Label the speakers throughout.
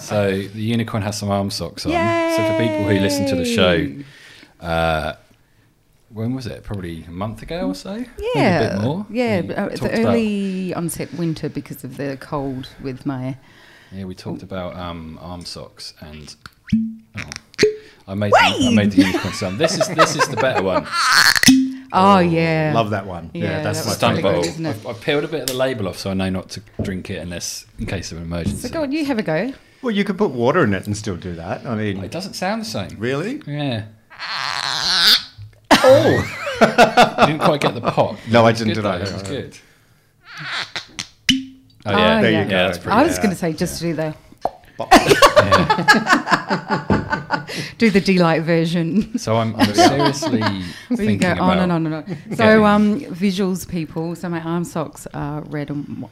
Speaker 1: so the unicorn has some arm socks on. So for people who listen to the show,
Speaker 2: Yay.
Speaker 1: uh, when was it? Probably a month ago or so. Maybe
Speaker 2: Yeah,
Speaker 1: a bit more.
Speaker 2: yeah.
Speaker 1: We
Speaker 2: but, uh,
Speaker 1: talked
Speaker 2: the
Speaker 1: about-
Speaker 2: early onset winter because of the cold with my
Speaker 1: yeah, we talked about um, arm socks and. Oh, I made the, I made the unicorn sound. This is this is the better one.
Speaker 2: oh, yeah,
Speaker 3: Love that one. Yeah,
Speaker 2: Yeah,
Speaker 3: that's
Speaker 2: that
Speaker 3: my
Speaker 2: was
Speaker 1: Stunt
Speaker 2: really
Speaker 3: favourite.
Speaker 1: bowl.
Speaker 2: good, isn't it?
Speaker 1: I've, I've peeled a bit of the label off so I know not to drink it unless in case of an emergency.
Speaker 2: So go on, you have a go.
Speaker 3: Well, you could put water in it and still do that. I mean,
Speaker 1: It doesn't sound the same.
Speaker 3: really?
Speaker 1: Yeah. Oh! you didn't quite get the pop.
Speaker 3: No, I
Speaker 1: It's
Speaker 3: didn't,
Speaker 1: good,
Speaker 3: did I?
Speaker 1: though, It was
Speaker 3: Yeah.
Speaker 1: good. Oh, yeah.
Speaker 2: Oh,
Speaker 3: There
Speaker 2: yeah.
Speaker 3: you go.
Speaker 1: Yeah, that's pretty
Speaker 2: I was
Speaker 3: good.
Speaker 2: going to say just to do the
Speaker 3: Bop.
Speaker 2: do the delight version.
Speaker 1: So I'm, I'm seriously
Speaker 2: Where you
Speaker 1: thinking
Speaker 2: go Oh,
Speaker 1: about...
Speaker 2: on and on and on. So um, visuals, people. So my arm socks are red and wh-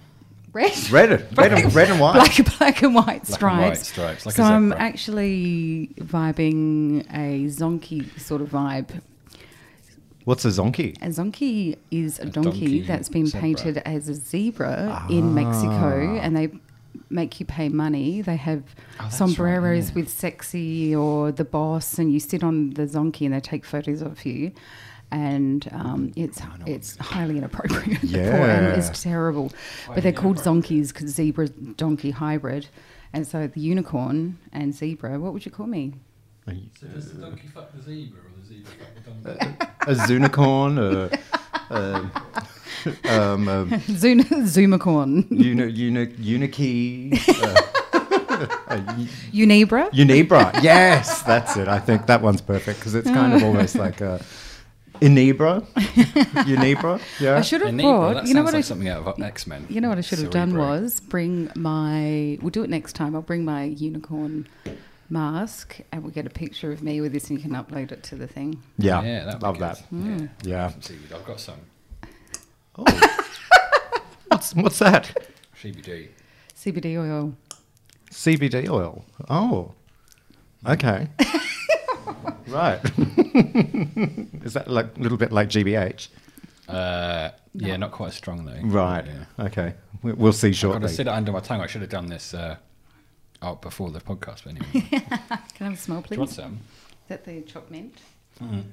Speaker 2: red.
Speaker 3: red, red, and, red and white.
Speaker 2: Black, black and white stripes.
Speaker 1: Black and white stripes, like a
Speaker 2: so I'm
Speaker 1: zebra.
Speaker 2: actually vibing a zonky sort of vibe.
Speaker 3: What's a zonky?
Speaker 2: A zonky is a, donkey,
Speaker 1: donkey
Speaker 2: that's been
Speaker 1: zebra. Ah.
Speaker 2: painted as a zebra in Mexico, and they make you pay money. They have
Speaker 1: Oh, that's right,
Speaker 2: sombreros
Speaker 1: yeah.
Speaker 2: with sexy or the boss, and you sit on the zonky and they take photos of you. And um, it's it's highly inappropriate. The poem is
Speaker 3: Yeah.
Speaker 2: terrible, but they're called zonkies because zebra donkey hybrid, and so the unicorn and zebra. What would you call me?
Speaker 1: So does the donkey fuck the zebra or the zebra fuck the donkey?
Speaker 3: A zoonicorn? A, a, um, a
Speaker 2: Zoom zoomicorn,
Speaker 3: uni, uni, unikey? A, a u-
Speaker 2: unibra.
Speaker 3: unibra. Yes, that's it. I think that one's perfect because it's kind of almost like a inebra. Unibra. Yeah.
Speaker 2: I should have
Speaker 1: Enigma,
Speaker 2: brought.
Speaker 1: that
Speaker 2: You know
Speaker 1: sounds like
Speaker 2: what? I,
Speaker 1: something out of X-Men.
Speaker 2: you know what I should have done
Speaker 1: Cerebro.
Speaker 2: was bring my. We'll do it next time. I'll bring my unicorn mask, and we'll get a picture of me with this, and you can upload it to the thing.
Speaker 3: yeah.
Speaker 1: Yeah, that'd be
Speaker 3: Love
Speaker 1: good.
Speaker 3: that.
Speaker 2: Hmm.
Speaker 1: Yeah.
Speaker 3: Yeah.
Speaker 1: Some seaweed. I've got some.
Speaker 3: Oh. what's, what's that?
Speaker 1: CBD.
Speaker 2: CBD oil.
Speaker 3: CBD oil. Oh, okay. right. Is that like a little bit like GBH?
Speaker 1: Uh, Yeah, not quite as strong though.
Speaker 3: Right.
Speaker 1: Yeah.
Speaker 3: Okay. We- We'll see
Speaker 1: I've got to
Speaker 3: shortly.
Speaker 1: sit it under my tongue. I should have done this uh, oh, before the podcast. But anyway, do
Speaker 2: Can I have a smell, please?
Speaker 1: you want some?
Speaker 2: Is that the chopped mint?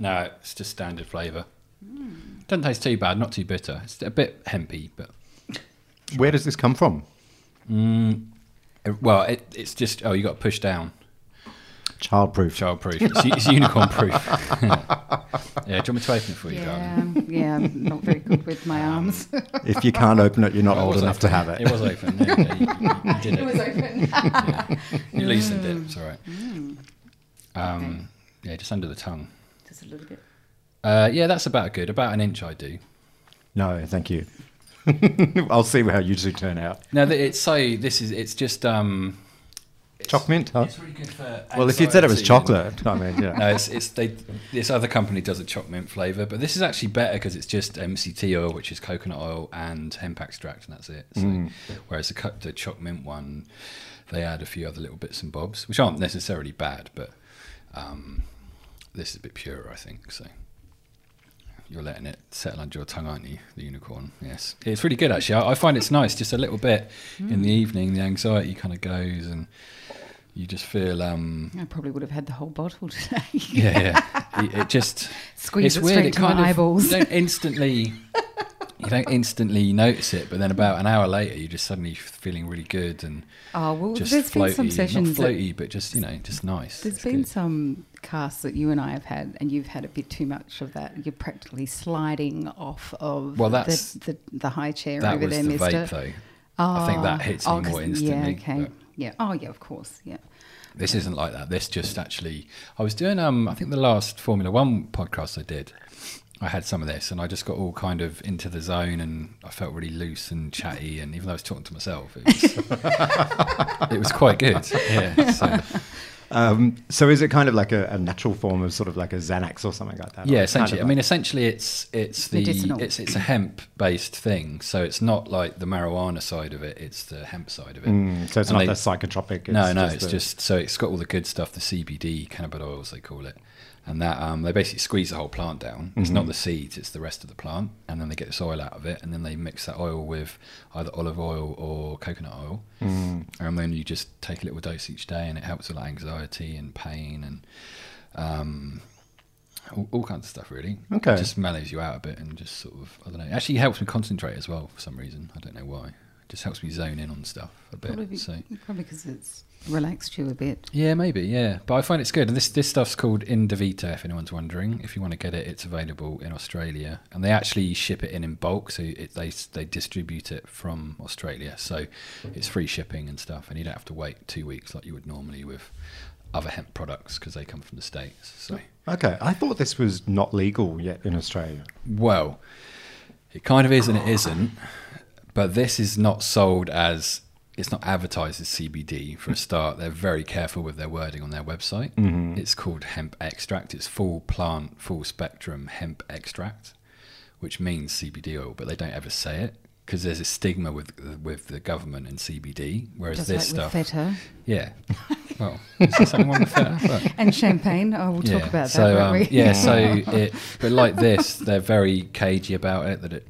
Speaker 1: No, it's just standard flavour. Doesn't taste too bad, not too bitter. It's a bit hempy, but
Speaker 3: Where does this come from?
Speaker 1: uh, well, it, it's just oh, you got to push down.
Speaker 3: Childproof.
Speaker 1: Childproof. It's, u- it's unicorn proof. yeah, do you want me to open it for you, darling?
Speaker 2: Yeah, yeah. I'm not very good with my
Speaker 1: Um,
Speaker 2: arms.
Speaker 3: if you can't open it, you're not
Speaker 1: Oh, it
Speaker 3: old
Speaker 1: was
Speaker 3: enough to
Speaker 1: open.
Speaker 3: have it.
Speaker 1: It was open. There you, go. You- you- you did it.
Speaker 2: open.
Speaker 1: You loosened it. It's all right. Um, yeah, just under the tongue.
Speaker 2: Just a little bit.
Speaker 1: Uh, yeah, that's about good. About an inch, I do.
Speaker 3: No, thank you. I'll see how you two turn out.
Speaker 1: No, th- it's so. This is. It's just. Um, it's-
Speaker 3: Choc mint, huh?
Speaker 1: It's really good for.
Speaker 3: Well, if you'd said it was
Speaker 1: anxiety.
Speaker 3: chocolate, I mean, yeah.
Speaker 1: No, Uh, it's, it's they. This other company does a choc mint flavor, but this is actually better because it's just MCT oil, which is coconut oil and hemp extract, and that's it. So, Whereas the, co- the choc mint one, they add a few other little bits and bobs, which aren't necessarily bad, but um, this is a bit purer, I think. So you're letting it settle under your tongue, aren't you? The unicorn. Yes, it's really good actually. I, I find it's nice, just a little bit in the evening. The anxiety kind of goes, and you just feel. Um,
Speaker 2: I probably would have had the whole bottle today.
Speaker 1: yeah, yeah. It, it just
Speaker 2: Squeeze it straight to my eyeballs.
Speaker 1: You don't instantly, you don't instantly notice it, but then about an hour later, you're just suddenly feeling really good and
Speaker 2: Oh well,
Speaker 1: just
Speaker 2: there's
Speaker 1: floaty,
Speaker 2: been some
Speaker 1: not
Speaker 2: sessions. that-
Speaker 1: floaty, but just you know, just nice.
Speaker 2: There's
Speaker 1: It's
Speaker 2: been
Speaker 1: good.
Speaker 2: some casts that you and I have had, and you've had a bit too much of that. You're practically sliding off of
Speaker 1: Well, that's-
Speaker 2: the, the, the high chair
Speaker 1: that
Speaker 2: over
Speaker 1: was
Speaker 2: there,
Speaker 1: the
Speaker 2: Mister.
Speaker 1: vape though. I think that hits
Speaker 2: Oh,
Speaker 1: me
Speaker 2: 'cause-
Speaker 1: more instantly.
Speaker 2: Yeah, okay.
Speaker 1: but
Speaker 2: Yeah. Oh, yeah, of course. Yeah.
Speaker 1: This isn't like that. This just actually, I was doing um, I think the last Formula One podcast I did, I had some of this, and I just got all kind of into the zone, and I felt really loose and chatty, and even though I was talking to myself, it was, it was quite good. Yeah, so,
Speaker 3: Um, so is it kind of like a, a natural form of sort of like a Xanax or something like that?
Speaker 1: yeah.
Speaker 3: Or it's kind of
Speaker 1: Essentially, I
Speaker 3: like-
Speaker 1: mean, essentially, it's it's the
Speaker 2: Medicinal.
Speaker 1: it's it's a hemp based thing, so it's not like the marijuana side of it; it's the hemp side of it.
Speaker 3: Mm, so it's
Speaker 1: and
Speaker 3: not
Speaker 1: they-
Speaker 3: that psychotropic.
Speaker 1: no, no, it's
Speaker 3: the-
Speaker 1: just so it's got all the good stuff, the CBD cannabinoids they call it, and that um, they basically squeeze the whole plant down. It's
Speaker 3: Mm-hmm.
Speaker 1: not the seeds; it's the rest of the plant, and then they get this oil out of it, and then they mix that oil with either olive oil or coconut oil,
Speaker 3: Mm.
Speaker 1: and then you just take a little dose each day, and it helps with like anxiety and pain and um, all, all kinds of stuff, really.
Speaker 3: Okay.
Speaker 1: it just mellows you out a bit and just sort of I don't know. It Actually, helps me concentrate as well for some reason. I don't know why. It just helps me zone in on stuff a bit.
Speaker 2: Probably
Speaker 1: so.
Speaker 2: because it's relaxed you a bit.
Speaker 1: Yeah, maybe. Yeah, but I find it's good. And this this stuff's called Indivita. If anyone's wondering, if you want to get it, it's available in Australia, and they actually ship it in in bulk. So it, they they distribute it from Australia, so it's free shipping and stuff, and you don't have to wait two weeks like you would normally with other hemp products because they come from the states. So
Speaker 3: Okay, I thought this was not legal yet in Australia.
Speaker 1: well, it kind of is and it isn't. But this is not sold as it's not advertised as CBD for a start. They're very careful with their wording on their website. It's called hemp extract. It's full plant, full spectrum hemp extract, which means CBD oil, but they don't ever say it because there's a stigma with with the government and CBD. Whereas
Speaker 2: Just like
Speaker 1: this stuff,
Speaker 2: with feta
Speaker 1: yeah. Well, is there something wrong with that? But-
Speaker 2: and champagne. Oh, we'll talk about that.
Speaker 1: so,
Speaker 2: won't
Speaker 1: um,
Speaker 2: we?
Speaker 1: yeah, so it, but like this, they're very cagey about it that it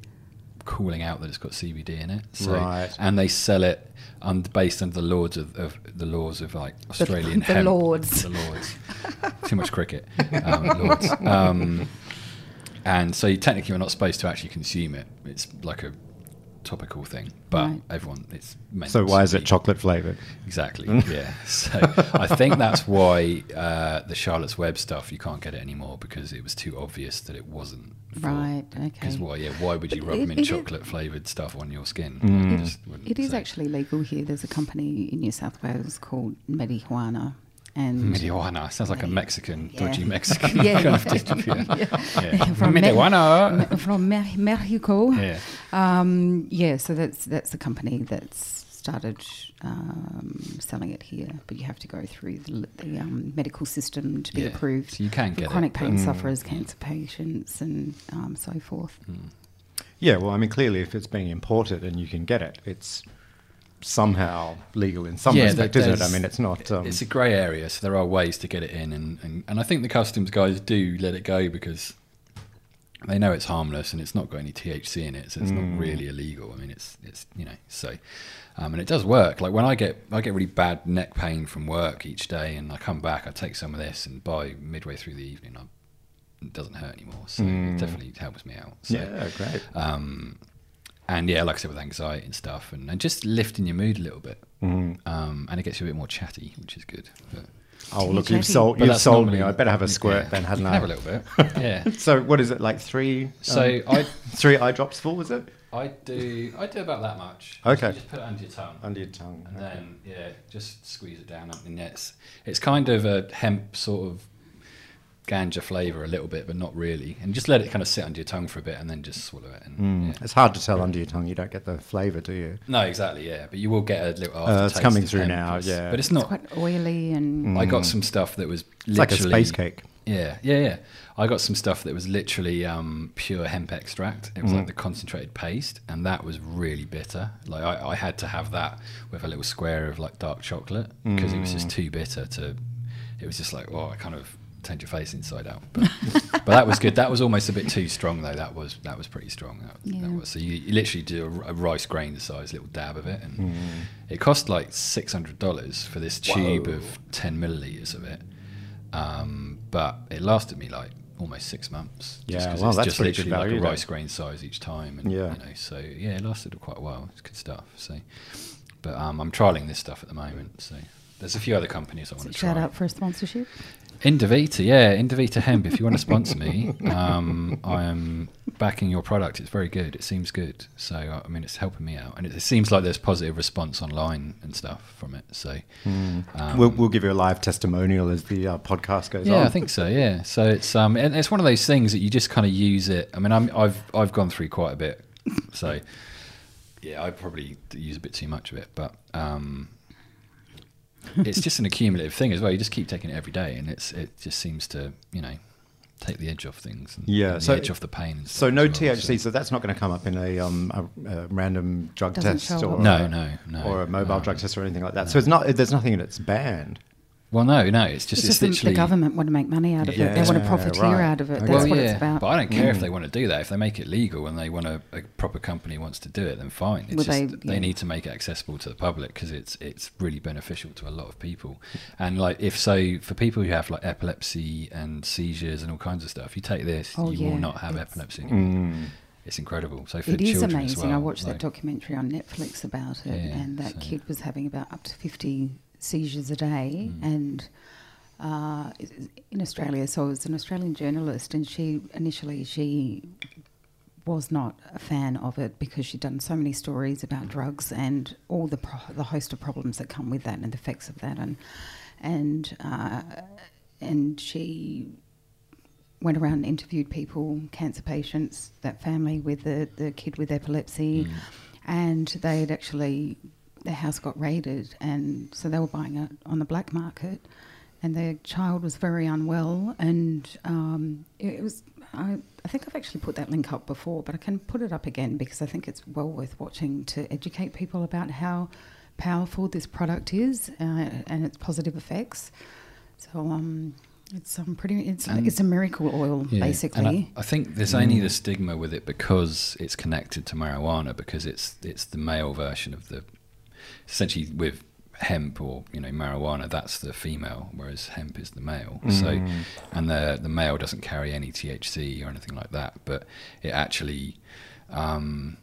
Speaker 1: calling out that it's got CBD in it. So,
Speaker 3: Right.
Speaker 1: And they sell it un, based under the laws of, of the laws of like Australian
Speaker 2: the
Speaker 1: hemp.
Speaker 2: lords.
Speaker 1: The lords. Too much cricket. Um, lords. Um, and so you technically are not supposed to actually consume it. It's like a topical thing, but
Speaker 2: Right.
Speaker 1: everyone it's meant.
Speaker 3: So why
Speaker 1: to
Speaker 3: is
Speaker 1: be-
Speaker 3: it chocolate flavored?
Speaker 1: Exactly. Yeah. So I think that's why uh, the Charlotte's Web stuff you can't get it anymore because it was too obvious that it wasn't.
Speaker 2: right. Okay.
Speaker 1: Because why? Yeah. Why would you
Speaker 2: But
Speaker 1: rub
Speaker 2: it-
Speaker 1: them in
Speaker 2: it is-
Speaker 1: chocolate flavored stuff on your skin? I just wouldn't
Speaker 2: It is
Speaker 1: say.
Speaker 2: actually legal here. There's a company in New South Wales called Medihuana, and
Speaker 1: Marijuana "Mm, sounds like a Mexican,
Speaker 2: Yeah.
Speaker 1: dodgy Mexican
Speaker 2: Yeah.
Speaker 1: kind of distributor. Yeah.
Speaker 2: From Me-
Speaker 1: Marijuana.
Speaker 2: Me- from Me- Mexico.
Speaker 1: Yeah.
Speaker 2: Um, yeah, so that's that's the company that's started um, selling it here, but you have to go through the, the um, medical system to be
Speaker 1: Yeah,
Speaker 2: approved.
Speaker 1: so you can
Speaker 2: for
Speaker 1: get it, Mm.
Speaker 2: chronic
Speaker 1: but-
Speaker 2: pain sufferers, cancer patients, and um, so forth.
Speaker 1: Mm.
Speaker 3: Yeah, well, I mean, clearly, if it's being imported and you can get it, it's somehow legal in some respect,
Speaker 1: there-
Speaker 3: isn't it? I
Speaker 1: there's-
Speaker 3: mean, it's not. Um,
Speaker 1: it's a grey area, so there are ways to get it in, and, and, and I think the customs guys do let it go because they know it's harmless and it's not got any THC in it, so it's
Speaker 3: Mm.
Speaker 1: not really illegal. I mean, it's it's you know so, um, and it does work. Like when I get I get really bad neck pain from work each day, and I come back, I take some of this, and by midway through the evening, I, it doesn't hurt anymore. So it definitely helps me out. So
Speaker 3: Mm. yeah, great.
Speaker 1: Uh, and yeah, like I said, with anxiety and stuff, and, and just lifting your mood a little bit,
Speaker 3: Mm-hmm.
Speaker 1: um, and it gets you a bit more chatty, which is good. But,
Speaker 2: Tea
Speaker 3: oh, look,
Speaker 2: chatty.
Speaker 3: you've sold,
Speaker 1: but
Speaker 3: you've
Speaker 1: that's
Speaker 3: sold me.
Speaker 1: normally-
Speaker 3: I better have a squirt
Speaker 1: Yeah.
Speaker 3: then, hadn't
Speaker 1: You
Speaker 3: I?
Speaker 1: can Have a little bit. Yeah.
Speaker 3: So, what is it like three?
Speaker 1: So
Speaker 3: um,
Speaker 1: I
Speaker 3: three eye drops full, was it?
Speaker 1: I do I do about that much.
Speaker 3: Okay.
Speaker 1: You just put it under your tongue.
Speaker 3: Under your tongue.
Speaker 1: and then yeah, just squeeze it down up, and yeah, it's it's kind of a hemp sort of ganja flavour a little bit, but not really. And just let it kind of sit under your tongue for a bit, and then just swallow it. And, yeah.
Speaker 3: It's hard to tell under your tongue. You don't get the flavour, do you?
Speaker 1: No, exactly, yeah. But you will get a little.
Speaker 3: Uh, it's
Speaker 1: aftertaste
Speaker 3: coming
Speaker 1: of
Speaker 3: through
Speaker 1: hemp.
Speaker 3: now,
Speaker 1: It's-
Speaker 3: yeah.
Speaker 1: But it's
Speaker 2: It's
Speaker 1: not.
Speaker 2: quite oily and
Speaker 1: I got some stuff that was
Speaker 3: Mm. It's
Speaker 1: literally
Speaker 3: like a space cake.
Speaker 1: Yeah, yeah, yeah. I got some stuff that was literally um, pure hemp extract. It was like the concentrated paste, and that was really bitter. Like I, I had to have that with a little square of like dark chocolate because it was just too bitter to. It was just like, oh, I kind of turned your face inside out. But, but that was good. That was almost a bit too strong though. That was that was pretty strong. That,
Speaker 2: Yeah.
Speaker 1: that was so you, you literally do a r- a, rice grain size little dab of it, and it cost like six hundred dollars for this tube of ten milliliters of it. Um, but it lasted me like almost six months. just
Speaker 3: Yeah,
Speaker 1: 'cause
Speaker 3: wow,
Speaker 1: it's
Speaker 3: that's
Speaker 1: just
Speaker 3: pretty good
Speaker 1: literally
Speaker 3: value
Speaker 1: like a
Speaker 3: then.
Speaker 1: rice grain size each time, and
Speaker 3: Yeah.
Speaker 1: you know, so yeah, it lasted quite a while. It's good stuff. So, but um, I'm trialing this stuff at the moment. So there's a few other companies I want to try.
Speaker 2: shout out for a sponsorship.
Speaker 1: Indivita, yeah, Indivita Hemp. If you want to sponsor me, um, I am backing your product. It's very good. It seems good. So uh, I mean, it's helping me out, and it, it seems like there's positive response online and stuff from it. So
Speaker 3: Hmm.
Speaker 1: um,
Speaker 3: we'll, we'll give you a live testimonial as the uh, podcast goes
Speaker 1: yeah,
Speaker 3: on.
Speaker 1: I think so. Yeah, so it's um, and it's one of those things that you just kind of use it. I mean, I'm, I've I've gone through quite a bit, so yeah, I probably d- use a bit too much of it, but um, it's just an accumulative thing as well. You just keep taking it every day, and it's it just seems to you know take the edge off things. And,
Speaker 3: Yeah,
Speaker 1: and
Speaker 3: so-
Speaker 1: the edge off the pain. And
Speaker 3: So
Speaker 1: stuff
Speaker 3: no
Speaker 1: as well, so-
Speaker 3: THC. So that's not going to come up in a, um, a, a random drug
Speaker 2: Doesn't show
Speaker 3: test
Speaker 2: up.
Speaker 3: or
Speaker 1: No,
Speaker 3: a,
Speaker 1: no, no,
Speaker 3: or a mobile
Speaker 1: no.
Speaker 3: drug test or anything like that. So it's not. There's nothing that's banned.
Speaker 1: Well, no, no. It's just it's,
Speaker 2: It's just the, the
Speaker 1: literally
Speaker 2: government want to make money out of it. They want to
Speaker 3: Yeah,
Speaker 2: profiteer
Speaker 3: right.
Speaker 2: out of it.
Speaker 3: Okay.
Speaker 2: That's
Speaker 1: Well,
Speaker 2: what
Speaker 1: yeah,
Speaker 2: it's about.
Speaker 1: but I don't care if they want to do that. If they make it legal and they want a, a proper company wants to do it, then fine. It's
Speaker 2: Well,
Speaker 1: just
Speaker 2: they-
Speaker 1: that
Speaker 2: yeah.
Speaker 1: they need to make it accessible to the public because it's it's really beneficial to a lot of people. And like if so, for people who have like epilepsy and seizures and all kinds of stuff, you take this,
Speaker 2: Oh,
Speaker 1: you
Speaker 2: yeah,
Speaker 1: will not have
Speaker 2: it's-
Speaker 3: Mm.
Speaker 1: epilepsy. Anymore. It's incredible. So for
Speaker 2: It is
Speaker 1: children
Speaker 2: amazing.
Speaker 1: as well,
Speaker 2: I watched
Speaker 1: like,
Speaker 2: that documentary on Netflix about it,
Speaker 1: Yeah,
Speaker 2: and that
Speaker 1: so-
Speaker 2: kid was having about up to 50 seizures a day. And uh, in Australia, so it was an Australian journalist, and she initially she was not a fan of it because she'd done so many stories about drugs and all the pro- the host of problems that come with that and the effects of that, and and uh, and she went around and interviewed people, cancer patients, that family with the, the kid with epilepsy, and they had actually their house got raided, and so they were buying it on the black market, and their child was very unwell, and um, it, it was. I, I think I've actually put that link up before, but I can put it up again because I think it's well worth watching to educate people about how powerful this product is uh, and its positive effects. So um, it's um, pretty. It's like
Speaker 1: And-
Speaker 2: it's a miracle oil,
Speaker 1: Yeah,
Speaker 2: basically.
Speaker 1: And I, I think there's only the stigma with it because it's connected to marijuana because it's it's the male version of the essentially with hemp or you know marijuana that's the female whereas hemp is the male so and the the male doesn't carry any THC or anything like that but it actually um,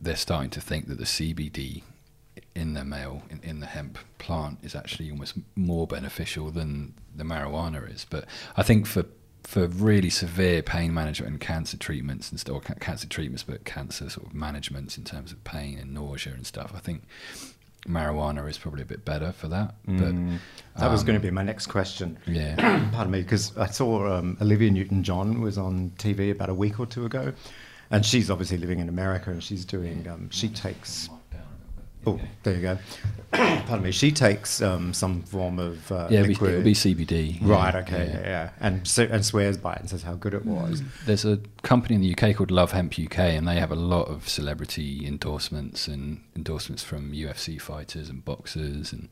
Speaker 1: they're starting to think that the CBD in the male in, in the hemp plant is actually almost more beneficial than the marijuana is. But I think for for really severe pain management and cancer treatments and stuff, or ca- cancer treatments, but cancer sort of managements in terms of pain and nausea and stuff, I think marijuana is probably a bit better for that.
Speaker 3: That
Speaker 1: Um,
Speaker 3: was going to be my next question.
Speaker 1: But yeah,
Speaker 3: Pardon me, because I saw um, Olivia Newton John was on TV about a week or two ago, and she's obviously living in America and she's doing, um, she takes Oh, there you go. Pardon me. She takes um, some form of uh,
Speaker 1: yeah, it'll be,
Speaker 3: liquid.
Speaker 1: it'll be CBD.
Speaker 3: right.
Speaker 1: Yeah,
Speaker 3: Okay.
Speaker 1: yeah.
Speaker 3: Yeah. yeah. And so, and swears by it and says how good it was.
Speaker 1: There's a company in the UK called Love Hemp UK, and they have a lot of celebrity endorsements and endorsements from UFC fighters and boxers and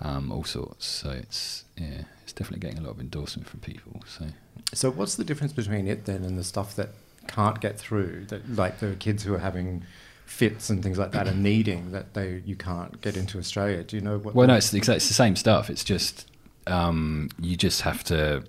Speaker 1: um, all sorts. So it's yeah, it's definitely getting a lot of endorsement from people. So
Speaker 3: So what's the difference between it then and the stuff that can't get through? That like the kids who are having fits and things like that are needing that they you can't get into Australia. Do you know what?
Speaker 1: well,
Speaker 3: the-
Speaker 1: no, it's the, exact- it's the same stuff. It's just um, you just have to.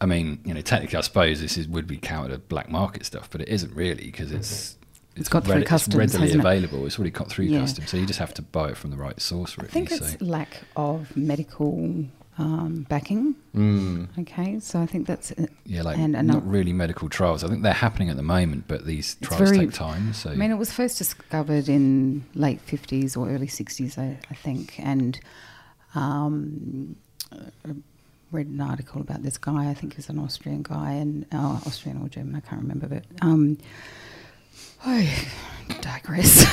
Speaker 1: I mean, you know, technically, I suppose this is, would be counted as black market stuff, but it isn't really because it's. It's
Speaker 2: got through customs,
Speaker 1: It's readily
Speaker 2: hasn't it?
Speaker 1: available. It's already got through
Speaker 2: Yeah.
Speaker 1: customs, so you just have to buy it from the right source. Really.
Speaker 2: I think
Speaker 1: so.
Speaker 2: it's lack of medical um, backing.
Speaker 3: Mm.
Speaker 2: Okay, so I think that's. It.
Speaker 1: Yeah, like
Speaker 2: And ano-
Speaker 1: not really medical trials. I think they're happening at the moment, but these
Speaker 2: It's
Speaker 1: trials
Speaker 2: very-
Speaker 1: take time. So
Speaker 2: I mean, it was first discovered in late fifties or early sixties, I, I think, and um, I read an article about this guy. I think he was an Austrian guy, and oh, Austrian or German, I can't remember, but. Um, I digress.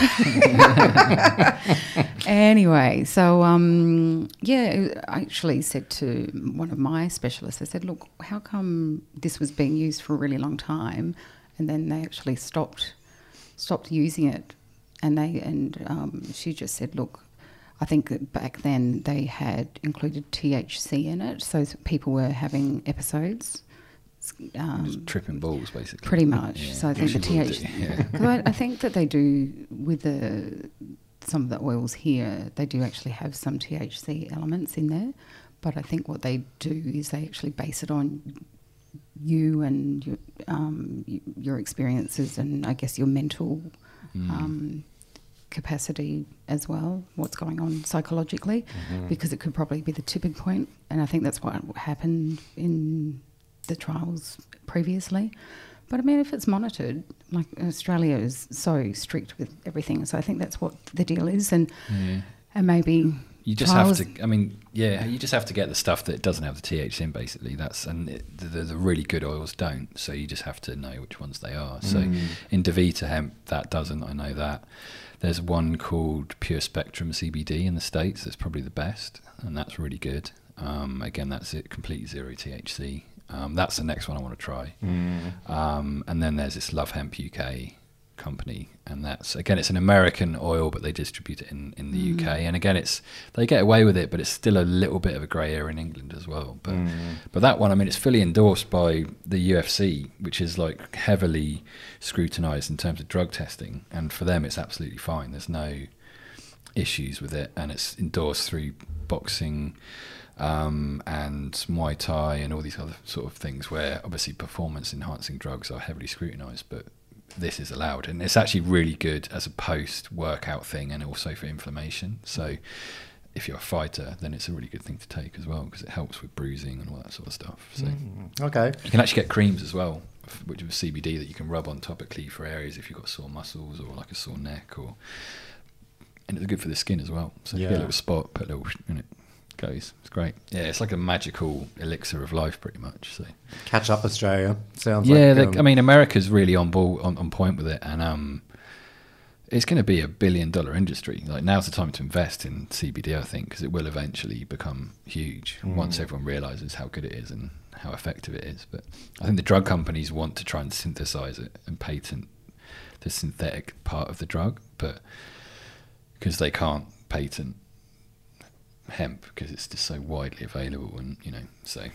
Speaker 2: anyway, so um, yeah, I actually said to one of my specialists, I said, "Look, how come this was being used for a really long time, and then they actually stopped stopped using it?" And they and um, she just said, "Look." I think that back then they had included THC in it, so people were having episodes. Um,
Speaker 1: just tripping balls, basically.
Speaker 2: Pretty much.
Speaker 1: Yeah,
Speaker 2: So I think the
Speaker 1: which you will do,
Speaker 2: THC.
Speaker 1: yeah.
Speaker 2: 'cause I, I think that they do with the some of the oils here. They do actually have some THC elements in there, but I think what they do is they actually base it on you and your um, y- your experiences and I guess your mental
Speaker 1: Mm.
Speaker 2: um, capacity as well. What's going on psychologically, because it could probably be the tipping point, and I think that's what happened in the trials previously. But I mean, if it's monitored, like Australia is so strict with everything, so I think that's what the deal is, and
Speaker 1: Mm. Yeah.
Speaker 2: and maybe
Speaker 1: You just
Speaker 2: trials-
Speaker 1: have to. I mean, yeah, you just have to get the stuff that doesn't have the THC in. Basically, that's and it, the, the the really good oils don't. So you just have to know which ones they are. So in Davita hemp, that doesn't. I know that. There's one called Pure Spectrum CBD in the states. That's probably the best, and that's really good. Um, again, that's it. Complete zero
Speaker 3: hmm.
Speaker 1: THC. Um, that's the next one I want to try. Um, and then there's this Love Hemp UK, company, and that's again it's an American oil, but they distribute it in in the UK. And again, it's they get away with it, but it's still a little bit of a grey area in England as well. But but that one, I mean, it's fully endorsed by the UFC, which is like heavily scrutinised in terms of drug testing, and for them, it's absolutely fine. There's no issues with it, and it's endorsed through boxing um, and Muay Thai and all these other sort of things where obviously performance enhancing drugs are heavily scrutinized, but this is allowed. And it's actually really good as a post workout thing and also for inflammation. So if you're a fighter, then it's a really good thing to take as well because it helps with bruising and all that sort of stuff. So
Speaker 3: Mm-hmm. Hmm, Okay.
Speaker 1: you can actually get creams as well, f- which is CBD that you can rub on topically for areas if you've got sore muscles or like a sore neck or. And it's good for the skin as well. So if you get
Speaker 3: Yeah.
Speaker 1: a little spot, put a little in it, goes. It's great. Yeah, it's like a magical elixir of life, pretty much. So
Speaker 3: Catch up Australia. Sounds
Speaker 1: yeah,
Speaker 3: like
Speaker 1: they-
Speaker 3: um,
Speaker 1: I mean, America's really on ball, on, on point with it, and um, it's going to be a billion dollar industry. Like now's the time to invest in CBD, I think, because it will eventually become huge
Speaker 3: Mm.
Speaker 1: once everyone realizes how good it is and how effective it is. But I think the drug companies want to try and synthesize it and patent the synthetic part of the drug, but because they can't patent hemp because it's just so widely available and you know so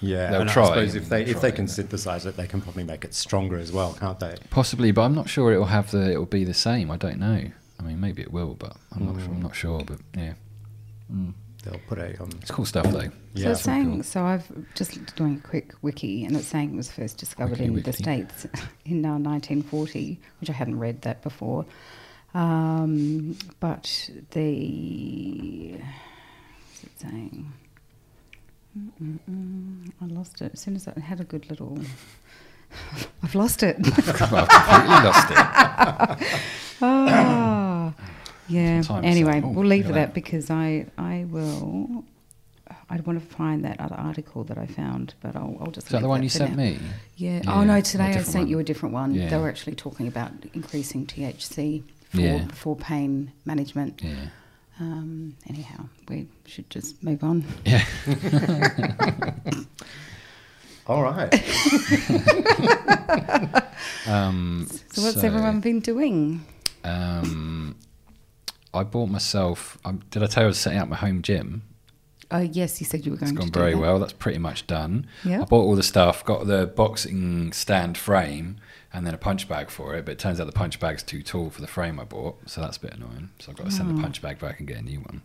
Speaker 3: yeah,
Speaker 1: they'll
Speaker 3: and
Speaker 1: try
Speaker 3: I suppose
Speaker 1: and
Speaker 3: if they if
Speaker 1: try
Speaker 3: they can
Speaker 1: and-
Speaker 3: synthesize it, they can probably make it stronger as well, can't they?
Speaker 1: Possibly, but I'm not sure it'll have the. It'll be the same. I don't know. I mean, maybe it will, but I'm not.
Speaker 2: Hmm.
Speaker 1: Sure, I'm not sure. But yeah,
Speaker 3: They'll put a um,
Speaker 1: it's cool stuff though.
Speaker 2: so
Speaker 3: yeah.
Speaker 2: it's saying, so I've just doing a quick wiki, and it's saying it was first discovered
Speaker 1: Wiki,
Speaker 2: in
Speaker 1: wiki.
Speaker 2: the States in uh, 1940, which I hadn't read that before. Um, but the. What's it saying? Mm-mm-mm, I lost it. As soon as I had a good little. I've lost it.
Speaker 1: I've completely lost it.
Speaker 2: Ah, yeah.
Speaker 1: Sometimes,
Speaker 2: Anyway,
Speaker 1: uh, oh,
Speaker 2: we'll leave
Speaker 1: look
Speaker 2: with
Speaker 1: at
Speaker 2: that because I I will. I want to find that other article that I found, but I'll, I'll just.
Speaker 1: Is that
Speaker 2: leave
Speaker 1: the one you
Speaker 2: for
Speaker 1: sent
Speaker 2: now.
Speaker 1: me?
Speaker 2: Yeah.
Speaker 1: Yeah,
Speaker 2: Oh
Speaker 1: or
Speaker 2: no!
Speaker 1: a
Speaker 2: Today I
Speaker 1: different
Speaker 2: sent
Speaker 1: one.
Speaker 2: you a different one.
Speaker 1: Yeah.
Speaker 2: They were actually talking about increasing THC for
Speaker 1: Yeah.
Speaker 2: for pain management.
Speaker 1: Yeah.
Speaker 2: Um, anyhow, we should just move on.
Speaker 1: Yeah.
Speaker 3: All right.
Speaker 1: Um,
Speaker 2: So what's everyone been doing?
Speaker 1: Um, I bought myself. Um, did I tell you I was setting up my home gym?
Speaker 2: Oh yes, you said you were going
Speaker 1: It's
Speaker 2: to
Speaker 1: gone
Speaker 2: do
Speaker 1: very
Speaker 2: that.
Speaker 1: well. That's pretty much done.
Speaker 2: Yeah.
Speaker 1: I bought all the stuff, got the boxing stand frame and then a punch bag for it, but it turns out the punch bag's too tall for the frame I bought, so that's a bit annoying. So I've got to send
Speaker 2: Oh.
Speaker 1: the punch bag back and get a new one.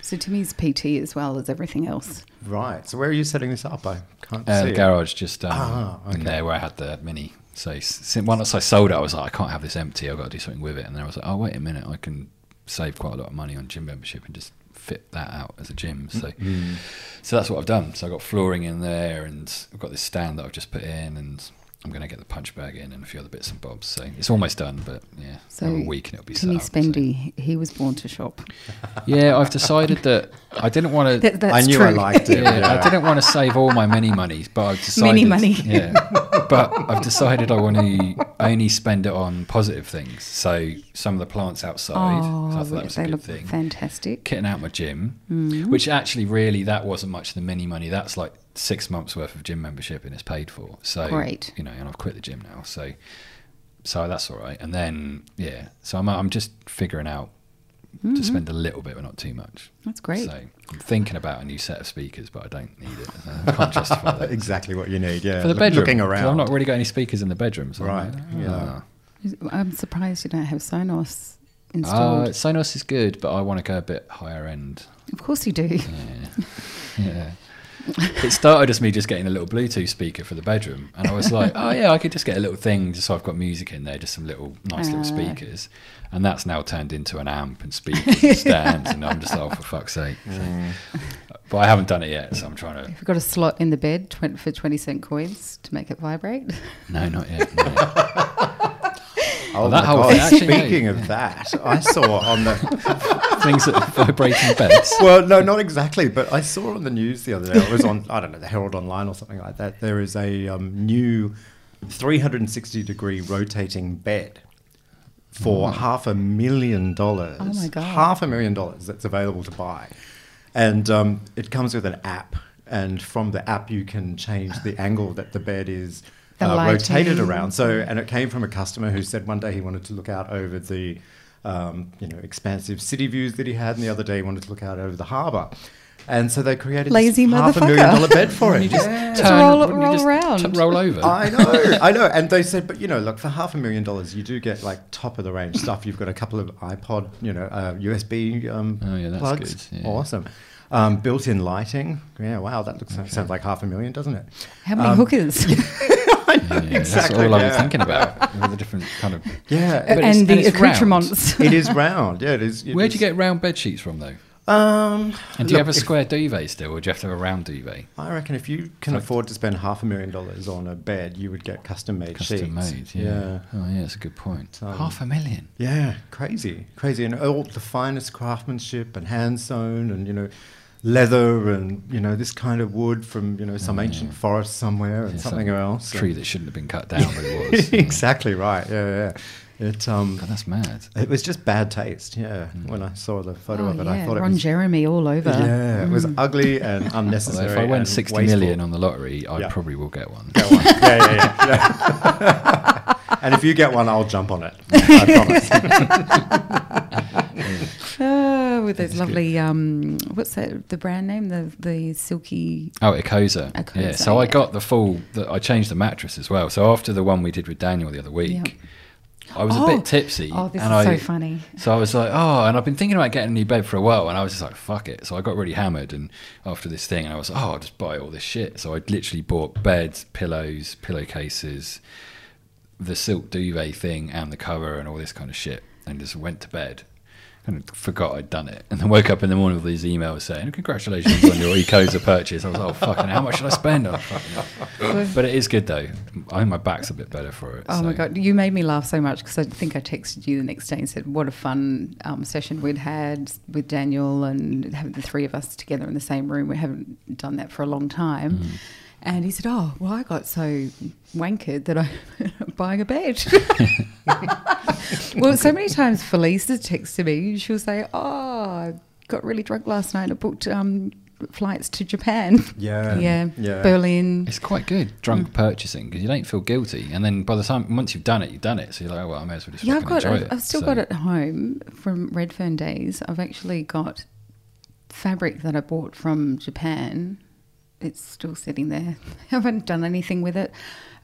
Speaker 2: So Timmy's PT as well as everything else.
Speaker 3: right. So where are you setting this up? I can't
Speaker 1: Uh,
Speaker 3: see.
Speaker 1: the
Speaker 3: it.
Speaker 1: garage just um,
Speaker 3: Ah,
Speaker 1: in
Speaker 3: okay.
Speaker 1: there where I had the mini. So s- sin- once I sold it, I was like, I can't have this empty. I've got to do something with it. And then I was like, oh wait a minute, I can save quite a lot of money on gym membership and just fit that out as a gym. So,
Speaker 3: Mm-hmm.
Speaker 1: so that's what I've done. So I've got flooring in there, and I've got this stand that I've just put in, and I'm going to get the punch bag in and a few other bits and bobs. So it's almost done, but yeah,
Speaker 2: So
Speaker 1: another week and it'll be
Speaker 2: Timmy
Speaker 1: set up, so-
Speaker 2: Spendy, he was born to shop.
Speaker 1: Yeah, I've decided that I didn't want to.
Speaker 2: That, that's
Speaker 3: I knew
Speaker 2: true.
Speaker 3: I liked it.
Speaker 1: Yeah, I
Speaker 3: yeah.
Speaker 1: didn't want to save all my mini monies, but I've decided.
Speaker 2: Mini money.
Speaker 1: Yeah, but I've decided I want to only spend it on positive things. So some of the plants outside, 'cause I thought that was a
Speaker 2: Oh,
Speaker 1: good
Speaker 2: they look Mm.
Speaker 1: thing.
Speaker 2: fantastic.
Speaker 1: Kitting out my gym, which actually really that wasn't much of the mini money. That's like six months worth of gym membership and it's paid for. So
Speaker 2: Great.
Speaker 1: you know, and I've quit the gym now, so so that's all right. And then yeah, so I'm I'm just figuring out
Speaker 2: Mm-hmm.
Speaker 1: to spend a little bit, but not too much.
Speaker 2: That's great.
Speaker 1: So I'm thinking about a new set of speakers, but I don't need it. I can't justify that.
Speaker 3: Exactly what you need. Yeah.
Speaker 1: For the
Speaker 3: Look-
Speaker 1: bedroom,
Speaker 3: Looking
Speaker 1: 'cause
Speaker 3: around.
Speaker 1: I've not really got any speakers in the bedroom. So I'm
Speaker 3: Right,
Speaker 1: like,
Speaker 3: yeah.
Speaker 2: I'm surprised you don't have Sonos
Speaker 1: ah. Uh,
Speaker 2: installed.
Speaker 1: Sonos is good, but I want to go a bit higher end.
Speaker 2: of course you do.
Speaker 1: Yeah. it started as me just getting a little Bluetooth speaker for the bedroom, and I was like, "Oh yeah, I could just get a little thing, just so I've got music in there, just some little nice little
Speaker 2: Ah.
Speaker 1: speakers." And that's now turned into an amp and speakers and stands, and I'm just like, "Oh for fuck's sake!" So-
Speaker 3: Mm.
Speaker 1: But I haven't done it yet, so I'm trying to.
Speaker 2: If you've got a slot in the bed twen- for 20 cent coins to make it vibrate.
Speaker 1: No, not yet. no.
Speaker 3: Oh,
Speaker 1: that
Speaker 3: my
Speaker 1: whole-
Speaker 3: God.
Speaker 1: actually, no.
Speaker 3: Speaking of that, I saw on the
Speaker 1: Things that vibrate in beds.
Speaker 3: well, no, not exactly, but I saw on the news the other day. It was on I don't know the Herald Online or something like that. There is a um, new 360 degree rotating bed for half a million dollars.
Speaker 2: Oh my God.
Speaker 3: Half a million dollars that's available to buy, and um, it comes with an app. And from the app, you can change the angle that the bed is
Speaker 2: The
Speaker 3: uh,
Speaker 2: lighting.
Speaker 3: rotated around. So, and it came from a customer who said one day he wanted to look out over the, um, you know, expansive city views that he had, and the other day he wanted to look out over the harbour. And so they created
Speaker 2: Lazy
Speaker 3: this half a
Speaker 2: motherfucker.
Speaker 3: million dollar bed for him.
Speaker 1: You just
Speaker 2: Just
Speaker 1: turn-
Speaker 2: roll-
Speaker 1: wouldn't you
Speaker 2: roll
Speaker 1: just
Speaker 2: around.
Speaker 1: t- roll over.
Speaker 3: I know, I know. And they said, but you know, look, for half a million dollars, you do get like top of the range stuff. You've got a couple of iPod, you know, uh, USB um,
Speaker 1: Oh, yeah, that's
Speaker 3: plugs.
Speaker 1: good, yeah.
Speaker 3: Awesome. Um, built-in lighting. Yeah, wow, that looks sounds like half a million, doesn't it?
Speaker 2: How
Speaker 1: Um,
Speaker 2: many hookers?
Speaker 3: I know,
Speaker 1: Yeah, That's all I was
Speaker 3: yeah.
Speaker 1: thinking about. all the different kind of.
Speaker 3: Yeah,
Speaker 1: But it's-
Speaker 2: and the
Speaker 1: it's round.
Speaker 2: accoutrements.
Speaker 3: it is round. Yeah, it is. it
Speaker 1: Where'd you
Speaker 3: is.
Speaker 1: get round bed sheets from though?
Speaker 3: Um,
Speaker 1: And do you
Speaker 3: look,
Speaker 1: have a
Speaker 3: if-
Speaker 1: square duvet still, or do you have to have a round duvet?
Speaker 3: I reckon if you can afford to spend half a million dollars on a bed, you would get custom-made
Speaker 1: Custom made.
Speaker 3: sheets.
Speaker 1: Yeah. Oh yeah, that's a good point.
Speaker 3: Um,
Speaker 1: Half a million.
Speaker 3: Yeah, crazy, crazy, and all the finest craftsmanship and hand sewn, and you know, leather, and you know, this kind of wood from you know some ancient forest somewhere and
Speaker 1: Mm. Yeah,
Speaker 3: something
Speaker 1: some
Speaker 3: else.
Speaker 1: Tree that shouldn't have been cut down, but it was. Yeah.
Speaker 3: exactly right. Yeah, yeah. It um,
Speaker 1: God, that's mad.
Speaker 3: it was just bad taste. Yeah,
Speaker 1: Mm.
Speaker 3: when I saw the photo
Speaker 2: oh,
Speaker 3: of it,
Speaker 2: yeah,
Speaker 3: I thought
Speaker 2: Ron
Speaker 3: it was.
Speaker 2: Jeremy all over.
Speaker 3: Yeah, it was ugly and
Speaker 1: Although
Speaker 3: unnecessary.
Speaker 1: if I won
Speaker 3: and
Speaker 1: sixty million
Speaker 3: wasteful.
Speaker 1: on the lottery, I
Speaker 3: Yeah.
Speaker 1: probably will get one.
Speaker 3: Get one. Yeah, yeah, yeah. Yeah. and if you get one, I'll jump on it. I promise.
Speaker 2: Oh, with those lovely um, what's that? The brand name, the the silky.
Speaker 1: Oh, Ecosa. Yeah.
Speaker 2: Ecosa,
Speaker 1: So I
Speaker 2: yeah.
Speaker 1: got the full. The, I changed the mattress as well. So after the one we did with Daniel the other week, I was a
Speaker 2: Oh.
Speaker 1: bit tipsy.
Speaker 2: Oh, this
Speaker 1: and
Speaker 2: is
Speaker 1: I,
Speaker 2: so funny.
Speaker 1: So I was like, oh, and I've been thinking about getting a new bed for a while, and I was just like, fuck it. So I got really hammered, and after this thing, and I was like, oh, I'll just buy all this shit. So I literally bought beds, pillows, pillowcases, the silk duvet thing, and the cover, and all this kind of shit, and just went to bed. And forgot I'd done it, and then woke up in the morning with these emails saying, "Congratulations on your Ecosa purchase." I was like, "Oh fucking, how much should I spend?" I fucking but it is good though. I think my back's a bit better for it.
Speaker 2: Oh my
Speaker 1: so.
Speaker 2: god, you made me laugh so much because I think I texted you the next day and said, "What a fun um, session we'd had with Daniel and having the three of us together in the same room. We haven't done that for a long time." And he said, "Oh, well, I got so wankered that I am buying a bed." well, so many times Felice has texted me. She'll say, "Oh, I got really drunk last night. and I booked um, flights to Japan.
Speaker 3: Yeah.
Speaker 2: yeah,
Speaker 3: Yeah.
Speaker 2: Berlin.
Speaker 1: It's quite good drunk
Speaker 2: Hmm.
Speaker 1: purchasing because you don't feel guilty, and then by the time once you've done it, you've done it. So you're like, oh well, I may as well just
Speaker 2: Yeah, I've
Speaker 1: fucking
Speaker 2: got.
Speaker 1: enjoy
Speaker 2: I've,
Speaker 1: it.
Speaker 2: I've still
Speaker 1: So-
Speaker 2: got it at home from Redfern days. I've actually got fabric that I bought from Japan. It's still sitting there. I haven't done anything with it.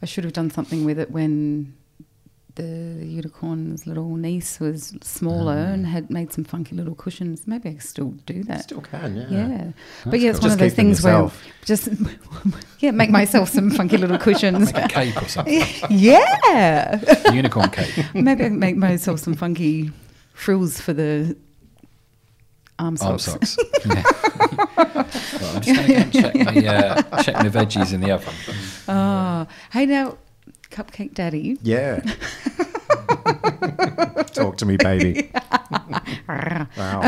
Speaker 2: I should have done something with it when the unicorn's little niece was smaller and had made some funky little cushions. Maybe I could still do that.
Speaker 3: Mm. Still can, yeah.
Speaker 2: yeah. but yeah, it's
Speaker 3: cool.
Speaker 2: one of those
Speaker 3: Just keep them
Speaker 2: things where
Speaker 3: yourself.
Speaker 2: just yeah, make myself some funky little cushions.
Speaker 1: Make a cape or something,
Speaker 2: yeah.
Speaker 1: a unicorn cape.
Speaker 2: Maybe I can make myself some funky frills for the arm
Speaker 1: Arm
Speaker 2: socks.
Speaker 1: socks. Yeah. Well, I'm just going to go and check my, uh, check my veggies in the oven.
Speaker 2: Oh, hey now, Cupcake Daddy.
Speaker 3: Yeah. Talk to me, baby. Wow.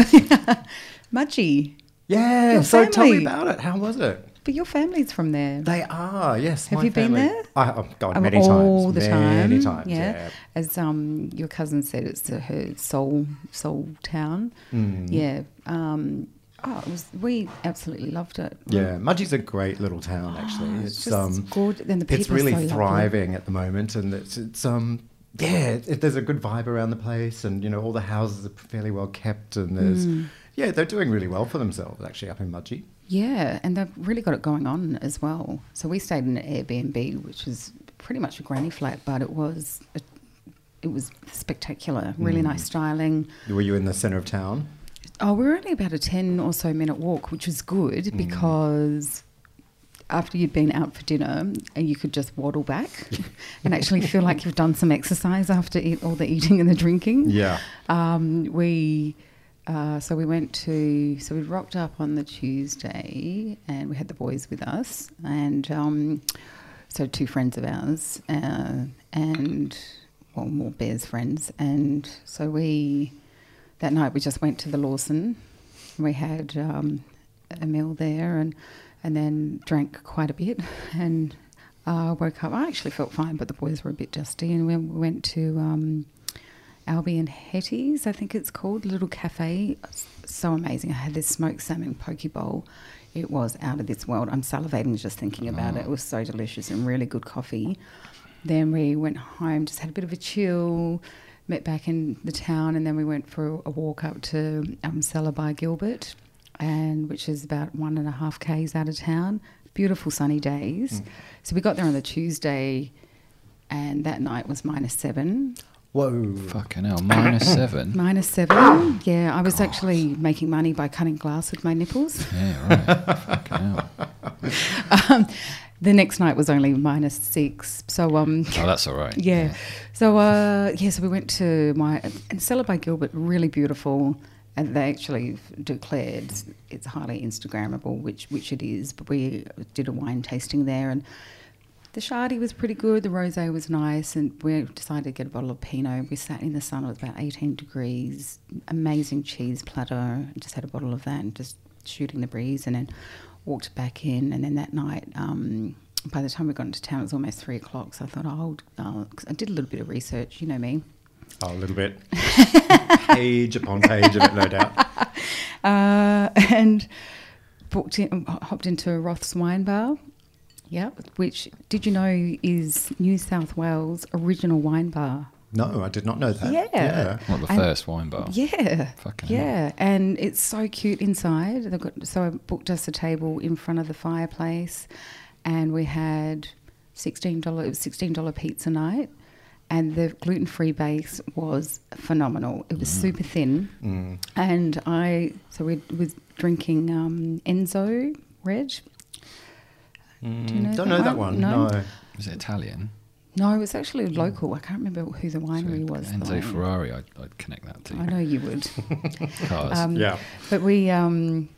Speaker 2: Mudgy,
Speaker 3: Yeah.
Speaker 2: Your
Speaker 3: so tell me
Speaker 2: family.
Speaker 3: about it. How was it?
Speaker 2: but your family's from there.
Speaker 3: They are. Yes.
Speaker 2: Have
Speaker 3: my
Speaker 2: you been
Speaker 3: family-
Speaker 2: there?
Speaker 3: I, oh God,
Speaker 2: Um,
Speaker 3: many
Speaker 2: all
Speaker 3: times.
Speaker 2: the time.
Speaker 3: many times.
Speaker 2: Yeah.
Speaker 3: Yeah.
Speaker 2: As um, your cousin said, it's the- her soul soul town.
Speaker 3: Hmm.
Speaker 2: Yeah. Um, oh, it was, we absolutely loved it.
Speaker 3: yeah. Mudgee's a great little town, actually.
Speaker 2: Oh,
Speaker 3: Mm. it's
Speaker 2: just
Speaker 3: um,
Speaker 2: gorgeous. And the people
Speaker 3: it's
Speaker 2: are
Speaker 3: really
Speaker 2: so lovely.
Speaker 3: thriving at the moment, and it's it's um. Yeah, it, it- there's a good vibe around the place, and you know all the houses are fairly well kept, and there's
Speaker 2: Hmm.
Speaker 3: yeah, they're doing really well for themselves actually up in Mudgee.
Speaker 2: Yeah, and they've really got it going on as well. So we stayed in an Airbnb, which was pretty much a granny flat, but it was a, it was spectacular. Really nice styling.
Speaker 3: Were you in the centre of town?
Speaker 2: Oh, we were only about a ten or so minute walk, which was good because after you'd been out for dinner, uh, you could just waddle back and actually feel like you've done some exercise after eat, all the eating and the drinking.
Speaker 3: Yeah.
Speaker 2: Um, we uh, so we went to so we rocked up on the Tuesday and we had the boys with us and um, so two friends of ours uh, and well more bears friends and so we that night we just went to the Lawson we had um, a meal there and and then drank quite a bit and uh, woke up I actually felt fine but the boys were a bit dusty and we went to um, Albie and Hetty's, I think it's called, little cafe. It's So amazing. I had this smoked salmon poke bowl. It was out of this world. I'm salivating just thinking about it. It was so delicious and really good coffee. Then we went home, just had a bit of a chill, met back in the town, and then we went for a walk up to um, Cellar by Gilbert, and which is about one and a half k's out of town. Beautiful sunny days. So we got there on the Tuesday, and that night was minus seven.
Speaker 3: Whoa.
Speaker 1: Fucking hell, minus seven.
Speaker 2: Minus seven. Yeah, I was actually making money by cutting glass with my nipples.
Speaker 1: Yeah, right. Fucking hell.
Speaker 2: Um, the next night was only minus six. So um,
Speaker 1: Oh, that's all right.
Speaker 2: yeah. So uh, yeah, so we went to my and Cellar by Gilbert, really beautiful, and they actually f- declared it's highly Instagrammable, which which it is. But we did a wine tasting there, and the Shardy was pretty good. The rosé was nice, and we decided to get a bottle of Pinot. We sat in the sun; it was about eighteen degrees. Amazing cheese platter. and Just had a bottle of that, and just shooting the breeze, and then walked back in. And then that night, um, by the time we got into town, it was almost three o'clock. So I thought, I'll. Uh, 'cause I did a little bit of research. You know me.
Speaker 3: Oh, a little bit. page upon page of it, no doubt.
Speaker 2: uh, and booked in, hopped into a Roth's wine bar. Yeah, which did you know is New South Wales original wine bar?
Speaker 3: No, I did not know that.
Speaker 2: Yeah.
Speaker 1: What, the
Speaker 2: And-
Speaker 1: first wine bar?
Speaker 2: Yeah,
Speaker 1: Oh, Fucking hell.
Speaker 2: yeah, and it's so cute inside. They've got so I booked us a table in front of the fireplace, and we had sixteen dollar it was sixteen dollar pizza night, and the gluten free base was phenomenal. It
Speaker 1: Mm.
Speaker 2: was super thin, and I so we was drinking um, Enzo Red.
Speaker 1: Mm.
Speaker 2: Do you know
Speaker 3: Don't know that one. No.
Speaker 1: Is it Italian?
Speaker 2: no, it was actually local. I can't remember who the winery
Speaker 1: So
Speaker 2: was.
Speaker 1: Enzo
Speaker 2: though.
Speaker 1: Ferrari, I'd, I'd connect that
Speaker 2: I
Speaker 1: to
Speaker 2: know you would.
Speaker 1: cars.
Speaker 2: Um,
Speaker 3: Yeah.
Speaker 2: But we, um,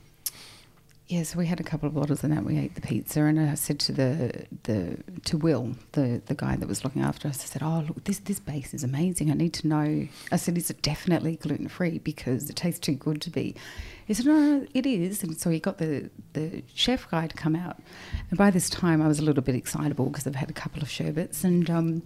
Speaker 2: yeah, so we had a couple of bottles and then we ate the pizza. And I said to the the to Will, the the guy that was looking after us, I said, "Oh, look, this this base is amazing. I need to know." I said, "Is it definitely gluten free because it tastes too good to be?" He said, "No, no, it is." And so he got the the chef guy to come out. And by this time, I was a little bit excitable because I've had a couple of sherbets. And um,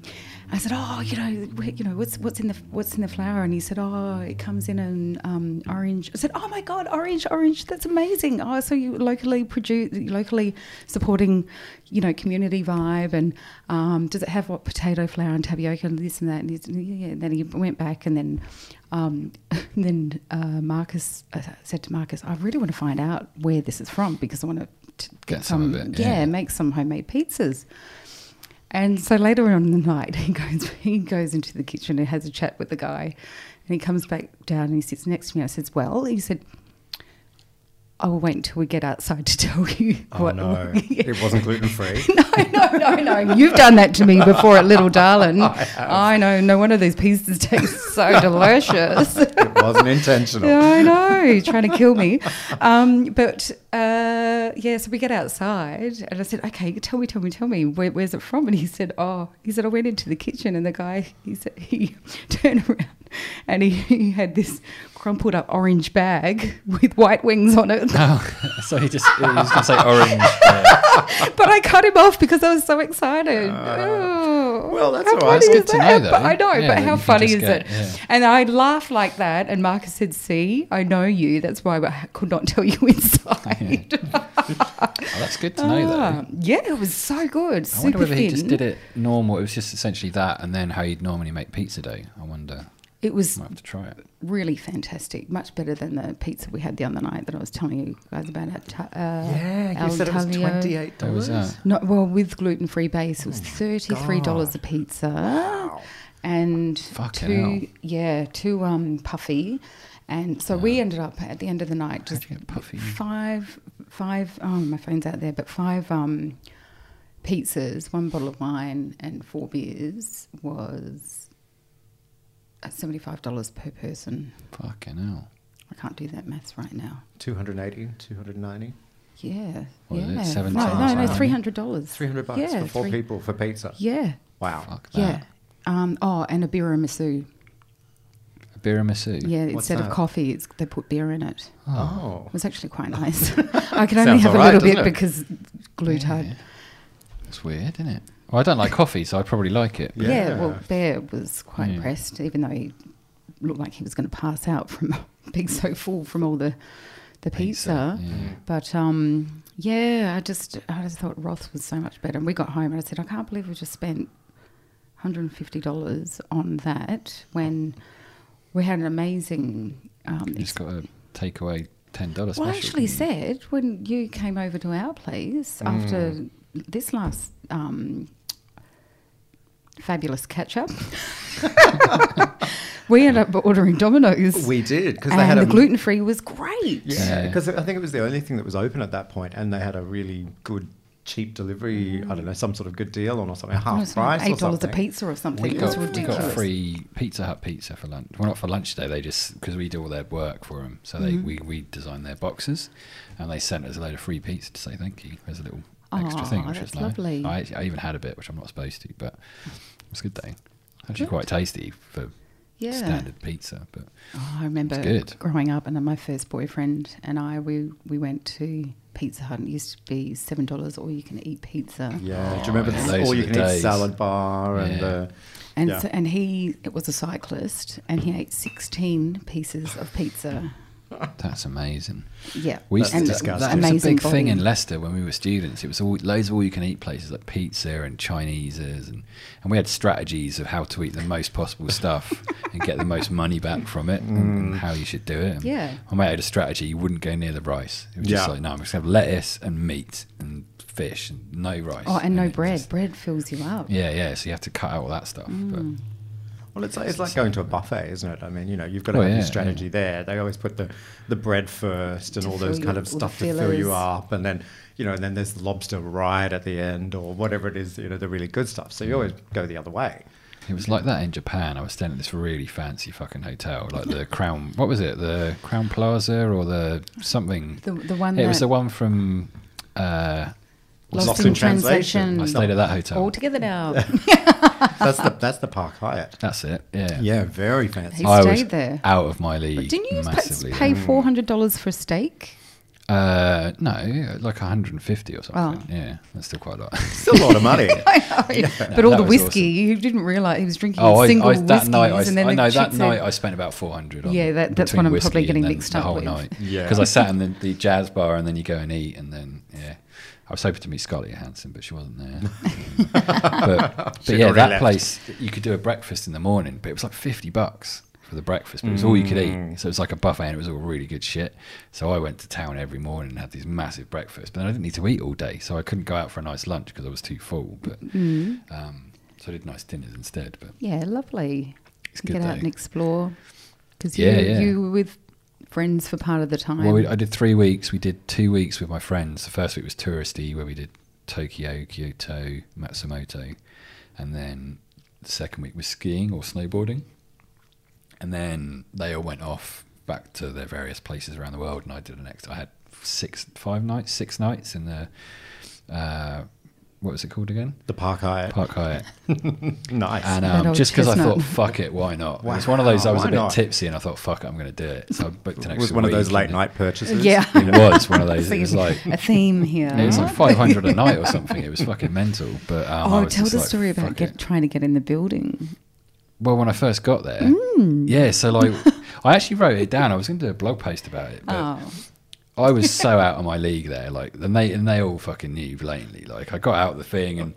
Speaker 2: I said, "Oh, you know, we- you know, what's what's in the what's in the flour?" And he said, "Oh, it comes in an um, orange." I said, "Oh my God, orange, orange! That's amazing! Oh, so you locally produce, locally supporting, you know, community vibe, and um, does it have what potato flour and tapioca and this and that?" And, he said, yeah, yeah. and then he went back, and then um, and then uh, Marcus I said to Marcus, "I really want to find out where this is from because I want to." t-
Speaker 1: Get some of it, yeah.
Speaker 2: yeah, make some homemade pizzas. And so later on in the night, he goes he goes into the kitchen and has a chat with the guy, and he comes back down and he sits next to me. I says, "Well," he said, "I will wait until we get outside to tell you
Speaker 3: Oh, no. It wasn't gluten free.
Speaker 2: no, no, no, no. You've done that to me before at Little Darlin. I, know. No one of these pizzas tastes so delicious.
Speaker 3: It wasn't intentional.
Speaker 2: Yeah, I know, trying to kill me. Um, but uh, yeah, so we get outside, and I said, "Okay, tell me, tell me, tell me, where, where's it from?" And he said, "Oh, he said I went into the kitchen, and the guy he said he turned around, and he, he had this crumpled up orange bag with white wings on it.
Speaker 1: Oh, so he just, he was going to say orange. uh,
Speaker 2: but I cut him off because I was so excited.
Speaker 1: Uh,
Speaker 2: Oh,
Speaker 3: well, that's
Speaker 2: how
Speaker 3: all right.
Speaker 2: funny
Speaker 1: It's good
Speaker 2: is
Speaker 1: to
Speaker 2: that?
Speaker 1: know,
Speaker 2: But
Speaker 1: though.
Speaker 2: I know,
Speaker 1: Yeah,
Speaker 2: but
Speaker 1: then
Speaker 2: how
Speaker 1: you can
Speaker 2: funny
Speaker 1: just
Speaker 2: is
Speaker 1: get-
Speaker 2: it?
Speaker 1: yeah.
Speaker 2: And I laughed like that, and Marcus said, "See, I know you. That's why I could not tell you inside."
Speaker 1: oh, that's good to know, though.
Speaker 2: Ah, yeah, it was so
Speaker 1: I
Speaker 2: good.
Speaker 1: wonder
Speaker 2: Super
Speaker 1: whether
Speaker 2: thin.
Speaker 1: he just did it normal. It was just essentially that, and then how you'd normally make pizza day. I wonder.
Speaker 2: It was
Speaker 1: Might have to try it.
Speaker 2: really fantastic. Much better than the pizza we had the other night that I was telling you guys about. At, Ta- uh,
Speaker 3: Yeah,
Speaker 2: Al
Speaker 3: you said it was
Speaker 2: Tavio.
Speaker 3: twenty-eight
Speaker 1: How was
Speaker 3: dollars.
Speaker 1: that?
Speaker 2: No, well, with gluten free base, it
Speaker 1: Oh
Speaker 2: was thirty three dollars a pizza, and
Speaker 1: Fucking hell.
Speaker 2: two yeah, two um puffy, and so we ended up at the end of the night
Speaker 1: How'd
Speaker 2: just
Speaker 1: you get puffy?
Speaker 2: five five oh my phone's out there, but five um pizzas, one bottle of wine, and four beers was seventy five dollars per person.
Speaker 1: Fucking hell.
Speaker 2: I can't do that maths right now.
Speaker 3: 280, 290,
Speaker 2: Yeah,
Speaker 1: What is it,
Speaker 2: yeah,
Speaker 1: seven
Speaker 2: no,
Speaker 1: times
Speaker 2: no, no,
Speaker 1: that?
Speaker 2: three hundred dollars,
Speaker 3: 300 bucks for four people for pizza.
Speaker 2: Yeah.
Speaker 3: Wow.
Speaker 1: Fuck that.
Speaker 2: Yeah. Um, oh, and a tiramisu.
Speaker 1: A tiramisu.
Speaker 2: Yeah,
Speaker 3: What's
Speaker 2: instead
Speaker 3: that?
Speaker 2: of coffee, it's, they put beer in it.
Speaker 3: Oh.
Speaker 2: It was actually quite nice. I can only
Speaker 3: Sounds
Speaker 2: have a
Speaker 3: all right,
Speaker 2: little bit
Speaker 3: doesn't it?
Speaker 2: because glutide.
Speaker 1: Yeah. That's weird, isn't it? Well, I don't like coffee, so I probably like it.
Speaker 2: Yeah.
Speaker 1: but-
Speaker 3: Yeah.
Speaker 2: well, Bear was quite
Speaker 1: Yeah.
Speaker 2: impressed, even though he looked like he was going to pass out from being so full from all the the pizza.
Speaker 1: Yeah.
Speaker 2: But um, yeah, I just I just thought Roth was so much better. And we got home and I said, I can't believe we just spent $150 on that when we had an amazing. Um,
Speaker 1: You just got a takeaway $10 special.
Speaker 2: well, I
Speaker 1: didn't
Speaker 2: actually
Speaker 1: you?
Speaker 2: said when you came over to our place after this last um, fabulous catch up, we ended up ordering Domino's.
Speaker 3: We did because
Speaker 2: and
Speaker 3: they had
Speaker 2: the
Speaker 3: a
Speaker 2: gluten free was great.
Speaker 3: Yeah,
Speaker 1: Yeah.
Speaker 3: because I think it was the only thing that was open at that point, and they had a really good cheap delivery. I don't know, some sort of good deal on or something,
Speaker 2: It
Speaker 3: half
Speaker 2: was like
Speaker 3: price.
Speaker 2: Eight
Speaker 3: or
Speaker 2: dollars a
Speaker 3: something.
Speaker 2: pizza or something.
Speaker 1: We
Speaker 2: it
Speaker 1: got,
Speaker 2: was
Speaker 1: we
Speaker 2: ridiculous.
Speaker 1: got free Pizza Hut pizza for lunch. Well, not for lunch today. They just because we do all their work for them, so they
Speaker 2: Mm-hmm.
Speaker 1: we, we designed their boxes, and they sent us a load of free pizza to say thank you. There's a little extra
Speaker 2: Aw,
Speaker 1: thing, which
Speaker 2: that's
Speaker 1: is nice.
Speaker 2: lovely.
Speaker 1: I, I even had a bit, which I'm not supposed to, but it was a good day. Actually, quite tasty for
Speaker 2: Yeah.
Speaker 1: standard pizza, but
Speaker 2: Oh, I remember
Speaker 1: It's good.
Speaker 2: growing up, and then my first boyfriend and I, we, we went to Pizza Hut. and It used to be seven dollars, or you can eat pizza.
Speaker 3: Yeah,
Speaker 1: Oh,
Speaker 3: do you remember
Speaker 1: yeah,
Speaker 3: the
Speaker 1: those
Speaker 3: all
Speaker 1: are
Speaker 3: you
Speaker 1: the
Speaker 3: can eat
Speaker 1: days.
Speaker 3: salad bar and
Speaker 1: Yeah.
Speaker 3: uh,
Speaker 2: And
Speaker 3: yeah.
Speaker 2: so, and he it was a cyclist, and he ate sixteen pieces of pizza.
Speaker 1: that's amazing.
Speaker 2: Yeah,
Speaker 1: We
Speaker 3: That's
Speaker 1: used to, that,
Speaker 3: disgusting.
Speaker 1: that was a
Speaker 2: amazing
Speaker 1: big thing in
Speaker 2: volume.
Speaker 1: Leicester when we were students. It was all loads of all you can eat places like pizza and Chinese's, and, and we had strategies of how to eat the most possible stuff and get the most money back from it, and, and how you should do it. And
Speaker 2: Mm. Yeah.
Speaker 1: my mate had a strategy: you wouldn't go near the rice. It was just
Speaker 3: Yeah.
Speaker 1: like, no, I'm just gonna have lettuce and meat and fish and no rice.
Speaker 2: Oh, and no
Speaker 1: it was
Speaker 2: bread.
Speaker 1: just-
Speaker 2: Bread fills you up.
Speaker 1: yeah, yeah. So you have to cut out all that stuff.
Speaker 2: Mm.
Speaker 1: But
Speaker 3: Well, it's like, it's like going to a buffet, isn't it? I mean, you know, you've got to
Speaker 1: Oh,
Speaker 3: have
Speaker 1: yeah,
Speaker 3: your strategy there. They always put the, the bread first and
Speaker 2: To
Speaker 3: all those
Speaker 2: fill
Speaker 3: kind
Speaker 2: you-
Speaker 3: of
Speaker 2: all the
Speaker 3: stuff to fill you
Speaker 2: fillers.
Speaker 3: up, and then you know, and then there's the lobster right at the end or whatever it is, you know, the really good stuff. So you always go the other way.
Speaker 1: it was like that in Japan. I was staying at this really fancy fucking hotel, like the Crown. What was it? The Crown Plaza or the something?
Speaker 2: The the one
Speaker 1: It
Speaker 2: that
Speaker 1: was the one from. Uh,
Speaker 2: lost,
Speaker 3: Lost
Speaker 2: in,
Speaker 3: in
Speaker 2: translation.
Speaker 3: Translation.
Speaker 1: I stayed at that hotel.
Speaker 2: All together now.
Speaker 3: That's the that's the Park Hyatt.
Speaker 1: That's it. Yeah.
Speaker 3: Yeah, very fancy.
Speaker 2: He
Speaker 1: I was
Speaker 2: stayed there.
Speaker 1: out of my league.
Speaker 2: Didn't you
Speaker 1: massively?
Speaker 2: pay four hundred dollars for a steak?
Speaker 1: Uh, no, like 150 or something.
Speaker 2: Oh.
Speaker 1: Yeah, that's still quite a lot.
Speaker 3: Still a lot of money.
Speaker 2: but all
Speaker 1: that
Speaker 2: the
Speaker 1: was
Speaker 2: whiskey,
Speaker 1: awesome.
Speaker 2: you didn't realise he was drinking
Speaker 1: oh, I,
Speaker 2: single
Speaker 1: I, that night, I,
Speaker 2: whiskeys, and then
Speaker 1: I
Speaker 2: the
Speaker 1: know
Speaker 2: chick
Speaker 1: that
Speaker 2: said-
Speaker 1: night I spent about 400. On,
Speaker 2: Yeah, that- that's
Speaker 1: between
Speaker 2: what I'm
Speaker 1: whiskey
Speaker 2: probably
Speaker 1: and
Speaker 2: getting
Speaker 1: then
Speaker 2: mixed
Speaker 1: the
Speaker 2: up
Speaker 1: whole
Speaker 2: with.
Speaker 1: night.
Speaker 3: Yeah.
Speaker 1: because I sat in the, the jazz bar and then you go and eat and then yeah, I was hoping to meet Scarlett Johansson, but she wasn't there. but but
Speaker 3: She'd
Speaker 1: yeah,
Speaker 3: already
Speaker 1: that
Speaker 3: left.
Speaker 1: place you could do a breakfast in the morning, but it was like 50 bucks for the breakfast, but it was all you could
Speaker 3: Mm.
Speaker 1: eat, so it was like a buffet and it was all really good shit. So I went to town every morning and had these massive breakfasts, but then I didn't need to eat all day, so I couldn't go out for a nice lunch because I was too full. But
Speaker 2: Mm.
Speaker 1: um, so I did nice dinners instead. But
Speaker 2: Yeah, lovely.
Speaker 1: It's
Speaker 2: You
Speaker 1: good
Speaker 2: Get out
Speaker 1: though.
Speaker 2: and explore. Because
Speaker 1: Yeah,
Speaker 2: you,
Speaker 1: yeah.
Speaker 2: you were with friends for part of the time.
Speaker 1: Well, we, I did three weeks. We did two weeks with my friends. The first week was touristy, where we did Tokyo, Kyoto, Matsumoto, and then the second week was skiing or snowboarding. And then they all went off back to their various places around the world, and I did the next. I had six, five nights, six nights in the uh, what was it called again?
Speaker 3: The Park Hyatt.
Speaker 1: Park Hyatt.
Speaker 3: Nice.
Speaker 1: And
Speaker 2: That
Speaker 1: um,
Speaker 2: old
Speaker 1: just because I
Speaker 2: chestnut.
Speaker 1: thought, fuck it, why not? It was one of those. I
Speaker 3: Wow,
Speaker 1: was a
Speaker 3: why
Speaker 1: bit
Speaker 3: not?
Speaker 1: tipsy, and I thought, fuck it, I'm going to do it. So I booked an extra.
Speaker 3: it was one of those
Speaker 1: week and
Speaker 3: late night purchases.
Speaker 2: yeah.
Speaker 1: It was one of those.
Speaker 2: So
Speaker 1: It was
Speaker 2: you-
Speaker 1: like
Speaker 2: a theme here.
Speaker 1: it was like 500 a night or something. It was fucking mental. But um, I
Speaker 2: oh,
Speaker 1: was
Speaker 2: tell
Speaker 1: just
Speaker 2: the
Speaker 1: like,
Speaker 2: story about
Speaker 1: fuck
Speaker 2: get,
Speaker 1: it.
Speaker 2: trying to get in the building.
Speaker 1: Well, when I first got there,
Speaker 2: Mm.
Speaker 1: yeah. So like, I actually wrote it down. I was going to do a blog post about it, but
Speaker 2: Oh,
Speaker 1: I was so out of my league there. Like, and they and they all fucking knew blatantly. Like, I got out of the thing and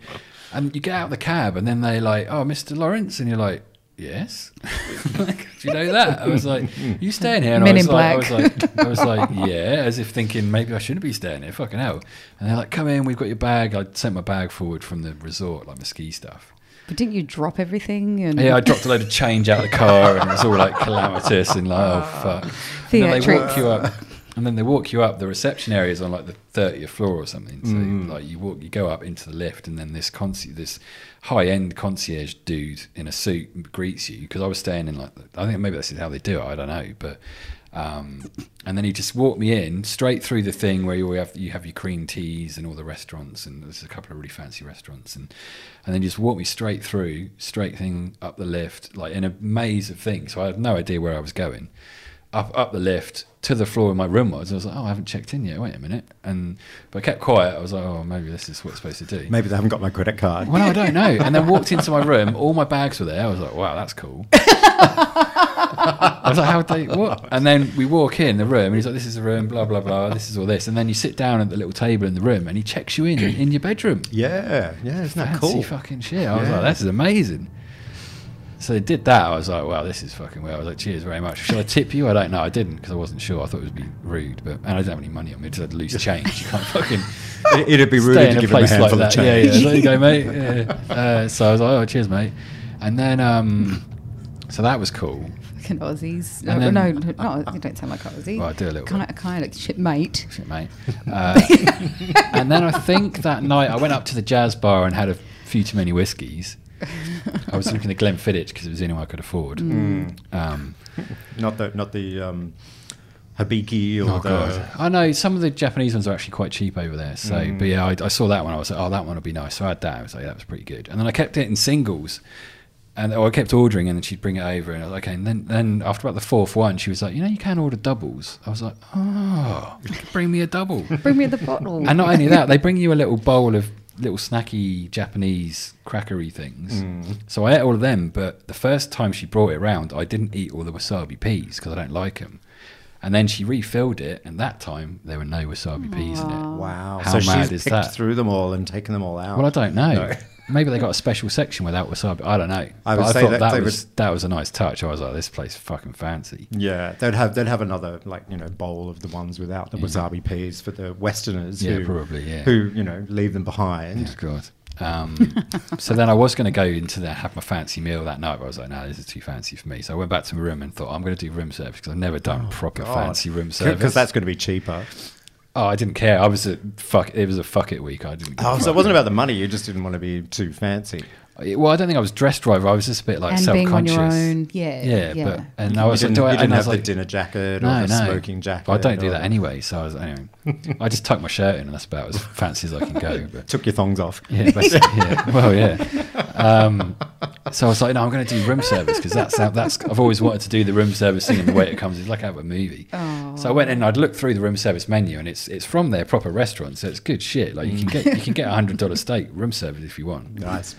Speaker 1: and you get out of the cab and then they like, oh, Mr. Lawrence, and you're like. Yes, like, do you know that? I was like, "You staying here?" And I
Speaker 2: Men
Speaker 1: was
Speaker 2: in
Speaker 1: like,
Speaker 2: black.
Speaker 1: I was like, I was like, "Yeah," as if thinking maybe I shouldn't be staying here. Fucking hell! And they're like, "Come in, we've got your bag." I sent my bag forward from the resort, like my ski stuff.
Speaker 2: but didn't you drop everything? And
Speaker 1: Yeah, I dropped a load of change out of the car, and it was all like calamitous and like, oh fuck. And then they walk
Speaker 2: Theatrics.
Speaker 1: you up, and then they walk you up. The reception area is on like the thirtieth floor or something. So like you walk, you go up into the lift, and then this conci- this high end concierge dude in a suit greets you because I was staying in like the, I think maybe that's how they do it. I don't know, but. Um, and then he just walked me in straight through the thing where you have you have your cream teas and all the restaurants and there's a couple of really fancy restaurants and and then just walked me straight through straight thing up the lift like in a maze of things so I had no idea where I was going up up the lift to the floor where my room was and I was like oh I haven't checked in yet wait a minute and but I kept quiet I was like oh maybe this is what it's supposed to do
Speaker 3: Maybe they haven't got my credit card.
Speaker 1: well, I don't know. And then walked into my room. All my bags were there. I was like, wow, that's cool. I was like, how would they? What? And then we walk in the room, and he's like, this is the room, blah blah blah. This is all this, and then you sit down at the little table in the room, and he checks you in in your bedroom.
Speaker 3: Yeah, yeah, isn't that
Speaker 1: Fancy
Speaker 3: cool?
Speaker 1: fucking shit. I was
Speaker 3: Yeah.
Speaker 1: like, this is amazing. So they did that. I was like, wow, this is fucking weird. I was like, cheers very much. Shall I tip you? I don't know. I didn't because I wasn't sure. I thought it would be rude, but and I didn't have any money on me because I'd lose change. You can't fucking
Speaker 3: It- It'd be rude
Speaker 1: stay
Speaker 3: to
Speaker 1: in a
Speaker 3: give him a
Speaker 1: place like
Speaker 3: handful
Speaker 1: that.
Speaker 3: of change.
Speaker 1: Yeah, yeah. There you go, mate. Yeah. Uh, so I was like, oh, cheers, mate. And then, um, so that was cool.
Speaker 2: Fucking Aussies. No,
Speaker 1: And then-
Speaker 2: no, no, no, you don't sound like Aussie.
Speaker 1: Well, I do a little
Speaker 2: Kind
Speaker 1: bit.
Speaker 2: of, kind of shit, mate.
Speaker 1: Shit, mate. Uh, and then I think that night I went up to the jazz bar and had a few too many whiskies. I was drinking the Glenfiddich because it was the only one I could afford. Um,
Speaker 3: Not the not the um, habiki or
Speaker 1: oh
Speaker 3: the.
Speaker 1: god! Mm. I know some of the Japanese ones are actually quite cheap over there. So, but yeah, I, I saw that one. I was like, oh, that one would be nice. So I had that. I was like, that was pretty good. And then I kept it in singles, and or I kept ordering, and then she'd bring it over, and I was like, okay. And then, then after about the fourth one, she was like, you know, you can order doubles. I was like, oh, bring me a double.
Speaker 2: Bring me the bottle.
Speaker 1: And not only that, they bring you a little bowl of little snacky Japanese crackery things.
Speaker 3: Mm.
Speaker 1: So I ate all of them, but the first time she brought it round, I didn't eat all the wasabi peas because I don't like them. And then she refilled it, and that time there were no wasabi peas in it.
Speaker 3: Wow.
Speaker 1: How
Speaker 3: so
Speaker 1: mad
Speaker 3: she's
Speaker 1: is
Speaker 3: picked
Speaker 1: that?
Speaker 3: through them all and taken them all out.
Speaker 1: Well, I don't know.
Speaker 3: No.
Speaker 1: Maybe they got a special section without wasabi. I don't know.
Speaker 3: I
Speaker 1: But
Speaker 3: would say
Speaker 1: thought
Speaker 3: that they
Speaker 1: was that was a nice touch. I was like, this place fucking fancy.
Speaker 3: Yeah, they'd have they'd have another like you know bowl of the ones without the wasabi peas for the Westerners.
Speaker 1: Yeah,
Speaker 3: who,
Speaker 1: probably, yeah.
Speaker 3: Who you know leave them behind.
Speaker 1: Oh God. Um, so then I was going to go into there and have my fancy meal that night, but I was like, no, this is too fancy for me. So I went back to my room and thought, I'm going to do room service because I've never done
Speaker 3: Oh,
Speaker 1: proper fancy room service.
Speaker 3: because that's going to be cheaper.
Speaker 1: oh, I didn't care. I was a fuck. It was a fuck it week. I didn't. give a
Speaker 3: Oh, so
Speaker 1: fuck.
Speaker 3: it wasn't about the money. You just didn't want to be too fancy.
Speaker 1: Well, I don't think I was dressed right. but I was just a bit like
Speaker 2: and
Speaker 1: self
Speaker 2: being on
Speaker 1: conscious.
Speaker 2: your own. Yeah.
Speaker 1: Yeah, but and I
Speaker 3: You
Speaker 1: was like,
Speaker 3: didn't,
Speaker 1: do I,
Speaker 3: you
Speaker 1: and
Speaker 3: didn't
Speaker 1: I was
Speaker 3: have
Speaker 1: like,
Speaker 3: the dinner jacket or
Speaker 1: no,
Speaker 3: the
Speaker 1: no.
Speaker 3: smoking jacket.
Speaker 1: But I don't do
Speaker 3: or
Speaker 1: that
Speaker 3: the-
Speaker 1: anyway. So I was anyway. I just tucked my shirt in, and that's about as fancy as I can go. But
Speaker 3: Took your thongs off.
Speaker 1: Yeah, basically, yeah. Well, yeah. Um, so I was like, no, I'm going to do room service because that's how, that's I've always wanted to do the room service thing, and the way it comes is like out of a movie. So I went in and I'd looked through the room service menu, and it's it's from their proper restaurant, so it's good shit. Like you can get you can get a hundred dollar steak room service if you want.
Speaker 3: Nice.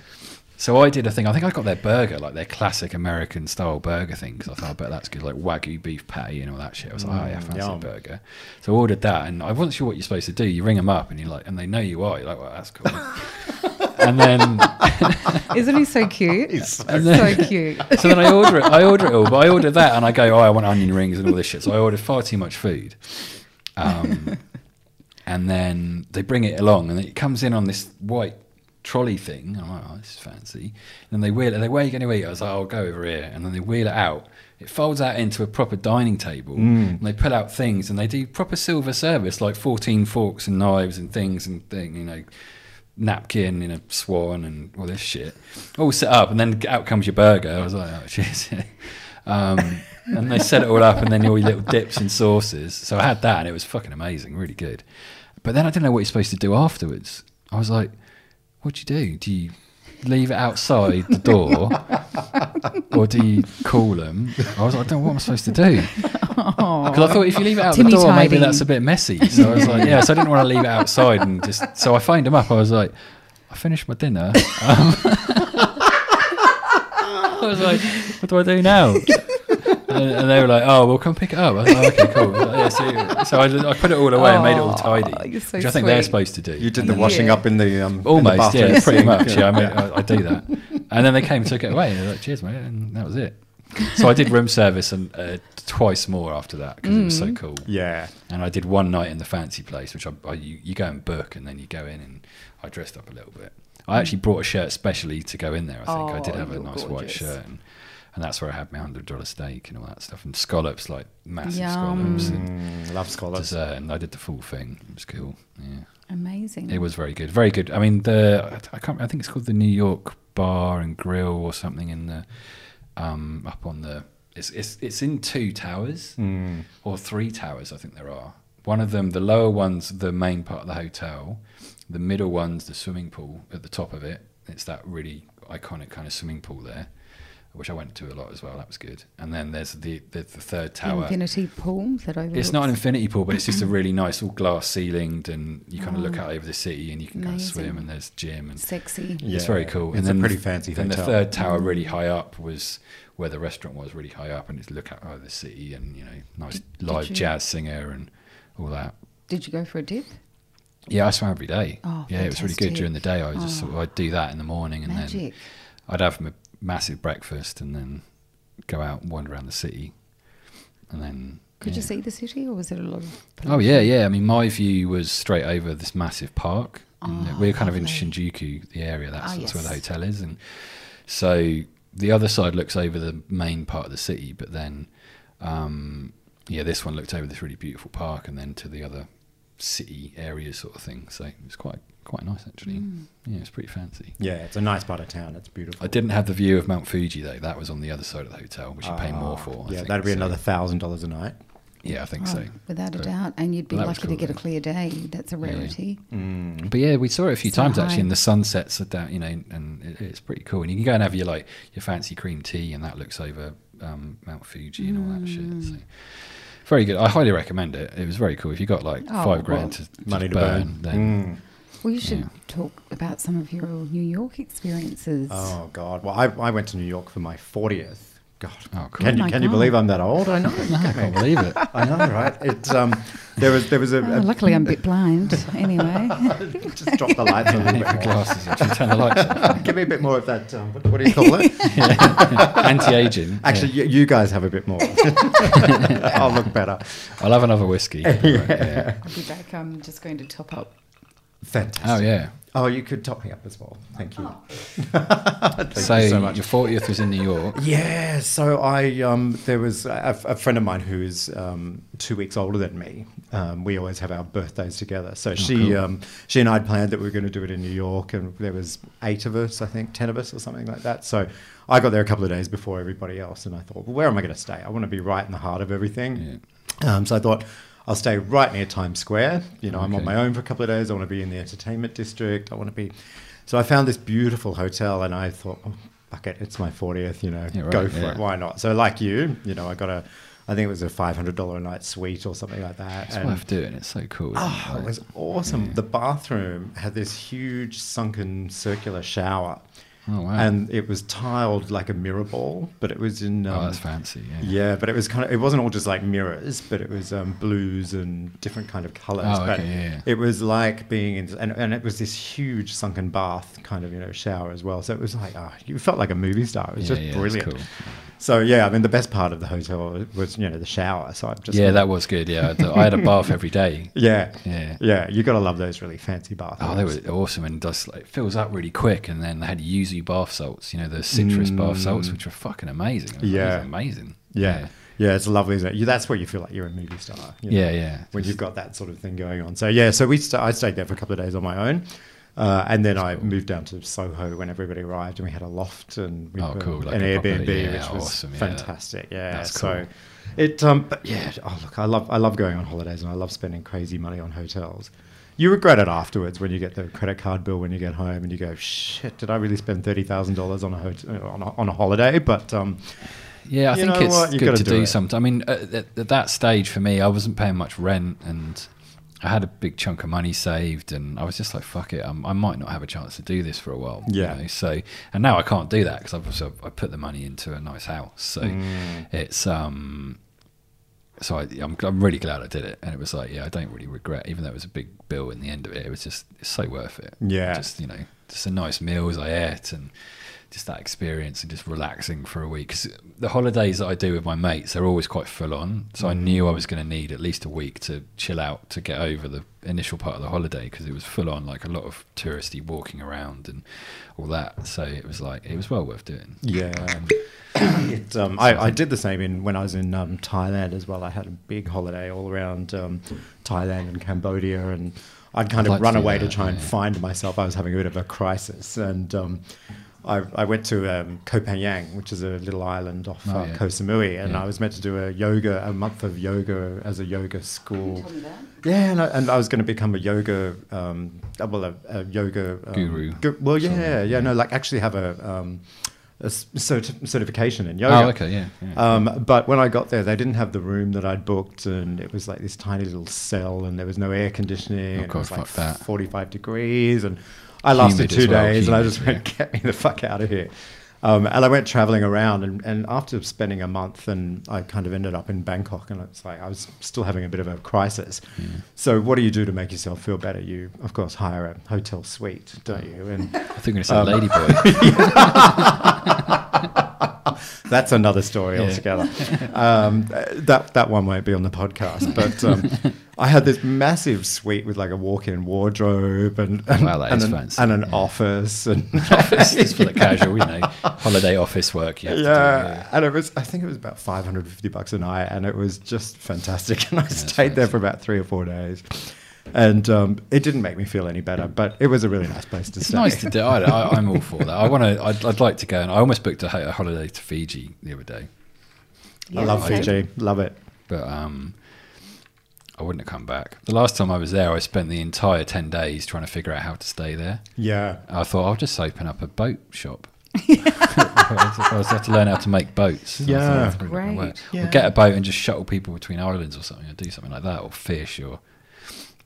Speaker 1: So I did a thing. I think I got their burger, like their classic American style burger thing, because I thought, I bet that's good, like wagyu beef patty and all that shit. I was like, oh yeah, fancy
Speaker 3: yum.
Speaker 1: burger. So I ordered that, and I wasn't sure what you're supposed to do. You ring them up, and you're like, and they know you are. You're like, well, that's cool. and then
Speaker 2: Isn't he so cute?
Speaker 3: It's so
Speaker 1: And
Speaker 2: so
Speaker 1: then-
Speaker 2: cute.
Speaker 1: so then I order it. I order it all, but I order that, and I go, oh, I want onion rings and all this shit. So I ordered far too much food. Um, and then they bring it along, and it comes in on this white trolley thing. I'm like, oh, this is fancy. And then they wheel it. They're like, where are you going to eat? I was like, "Oh, I'll go over here. And then they wheel it out. It folds out into a proper dining table, and they pull out things, and they do proper silver service, like 14 forks and knives and things and thing, you know napkin in a swan and all this shit, all set up, and then out comes your burger. I was like, oh, cheers. um, and they set it all up, and then all your little dips and sauces. So I had that, and it was fucking amazing, really good. But then I didn't know what you're supposed to do afterwards. I was like, what do you do? Do you leave it outside the door, or do you call them? I was like, I don't know what I'm supposed to do. Because I thought if you leave it out the
Speaker 2: Timmy
Speaker 1: door, maybe
Speaker 2: tidy.
Speaker 1: that's a bit messy. So I was like, yeah. So I didn't want to leave it outside and just. So I phoned him up. I was like, I finished my dinner. Um, I was like, what do I do now? And, and they were like, oh, well, come pick it up. I was like, okay, cool. I was like, yeah, so so I, I put it all away and made it all tidy,
Speaker 2: Aw, you're so
Speaker 1: which I think they're
Speaker 2: sweet.
Speaker 1: supposed to do.
Speaker 3: You did the washing
Speaker 2: Yeah.
Speaker 3: up in the um, in the
Speaker 1: Almost,
Speaker 3: bathroom
Speaker 1: yeah, pretty
Speaker 3: sink.
Speaker 1: much. Yeah, I, mean,
Speaker 3: uh,
Speaker 1: I, I do that. And then they came, took it away, and they're like, "Cheers, mate," and that was it. So I did room service and uh, twice more after that because it was
Speaker 2: Mm.
Speaker 1: so cool.
Speaker 3: Yeah.
Speaker 1: And I did one night in the fancy place, which I, I you, you go and book, and then you go in, and I dressed up a little bit. I actually brought a shirt specially to go in there. I think I did
Speaker 2: Hmm. Oh,
Speaker 1: have a
Speaker 2: you're
Speaker 1: nice white
Speaker 2: gorgeous.
Speaker 1: shirt, and, and that's where I had my hundred dollar steak and all that stuff, and scallops like massive
Speaker 2: Yum.
Speaker 1: scallops and
Speaker 3: Mm, love scholars.
Speaker 1: dessert, and I did the full thing. It was cool. Yeah.
Speaker 2: Amazing.
Speaker 1: It was very good, very good. I mean, the I can't. I think it's called the New York Bar and Grill or something in the um up on the. It's it's it's in two towers or three towers. I think there are. One of them, the lower one's the main part of the hotel. The middle one's the swimming pool at the top of it. It's that really iconic kind of swimming pool there which I went to a lot as well. That was good. And then there's the the, the third
Speaker 2: The
Speaker 1: tower.
Speaker 2: infinity pool that overlooks.
Speaker 1: It's not an infinity pool, but it's just a
Speaker 2: Mm.
Speaker 1: really nice, all glass ceilinged, and you kind of look
Speaker 2: Oh.
Speaker 1: out over the city, and you can kind of
Speaker 2: Amazing.
Speaker 1: swim, and there's gym, and
Speaker 2: sexy.
Speaker 1: it's very cool.
Speaker 3: It's
Speaker 1: and then
Speaker 3: a
Speaker 1: the-
Speaker 3: pretty fancy
Speaker 1: Then
Speaker 3: hotel.
Speaker 1: the third
Speaker 2: Mm.
Speaker 1: tower, really high up, was where the restaurant was, really high up, and it's look out over the city, and you know, nice
Speaker 2: Did- did
Speaker 1: live
Speaker 2: you-
Speaker 1: jazz singer and all that.
Speaker 2: Did you go for a dip?
Speaker 1: Yeah, I swam every day.
Speaker 2: Oh,
Speaker 1: yeah, it was really good
Speaker 2: fantastic.
Speaker 1: during the day. I just
Speaker 2: Oh.
Speaker 1: sort of, I'd do that in the morning, and then
Speaker 2: Magic.
Speaker 1: I'd have a massive breakfast, and then go out and wander around the city, and then
Speaker 2: Could you
Speaker 1: yeah.
Speaker 2: see the city, or was it a lot of?
Speaker 1: Oh
Speaker 2: pollution?
Speaker 1: yeah, yeah. I mean, my view was straight over this massive park. And
Speaker 3: Ah,
Speaker 2: Oh,
Speaker 1: we were kind of in
Speaker 2: lovely.
Speaker 1: Shinjuku, the area. That's,
Speaker 2: Ah,
Speaker 1: that's where the
Speaker 2: yes.
Speaker 1: hotel is, and so the other side looks over the main part of the city. But then, um, yeah, this one looked over this really beautiful park, and then to the other city area sort of thing. So it was quite quite nice actually.
Speaker 3: Hmm.
Speaker 1: Yeah, it's pretty fancy.
Speaker 3: Yeah, it's a nice part of town. It's beautiful.
Speaker 1: I didn't have the view of Mount Fuji though. That was on the other side of the hotel, which you pay more
Speaker 3: Ah,
Speaker 1: for. I
Speaker 3: yeah,
Speaker 1: think.
Speaker 3: that'd be
Speaker 1: So-
Speaker 3: another thousand dollars a night.
Speaker 1: Yeah, I think
Speaker 2: Oh,
Speaker 1: so.
Speaker 2: Without a
Speaker 1: But-
Speaker 2: doubt, and you'd be
Speaker 1: Well, that was
Speaker 2: lucky
Speaker 1: cool,
Speaker 2: to get a
Speaker 1: though.
Speaker 2: clear day. That's a
Speaker 1: Yeah.
Speaker 2: rarity.
Speaker 3: Mm.
Speaker 1: But yeah, we saw it a few
Speaker 2: So
Speaker 1: times actually,
Speaker 2: high.
Speaker 1: and the sunsets are down, you know, and it, it's pretty cool. And you can go and have your like your fancy cream tea, and that looks over um, Mount Fuji and all that shit.
Speaker 2: Mm.
Speaker 1: So. Very good. I highly recommend it. It was very cool. If you got like
Speaker 2: Oh,
Speaker 1: five grand
Speaker 2: well,
Speaker 1: to, just
Speaker 3: Money to
Speaker 1: burn,
Speaker 3: burn.
Speaker 1: then
Speaker 3: Mm.
Speaker 2: Well, you should
Speaker 1: Yeah.
Speaker 2: talk about some of your New York experiences.
Speaker 3: Oh God! Well, I, I went to New York for my fortieth. God,
Speaker 1: oh, cool.
Speaker 3: can you
Speaker 2: my
Speaker 3: can you
Speaker 2: God.
Speaker 3: believe I'm that old? I know.
Speaker 1: I can't believe it.
Speaker 3: I know, right? It um, there was there was a,
Speaker 2: Oh,
Speaker 3: a
Speaker 2: luckily, I'm a bit blind. Anyway,
Speaker 3: just drop the lights on a
Speaker 1: Need
Speaker 3: little
Speaker 1: my
Speaker 3: bit. more.
Speaker 1: glasses. Actually, turn the lights off.
Speaker 3: Give me a bit more of that. Um, what, what do you call it?
Speaker 1: Anti-aging.
Speaker 3: Actually,
Speaker 1: Yeah.
Speaker 3: you, you guys have a bit more. I'll look better.
Speaker 1: I'll have another whiskey. Yeah.
Speaker 2: I'll be back. I'm just going to top up.
Speaker 3: Fantastic.
Speaker 1: Oh yeah.
Speaker 3: Oh, you could top me up as well. Thank you. Thank
Speaker 1: So,
Speaker 3: you so much.
Speaker 1: your fortieth was in New York.
Speaker 3: Yeah, so I um, there was a, a friend of mine who is um, two weeks older than me. Um, we always have our birthdays together. So she
Speaker 1: cool.
Speaker 3: um, she and I had planned that we were going to do it in New York, and there was eight of us, I think, ten of us or something like that. So I got there a couple of days before everybody else, and I thought, well, where am I going to stay? I want to be right in the heart of everything. Um, so I thought. I'll stay right near Times Square. You know, I'm on
Speaker 1: Okay.
Speaker 3: my own for a couple of days. I want to be in the entertainment district. I want to be. So I found this beautiful hotel and I thought, oh, fuck it, it's my 40th, you know,
Speaker 1: Yeah, right,
Speaker 3: go for
Speaker 1: yeah.
Speaker 3: it. Why not? So, like you, you know, I got a, I think it was a $500 a night suite or something like that.
Speaker 1: It's
Speaker 3: and-
Speaker 1: worth doing. It's so cool. isn't
Speaker 3: Oh,
Speaker 1: Like-
Speaker 3: it was awesome. The bathroom had this huge sunken circular shower.
Speaker 1: Oh, wow.
Speaker 3: And it was tiled like a mirror ball, but it was in. Um,
Speaker 1: oh, that's fancy. Yeah.
Speaker 3: yeah, but it was kind of it wasn't all just like mirrors, but it was um, blues and different kind of colors.
Speaker 1: Oh,
Speaker 3: but
Speaker 1: okay, yeah, yeah.
Speaker 3: it was like being in and, and it was this huge sunken bath kind of you know shower as well. So it was like ah, you felt like a movie star. It was
Speaker 1: Yeah,
Speaker 3: just
Speaker 1: yeah, that's
Speaker 3: brilliant.
Speaker 1: cool.
Speaker 3: So yeah, I mean the best part of the hotel was you know the shower. So I just
Speaker 1: yeah, that was good. Yeah, I- I had a bath every day.
Speaker 3: yeah
Speaker 1: Yeah.
Speaker 3: yeah you gotta love those really fancy bathrooms.
Speaker 1: Oh, they were awesome and just like fills up really quick. And then they had yuzu bath salts, you know, the citrus bath salts, which were fucking amazing. It was
Speaker 3: Mm. Yeah.
Speaker 1: amazing.
Speaker 3: yeah. yeah. it's lovely, isn't it? You, that's where you feel like you're a movie star. you know?
Speaker 1: yeah, yeah.
Speaker 3: when you've got that sort of thing going on. So yeah, so we st- I stayed there for a couple of days on my own, uh, and then I moved down to Soho when everybody arrived, and we had a loft and we
Speaker 1: Oh,
Speaker 3: put
Speaker 1: cool, like
Speaker 3: an
Speaker 1: a proper-
Speaker 3: Airbnb,
Speaker 1: yeah,
Speaker 3: which was
Speaker 1: awesome, yeah.
Speaker 3: fantastic. Yeah,
Speaker 1: That's
Speaker 3: so
Speaker 1: cool.
Speaker 3: it. Um, but yeah, oh look, I love I love going on holidays, and I love spending crazy money on hotels. You regret it afterwards when you get the credit card bill when you get home, and you go, "Shit, did I really spend thirty thousand dollars on a hotel on a, on a holiday?" But um,
Speaker 1: Yeah, I
Speaker 3: You
Speaker 1: think
Speaker 3: know
Speaker 1: it's
Speaker 3: what? You
Speaker 1: good
Speaker 3: gotta
Speaker 1: to
Speaker 3: do
Speaker 1: do,
Speaker 3: it.
Speaker 1: something. I mean, at, at, at that stage for me, I wasn't paying much rent and I had a big chunk of money saved, and I was just like, "Fuck it, I'm, I might not have a chance to do this for a while." you
Speaker 3: Yeah.
Speaker 1: know, So, and now I can't do that because I've also I put the money into a nice house, so
Speaker 3: Mm.
Speaker 1: it's um. So I, I'm I'm really glad I did it, and it was like, yeah, I don't really regret, even though it was a big bill in the end of it. It was just it's so worth it.
Speaker 3: Yeah.
Speaker 1: Just you know, just a nice meals I ate and just that experience and just relaxing for a week. 'Cause the holidays that I do with my mates, they're always quite full on. So I knew I was going to need at least a week to chill out to get over the initial part of the holiday because it was full on, like a lot of touristy walking around and all that. So it was like, it was well worth doing.
Speaker 3: Yeah. it, um, I, I did the same in when I was in um, Thailand as well. I had a big holiday all around um, Thailand and Cambodia, and I'd
Speaker 1: I'd
Speaker 3: kind of
Speaker 1: like to
Speaker 3: run
Speaker 1: do
Speaker 3: away to
Speaker 1: that,
Speaker 3: try and
Speaker 1: yeah.
Speaker 3: find myself. I was having a bit of a crisis, and um, I, I went to um, Koh Phangan, which is a little island off
Speaker 1: Oh,
Speaker 3: uh,
Speaker 1: yeah.
Speaker 3: Koh Samui, and
Speaker 1: Yeah.
Speaker 3: I was meant to do a yoga, a month of yoga as a yoga school.
Speaker 2: Oh, Tell me that.
Speaker 3: Yeah, and I, and I was going to become a yoga, um, uh, well, a, a yoga um,
Speaker 1: Guru.
Speaker 3: gu- well, yeah, yeah, no, like actually have a um, a s- certi- certification in yoga.
Speaker 1: Oh, okay, yeah. yeah.
Speaker 3: Um, but when I got there, they didn't have the room that I'd booked, and it was like this tiny little cell, and there was no air conditioning.
Speaker 1: Oh,
Speaker 3: and
Speaker 1: God,
Speaker 3: it was like
Speaker 1: fuck that.
Speaker 3: 45 degrees, and I
Speaker 1: Humid
Speaker 3: lasted two
Speaker 1: as well,
Speaker 3: days, and I
Speaker 1: humid,
Speaker 3: just went, get me the fuck out of here. Um, and I went traveling around, and, and after spending a month, and I kind of ended up in Bangkok, and it's like I was still having a bit of a crisis. So, what do you do to make yourself feel better? You, of course, hire a hotel suite, don't you? And
Speaker 1: I think we're going to say Ladyboy.
Speaker 3: That's another story
Speaker 1: Yeah.
Speaker 3: altogether. um, that that one won't be on the podcast. But um, I had this massive suite with like a walk-in wardrobe and and,
Speaker 1: Wow, that
Speaker 3: and
Speaker 1: is
Speaker 3: an,
Speaker 1: fancy,
Speaker 3: and an
Speaker 1: yeah.
Speaker 3: office and
Speaker 1: office just for the casual, you know, holiday office work. You
Speaker 3: yeah.
Speaker 1: have to do,
Speaker 3: And it was I think it was about five hundred fifty bucks a night, and it was just fantastic. And I stayed there for about three or four days. And um, it didn't make me feel any better, but it was a really nice place to
Speaker 1: It's
Speaker 3: stay.
Speaker 1: nice to do. I, I, I'm all for that. I want to. I'd, I'd like to go, and I almost booked a, ho- a holiday to Fiji the other day,
Speaker 3: I love
Speaker 1: Yeah.
Speaker 3: Fiji, love it.
Speaker 1: but um, I wouldn't have come back. The last time I was there, I spent the entire ten days trying to figure out how to stay there.
Speaker 3: Yeah,
Speaker 1: I thought I'll just open up a boat shop. I was have to learn how to make boats. And I thought,
Speaker 3: Yeah.
Speaker 1: that's probably not gonna
Speaker 2: Great.
Speaker 1: work. Or
Speaker 3: Yeah.
Speaker 1: get a boat and just shuttle people between islands or something, or do something like that, or fish, or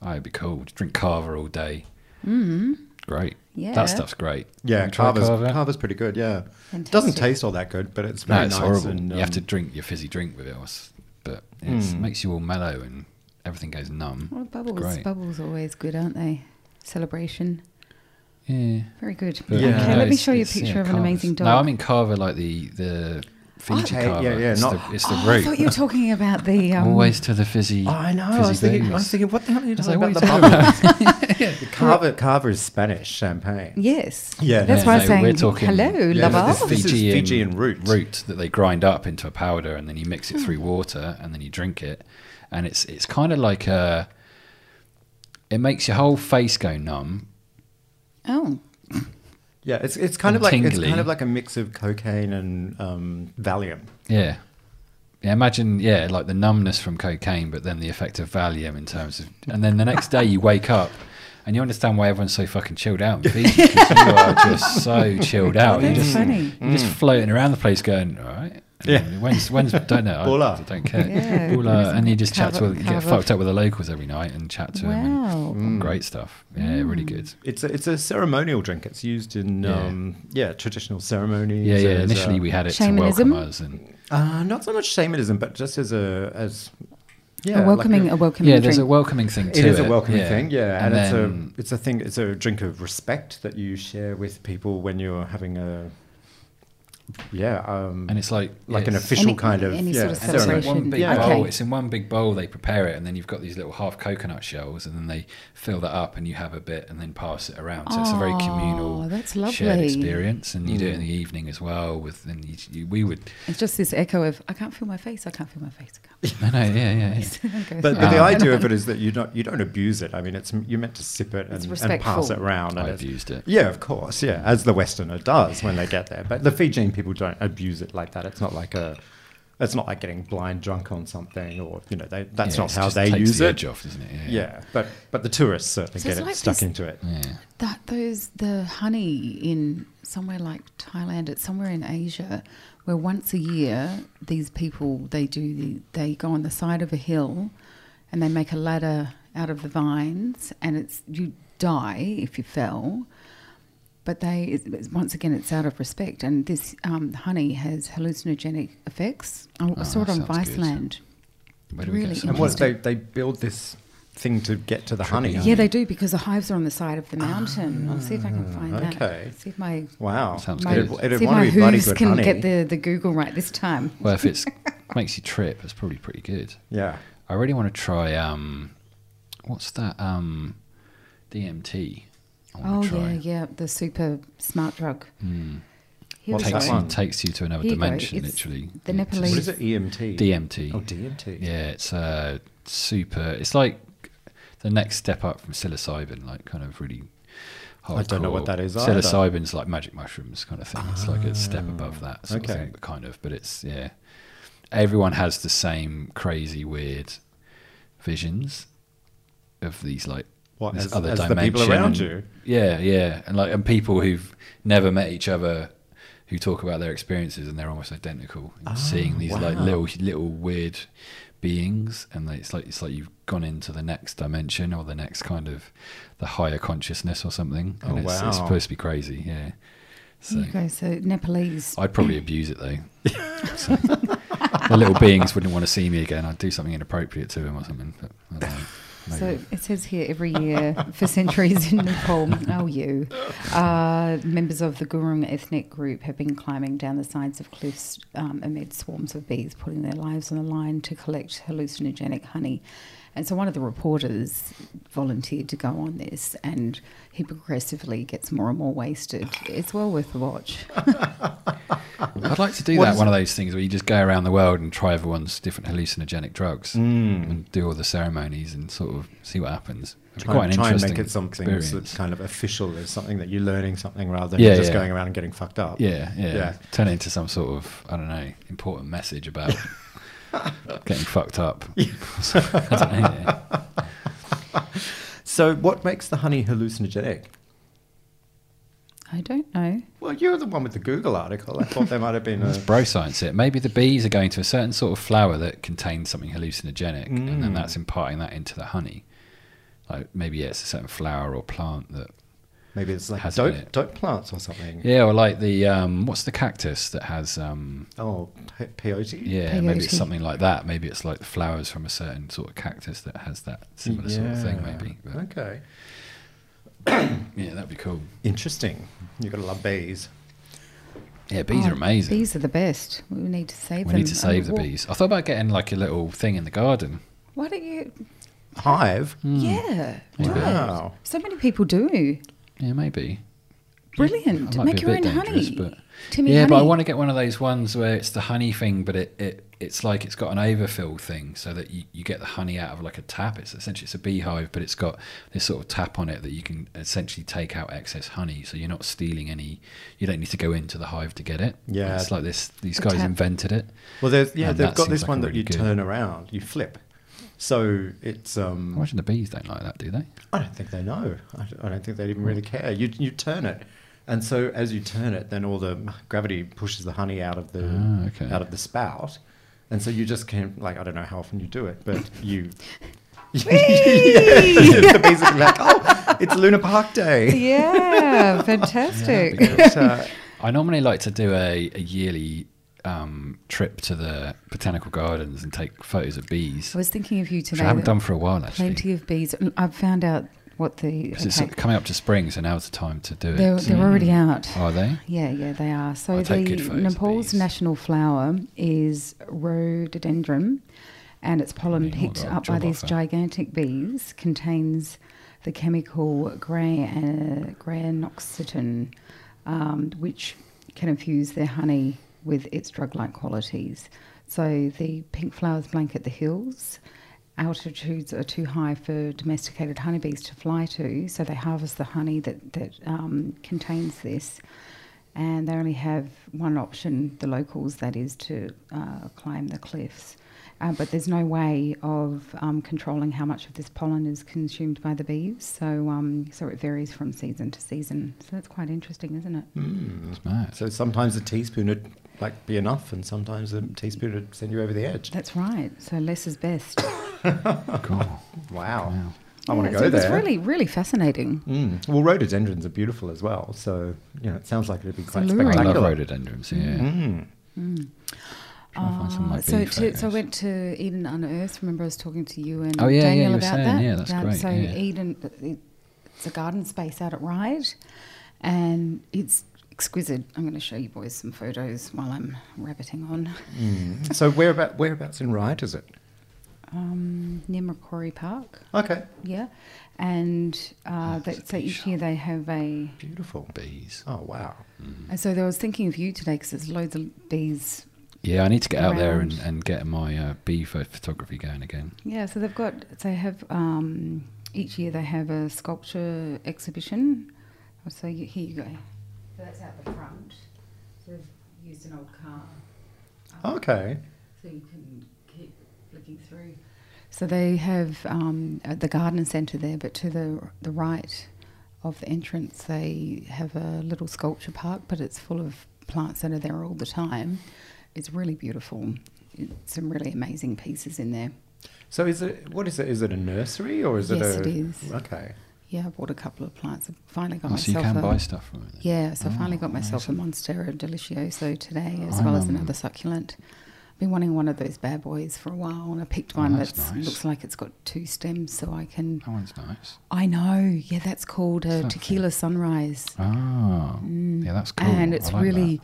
Speaker 1: oh, it'd be cool. Just drink Carver all day. Mm. Great.
Speaker 2: Mm-hmm. Yeah.
Speaker 1: That stuff's great.
Speaker 3: Yeah,
Speaker 1: You try
Speaker 3: Carver's,
Speaker 1: Carver?
Speaker 3: Carver's pretty good. Yeah,
Speaker 2: Fantastic.
Speaker 3: doesn't taste all that good, but it's
Speaker 1: No,
Speaker 3: very
Speaker 1: it's
Speaker 3: nice.
Speaker 1: horrible.
Speaker 3: And,
Speaker 1: you have
Speaker 3: um, Hmm.
Speaker 1: to drink your fizzy drink with it, or s- but it's- it makes you all mellow and everything goes numb.
Speaker 2: Well,
Speaker 1: It's
Speaker 2: bubbles,
Speaker 1: Great.
Speaker 2: bubbles are always good, aren't they? Celebration,
Speaker 1: yeah.
Speaker 2: very good.
Speaker 1: But,
Speaker 3: Yeah.
Speaker 1: you
Speaker 2: okay,
Speaker 1: know,
Speaker 2: let me
Speaker 1: it's-
Speaker 2: show you a
Speaker 1: it's, yeah,
Speaker 2: picture of an
Speaker 1: Carver's-
Speaker 2: amazing dog.
Speaker 1: No, I mean Carver, like the the Fiji
Speaker 3: yeah,
Speaker 1: Carver.
Speaker 3: yeah,
Speaker 1: it's
Speaker 3: not-
Speaker 1: the, it's the
Speaker 2: oh, I
Speaker 1: root.
Speaker 2: thought you were talking about the um,
Speaker 1: Always to the fizzy.
Speaker 3: Oh, I know. I
Speaker 1: fizzy
Speaker 3: was, thinking, I
Speaker 1: booze.
Speaker 3: was thinking, what the hell are you
Speaker 1: was
Speaker 3: talking
Speaker 1: like,
Speaker 3: about? The
Speaker 1: what are you
Speaker 3: bubbles? The Carver, Carver is Spanish champagne.
Speaker 2: Yes.
Speaker 3: Yeah,
Speaker 2: That's
Speaker 3: yeah,
Speaker 2: why I
Speaker 1: no,
Speaker 2: was saying.
Speaker 1: we're talking-
Speaker 2: Hello,
Speaker 3: Yeah, but
Speaker 2: lover.
Speaker 3: this- this is Fijian root.
Speaker 1: root that they grind up into a powder, and then you mix it
Speaker 2: Hmm.
Speaker 1: through water, and then you drink it, and it's it's kind of like a. It makes your whole face go numb.
Speaker 2: Oh,
Speaker 3: Yeah, it's it's kind of
Speaker 1: And
Speaker 3: like it's
Speaker 1: tingly.
Speaker 3: kind of like a mix of cocaine and um, Valium.
Speaker 1: Yeah. Yeah, imagine, yeah, like the numbness from cocaine, but then the effect of Valium in terms of. And then the next day you wake up and you understand why everyone's so fucking chilled out in Fiji because you are just so chilled out. You're
Speaker 2: that's
Speaker 1: just,
Speaker 2: funny.
Speaker 1: you're just floating around the place going, all right. And
Speaker 3: Yeah.
Speaker 1: then When's, when's, don't know. I-
Speaker 3: Bula.
Speaker 1: I don't care.
Speaker 2: Yeah,
Speaker 1: Bula, and you just chat
Speaker 2: cover-
Speaker 1: to, get
Speaker 2: cover.
Speaker 1: fucked up with the locals every night and chat to
Speaker 2: wow.
Speaker 3: Mm.
Speaker 1: them. Great stuff. Yeah, really good.
Speaker 3: It's a, it's a ceremonial drink. It's used in
Speaker 1: Yeah.
Speaker 3: um, yeah traditional ceremonies.
Speaker 1: Yeah, yeah.
Speaker 3: as,
Speaker 1: Initially
Speaker 3: uh,
Speaker 1: we had it
Speaker 2: Shamanism?
Speaker 1: to welcome us. And,
Speaker 3: uh, not so much shamanism, but just as a as yeah
Speaker 2: a
Speaker 3: like
Speaker 2: welcoming, a, welcoming
Speaker 1: yeah, there's
Speaker 2: drink.
Speaker 1: a welcoming thing to
Speaker 3: It
Speaker 1: it.
Speaker 3: is a welcoming thing, yeah, and,
Speaker 1: then-
Speaker 3: it's a it's a thing. It's a drink of respect that you share with people when you're having a yeah, um,
Speaker 1: and it's like
Speaker 3: like an
Speaker 1: it's-
Speaker 3: official
Speaker 2: Any-
Speaker 3: kind of
Speaker 2: any sort
Speaker 3: yeah,
Speaker 2: of
Speaker 1: And it's in
Speaker 2: Celebration.
Speaker 1: one big
Speaker 3: Yeah.
Speaker 1: bowl.
Speaker 2: Okay.
Speaker 1: It's in one big bowl. They prepare it, and then you've got these little half coconut shells, and then they fill that up, and you have a bit, and then pass it around. So it's a very communal,
Speaker 2: Oh, that's
Speaker 1: shared
Speaker 2: lovely.
Speaker 1: experience. And you do it in the evening as well. With and you, you, we would,
Speaker 2: It's just this echo of I can't feel my face. I can't feel my face. I can't
Speaker 1: no, no, yeah, yeah, yeah.
Speaker 2: feel my face.
Speaker 3: But, but the
Speaker 1: Um,
Speaker 3: idea of it is that you don't you don't abuse it. I mean, it's you're meant to sip it
Speaker 2: It's
Speaker 3: and, and pass
Speaker 2: respectful.
Speaker 3: it around.
Speaker 1: I
Speaker 3: And it's,
Speaker 1: abused it.
Speaker 3: yeah, of course, yeah, as the Westerner does when they get there. But the Fijian people don't abuse it like that. It's not like a it's not like getting blind drunk on something, or you know, they, that's
Speaker 1: Yeah,
Speaker 3: not
Speaker 1: it's
Speaker 3: how
Speaker 1: just
Speaker 3: they
Speaker 1: takes
Speaker 3: use
Speaker 1: the
Speaker 3: it.
Speaker 1: edge off, doesn't it? Yeah.
Speaker 3: Yeah, but but the tourists certainly
Speaker 2: So
Speaker 3: get
Speaker 2: it's
Speaker 3: it
Speaker 2: like
Speaker 3: stuck
Speaker 2: this-
Speaker 3: into it.
Speaker 1: yeah.
Speaker 2: that those the honey in somewhere like Thailand, it's somewhere in Asia, where once a year these people they do the, they go on the side of a hill, and they make a ladder out of the vines, and it's you die if you fell. But they it's- it's- once again, it's out of respect, and this um, honey has hallucinogenic effects. I, I
Speaker 1: Oh,
Speaker 2: saw it
Speaker 1: that sounds
Speaker 2: on
Speaker 1: good.
Speaker 2: Viceland.
Speaker 1: Where do we
Speaker 2: Really
Speaker 1: get some
Speaker 3: And
Speaker 1: of
Speaker 2: interesting.
Speaker 1: that?
Speaker 3: what they they build this thing to get to the honey.
Speaker 2: Yeah, they do because the hives are on the side of the mountain. I'll see if I can find
Speaker 1: Ah,
Speaker 3: okay.
Speaker 2: that. See if my
Speaker 3: Wow,
Speaker 1: Sounds
Speaker 2: My,
Speaker 1: good.
Speaker 3: It'd,
Speaker 1: It'll-
Speaker 3: it'd
Speaker 2: see if
Speaker 3: want
Speaker 2: my
Speaker 3: to be bloody
Speaker 2: hooves
Speaker 3: good
Speaker 2: can
Speaker 3: honey.
Speaker 2: get the, the Google right this time.
Speaker 1: Well, if it's makes you trip, it's probably pretty good.
Speaker 3: yeah.
Speaker 1: I really want to try um, what's that um, DMT? I
Speaker 2: Oh
Speaker 1: want to try.
Speaker 2: yeah, yeah, the super smart drug.
Speaker 3: Hmm.
Speaker 2: Here
Speaker 3: What's
Speaker 2: we
Speaker 1: takes
Speaker 3: that
Speaker 2: go.
Speaker 1: you
Speaker 3: one?
Speaker 1: takes you to another
Speaker 2: Here you go.
Speaker 1: dimension,
Speaker 2: It's
Speaker 1: literally.
Speaker 2: the
Speaker 1: It
Speaker 2: Nepalese-
Speaker 3: What
Speaker 1: just-
Speaker 3: is it? E EMT.
Speaker 1: DMT.
Speaker 3: Oh, DMT.
Speaker 1: Yeah, it's uh, super. It's like the next step up from psilocybin, like kind of really. Hardcore.
Speaker 3: I don't know what that is either.
Speaker 1: Psilocybin's like magic mushrooms kind of thing. It's like a step above that sort
Speaker 3: Oh, okay.
Speaker 1: of thing, but kind of. But it's yeah. Everyone has the same crazy, weird visions of these like
Speaker 3: What,
Speaker 1: this
Speaker 3: as- as the people
Speaker 1: dimension
Speaker 3: around
Speaker 1: and-
Speaker 3: you?
Speaker 1: Yeah, yeah, and like and people who've never met each other who talk about their experiences and they're almost identical. And seeing these like
Speaker 3: Oh, wow.
Speaker 1: little little weird beings, and they, it's like it's like you've gone into the next dimension or the next kind of the higher consciousness or something. And
Speaker 3: Oh,
Speaker 1: it's,
Speaker 3: wow.
Speaker 1: it's supposed to be crazy, yeah. So
Speaker 2: There you go. So Nepalese.
Speaker 1: I'd probably abuse it though. So, the little beings wouldn't want to see me again. I'd do something inappropriate to them or something. But I don't know. Maybe.
Speaker 2: So it says here every year for centuries in Nepal, oh you, uh, members of the Gurung ethnic group have been climbing down the sides of cliffs um, amid swarms of bees, putting their lives on the line to collect hallucinogenic honey. And so one of the reporters volunteered to go on this, and he progressively gets more and more wasted. It's well worth the watch.
Speaker 1: I'd like to do
Speaker 3: What
Speaker 1: that.
Speaker 3: is
Speaker 1: One of those things where you just go around the world and try everyone's different hallucinogenic drugs
Speaker 3: Hmm.
Speaker 1: and do all the ceremonies and sort of see what happens. It'd be
Speaker 3: Try,
Speaker 1: quite an
Speaker 3: try and
Speaker 1: interesting
Speaker 3: make it something
Speaker 1: experience.
Speaker 3: that's kind of official, as something that you're learning something rather than
Speaker 1: Yeah,
Speaker 3: just
Speaker 1: yeah.
Speaker 3: going around and getting fucked up.
Speaker 1: yeah, yeah,
Speaker 3: Yeah.
Speaker 1: Turn it into some sort of I don't know important message about getting fucked up. So, I don't know, yeah.
Speaker 3: So, what makes the honey hallucinogenic?
Speaker 2: I don't know.
Speaker 3: Well, you're the one with the Google article. I thought there might have been a.
Speaker 1: Bro science it. Maybe the bees are going to a certain sort of flower that contains something hallucinogenic, and
Speaker 3: Hmm.
Speaker 1: then that's imparting that into the honey. Like maybe yeah, it's a certain flower or plant that
Speaker 3: Maybe it's like
Speaker 1: Has been
Speaker 3: dope,
Speaker 1: it.
Speaker 3: dope plants or something.
Speaker 1: Yeah, or like the um, what's the cactus that has um,
Speaker 3: Oh, pe- peyote?
Speaker 1: yeah, maybe it's
Speaker 2: Peyote.
Speaker 1: something like that. Maybe it's like the flowers from a certain sort of cactus that has that similar sort of thing.
Speaker 3: Yeah.
Speaker 1: Maybe, but,
Speaker 3: Okay.
Speaker 1: yeah, that'd be cool.
Speaker 3: Interesting. You've got to love bees.
Speaker 1: Yeah, bees
Speaker 2: Oh,
Speaker 1: are amazing.
Speaker 2: Bees are the best. We need to save
Speaker 1: we
Speaker 2: them.
Speaker 1: need to
Speaker 2: Um,
Speaker 1: save the
Speaker 2: wha-
Speaker 1: bees. I thought about getting like a little thing in the garden.
Speaker 2: Why don't you?
Speaker 3: Hive?
Speaker 1: Mm. Hmm.
Speaker 2: Yeah.
Speaker 1: Maybe.
Speaker 2: Right.
Speaker 3: Wow.
Speaker 2: So many people do.
Speaker 1: Yeah, maybe.
Speaker 2: Brilliant.
Speaker 1: That might
Speaker 2: Make
Speaker 1: be a
Speaker 2: your own
Speaker 1: bit dangerous,
Speaker 2: honey.
Speaker 1: but-
Speaker 2: Timmy
Speaker 1: yeah,
Speaker 2: honey.
Speaker 1: but I want to get one of those ones where it's the honey thing, but it, it it's like it's got an overfill thing, so that you, you get the honey out of like a tap. It's essentially it's a beehive, but it's got this sort of tap on it that you can essentially take out excess honey, so you're not stealing any. You don't need to go into the hive to get it.
Speaker 3: Yeah.
Speaker 1: it's like this. These
Speaker 2: A
Speaker 1: guys
Speaker 2: tap.
Speaker 1: invented it.
Speaker 3: Well, there's, yeah,
Speaker 1: And
Speaker 3: they've
Speaker 1: that
Speaker 3: got
Speaker 1: seems
Speaker 3: this
Speaker 1: like
Speaker 3: one
Speaker 1: a
Speaker 3: that
Speaker 1: really
Speaker 3: you
Speaker 1: good-
Speaker 3: turn around, you flip. So it's.
Speaker 1: I
Speaker 3: Um,
Speaker 1: imagine the bees don't like that, do they?
Speaker 3: I don't think they know. I don't, I don't think they even really care. You you turn it, and so as you turn it, then all the gravity pushes the honey out of the
Speaker 1: Ah, okay.
Speaker 3: out of the spout, and so you just can like I don't know how often you do it, but you. yeah, the bees are like, oh, it's Luna Park Day.
Speaker 2: Yeah,
Speaker 1: Yeah,
Speaker 2: fantastic.
Speaker 1: because
Speaker 3: But, uh,
Speaker 1: I normally like to do a, a yearly um, trip to the botanical gardens and take photos of bees,
Speaker 2: I was thinking of you
Speaker 1: which
Speaker 2: today.
Speaker 1: I haven't
Speaker 2: that
Speaker 1: done for a while actually.
Speaker 2: plenty of bees. I've found out what the.
Speaker 1: 'Cause
Speaker 2: okay,
Speaker 1: it's coming up to spring, so now's the time to do it.
Speaker 2: they're, they're already out.
Speaker 1: Are they?
Speaker 2: Yeah, yeah, they are. So
Speaker 1: I
Speaker 2: the
Speaker 1: Mm. Oh. take good photos of
Speaker 2: Nepal's
Speaker 1: bees.
Speaker 2: national flower is rhododendron, and its pollen
Speaker 1: Meanwhile,
Speaker 2: picked
Speaker 1: got a
Speaker 2: up by
Speaker 1: job
Speaker 2: these
Speaker 1: offer.
Speaker 2: gigantic bees contains the chemical gray uh, granoxetin, um, which can infuse their honey with its drug-like qualities. So the pink flowers blanket the hills. Altitudes are too high for domesticated honeybees to fly to, so they harvest the honey that that um, contains this and they only have one option, the locals, that is to uh, climb the cliffs. Uh, but there's no way of um, controlling how much of this pollen is consumed by the bees, so um, so it varies from season to season. So that's quite interesting, isn't it?
Speaker 1: It's mad.
Speaker 3: hmm. so sometimes a teaspoon would like be enough, and sometimes a teaspoon would send you over the edge.
Speaker 2: That's right. So less is best.
Speaker 1: Cool.
Speaker 3: Wow,
Speaker 1: Wow.
Speaker 3: I want
Speaker 2: Yeah,
Speaker 3: to go
Speaker 2: so It was
Speaker 3: there.
Speaker 2: really, really fascinating.
Speaker 3: Mm. Well, rhododendrons are beautiful as well, so you know it sounds like it'd be quite
Speaker 2: alluring.
Speaker 1: I love
Speaker 3: spectacular.
Speaker 1: rhododendrons. Yeah.
Speaker 2: Mm-hmm.
Speaker 3: Mm.
Speaker 1: Try and find some of my
Speaker 2: Uh, so,
Speaker 1: bee
Speaker 2: to, so I
Speaker 1: photos.
Speaker 2: went to Eden Unearthed. Remember, I was talking to you and
Speaker 1: Oh, yeah, yeah,
Speaker 2: Daniel
Speaker 1: you were
Speaker 2: about
Speaker 1: saying,
Speaker 2: that.
Speaker 1: yeah, that's
Speaker 2: Um,
Speaker 1: great,
Speaker 2: So
Speaker 1: yeah.
Speaker 2: Eden, it's a garden space out at Ryde, and it's exquisite. I'm going to show you boys some photos while I'm rabbiting on.
Speaker 3: mm. So whereabout, whereabouts in Riot is it?
Speaker 2: Um, near Macquarie Park,
Speaker 3: Okay,
Speaker 2: yeah, and uh, that,
Speaker 1: it's a
Speaker 2: so
Speaker 1: bee
Speaker 2: each year they have a.
Speaker 3: beautiful.
Speaker 1: Bees.
Speaker 3: Oh wow.
Speaker 2: And so I was thinking of you today because there's loads of bees
Speaker 1: Yeah, I need to get out there and,
Speaker 2: Around.
Speaker 1: and get my uh, bee pho- photography going again.
Speaker 2: Yeah, so they've got they have um, each year they have a sculpture exhibition. So you, here you go. So that's out the front. So they've used an old car. um,
Speaker 3: Oh, Okay.
Speaker 2: So you can keep flicking through. So they have um, at the garden centre there, but to the the right of the entrance, they have a little sculpture park, but it's full of plants that are there all the time. It's really beautiful. It's some really amazing pieces in there.
Speaker 3: So is it what is it? Is it a nursery or is
Speaker 2: Yes,
Speaker 3: it a?
Speaker 2: it is.
Speaker 3: Okay.
Speaker 2: Yeah, I bought a couple of plants. I finally got
Speaker 1: Oh, so you
Speaker 2: myself
Speaker 1: can
Speaker 2: a,
Speaker 1: buy stuff from it. then.
Speaker 2: Yeah, so I
Speaker 1: Oh,
Speaker 2: finally got myself a Monstera Delicioso today, as
Speaker 1: I'm,
Speaker 2: well as
Speaker 1: um,
Speaker 2: another succulent. I've been wanting one of those bad boys for a while, and I picked
Speaker 1: Oh,
Speaker 2: one
Speaker 1: that's
Speaker 2: that
Speaker 1: nice.
Speaker 2: looks like it's got two stems, so I can.
Speaker 1: That one's nice.
Speaker 2: I know, yeah, that's called a
Speaker 1: Something.
Speaker 2: tequila sunrise,
Speaker 1: Oh, yeah, that's cool.
Speaker 2: Mm. and
Speaker 1: I
Speaker 2: it's
Speaker 1: like that.
Speaker 2: really,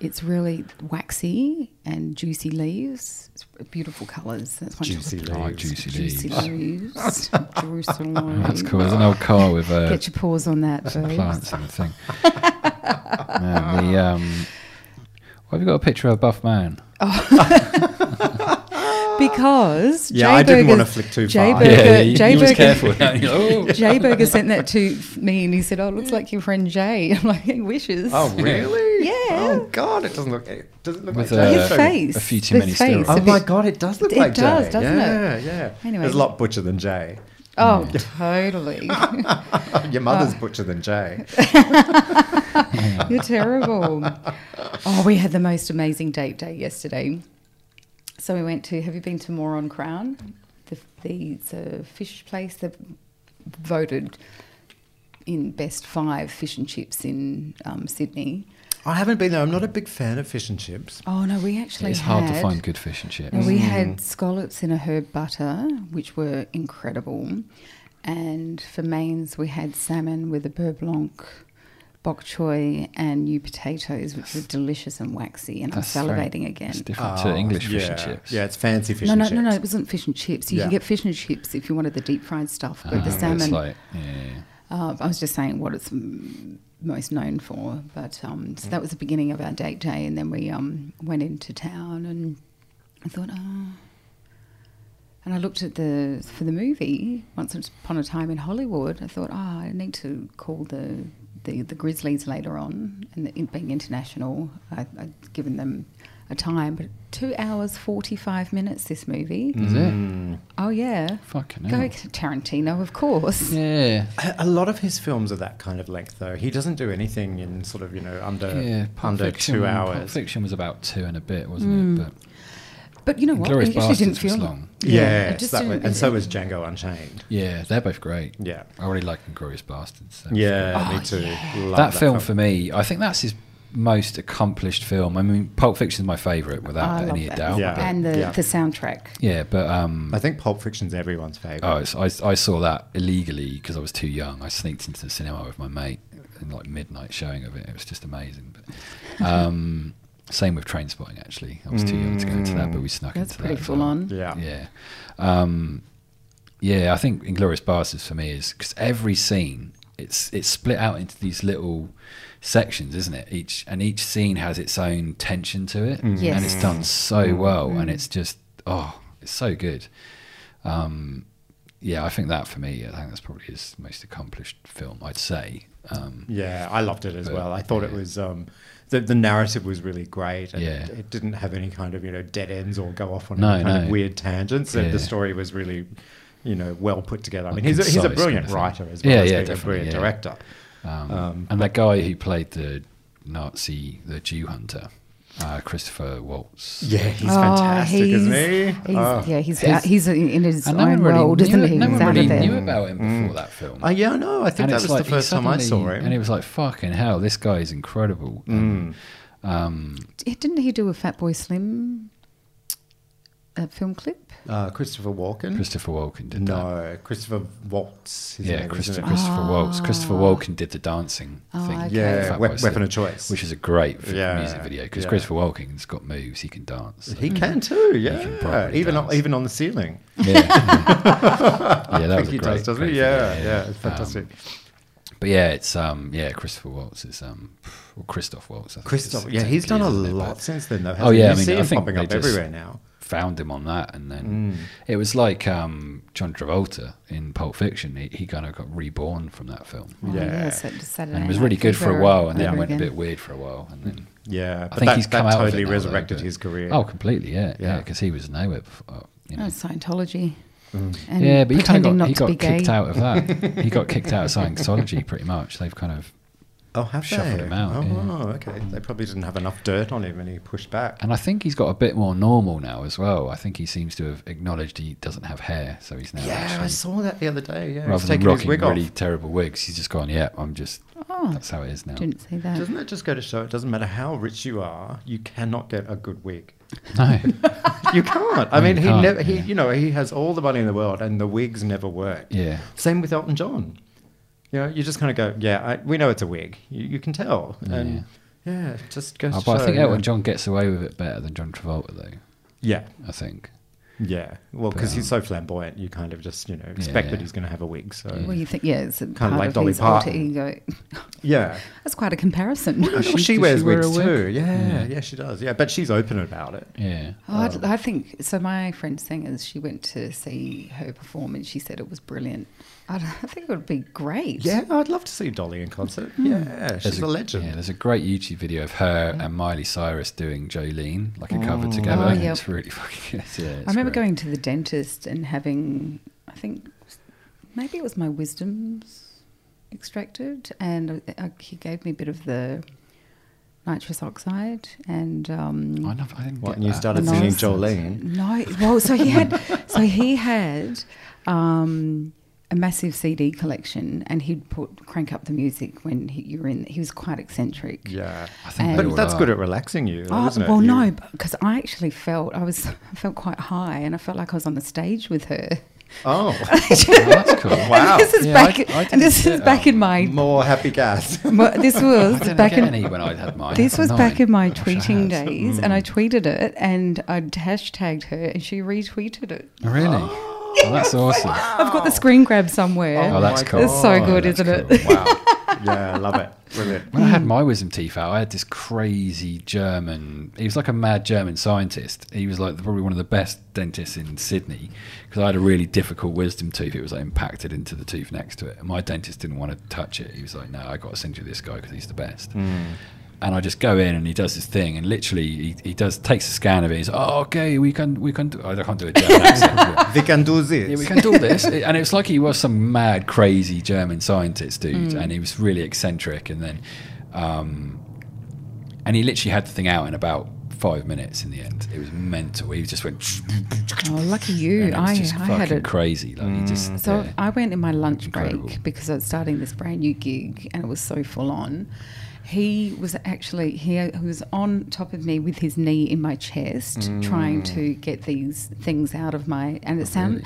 Speaker 2: it's really waxy and juicy leaves. It's beautiful colours. That's one
Speaker 3: Juicy
Speaker 1: I like
Speaker 3: leaves.
Speaker 1: juicy,
Speaker 2: Juicy
Speaker 1: leaves.
Speaker 2: leaves. Jerusalem.
Speaker 1: Yeah, that's cool. There's an old car with uh,
Speaker 2: Get your paws on that,
Speaker 1: some
Speaker 2: though.
Speaker 1: plants and a thing. Man, the um, why have you got a picture of a buff man?
Speaker 2: Because
Speaker 3: Yeah, I
Speaker 2: Jay
Speaker 3: didn't wanna
Speaker 2: Berger's-
Speaker 3: flick too
Speaker 2: Jay
Speaker 3: far.
Speaker 2: Berger,
Speaker 1: yeah, you,
Speaker 2: Jay
Speaker 1: you was
Speaker 2: Berger-
Speaker 1: careful. oh,
Speaker 2: Jay Berger sent that to f- me, and he said, "Oh, it looks like your friend Jay." I'm like, "He wishes."
Speaker 3: Oh really?
Speaker 2: Yeah.
Speaker 3: Oh god, it doesn't look. It doesn't look
Speaker 1: With
Speaker 3: like
Speaker 1: a-
Speaker 3: Jay.
Speaker 2: his
Speaker 1: uh,
Speaker 2: face.
Speaker 1: a few too
Speaker 2: the
Speaker 1: many
Speaker 2: face,
Speaker 1: steroids.
Speaker 2: a
Speaker 3: Oh
Speaker 2: bit-
Speaker 3: my god, it does look
Speaker 2: It
Speaker 3: like Jay.
Speaker 2: does, doesn't it?
Speaker 3: yeah, Yeah,
Speaker 2: Anyway.
Speaker 3: There's a lot butcher than Jay.
Speaker 2: Oh, totally.
Speaker 3: Your mother's butcher than Jay.
Speaker 2: You're terrible. Oh, we had the most amazing date day yesterday. So we went to. Have you been to Moron Crown? The the it's a fish place that voted in best five fish and chips in um, Sydney.
Speaker 3: I haven't been there. I'm not a big fan of fish and chips.
Speaker 2: Oh no, we actually
Speaker 1: it's hard to
Speaker 2: had-
Speaker 1: find Mm. good fish and chips.
Speaker 2: And we had scallops in a herb butter, which were incredible. And for mains, we had salmon with a beurre blanc, bok choy, and new potatoes, which were delicious and waxy. And
Speaker 1: That's
Speaker 2: I'm
Speaker 1: very-
Speaker 2: salivating again.
Speaker 1: It's different
Speaker 3: Oh,
Speaker 1: to English fish
Speaker 3: yeah.
Speaker 1: and chips.
Speaker 3: Yeah, it's fancy fish
Speaker 2: No,
Speaker 3: and
Speaker 2: no,
Speaker 3: chips.
Speaker 2: no, no, it wasn't fish and chips. You
Speaker 3: Yeah.
Speaker 2: could get fish and chips if you wanted the deep fried stuff, but
Speaker 1: Ah,
Speaker 2: the
Speaker 1: it's
Speaker 2: salmon.
Speaker 1: like- yeah, yeah, yeah.
Speaker 2: Uh, I was just saying what it's m- most known for, but um,
Speaker 1: Mm.
Speaker 2: so that was the beginning of our date day, and then we um, went into town, and I thought, oh. And I looked at the for the movie Once Upon a Time in Hollywood. I thought, oh, I need to call the the, the Grizzlies later on, and it being international, I, I'd given them a time, but two hours forty five minutes. This movie.
Speaker 1: Is
Speaker 3: Mm.
Speaker 2: Oh yeah,
Speaker 1: it? Fucking
Speaker 2: go
Speaker 1: hell.
Speaker 2: Tarantino, of course.
Speaker 1: Yeah.
Speaker 3: A a lot of his films are that kind of length, though. He doesn't do anything in sort of you know under
Speaker 1: Yeah, Pulp
Speaker 3: under
Speaker 1: Fiction-
Speaker 3: Uh, two
Speaker 1: Pulp
Speaker 3: hours.
Speaker 1: Fiction was about two and a bit, wasn't it? But
Speaker 2: But you Mm. know what?
Speaker 1: Glorious
Speaker 2: it actually didn't
Speaker 1: Bastards was
Speaker 2: feel
Speaker 1: long.
Speaker 3: Yeah,
Speaker 2: it just
Speaker 3: that
Speaker 2: didn't-
Speaker 3: was- and so was Django Unchained.
Speaker 1: Yeah, they're both great.
Speaker 3: Yeah,
Speaker 1: I really like Inglorious Bastards.
Speaker 3: yeah,
Speaker 2: Oh,
Speaker 3: me too. Love
Speaker 1: that, film for me, I think that's his most accomplished film. I mean, Pulp Fiction is my favourite
Speaker 2: I
Speaker 1: without
Speaker 2: love
Speaker 1: any
Speaker 2: that.
Speaker 1: doubt.
Speaker 3: Yeah.
Speaker 2: and the,
Speaker 3: Yeah.
Speaker 2: the soundtrack.
Speaker 1: Yeah, but um,
Speaker 3: I think Pulp Fiction's everyone's favorite.
Speaker 1: oh, it's, I, I saw that illegally because I was too young. I sneaked into the cinema with my mate in like midnight showing of it. It was just amazing. But, um, same with Train Spotting. Actually, I was too young to go into that, but we snuck
Speaker 2: That's
Speaker 1: into
Speaker 2: pretty
Speaker 1: that. as
Speaker 2: full
Speaker 1: well.
Speaker 2: on.
Speaker 3: yeah.
Speaker 1: Yeah. Um, yeah, I think Inglorious Bastards for me is because every scene it's it's split out into these little sections, isn't it? Each and each scene has its own tension to it,
Speaker 3: Mm.
Speaker 2: Yes.
Speaker 1: and it's done so well, and it's just oh, it's so good. Um, yeah, I think that for me, I think that's probably his most accomplished film, I'd say. Um,
Speaker 3: Yeah, I loved it as
Speaker 1: But,
Speaker 3: well. I thought it
Speaker 1: yeah.
Speaker 3: was um, the the narrative was really great, and
Speaker 1: Yeah.
Speaker 3: it, it didn't have any kind of you know dead ends or go off on
Speaker 1: No,
Speaker 3: any kind
Speaker 1: no.
Speaker 3: of weird tangents. And
Speaker 1: Yeah.
Speaker 3: the story was really, you know, well put together. I
Speaker 1: Like
Speaker 3: mean, he's a, he's
Speaker 1: concise
Speaker 3: a
Speaker 1: kind of
Speaker 3: brilliant
Speaker 1: thing.
Speaker 3: writer as well
Speaker 1: Yeah,
Speaker 3: as
Speaker 1: yeah,
Speaker 3: being a
Speaker 1: definitely,
Speaker 3: brilliant
Speaker 1: yeah.
Speaker 3: director.
Speaker 1: um,
Speaker 3: Um,
Speaker 1: and that guy who played the Nazi, the Jew hunter, uh, Christopher Waltz.
Speaker 3: Yeah, he's
Speaker 2: Oh,
Speaker 3: fantastic, isn't he?
Speaker 2: he's-
Speaker 3: oh.
Speaker 2: Yeah, he's
Speaker 1: He's-
Speaker 2: out- he's in in his
Speaker 1: And no
Speaker 2: own
Speaker 1: one really
Speaker 2: world,
Speaker 1: knew,
Speaker 2: isn't he?
Speaker 1: No
Speaker 2: he's
Speaker 1: one
Speaker 2: out
Speaker 1: really
Speaker 2: of there.
Speaker 1: knew about him before that film.
Speaker 3: Oh, yeah, no, Mm. I think that was the
Speaker 1: he
Speaker 3: first time I saw Mm.
Speaker 1: suddenly-
Speaker 3: him.
Speaker 1: And it was like, fucking hell, this guy is incredible. And, um,
Speaker 2: D- Didn't he do a Fat Boy Slim uh, film clip?
Speaker 3: uh, Christopher Walken.
Speaker 1: Christopher Walken did that.
Speaker 3: no, Christopher Waltz. His
Speaker 1: Yeah,
Speaker 3: name,
Speaker 1: Christopher,
Speaker 3: Isn't it?
Speaker 1: Christopher Waltz. Christopher Walken did the dancing
Speaker 2: Oh,
Speaker 1: thing.
Speaker 2: okay.
Speaker 1: for
Speaker 3: Yeah,
Speaker 1: Fat
Speaker 3: we-
Speaker 1: Boy Slim,
Speaker 3: Weapon of Choice.
Speaker 1: Which is a great f-
Speaker 3: Yeah,
Speaker 1: music video because
Speaker 3: yeah.
Speaker 1: Christopher Walken's got moves. He can dance.
Speaker 3: he can too, yeah.
Speaker 1: can properly
Speaker 3: even on,
Speaker 1: dance.
Speaker 3: even on the ceiling.
Speaker 1: Yeah, yeah. Yeah, that
Speaker 3: I
Speaker 1: was
Speaker 3: think
Speaker 1: a
Speaker 3: he
Speaker 1: great,
Speaker 3: does, doesn't
Speaker 1: great
Speaker 3: he?
Speaker 1: video,
Speaker 3: Yeah, yeah, it's fantastic.
Speaker 1: Um, but yeah, it's um, yeah, Christopher Waltz is um, or Christoph Waltz. I think
Speaker 3: Christoph,
Speaker 1: it's
Speaker 3: yeah, he's done
Speaker 1: technically,
Speaker 3: a
Speaker 1: isn't it? But-
Speaker 3: lot since then, though.
Speaker 1: Oh,
Speaker 3: Hasn't he?
Speaker 1: yeah,
Speaker 3: you
Speaker 1: I mean,
Speaker 3: see
Speaker 1: I
Speaker 3: him
Speaker 1: think
Speaker 3: popping
Speaker 1: they
Speaker 3: up
Speaker 1: just-
Speaker 3: everywhere now.
Speaker 1: found him on that, and then
Speaker 3: Mm.
Speaker 1: it was like um, John Travolta in Pulp Fiction. He, he kind of got reborn from that film,
Speaker 2: Oh,
Speaker 3: Yeah.
Speaker 2: so it's Saturday
Speaker 1: and it was
Speaker 2: Night
Speaker 1: really good for a
Speaker 2: Fever
Speaker 1: while, and then
Speaker 2: over
Speaker 1: went a
Speaker 2: again.
Speaker 1: bit weird for a while, and then
Speaker 3: Yeah,
Speaker 1: I
Speaker 3: but
Speaker 1: think
Speaker 3: that,
Speaker 1: he's come
Speaker 3: that
Speaker 1: out of it
Speaker 3: totally
Speaker 1: now, though,
Speaker 3: resurrected
Speaker 1: but-
Speaker 3: his career.
Speaker 1: oh, completely, yeah, yeah,
Speaker 3: Yeah.
Speaker 1: because he was nowhere before. You
Speaker 2: Oh,
Speaker 1: know.
Speaker 2: Scientology.
Speaker 3: Mm.
Speaker 2: And
Speaker 1: Yeah, but he kind
Speaker 2: um,
Speaker 1: of
Speaker 2: pretending
Speaker 1: got
Speaker 2: not
Speaker 1: he
Speaker 2: to be
Speaker 1: got
Speaker 2: gay.
Speaker 1: kicked out of that. he got kicked out of Scientology, pretty much. They've kind of
Speaker 3: Oh, have
Speaker 1: shuffled
Speaker 3: they?
Speaker 1: him out,
Speaker 3: Oh,
Speaker 1: yeah.
Speaker 3: okay. They probably didn't have enough dirt on him, and he pushed back.
Speaker 1: And I think he's got a bit more normal now as well. I think he seems to have acknowledged he doesn't have hair, so he's now
Speaker 3: Yeah, I
Speaker 1: actually,
Speaker 3: saw that the other day. Yeah, he's
Speaker 1: rather than
Speaker 3: taking his
Speaker 1: rocking
Speaker 3: wig
Speaker 1: really
Speaker 3: off.
Speaker 1: terrible wigs, he's just gone. Yeah, I'm just.
Speaker 2: Oh,
Speaker 1: That's how it is now.
Speaker 2: didn't see that.
Speaker 3: Doesn't it just go to show it doesn't matter how rich you are, you cannot get a good wig.
Speaker 1: No,
Speaker 3: You can't. I mean,
Speaker 1: you
Speaker 3: he
Speaker 1: can't,
Speaker 3: never. He,
Speaker 1: yeah.
Speaker 3: you know, he has all the money in the world, and the wigs never work.
Speaker 1: yeah.
Speaker 3: Same with Elton John. You know, you just kind of go, yeah, I, we know it's a wig. You, you can tell. And yeah, it just goes.
Speaker 1: Oh,
Speaker 3: to
Speaker 1: but
Speaker 3: show,
Speaker 1: I think
Speaker 3: yeah.
Speaker 1: Elton John gets away with it better than John Travolta, though.
Speaker 3: Yeah,
Speaker 1: I think.
Speaker 3: yeah. Well,
Speaker 1: But,
Speaker 3: because he's so flamboyant, you kind of just you know expect that
Speaker 1: yeah.
Speaker 3: he's going to have a wig. So
Speaker 2: Well, you think, yeah, it's a
Speaker 3: Kinda
Speaker 2: part
Speaker 3: like
Speaker 2: of
Speaker 3: Dolly
Speaker 2: his alter
Speaker 3: Parton.
Speaker 2: ego.
Speaker 3: yeah.
Speaker 2: That's quite a comparison.
Speaker 3: Well,
Speaker 1: she-
Speaker 3: she,
Speaker 1: does
Speaker 3: wears
Speaker 1: she wear
Speaker 3: wigs
Speaker 1: a wig?
Speaker 3: too. Yeah, yeah, she does. Yeah, but she's open about it.
Speaker 1: Yeah.
Speaker 2: Oh, I'd- I think so. My friend singers, she went to see her perform, and she said it was brilliant. I'd, I think it would be great.
Speaker 3: Yeah, I'd love to see Dolly in concert. Yeah, she's a, legend.
Speaker 1: Yeah, there's a great YouTube video of her and Miley Cyrus doing Jolene, like a cover together.
Speaker 2: Oh, yeah.
Speaker 1: It's really fucking good. Yeah, it's
Speaker 2: I remember
Speaker 1: great.
Speaker 2: going to the dentist and having, I think, maybe it was my wisdoms extracted, and I, I, he gave me a bit of the nitrous oxide, and um,
Speaker 1: I, never, I didn't
Speaker 3: What,
Speaker 1: get
Speaker 3: and you
Speaker 1: that.
Speaker 3: started
Speaker 2: No.
Speaker 3: singing Jolene?
Speaker 2: No, well, so he had, so he had um, a massive CD collection, and he'd put crank up the music when he, you were in. He was quite eccentric.
Speaker 3: Yeah.
Speaker 1: I think
Speaker 2: And-
Speaker 1: they
Speaker 2: They
Speaker 3: But
Speaker 1: all
Speaker 3: that's
Speaker 1: are.
Speaker 3: good at relaxing you, though,
Speaker 2: Oh,
Speaker 3: isn't it?
Speaker 2: well,
Speaker 3: You-
Speaker 2: no, because I actually felt I was I felt quite high, and I felt like I was on the stage with her.
Speaker 3: Oh,
Speaker 1: Oh, that's cool.
Speaker 2: And
Speaker 3: Wow.
Speaker 2: this is
Speaker 1: Yeah, I-
Speaker 2: back,
Speaker 1: I didn't
Speaker 2: and this
Speaker 1: get
Speaker 2: is back
Speaker 1: that.
Speaker 2: in my.
Speaker 3: more happy gas.
Speaker 2: mo- This was
Speaker 1: I didn't
Speaker 2: back
Speaker 1: get
Speaker 2: in
Speaker 1: any when I had mine.
Speaker 2: This was
Speaker 1: No,
Speaker 2: back in my
Speaker 1: I wish I
Speaker 2: tweeting
Speaker 1: had.
Speaker 2: days, and I
Speaker 1: Hmm.
Speaker 2: tweeted it, and I hashtagged her, and she retweeted it.
Speaker 1: Oh, Really? Oh, that's awesome.
Speaker 2: I've got the screen grab somewhere.
Speaker 1: Oh, that's
Speaker 3: my
Speaker 1: cool.
Speaker 2: It's so good,
Speaker 1: That's
Speaker 2: isn't
Speaker 1: cool.
Speaker 2: it?
Speaker 3: Wow. Yeah, I love it. Brilliant.
Speaker 1: When I had my wisdom teeth out, I had this crazy German. He was like a mad German scientist. He was like probably one of the best dentists in Sydney because I had a really difficult wisdom tooth. It was like impacted into the tooth next to it, and my dentist didn't want to touch it. He was like, "No, I got to send you this guy because he's the best." And I just go in and he does his thing, and literally he, he does takes a scan of it. He's oh, okay, we can we can do. I can't do a German accent. but-
Speaker 3: They can do this.
Speaker 1: yeah, we can do this. It- and it's like he was some mad, crazy German scientist dude,
Speaker 2: Mm.
Speaker 1: and he was really eccentric. And then, um, and he literally had the thing out in about five minutes. In the end, it was mental. He just went.
Speaker 2: Oh, lucky
Speaker 1: and
Speaker 2: you!
Speaker 1: it was
Speaker 2: I, I
Speaker 1: just
Speaker 2: had
Speaker 1: fucking
Speaker 2: it.
Speaker 1: crazy. Like he just.
Speaker 2: So
Speaker 1: yeah.
Speaker 2: I went in my lunch
Speaker 1: Incredible.
Speaker 2: break because I was starting this brand new gig, and it was so full on. He was actually he was on top of me with his knee in my chest, trying to
Speaker 1: Mm.
Speaker 2: get these things out of my. And
Speaker 1: Oh,
Speaker 2: it sounded,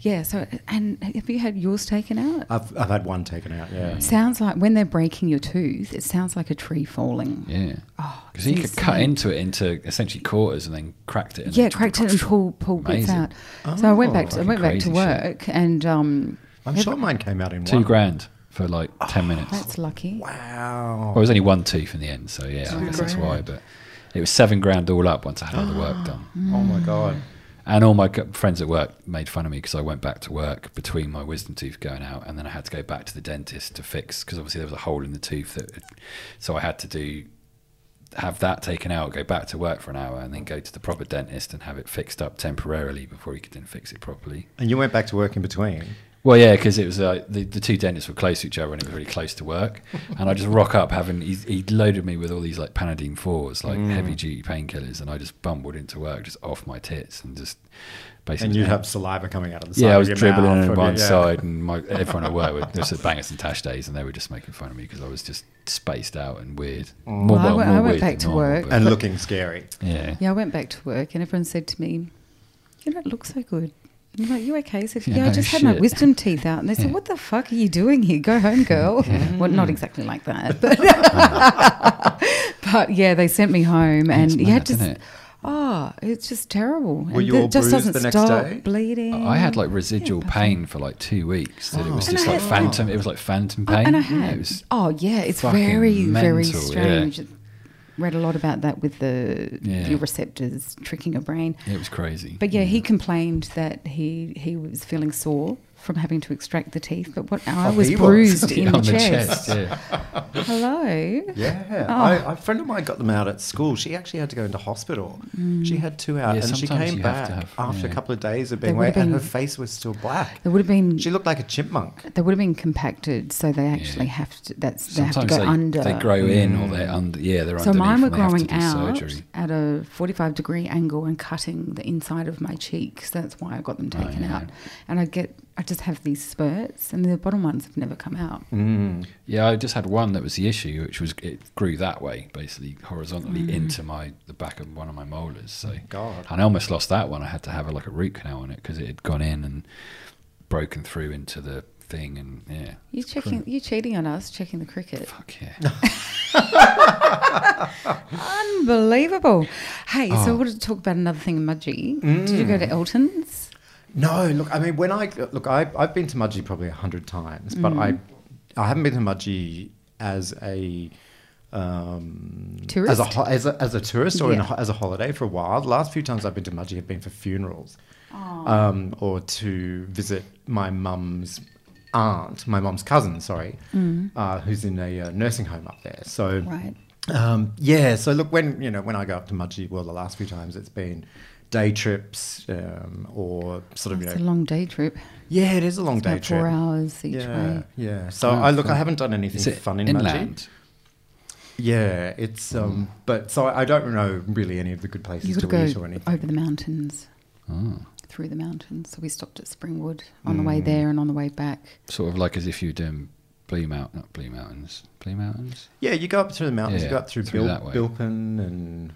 Speaker 2: yeah. So and have you had yours taken out?
Speaker 3: I've, I've had one taken out,
Speaker 1: Mm.
Speaker 3: yeah.
Speaker 2: Sounds like when they're breaking your tooth, it sounds like a tree falling.
Speaker 1: yeah.
Speaker 2: Oh,
Speaker 1: Because he
Speaker 2: it's
Speaker 1: could cut
Speaker 2: insane.
Speaker 1: into it into essentially quarters and then cracked it. And
Speaker 2: Yeah, cracked it and pulled pulled bits
Speaker 1: Amazing. Oh,
Speaker 2: out. So I went back to I
Speaker 1: Fucking
Speaker 2: went back to
Speaker 1: crazy shit.
Speaker 2: work and um,
Speaker 3: I'm sure mine came out in
Speaker 1: Two
Speaker 3: one.
Speaker 1: grand for like ten minutes.
Speaker 2: Oh, that's lucky.
Speaker 3: Wow.
Speaker 1: Well, it was only one tooth in the end, so yeah, I
Speaker 2: Two
Speaker 1: guess that's why. But it was seven grand all up once I had all the work done.
Speaker 3: Oh, my God.
Speaker 1: And all my g- friends at work made fun of me because I went back to work between my wisdom tooth going out, and then I had to go back to the dentist to fix because obviously there was a hole in the tooth that, so I had to do have that taken out, go back to work for an hour, and then go to the proper dentist and have it fixed up temporarily before he could then fix it properly.
Speaker 3: And you went back to work in between.
Speaker 1: Well, yeah, because it was like the, the two dentists were close to each other and it was really close to work. And I just rock up having, he, he loaded me with all these like Panadine 4s, like
Speaker 3: Mm.
Speaker 1: heavy duty painkillers. And I just bumbled into work just off my tits and just basically.
Speaker 3: And you'd have saliva coming out of the side
Speaker 1: yeah, I was
Speaker 3: of your
Speaker 1: dribbling
Speaker 3: mouth
Speaker 1: on
Speaker 3: from
Speaker 1: one
Speaker 3: it, yeah.
Speaker 1: side, and my, everyone I worked with, this was Bangers and Tash days, and they were just making fun of me because I was just spaced out and weird. More,
Speaker 2: Oh. Well, I went- I went
Speaker 1: weird
Speaker 2: back
Speaker 1: than
Speaker 2: to
Speaker 1: normal,
Speaker 2: work.
Speaker 1: but-
Speaker 3: And looking scary.
Speaker 1: yeah.
Speaker 2: Yeah, I went back to work and everyone said to me, You don't look so good. And I'm like, You okay? I said,
Speaker 1: Yeah,
Speaker 2: Yeah, I
Speaker 1: no
Speaker 2: just had my
Speaker 1: shit."
Speaker 2: wisdom teeth out. And they said,
Speaker 1: Yeah. Mm.
Speaker 2: What the fuck are you doing here? Go home, girl. Well, not exactly like that. But, but yeah, they sent me home and
Speaker 1: It's
Speaker 2: you had
Speaker 1: mad,
Speaker 2: to.
Speaker 1: isn't
Speaker 2: s-
Speaker 1: it?
Speaker 2: Oh, it's just terrible.
Speaker 3: Were
Speaker 2: and
Speaker 3: you
Speaker 2: it
Speaker 3: all
Speaker 2: just
Speaker 3: bruised
Speaker 2: doesn't
Speaker 3: the next
Speaker 2: stop
Speaker 3: day?
Speaker 2: bleeding.
Speaker 1: I had like residual
Speaker 2: Yeah,
Speaker 1: pain for like two weeks. That it was
Speaker 3: And
Speaker 1: just
Speaker 2: I
Speaker 1: like
Speaker 2: had-
Speaker 1: phantom. It was like phantom
Speaker 2: Oh,
Speaker 1: pain.
Speaker 2: and I
Speaker 1: Yeah,
Speaker 2: had.
Speaker 1: it was
Speaker 2: oh, yeah, it's
Speaker 1: fucking
Speaker 2: very, very
Speaker 1: mental, yeah.
Speaker 2: strange. Read a lot about that with the
Speaker 1: Yeah.
Speaker 2: your receptors tricking your brain.
Speaker 1: it was crazy.
Speaker 2: But yeah, he complained that he he was feeling sore from having to extract the teeth, but what I
Speaker 3: Oh,
Speaker 2: was
Speaker 3: he was.
Speaker 2: bruised in the
Speaker 1: on
Speaker 2: chest.
Speaker 1: yeah.
Speaker 2: Hello.
Speaker 3: Yeah,
Speaker 2: Oh.
Speaker 3: I, a friend of mine got them out at school. She actually had to go into hospital. She had two out,
Speaker 1: Mm. Yeah,
Speaker 3: and she
Speaker 1: sometimes
Speaker 3: came
Speaker 1: you have
Speaker 3: back
Speaker 1: to have-
Speaker 3: after
Speaker 1: yeah.
Speaker 3: a couple of days of
Speaker 2: They
Speaker 3: being away,
Speaker 2: would've
Speaker 3: and her
Speaker 2: been-
Speaker 3: face was still black.
Speaker 2: There would have been
Speaker 3: She looked like a chipmunk.
Speaker 2: they would have been compacted, so they actually have to. That's they have to
Speaker 1: Sometimes
Speaker 2: go
Speaker 1: they,
Speaker 2: under.
Speaker 1: they grow in
Speaker 3: Mm.
Speaker 1: or they're under. Yeah, they're
Speaker 2: so
Speaker 1: underneath
Speaker 2: mine were
Speaker 1: and they have to
Speaker 2: growing
Speaker 1: do
Speaker 2: out
Speaker 1: surgery.
Speaker 2: at a 45 degree angle and cutting the inside of my cheeks. That's why I got them taken
Speaker 1: Oh, yeah.
Speaker 2: out. And I get, I just have these spurts, and the bottom ones have never come out.
Speaker 1: Mm. Yeah, I just had one that was the issue, which was it grew that way, basically horizontally
Speaker 2: Mm.
Speaker 1: into my the back of one of my molars. So
Speaker 3: God.
Speaker 1: and I almost lost that one. I had to have a, like a root canal on it because it had gone in and broken through into the thing, and yeah,
Speaker 2: You checking? You cheating on us? Checking the cricket?
Speaker 1: fuck yeah.
Speaker 2: Unbelievable. Hey,
Speaker 3: Oh.
Speaker 2: so I wanted to talk about another thing, Mudgee.
Speaker 3: Mm.
Speaker 2: Did you go to Elton's?
Speaker 3: No, look, I mean, when I look, I, I've been to Mudgee probably a hundred times, but
Speaker 1: Mm.
Speaker 3: I, I haven't been to Mudgee as a um,
Speaker 2: Tourist?
Speaker 3: as a ho- as a, as a tourist or in a,
Speaker 2: Yeah.
Speaker 3: ho- as a holiday for a while. The last few times I've been to Mudgee have been for funerals,
Speaker 2: Oh.
Speaker 3: um, or to visit my mum's aunt, my mum's cousin, sorry,
Speaker 2: Mm.
Speaker 3: uh, who's in a uh, nursing home up there. So
Speaker 2: Right.
Speaker 3: um, yeah, so look, when you know when I go up to Mudgee, well, the last few times it's been day trips um, or sort of you
Speaker 2: It's a
Speaker 3: know,
Speaker 2: long day trip.
Speaker 3: yeah, it is a long
Speaker 2: It's
Speaker 3: day
Speaker 2: about
Speaker 3: trip.
Speaker 2: four hours each
Speaker 3: yeah,
Speaker 2: way.
Speaker 3: yeah. So
Speaker 1: Oh,
Speaker 3: I look,
Speaker 1: cool.
Speaker 3: I haven't done anything
Speaker 1: Is it
Speaker 3: fun in Mudgee.
Speaker 1: inland?
Speaker 3: Yeah, it's
Speaker 1: Mm.
Speaker 3: um, but so I don't know really any of the good
Speaker 2: You
Speaker 3: places to
Speaker 2: could go
Speaker 3: eat or anything.
Speaker 2: over the mountains,
Speaker 1: Oh,
Speaker 2: through the mountains. So we stopped at Springwood on the
Speaker 3: Mm.
Speaker 2: way there and on the way back.
Speaker 1: sort of like as if you're doing Blue Mountain, not Blue Mountains, Blue Mountains.
Speaker 3: Yeah, you go up through the mountains.
Speaker 1: Yeah,
Speaker 3: you go up through,
Speaker 1: through
Speaker 3: Bil-
Speaker 1: that way.
Speaker 3: Bilpin and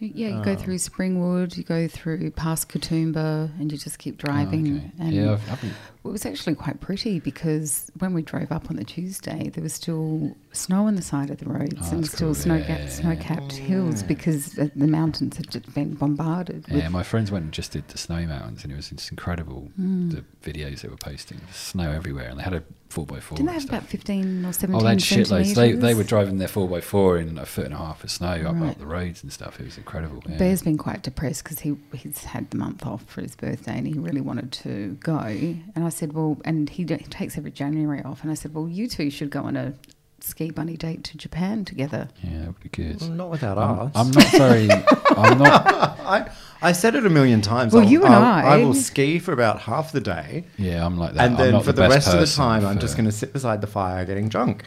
Speaker 2: You, yeah, you
Speaker 3: Ah.
Speaker 2: go through Springwood, you go through past Katoomba, and you just
Speaker 3: Ah,
Speaker 2: keep driving.
Speaker 1: Oh,
Speaker 2: And
Speaker 1: okay. Yeah, I've, I've been,
Speaker 2: it was actually quite pretty because when we drove up on the Tuesday, there was still snow on the side of the roads
Speaker 1: Oh,
Speaker 2: and
Speaker 1: that's
Speaker 2: still
Speaker 1: cool.
Speaker 2: snow
Speaker 1: Yeah, yeah,
Speaker 2: ga-
Speaker 1: yeah.
Speaker 2: snow capped hills because the, the mountains had just been bombarded.
Speaker 1: yeah. My friends went and just did the snow mountains, and it was just incredible.
Speaker 2: mm.
Speaker 1: The videos they were posting, snow everywhere, and they had a four by four.
Speaker 2: Didn't they
Speaker 1: and
Speaker 2: have
Speaker 1: stuff.
Speaker 2: about 15 or 17
Speaker 1: Oh, they had shitloads. They, they
Speaker 2: centimetres?
Speaker 1: were driving their 4x4 in a foot and a half of snow up,
Speaker 2: Right.
Speaker 1: up the roads and stuff. It was incredible. Yeah.
Speaker 2: Bear's been quite depressed because he he's had the month off for his birthday and he really wanted to go. And I said, well, and he, d- he takes every January off. And I said, well, you two should go on a ski bunny date to Japan together.
Speaker 1: yeah, that would be good.
Speaker 3: well, not without
Speaker 1: I'm,
Speaker 3: us.
Speaker 1: I'm not very. I'm not.
Speaker 3: I, I said it a million times.
Speaker 2: Well,
Speaker 3: I'll-
Speaker 2: you and
Speaker 3: I'll- I
Speaker 2: I-
Speaker 3: will ski for about half the day.
Speaker 1: Yeah, I'm like that.
Speaker 3: and
Speaker 1: I'm
Speaker 3: then
Speaker 1: not
Speaker 3: for the,
Speaker 1: best
Speaker 3: rest of the
Speaker 1: person
Speaker 3: time, I'm
Speaker 1: for-
Speaker 3: just going to sit beside the fire getting drunk.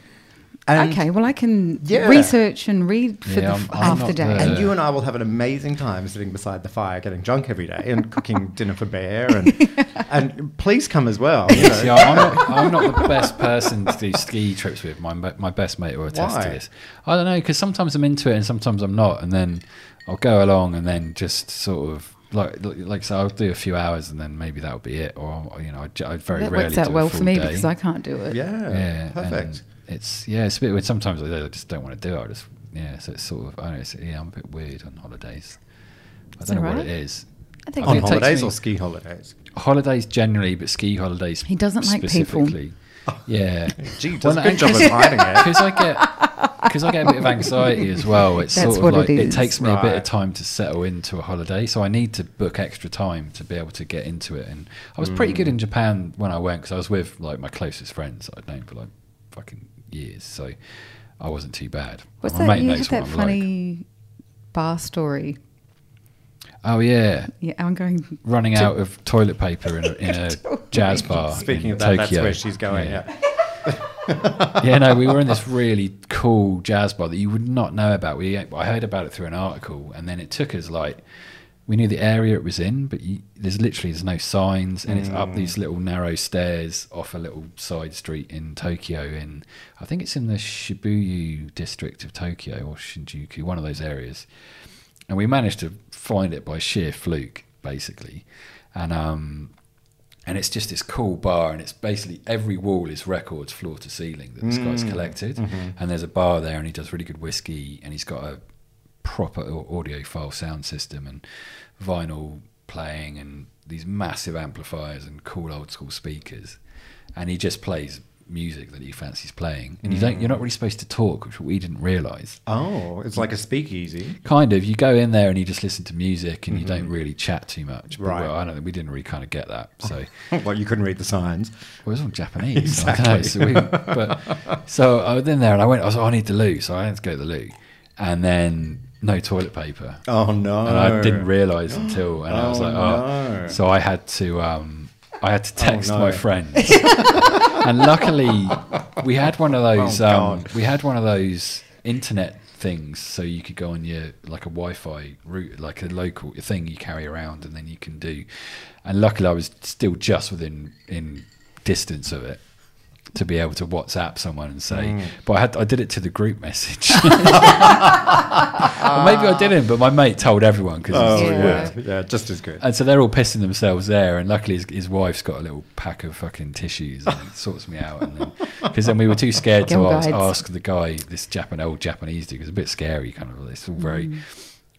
Speaker 3: And,
Speaker 2: okay, well, I can
Speaker 3: Yeah.
Speaker 2: research and read for
Speaker 1: Yeah,
Speaker 2: the,
Speaker 1: I'm-
Speaker 2: f
Speaker 1: I'm
Speaker 2: half
Speaker 1: not
Speaker 2: the day.
Speaker 1: there.
Speaker 3: And you and I will have an amazing time sitting beside the fire getting drunk every day and cooking dinner for bear. And, and please come as well. You know.
Speaker 1: See, I'm not, I'm not the best person to do ski trips with. My my best mate will attest to
Speaker 3: Why?
Speaker 1: this. I don't know because sometimes I'm into it and sometimes I'm not, and then I'll go along and then just sort of like like so I'll do a few hours and then maybe that'll be it. Or you know, I, j- I very
Speaker 2: That
Speaker 1: rarely
Speaker 2: works
Speaker 1: do
Speaker 2: out
Speaker 1: a
Speaker 2: well
Speaker 1: full
Speaker 2: for me
Speaker 1: day.
Speaker 2: because I can't do it.
Speaker 3: yeah,
Speaker 1: yeah,
Speaker 3: perfect.
Speaker 1: and It's yeah, it's a bit weird. Sometimes I, I just don't want to do it. I just yeah, so it's sort of I don't know. It's, yeah, I'm a bit weird on holidays. I don't
Speaker 2: Is that
Speaker 1: know what
Speaker 2: right?
Speaker 1: it is.
Speaker 2: I think
Speaker 1: I
Speaker 3: On
Speaker 1: mean, it takes
Speaker 3: holidays
Speaker 1: me-
Speaker 3: or ski holidays?
Speaker 1: Holidays generally, but ski holidays.
Speaker 2: He doesn't like people.
Speaker 1: specifically. Yeah,
Speaker 3: Gee,
Speaker 1: Well,
Speaker 3: does a good job
Speaker 1: actually-
Speaker 3: of hiding it.
Speaker 1: because I get because I get a bit of anxiety as well. It's
Speaker 2: That's
Speaker 1: sort of
Speaker 2: what
Speaker 1: like
Speaker 2: it
Speaker 1: it,
Speaker 2: is.
Speaker 1: takes me a bit of
Speaker 3: Right.
Speaker 1: time to settle into a holiday, so I need to book extra time to be able to get into it. And I was pretty
Speaker 3: Mm.
Speaker 1: good in Japan when I went because I was with like my closest friends that I'd known for like fucking years, so I wasn't too bad.
Speaker 2: What's
Speaker 1: my
Speaker 2: that? You had
Speaker 1: knows what
Speaker 2: that
Speaker 1: I'm
Speaker 2: funny bar story.
Speaker 1: Oh yeah,
Speaker 2: Yeah, I'm going.
Speaker 1: running out of toilet paper in a, in a jazz bar.
Speaker 3: Speaking
Speaker 1: Oh, in
Speaker 3: of that,
Speaker 1: Tokyo.
Speaker 3: that's where she's going. Yeah.
Speaker 1: yeah, no, we were in this really cool jazz bar that you would not know about. We I heard about it through an article, and then it took us like we knew the area it was in, but you, there's literally there's no signs, and it's up these little narrow stairs off a little side street in Tokyo. In I think it's in the Shibuya district of Tokyo or Shinjuku, one of those areas and we managed to find it by sheer fluke, basically. And um, and it's just this cool bar, and it's basically every wall is records, floor to ceiling, that this guy's collected. And there's a bar there, and he does really good whiskey, and he's got a proper au- audiophile sound system and vinyl playing, and these massive amplifiers and cool old school speakers. And he just plays music that he fancies playing, and you don't, you're not really supposed to talk, which we didn't realise.
Speaker 3: Oh, it's like a speakeasy.
Speaker 1: Kind of, you go in there and you just listen to music, and you don't really chat too much. But,
Speaker 3: Right.
Speaker 1: Well, I don't. We didn't really kind of get that. So.
Speaker 3: well, you couldn't read the signs.
Speaker 1: Well, it was all Japanese. I don't know, so, we, but, so I was in there and I went, I was like, I need the loo. So I had to go to the loo. And then no toilet paper.
Speaker 3: Oh no!
Speaker 1: And I didn't realize until, and I was
Speaker 3: Oh,
Speaker 1: like, oh.
Speaker 3: no. Oh,
Speaker 1: So I had to, um, I had to text
Speaker 3: no.
Speaker 1: my friends. and luckily, we had one of those,
Speaker 3: Oh,
Speaker 1: um,
Speaker 3: God.
Speaker 1: we had one of those internet things. So you could go on your, like a Wi Fi route, like a local thing you carry around and then you can do. And luckily, I was still just within in distance of it. To be able to WhatsApp someone and say, but I had I did it to the group message. Or maybe I didn't, but my mate told everyone because
Speaker 3: Oh
Speaker 2: Yeah.
Speaker 3: yeah. yeah, just as good.
Speaker 1: and so they're all pissing themselves there. And luckily, his, his wife's got a little pack of fucking tissues and sorts me out. Because then, 'cause then we were too scared to
Speaker 2: Gum
Speaker 1: ask,
Speaker 2: guides.
Speaker 1: ask the guy, this Japan old Japanese dude, 'cause it's a bit scary, kind of. It's all very,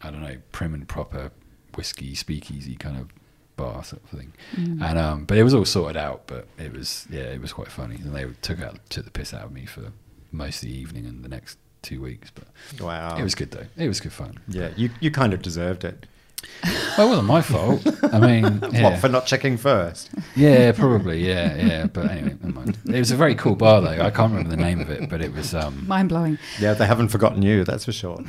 Speaker 1: I don't know, prim and proper whiskey speakeasy kind of bar sort of thing. And um, but it was all sorted out. But it was yeah, it was quite funny. And they took out took the piss out of me for most of the evening and the next two weeks. But
Speaker 3: Wow.
Speaker 1: it was good though. It was good fun.
Speaker 3: Yeah, you, you kind of deserved it.
Speaker 1: Well, it wasn't my fault. I mean, yeah.
Speaker 3: What for not checking first?
Speaker 1: Yeah, probably. Yeah, yeah. But anyway, never mind. It was a very cool bar, though. I can't remember the name of it, but it was. Um,
Speaker 2: Mind blowing.
Speaker 3: Yeah, they haven't forgotten you. That's for sure.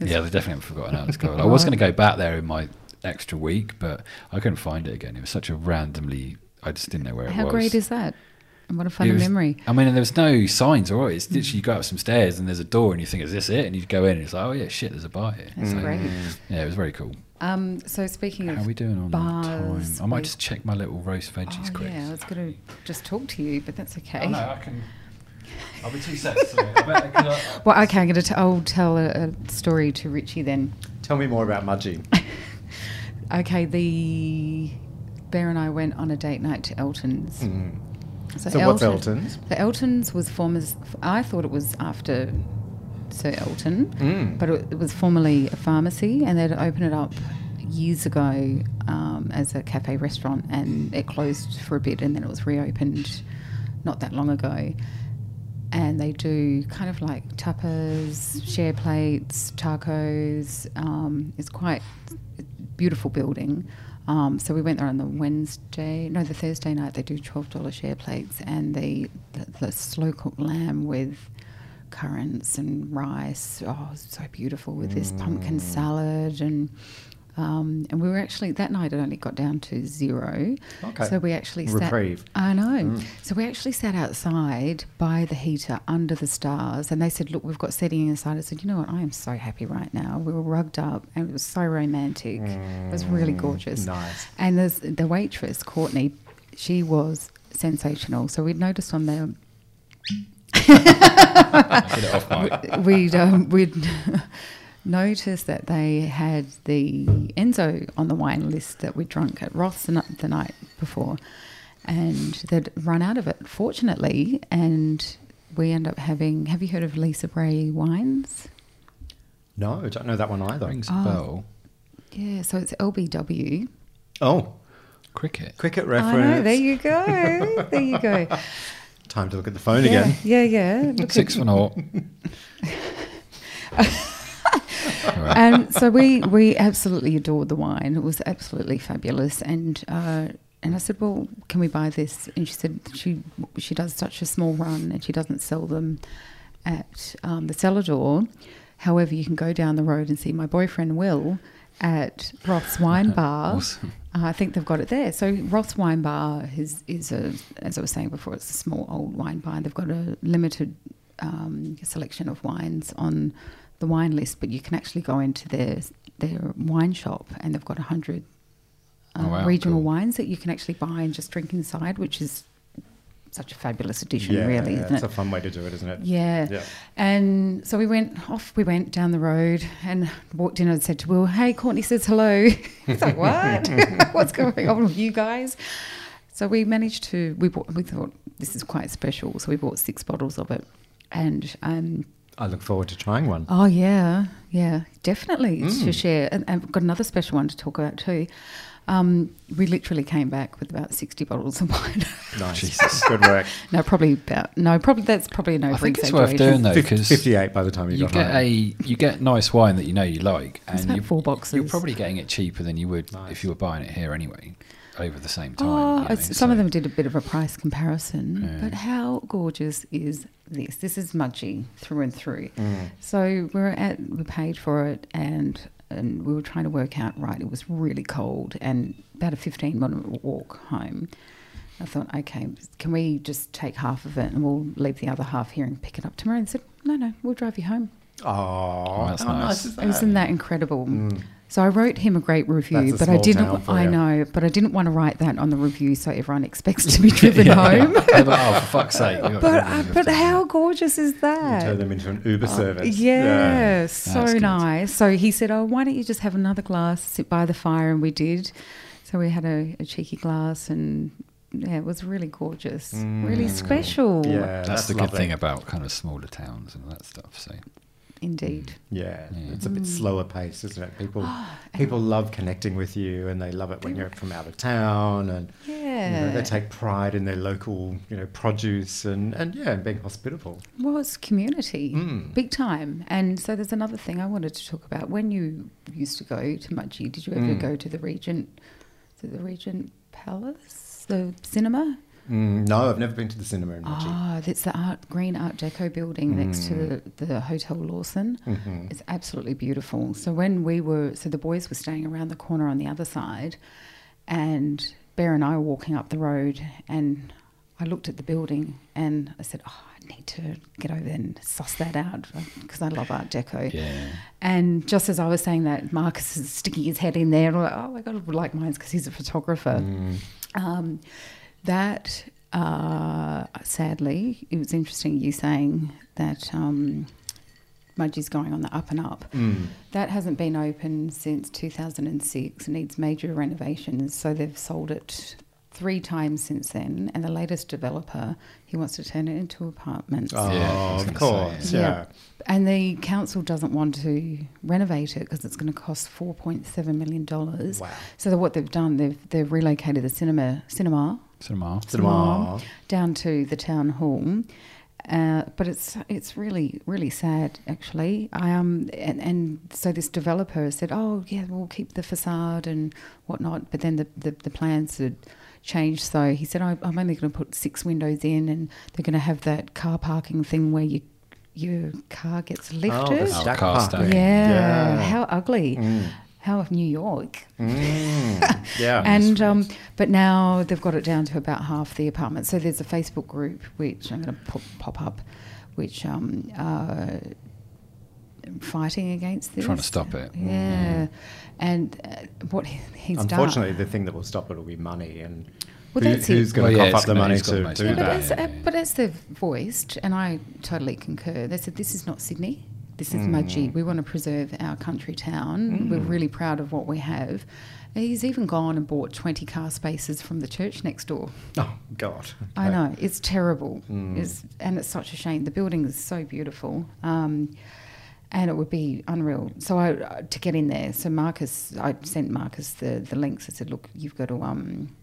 Speaker 1: yeah, they definitely haven't forgotten Alex Cole. I was going to go back there in my extra week, but I couldn't find it again. It was such a randomly. I just didn't know where it
Speaker 2: How
Speaker 1: was.
Speaker 2: great is that? And what a
Speaker 1: It
Speaker 2: fun
Speaker 1: was-
Speaker 2: memory.
Speaker 1: I mean, and there was no signs or it's literally you go up some stairs and there's a door and you think, is this it? And you go in and it's like, oh yeah, shit, there's a bar here.
Speaker 2: That's
Speaker 1: So,
Speaker 2: great.
Speaker 1: Yeah, it was very cool.
Speaker 2: Um, so speaking
Speaker 1: Mm. How are
Speaker 2: of
Speaker 1: we doing on
Speaker 2: bars,
Speaker 1: time? I might
Speaker 2: we-
Speaker 1: just check my little roast veggies
Speaker 2: oh,
Speaker 1: quick.
Speaker 2: yeah, I was going to just talk to you, but that's okay.
Speaker 1: Oh, no, I can. I'll be two seconds. Sorry. I better, 'cause I-
Speaker 2: Well, okay, I'm going to. T- I'll tell a, a story to Richie then.
Speaker 3: Tell me more about Mudgee.
Speaker 2: Okay, the Bear and I went on a date night to Elton's.
Speaker 1: Mm.
Speaker 3: So what's Elton's?
Speaker 2: So Elton's was former. I thought it was after Sir Elton,
Speaker 3: Hmm.
Speaker 2: but it, it was formerly a pharmacy, and they'd opened it up years ago um, as a cafe restaurant, and it closed for a bit, and then it was reopened not that long ago. And they do kind of like tapas, share plates, tacos. Um, it's quite a beautiful building. Um, so we went there on the Wednesday, no, the Thursday night. They do twelve dollar share plates and the the, the slow cooked lamb with currants and rice. Oh, it's so beautiful with this pumpkin
Speaker 3: Mm.
Speaker 2: salad and. Um, and we were actually that night. It only got down to zero,
Speaker 3: Okay.
Speaker 2: so we actually
Speaker 3: Reprieve.
Speaker 2: Sat, I know. So we actually sat outside by the heater under the stars, and they said, "Look, we've got setting inside." I said, "You know what? I am so happy right now. We were rugged up, and it was so romantic. It was really gorgeous.
Speaker 3: nice.
Speaker 2: And there's the waitress, Courtney, she was sensational. So we'd noticed on the
Speaker 1: Get it off my.
Speaker 2: we'd um, we'd noticed that they had the Enzo on the wine list that we drunk at Roth's the, night- the night before, and they'd run out of it fortunately, and we end up having. Have you heard of Lisa Bray wines?
Speaker 3: No, I don't know that one either.
Speaker 1: Rings
Speaker 2: Ah.
Speaker 1: a bell.
Speaker 2: Yeah, so it's LBW.
Speaker 3: Oh,
Speaker 1: Cricket.
Speaker 3: cricket
Speaker 2: I
Speaker 3: reference.
Speaker 2: know. There you go. There you go.
Speaker 3: Time to look at the phone
Speaker 2: Yeah,
Speaker 3: again.
Speaker 2: yeah, yeah. Look at-
Speaker 1: Six for naught.
Speaker 2: and Um, so we we absolutely adored the wine. It was absolutely fabulous. And uh, and I said, well, can we buy this? And she said she she does such a small run and she doesn't sell them at um, the cellar door. However, you can go down the road and see my boyfriend Will at Roth's Wine Bar.
Speaker 1: Awesome.
Speaker 2: Uh, I think they've got it there. So Roth's Wine Bar is is a as I was saying before, it's a small old wine bar. They've got a limited um, selection of wines on the wine list, but you can actually go into their their wine shop and they've got a hundred uh,
Speaker 1: Oh, wow,
Speaker 2: regional
Speaker 1: cool.
Speaker 2: wines that you can actually buy and just drink inside, which is such a fabulous addition,
Speaker 3: Yeah,
Speaker 2: really,
Speaker 3: yeah,
Speaker 2: isn't
Speaker 3: it's
Speaker 2: it?
Speaker 3: a fun way to do it, isn't it?
Speaker 2: Yeah.
Speaker 3: Yeah.
Speaker 2: And so we went off, we went down the road and walked in and said to Will, Hey, Courtney says hello. He's like, What? What's going on with you guys? So we managed to, we, bought, we thought this is quite special. So we bought six bottles of it. And um,
Speaker 3: I look forward to trying one.
Speaker 2: Oh yeah, yeah, definitely it's
Speaker 1: Mm.
Speaker 2: to share. And and I've got another special one to talk about too. Um, we literally came back with about sixty bottles of wine.
Speaker 3: Nice.
Speaker 1: Jesus.
Speaker 3: Good work.
Speaker 2: no, probably about no, probably that's probably no.
Speaker 1: I think it's worth doing though
Speaker 3: Fif-
Speaker 1: because
Speaker 3: 58 by the time you,
Speaker 1: you
Speaker 3: got
Speaker 1: get
Speaker 3: home.
Speaker 1: a you get nice wine that you know you like,
Speaker 2: It's
Speaker 1: and
Speaker 2: about
Speaker 1: you,
Speaker 2: four boxes.
Speaker 1: you're probably getting it cheaper than you would
Speaker 3: Nice.
Speaker 1: if you were buying it here anyway, over the same time.
Speaker 2: Oh,
Speaker 1: you know,
Speaker 2: it's- some of
Speaker 1: so-
Speaker 2: them did a bit of a price comparison,
Speaker 1: Yeah.
Speaker 2: but how gorgeous is this? This is Mudgee through and through.
Speaker 3: Mm.
Speaker 2: So we were at, we paid for it, and and we were trying to work out right. It was really cold, and about a fifteen minute walk home. I thought, okay, can we just take half of it and we'll leave the other half here and pick it up tomorrow? And they said, no, no, we'll drive you home.
Speaker 3: Oh,
Speaker 1: Oh, that's
Speaker 3: how
Speaker 1: nice.
Speaker 3: is that?
Speaker 2: Isn't that incredible? So I wrote him a great review,
Speaker 3: Mm. That's a
Speaker 2: but I
Speaker 3: small town
Speaker 2: didn't.
Speaker 3: for
Speaker 2: I
Speaker 3: you.
Speaker 2: know, but I didn't want to write that on the review, so everyone expects to be driven home.
Speaker 1: They're like, oh, for fuck's sake! we've got
Speaker 2: But
Speaker 1: to
Speaker 2: uh,
Speaker 1: do this."
Speaker 2: but how gorgeous is
Speaker 3: You turn
Speaker 2: that? Oh,
Speaker 3: them into an Uber service.
Speaker 2: Yeah, so
Speaker 1: That's good.
Speaker 2: nice. So he said, "Oh, why don't you just have another glass, sit by the fire?" And we did. So we had a, a cheeky glass, and yeah, it was really gorgeous, really special,
Speaker 3: Mm. Yeah,
Speaker 1: that's, the good
Speaker 3: lovely.
Speaker 1: thing about kind of smaller towns and that stuff. So
Speaker 2: indeed.
Speaker 3: Yeah, it's a bit slower pace, isn't it? People,
Speaker 2: Oh,
Speaker 3: people love connecting with you, and they love it when you're from out of town, and you know,
Speaker 2: Yeah.
Speaker 3: they take pride in their local, you know, produce, and and yeah, and being hospitable.
Speaker 2: Well, it's community,
Speaker 3: Mm.
Speaker 2: big time. And so there's another thing I wanted to talk about. When you used to go to Mudgee, did you ever go to the Regent, to the Regent Palace, the cinema?
Speaker 3: Mm, no, I've never been to the cinema in Mudgee.
Speaker 2: Ah, that's the art green Art Deco building next to the, the Hotel Lawson.
Speaker 3: Mm. Mm-hmm.
Speaker 2: It's absolutely beautiful. So when we were, so the boys were staying around the corner on the other side, and Bear and I were walking up the road, and I looked at the building and I said, "Oh, I need to get over there and suss that out because I love Art Deco."
Speaker 1: yeah,
Speaker 2: And just as I was saying that, Marcus is sticking his head in there, and I'm like, oh my god, I would like mine's because he's a photographer. Um, that uh, sadly, it was interesting you saying that um, Mudgee's going on the up and up.
Speaker 3: Mm.
Speaker 2: That hasn't been open since 2006. Needs major renovations, so they've sold it three times since then. And the latest developer, he wants to turn it into apartments.
Speaker 3: Oh,
Speaker 1: Yeah, I was
Speaker 3: of
Speaker 1: gonna say,
Speaker 3: course,
Speaker 2: yeah.
Speaker 3: yeah.
Speaker 2: And the council doesn't want to renovate it because it's going to cost four point seven million dollars.
Speaker 3: Wow.
Speaker 2: So that what they've done, they've they've relocated the cinema cinema
Speaker 1: cinema.
Speaker 3: Cinema.
Speaker 2: down to the town hall. Uh, but it's it's really really sad actually. I um and, and so this developer said, oh yeah, we'll keep the facade and whatnot. But then the the, the plans had changed. So he said, I, I'm only going to put six windows in, and they're going to have that car parking thing where you your car gets
Speaker 3: Oh,
Speaker 2: lifted.
Speaker 3: the
Speaker 1: Oh,
Speaker 3: stack
Speaker 1: car
Speaker 3: parking.
Speaker 1: stacking.
Speaker 2: Yeah.
Speaker 3: Yeah.
Speaker 2: How ugly. How New York.
Speaker 3: Mm, yeah.
Speaker 2: And um, but now they've got it down to about half the apartments. So there's a Facebook group which I'm going to pop, pop up, which um, are fighting against this.
Speaker 1: Trying to stop it. Mm-hmm.
Speaker 2: Yeah. And uh, what he- he's done.
Speaker 3: Unfortunately, the thing that will stop it will be money, and
Speaker 2: Well,
Speaker 3: who-
Speaker 2: that's it.
Speaker 3: who's going
Speaker 1: Well,
Speaker 3: to
Speaker 1: yeah,
Speaker 3: cough
Speaker 1: it's
Speaker 3: up the
Speaker 1: gonna-
Speaker 3: money
Speaker 1: it's gotta
Speaker 3: to
Speaker 1: make
Speaker 3: do
Speaker 1: sense.
Speaker 2: But
Speaker 3: that?
Speaker 2: as, uh, but as they've voiced, and I totally concur, they said this is not Sydney. This
Speaker 3: Mm.
Speaker 2: is Mudgee. We want to preserve our country town. We're really proud of what we have. He's even gone and bought 20 car spaces from the church next door.
Speaker 3: Oh God.
Speaker 2: I know it's terrible.
Speaker 1: Hmm.
Speaker 2: It's, and it's such a shame. The building is so beautiful, um, and it would be unreal. So I uh, to get in there. So Marcus, I sent Marcus the the links. I said, look, you've got to. Um,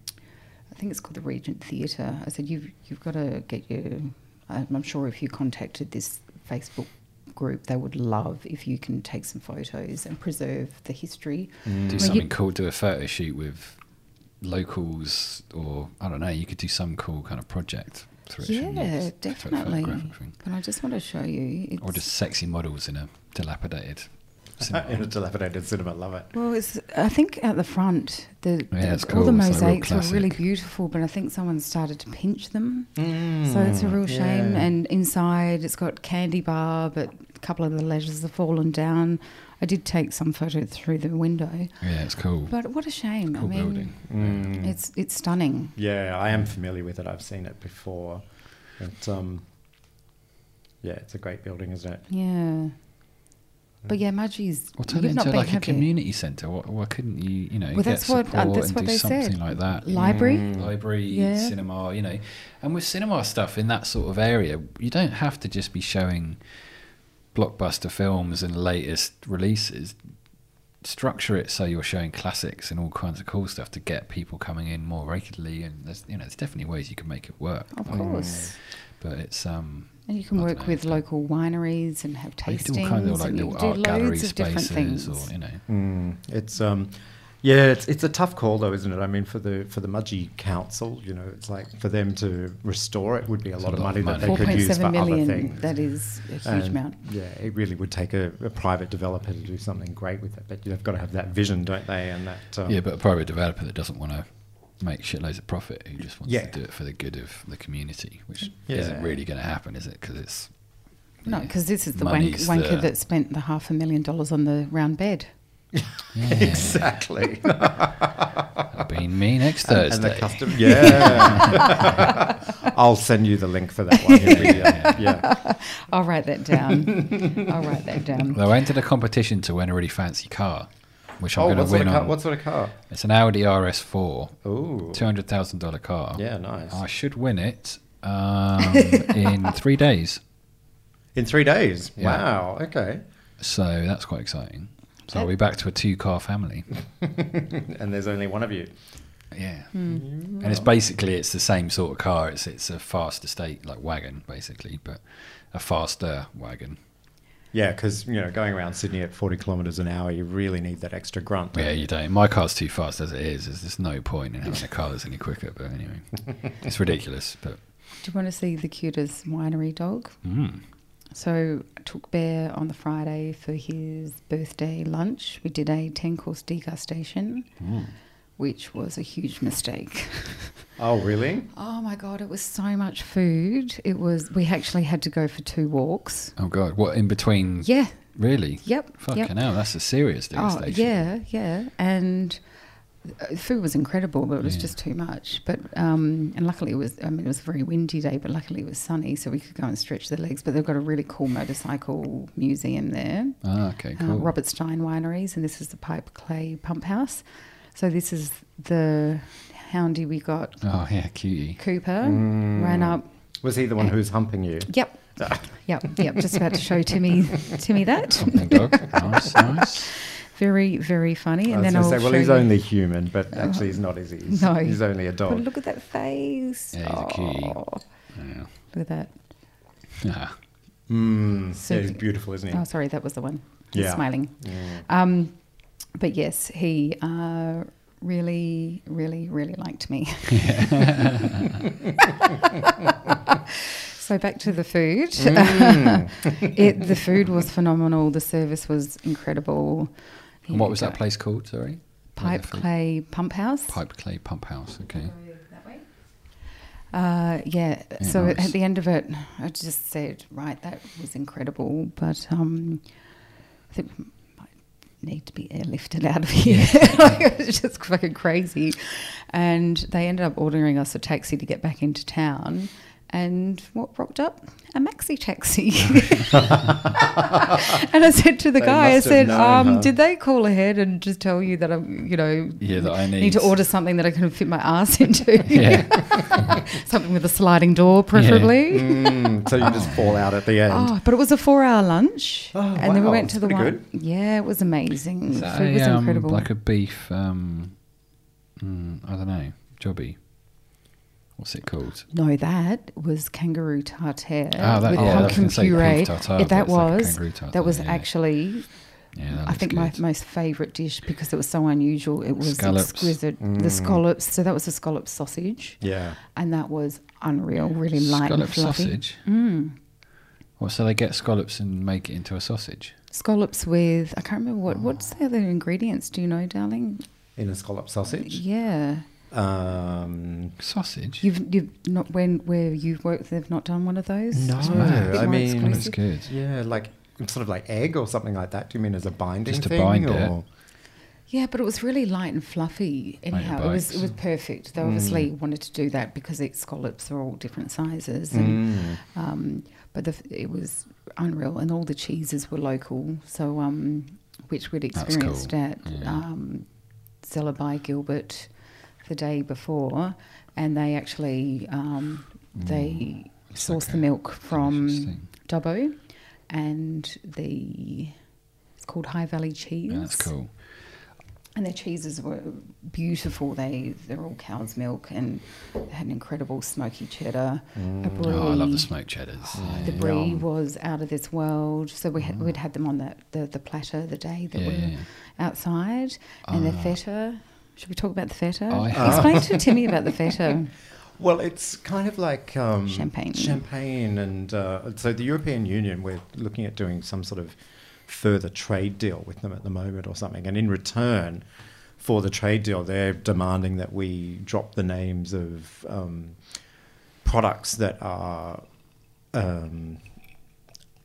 Speaker 2: I think it's called the Regent Theatre. I said, you've you've got to get your. I'm I'm sure if you contacted this Facebook group, they would love if you can take some photos and preserve the history.
Speaker 1: Do
Speaker 2: you-
Speaker 1: something cool. Do a photo shoot with locals, or I don't know. You could do some cool kind of project through it. shouldn't you?
Speaker 2: Yeah,
Speaker 1: Just pho-
Speaker 2: definitely.
Speaker 1: photographic thing.
Speaker 2: But I just want to show you. It's,
Speaker 1: Or just sexy models in a dilapidated. cinema.
Speaker 3: In a dilapidated cinema, love it.
Speaker 2: Well, it's, I think at the front, the,
Speaker 1: Yeah,
Speaker 2: the-
Speaker 1: it's
Speaker 2: all the
Speaker 1: cool. It's like real
Speaker 2: mosaics were really
Speaker 1: classic.
Speaker 2: beautiful, but I think someone started to pinch them.
Speaker 1: Hmm,
Speaker 2: so it's a real shame.
Speaker 3: Mm. yeah.
Speaker 2: And inside, it's got candy bar, but a couple of the ledges have fallen down. I did take some photo through the window,
Speaker 1: Yeah, it's cool.
Speaker 2: but what a shame!
Speaker 1: Cool
Speaker 2: I mean,
Speaker 1: building.
Speaker 3: Mm.
Speaker 2: it's it's stunning.
Speaker 3: Yeah, I am familiar with it. I've seen it before. But, um, yeah, it's a great building, isn't it?
Speaker 2: Yeah, but yeah, Mudgee's.
Speaker 1: Or turn
Speaker 2: you've
Speaker 1: it
Speaker 2: not
Speaker 1: into
Speaker 2: been,
Speaker 1: like a
Speaker 2: have you?
Speaker 1: community centre. Why, why couldn't you, you know,
Speaker 2: Well,
Speaker 1: get
Speaker 2: that's what- uh,
Speaker 1: support
Speaker 2: that's
Speaker 1: and
Speaker 2: what
Speaker 1: do
Speaker 2: they said.
Speaker 1: something like that? Mm. you know?
Speaker 2: Library.
Speaker 1: Library,
Speaker 2: Yeah.
Speaker 1: cinema, you know. And with cinema stuff in that sort of area, you don't have to just be showing blockbuster films and latest releases, structure it so you're showing classics and all kinds of cool stuff to get people coming in more regularly. And there's, you know, there's definitely ways you can make it work.
Speaker 2: Of course.
Speaker 1: But it's um,
Speaker 2: And you
Speaker 1: I
Speaker 2: can
Speaker 1: don't
Speaker 2: work
Speaker 1: know,
Speaker 2: with
Speaker 1: so-
Speaker 2: local wineries and have
Speaker 1: they
Speaker 2: tastings.
Speaker 1: do all kinds of like
Speaker 2: and you
Speaker 1: little
Speaker 2: can do
Speaker 1: art gallery
Speaker 2: loads of different
Speaker 1: spaces,
Speaker 2: things.
Speaker 1: or you know,
Speaker 3: Mm, it's um, yeah, it's it's a tough call though, isn't it? I mean, for the for the Mudgee Council, you know, it's like for them to restore it would be a
Speaker 1: It's
Speaker 3: lot, of money that
Speaker 1: money.
Speaker 3: they could use
Speaker 2: 4.7
Speaker 3: for other
Speaker 2: million,
Speaker 3: things. Um,
Speaker 2: that is a huge
Speaker 3: And,
Speaker 2: amount.
Speaker 3: Yeah, it really would take a, a private developer to do something great with it, but they've got to have that vision, don't they? And that um,
Speaker 1: yeah. But a private developer that doesn't want to make shitloads of profit, who just wants
Speaker 3: Yeah.
Speaker 1: to do it for the good of the community, which
Speaker 3: Yeah.
Speaker 1: isn't really going to happen, is it? Because it's
Speaker 2: No, because this is the wank,
Speaker 1: Money's
Speaker 2: wanker
Speaker 1: the-
Speaker 2: that spent the half a million dollars on the round bed.
Speaker 1: yeah,
Speaker 3: exactly.
Speaker 1: that'll be me next
Speaker 3: And-
Speaker 1: Thursday.
Speaker 3: And the custom, yeah. I'll send you the link for that one. Yeah, yeah, yeah.
Speaker 2: I'll write that down. I'll write that down.
Speaker 1: Though I entered a competition to win a really fancy car, which I'm
Speaker 3: Oh,
Speaker 1: going
Speaker 3: what
Speaker 1: to
Speaker 3: sort,
Speaker 1: win
Speaker 3: of car,
Speaker 1: on.
Speaker 3: what sort of car?
Speaker 1: It's an Audi RS4,
Speaker 3: Ooh,
Speaker 1: two hundred thousand dollar car.
Speaker 3: yeah, nice.
Speaker 1: I should win it um, in three days,
Speaker 3: In three days.
Speaker 1: Yeah.
Speaker 3: Wow. Okay.
Speaker 1: so that's quite exciting. So I'll be back to a two car family.
Speaker 3: and there's only one of you.
Speaker 1: Yeah,
Speaker 2: Hmm.
Speaker 1: and it's basically it's the same sort of car. It's it's a fast estate like wagon basically, but a faster wagon.
Speaker 3: Yeah, because you know, going around Sydney at forty kilometres an hour, you really need that extra grunt.
Speaker 1: Yeah, you don't. My car's too fast as it is. There's there's no point in having a car that's any quicker. But anyway, it's ridiculous. But
Speaker 2: Do you want to see the cutest winery dog?
Speaker 1: mm,
Speaker 2: So I took Bear on the Friday for his birthday lunch. We did a 10 course degustation,
Speaker 1: Mm.
Speaker 2: which was a huge mistake.
Speaker 3: Oh, really?
Speaker 2: oh my God, it was so much food. It was, we actually had to go for two walks.
Speaker 1: oh god, what in between?
Speaker 2: Yeah,
Speaker 1: Really?
Speaker 2: yep.
Speaker 1: Fucking
Speaker 2: yep.
Speaker 1: hell, that's a serious
Speaker 2: Oh,
Speaker 1: devastation.
Speaker 2: yeah, yeah. And uh, food was incredible, but it was
Speaker 1: Yeah.
Speaker 2: just too much. But um, and luckily it was. I mean, it was a very windy day, but luckily it was sunny, so we could go and stretch the legs. But they've got a really cool motorcycle museum there.
Speaker 1: Ah, okay,
Speaker 2: uh,
Speaker 1: cool.
Speaker 2: Robert Stein Wineries, and this is the Pipe Clay Pump House. So this is the houndy we got.
Speaker 1: oh yeah, cutie.
Speaker 2: Cooper
Speaker 1: Mm.
Speaker 2: ran up.
Speaker 3: Was he the one who was humping you?
Speaker 2: Yep.
Speaker 1: Ah.
Speaker 2: Yep, yep. Just about to show Timmy, Timmy that.
Speaker 1: Something dog. nice, nice.
Speaker 2: Very, very funny.
Speaker 3: I
Speaker 2: And
Speaker 3: was
Speaker 2: then
Speaker 3: going
Speaker 2: I'll
Speaker 3: to say, well,
Speaker 2: show
Speaker 3: he's
Speaker 2: you- Oh.
Speaker 3: only human, but actually, he's not, is he? He's,
Speaker 2: No.
Speaker 3: he's only a
Speaker 2: But
Speaker 3: dog.
Speaker 2: look at that face.
Speaker 1: Yeah, he's a cutie.
Speaker 2: Oh,
Speaker 1: Yeah.
Speaker 2: Look at that.
Speaker 1: Ah,
Speaker 3: Mm.
Speaker 2: So-
Speaker 3: yeah, he's beautiful, isn't he?
Speaker 2: Oh, sorry, that was the one. He's
Speaker 3: Yeah.
Speaker 2: smiling.
Speaker 3: Mm.
Speaker 2: Um, but yes, he uh, really, really, really liked me. so back to the food.
Speaker 1: Mm.
Speaker 2: it, the food was phenomenal. The service was incredible. Here
Speaker 1: and what
Speaker 2: we
Speaker 1: was
Speaker 2: go.
Speaker 1: that place called? Sorry.
Speaker 2: Pipe
Speaker 1: Wonderful.
Speaker 2: Clay Pump House.
Speaker 1: Pipe Clay Pump House. Okay.
Speaker 2: Uh, yeah.
Speaker 1: Yeah,
Speaker 2: So
Speaker 1: nice.
Speaker 2: at the end of it, I just said, right, that was incredible, but um, I think we might need to be airlifted out of here. like, it was just fucking crazy. And they ended up ordering us a taxi to get back into town. And what rocked up? A maxi taxi. and I said to the
Speaker 3: They
Speaker 2: guy, I
Speaker 3: must have
Speaker 2: said,
Speaker 3: known,
Speaker 2: um,
Speaker 3: huh?
Speaker 2: did they call ahead and just tell you that I'm, you know,
Speaker 1: Yeah, that I need.
Speaker 2: need to order something that I can fit my ass into?
Speaker 1: Yeah.
Speaker 2: Something with a sliding door, preferably.
Speaker 3: Mm, so you just fall out at
Speaker 1: Mm.
Speaker 3: the end.
Speaker 2: Oh, but it was a four-hour lunch,
Speaker 3: Oh,
Speaker 2: and then we
Speaker 3: wow,
Speaker 2: went to
Speaker 3: that's
Speaker 2: the
Speaker 3: pretty
Speaker 2: one. Yeah, it was amazing.
Speaker 1: Is
Speaker 2: The
Speaker 1: that
Speaker 2: Food Mm. was
Speaker 1: a, um,
Speaker 2: incredible.
Speaker 1: Like a beef. Um, mm, I don't know. Jobby. What's it called?
Speaker 2: no, that was kangaroo tartare
Speaker 1: Ah, that-
Speaker 2: with
Speaker 1: yeah, I was
Speaker 2: pumpkin
Speaker 1: gonna say beef
Speaker 2: puree.
Speaker 1: tartare,
Speaker 2: Yeah,
Speaker 1: but
Speaker 2: that
Speaker 1: it's like a
Speaker 2: was
Speaker 1: kangaroo tartare,
Speaker 2: that was
Speaker 1: yeah.
Speaker 2: actually,
Speaker 1: Yeah. That
Speaker 2: I think my most favourite dish because it was so unusual. It was
Speaker 1: Scallops. Mm.
Speaker 2: exquisite. The scallops. So that was a scallop sausage,
Speaker 3: Yeah.
Speaker 2: and that was unreal. Really light
Speaker 1: scallop
Speaker 2: and fluffy. Mm.
Speaker 1: sausage. What? So they get scallops and make it into a sausage.
Speaker 2: Scallops with I can't remember what. What's the other ingredients? Do you know, darling?
Speaker 3: In a scallop sausage.
Speaker 2: Yeah.
Speaker 3: Um,
Speaker 1: Sausage.
Speaker 2: You've you've not when where you've worked they've not done one of those.
Speaker 3: No,
Speaker 2: It's more- a bit
Speaker 3: I
Speaker 2: more
Speaker 3: mean-
Speaker 1: Oh, that's
Speaker 2: exclusive.
Speaker 1: good.
Speaker 3: yeah, like sort of like egg or something like that. Do you mean as a binding
Speaker 1: Just to
Speaker 3: thing?
Speaker 1: bind it.
Speaker 3: or?
Speaker 2: yeah, but it was really light and fluffy. Anyhow, it was
Speaker 1: bites.
Speaker 2: it was perfect. They obviously
Speaker 1: Mm.
Speaker 2: wanted to do that because its scallops are all different sizes, and
Speaker 1: Mm.
Speaker 2: um, but the, f- it was unreal, and all the cheeses were local. So um, which we'd
Speaker 1: That's
Speaker 2: experienced
Speaker 1: cool.
Speaker 2: at
Speaker 1: Yeah.
Speaker 2: um, Zella by Gilbert the day before, and they actually um, they
Speaker 1: It's
Speaker 2: sourced
Speaker 1: Mm. like a
Speaker 2: the milk
Speaker 1: delicious
Speaker 2: from
Speaker 1: thing.
Speaker 2: Dubbo and the it's called High Valley cheese.
Speaker 1: That's cool.
Speaker 2: And their cheeses were beautiful. They they're all cow's milk and they had an incredible smoky cheddar. A brie.
Speaker 1: Oh, I love the smoked cheddars.
Speaker 2: Oh, The brie was out of this world. So we had, we'd had them on the, the, the platter the day that
Speaker 1: Yeah,
Speaker 2: we were
Speaker 1: Mm. yeah, Ah. yeah.
Speaker 2: outside, and the feta. Should we talk about the feta?
Speaker 1: Oh, yeah.
Speaker 2: Explain to Timmy about the feta.
Speaker 3: Well, it's kind of like um,
Speaker 2: Champagne.
Speaker 3: Champagne, and uh, so the European Union, we're looking at doing some sort of further trade deal with them at the moment or something. And in return for the trade deal, they're demanding that we drop the names of um, products that are. Um,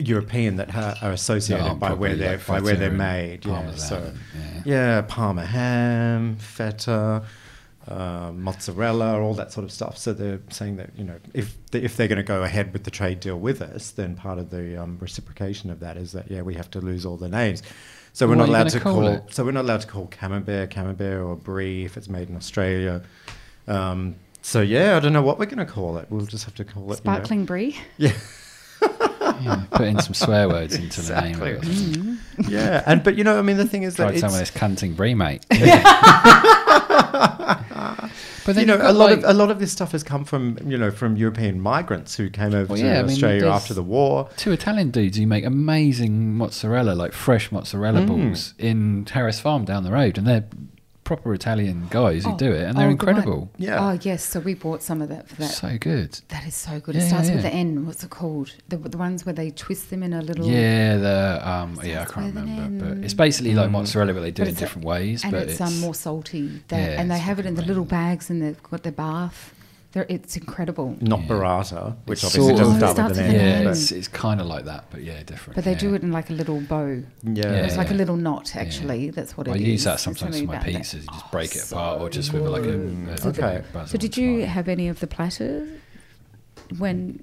Speaker 3: European that ha- are associated
Speaker 1: Yeah,
Speaker 3: by where
Speaker 1: probably
Speaker 3: they're
Speaker 1: like
Speaker 3: by where
Speaker 1: feta
Speaker 3: they're
Speaker 1: and
Speaker 3: made. Yeah,
Speaker 1: parmesan
Speaker 3: so
Speaker 1: and- yeah.
Speaker 3: yeah, Parma ham, feta, uh, mozzarella, all that sort of stuff. So they're saying that you know if they, if they're going to go ahead with the trade deal with us, then part of the um, reciprocation of that is that yeah we have to lose all the names. So we're
Speaker 1: What
Speaker 3: not
Speaker 1: are you
Speaker 3: allowed to
Speaker 1: gonna call
Speaker 3: call.
Speaker 1: it?
Speaker 3: so we're not allowed to call camembert camembert or brie if it's made in Australia. Um, so yeah, I don't know what we're going to call it. We'll just have to call it you know-
Speaker 2: Sparkling brie.
Speaker 1: Yeah, Put in some swear words into the name. Of it.
Speaker 3: yeah, and but you know, I mean, the thing is that
Speaker 1: Tried
Speaker 3: it's,
Speaker 1: some of this cunting brie, mate. but
Speaker 3: you
Speaker 1: then
Speaker 3: know,
Speaker 1: you've
Speaker 3: a
Speaker 1: got,
Speaker 3: lot
Speaker 1: like-
Speaker 3: of a lot of this stuff has come from you know from European migrants who came over
Speaker 1: Well,
Speaker 3: to
Speaker 1: yeah, I mean,
Speaker 3: Australia
Speaker 1: there's-
Speaker 3: after the war.
Speaker 2: uh,
Speaker 1: Two Italian dudes who make amazing mozzarella, like fresh mozzarella
Speaker 2: Mm.
Speaker 1: balls, in Harris Farm down the road, and they're proper Italian guys who
Speaker 2: Oh,
Speaker 1: do it, and they're
Speaker 2: oh,
Speaker 1: incredible.
Speaker 2: Right.
Speaker 3: Yeah.
Speaker 2: Oh yes, so we bought some of that for that.
Speaker 1: So good.
Speaker 2: that is so good.
Speaker 1: Yeah,
Speaker 2: it starts
Speaker 1: yeah,
Speaker 2: with
Speaker 1: yeah.
Speaker 2: the N. What's it called? The, the ones where they twist them in a little.
Speaker 1: Yeah, the um, yeah, I
Speaker 2: Starts
Speaker 1: can't
Speaker 2: with an
Speaker 1: remember, but
Speaker 2: M.
Speaker 1: it's basically like mozzarella, but they do it
Speaker 2: But
Speaker 1: in
Speaker 2: it's a-
Speaker 1: different ways.
Speaker 2: and
Speaker 1: but
Speaker 2: it's, um, more salty. They,
Speaker 1: Yeah,
Speaker 2: and they
Speaker 1: it's
Speaker 2: have it in the
Speaker 1: fucking
Speaker 2: little
Speaker 1: amazing. Mm,
Speaker 2: bags, and they've got their bath. They're, it's incredible.
Speaker 3: Not burrata, which
Speaker 1: It's
Speaker 3: obviously
Speaker 1: sort
Speaker 3: doesn't
Speaker 1: of-
Speaker 3: start
Speaker 2: Oh, it
Speaker 3: with
Speaker 2: starts
Speaker 3: an
Speaker 2: with
Speaker 1: yeah,
Speaker 2: an
Speaker 3: N.
Speaker 2: M.
Speaker 1: it's, it's kind of like that, but yeah, different.
Speaker 2: But they
Speaker 1: yeah.
Speaker 2: do it in like a little bow.
Speaker 3: but- yeah.
Speaker 1: Yeah.
Speaker 2: It's like a little knot, actually. That's what it
Speaker 1: I
Speaker 2: is.
Speaker 1: use that
Speaker 2: It's
Speaker 1: sometimes for
Speaker 2: something
Speaker 1: my
Speaker 2: about that. Mm.
Speaker 1: pizzas. You just break it apart, or just with like a, a
Speaker 3: Okay.
Speaker 1: buzz
Speaker 2: So
Speaker 1: on
Speaker 2: did
Speaker 1: the
Speaker 2: you
Speaker 1: side.
Speaker 2: have any of the platter when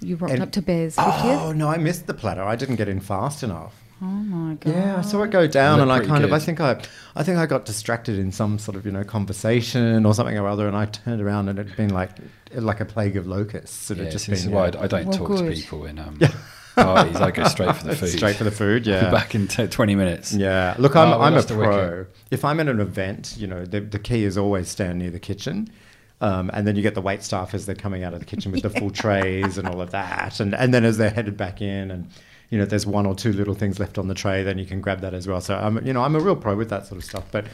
Speaker 2: you rocked
Speaker 3: And-
Speaker 2: up to Bear's 50th?
Speaker 3: Oh no, I missed the platter. I didn't get in fast enough.
Speaker 2: Oh my god!
Speaker 3: Yeah, I saw it go down,
Speaker 1: Looked
Speaker 3: and I
Speaker 1: pretty
Speaker 3: kind of, I
Speaker 1: good.
Speaker 3: think I, I think I got distracted in some sort of you know conversation or something or other, and I turned around and it'd been like like a plague of locusts. It
Speaker 1: Yeah,
Speaker 3: had just
Speaker 1: so this
Speaker 3: been
Speaker 1: is why
Speaker 3: yeah,
Speaker 1: I I don't
Speaker 2: Well,
Speaker 1: talk to
Speaker 2: good.
Speaker 1: people in um, parties. I go straight for the food.
Speaker 3: straight for the food.
Speaker 1: I'll
Speaker 3: Yeah,
Speaker 1: be back in t- 20 minutes.
Speaker 3: Yeah, look, I'm,
Speaker 1: Oh, we
Speaker 3: I'm a
Speaker 1: lost a wicket.
Speaker 3: pro. If I'm at an event, you know, the, the key is always stand near the kitchen. Um, and then you get the wait staff as they're coming out of the kitchen with the full trays and all of that. And, and then as they're headed back in and, you know, there's one or two little things left on the tray, then you can grab that as well. So, I'm, you know, I'm a real pro with that sort of stuff. But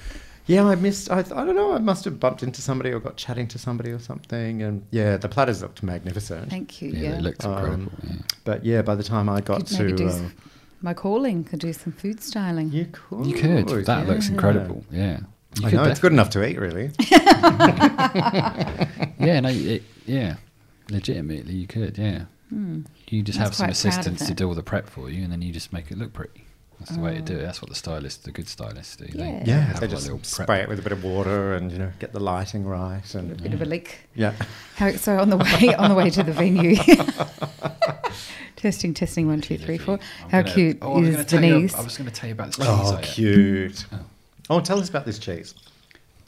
Speaker 3: yeah, I missed, I, I don't know, I must have bumped into somebody or got chatting to somebody or something. And yeah, the platters looked magnificent.
Speaker 2: Thank you.
Speaker 1: Yeah,
Speaker 2: Yeah,
Speaker 1: they looked
Speaker 3: Um,
Speaker 1: incredible. yeah.
Speaker 3: But yeah, by the time I got
Speaker 2: Could maybe
Speaker 3: to.
Speaker 2: do
Speaker 3: uh,
Speaker 2: some- my calling could do some food styling.
Speaker 3: you could.
Speaker 1: You could. That looks
Speaker 3: oh, yeah.
Speaker 1: incredible. Yeah. You
Speaker 3: I
Speaker 1: could
Speaker 3: know, it's good enough to eat, really.
Speaker 1: def- Yeah, no, it, yeah. Legitimately, you could, yeah. You just
Speaker 2: I was
Speaker 1: have some
Speaker 2: Hmm. quite proud of
Speaker 1: assistants to
Speaker 2: that.
Speaker 1: do all the prep for you, and then you just make it look pretty. That's the way to do it. That's what the stylists, the good stylists, do. They
Speaker 2: Oh. Yeah.
Speaker 3: Yeah,
Speaker 1: have
Speaker 3: they
Speaker 1: a
Speaker 3: just
Speaker 1: little
Speaker 3: spray
Speaker 1: prep.
Speaker 3: it with a bit of water and you know get the lighting right
Speaker 2: A
Speaker 3: and
Speaker 2: bit of a leak.
Speaker 3: yeah.
Speaker 2: How, so on the way on the way to the venue. testing, testing. One, two, three, four.
Speaker 1: I'm
Speaker 2: How
Speaker 1: gonna-
Speaker 2: cute
Speaker 1: oh, I was
Speaker 2: is
Speaker 1: gonna tell you-
Speaker 2: Denise?
Speaker 1: I was going to tell you about this cheese.
Speaker 3: Oh,
Speaker 1: I-
Speaker 3: cute. Oh, tell us about this cheese.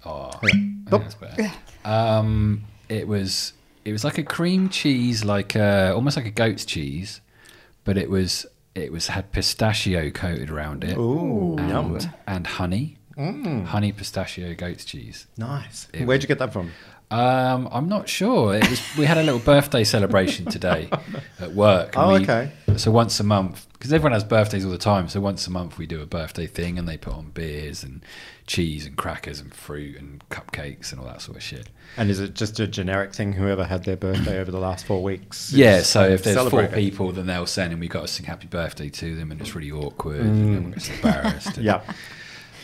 Speaker 1: Oh,
Speaker 3: Yeah.
Speaker 1: I think that's better. Um, it was it was like a cream cheese, like uh almost like a goat's cheese, but it was it was had pistachio coated around it
Speaker 3: Ooh, yum.
Speaker 1: and, and honey,
Speaker 2: Mm.
Speaker 1: honey pistachio goat's cheese.
Speaker 3: Nice.
Speaker 1: It-
Speaker 3: Where'd you get that from?
Speaker 1: Um, I'm not sure. It was, we had a little birthday celebration today at work. and
Speaker 3: Oh,
Speaker 1: we-
Speaker 3: okay.
Speaker 1: So once a month, because everyone has birthdays all the time. So once a month, we do a birthday thing, and they put on beers and cheese and crackers and fruit and cupcakes and all that sort of shit.
Speaker 3: And is it just a generic thing? Whoever had their birthday over the last four weeks? is
Speaker 1: Yeah, so if there's four
Speaker 3: celebrated?
Speaker 1: people, then they'll send and we've got to sing happy birthday to them, and it's really awkward,
Speaker 3: Mm.
Speaker 1: and everyone gets embarrassed. And
Speaker 3: Yeah.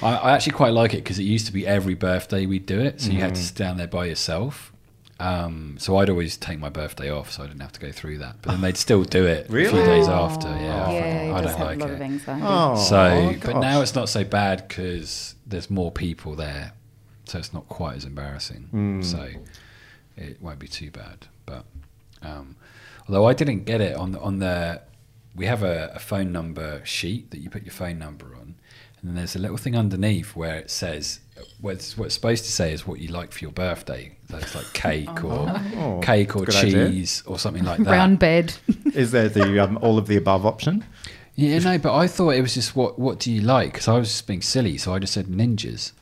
Speaker 1: I, I actually quite like it because it used to be every birthday we'd do it, so you had to sit down there by yourself. Um, so I'd always take my birthday off, so I didn't have to go through that. But then they'd still do it a few
Speaker 3: Really?
Speaker 1: days after. Yeah, I
Speaker 2: Oh, yeah,
Speaker 1: fucking-
Speaker 2: it
Speaker 1: I
Speaker 2: does
Speaker 1: don't
Speaker 2: have a lot
Speaker 1: like
Speaker 2: of
Speaker 1: it.
Speaker 2: anxiety.
Speaker 3: Oh,
Speaker 1: So, but
Speaker 3: gosh.
Speaker 1: now it's not so bad because there's more people there, so it's not quite as embarrassing.
Speaker 3: Hmm.
Speaker 1: So it won't be too bad. But um, although I didn't get it on the, on the we have a, a phone number sheet that you put your phone number on, and then there's a little thing underneath where it says what it's, what it's supposed to say is what you like for your birthday. So it's like cake or
Speaker 3: Oh,
Speaker 1: cake or
Speaker 3: good idea.
Speaker 1: cheese or something like that.
Speaker 2: Round bed.
Speaker 3: is there the um, all of the above option?
Speaker 1: Yeah, no, but I thought it was just what what do you like? Because I was just being silly, so I just said ninjas.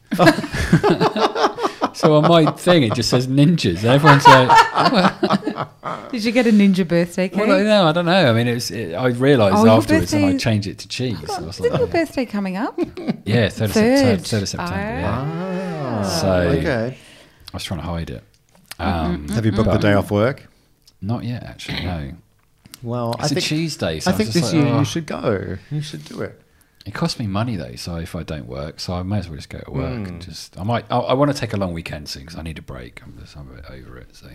Speaker 1: so on my thing, it just says ninjas, and everyone's like,
Speaker 2: Did you get a ninja birthday cake?
Speaker 1: "Well, I- no, I don't know." I mean, it was. It, I realised
Speaker 2: Oh, your
Speaker 1: afterwards, and I
Speaker 2: birthday-
Speaker 1: changed it to cheese. and I was
Speaker 2: Isn't your
Speaker 1: like,
Speaker 2: birthday coming up?
Speaker 1: "Yeah, third of,
Speaker 2: Third.
Speaker 1: September, third of September." Yeah.
Speaker 3: Ah,
Speaker 1: So-
Speaker 3: okay.
Speaker 1: I was trying to hide it. Um,
Speaker 3: Have you booked the
Speaker 1: but
Speaker 3: day off work?
Speaker 1: Not yet, actually. No,
Speaker 3: Well,
Speaker 1: it's a
Speaker 3: I think
Speaker 1: cheese day. So
Speaker 3: I
Speaker 1: was
Speaker 3: think
Speaker 1: just
Speaker 3: this
Speaker 1: like,
Speaker 3: year
Speaker 1: "Oh."
Speaker 3: you should go. You should do it.
Speaker 1: It costs me money though, so if I don't work, so I may as well just go to work and just. I might. I, I want to take a long weekend soon because I need a break. I'm just. I'm a bit over it. So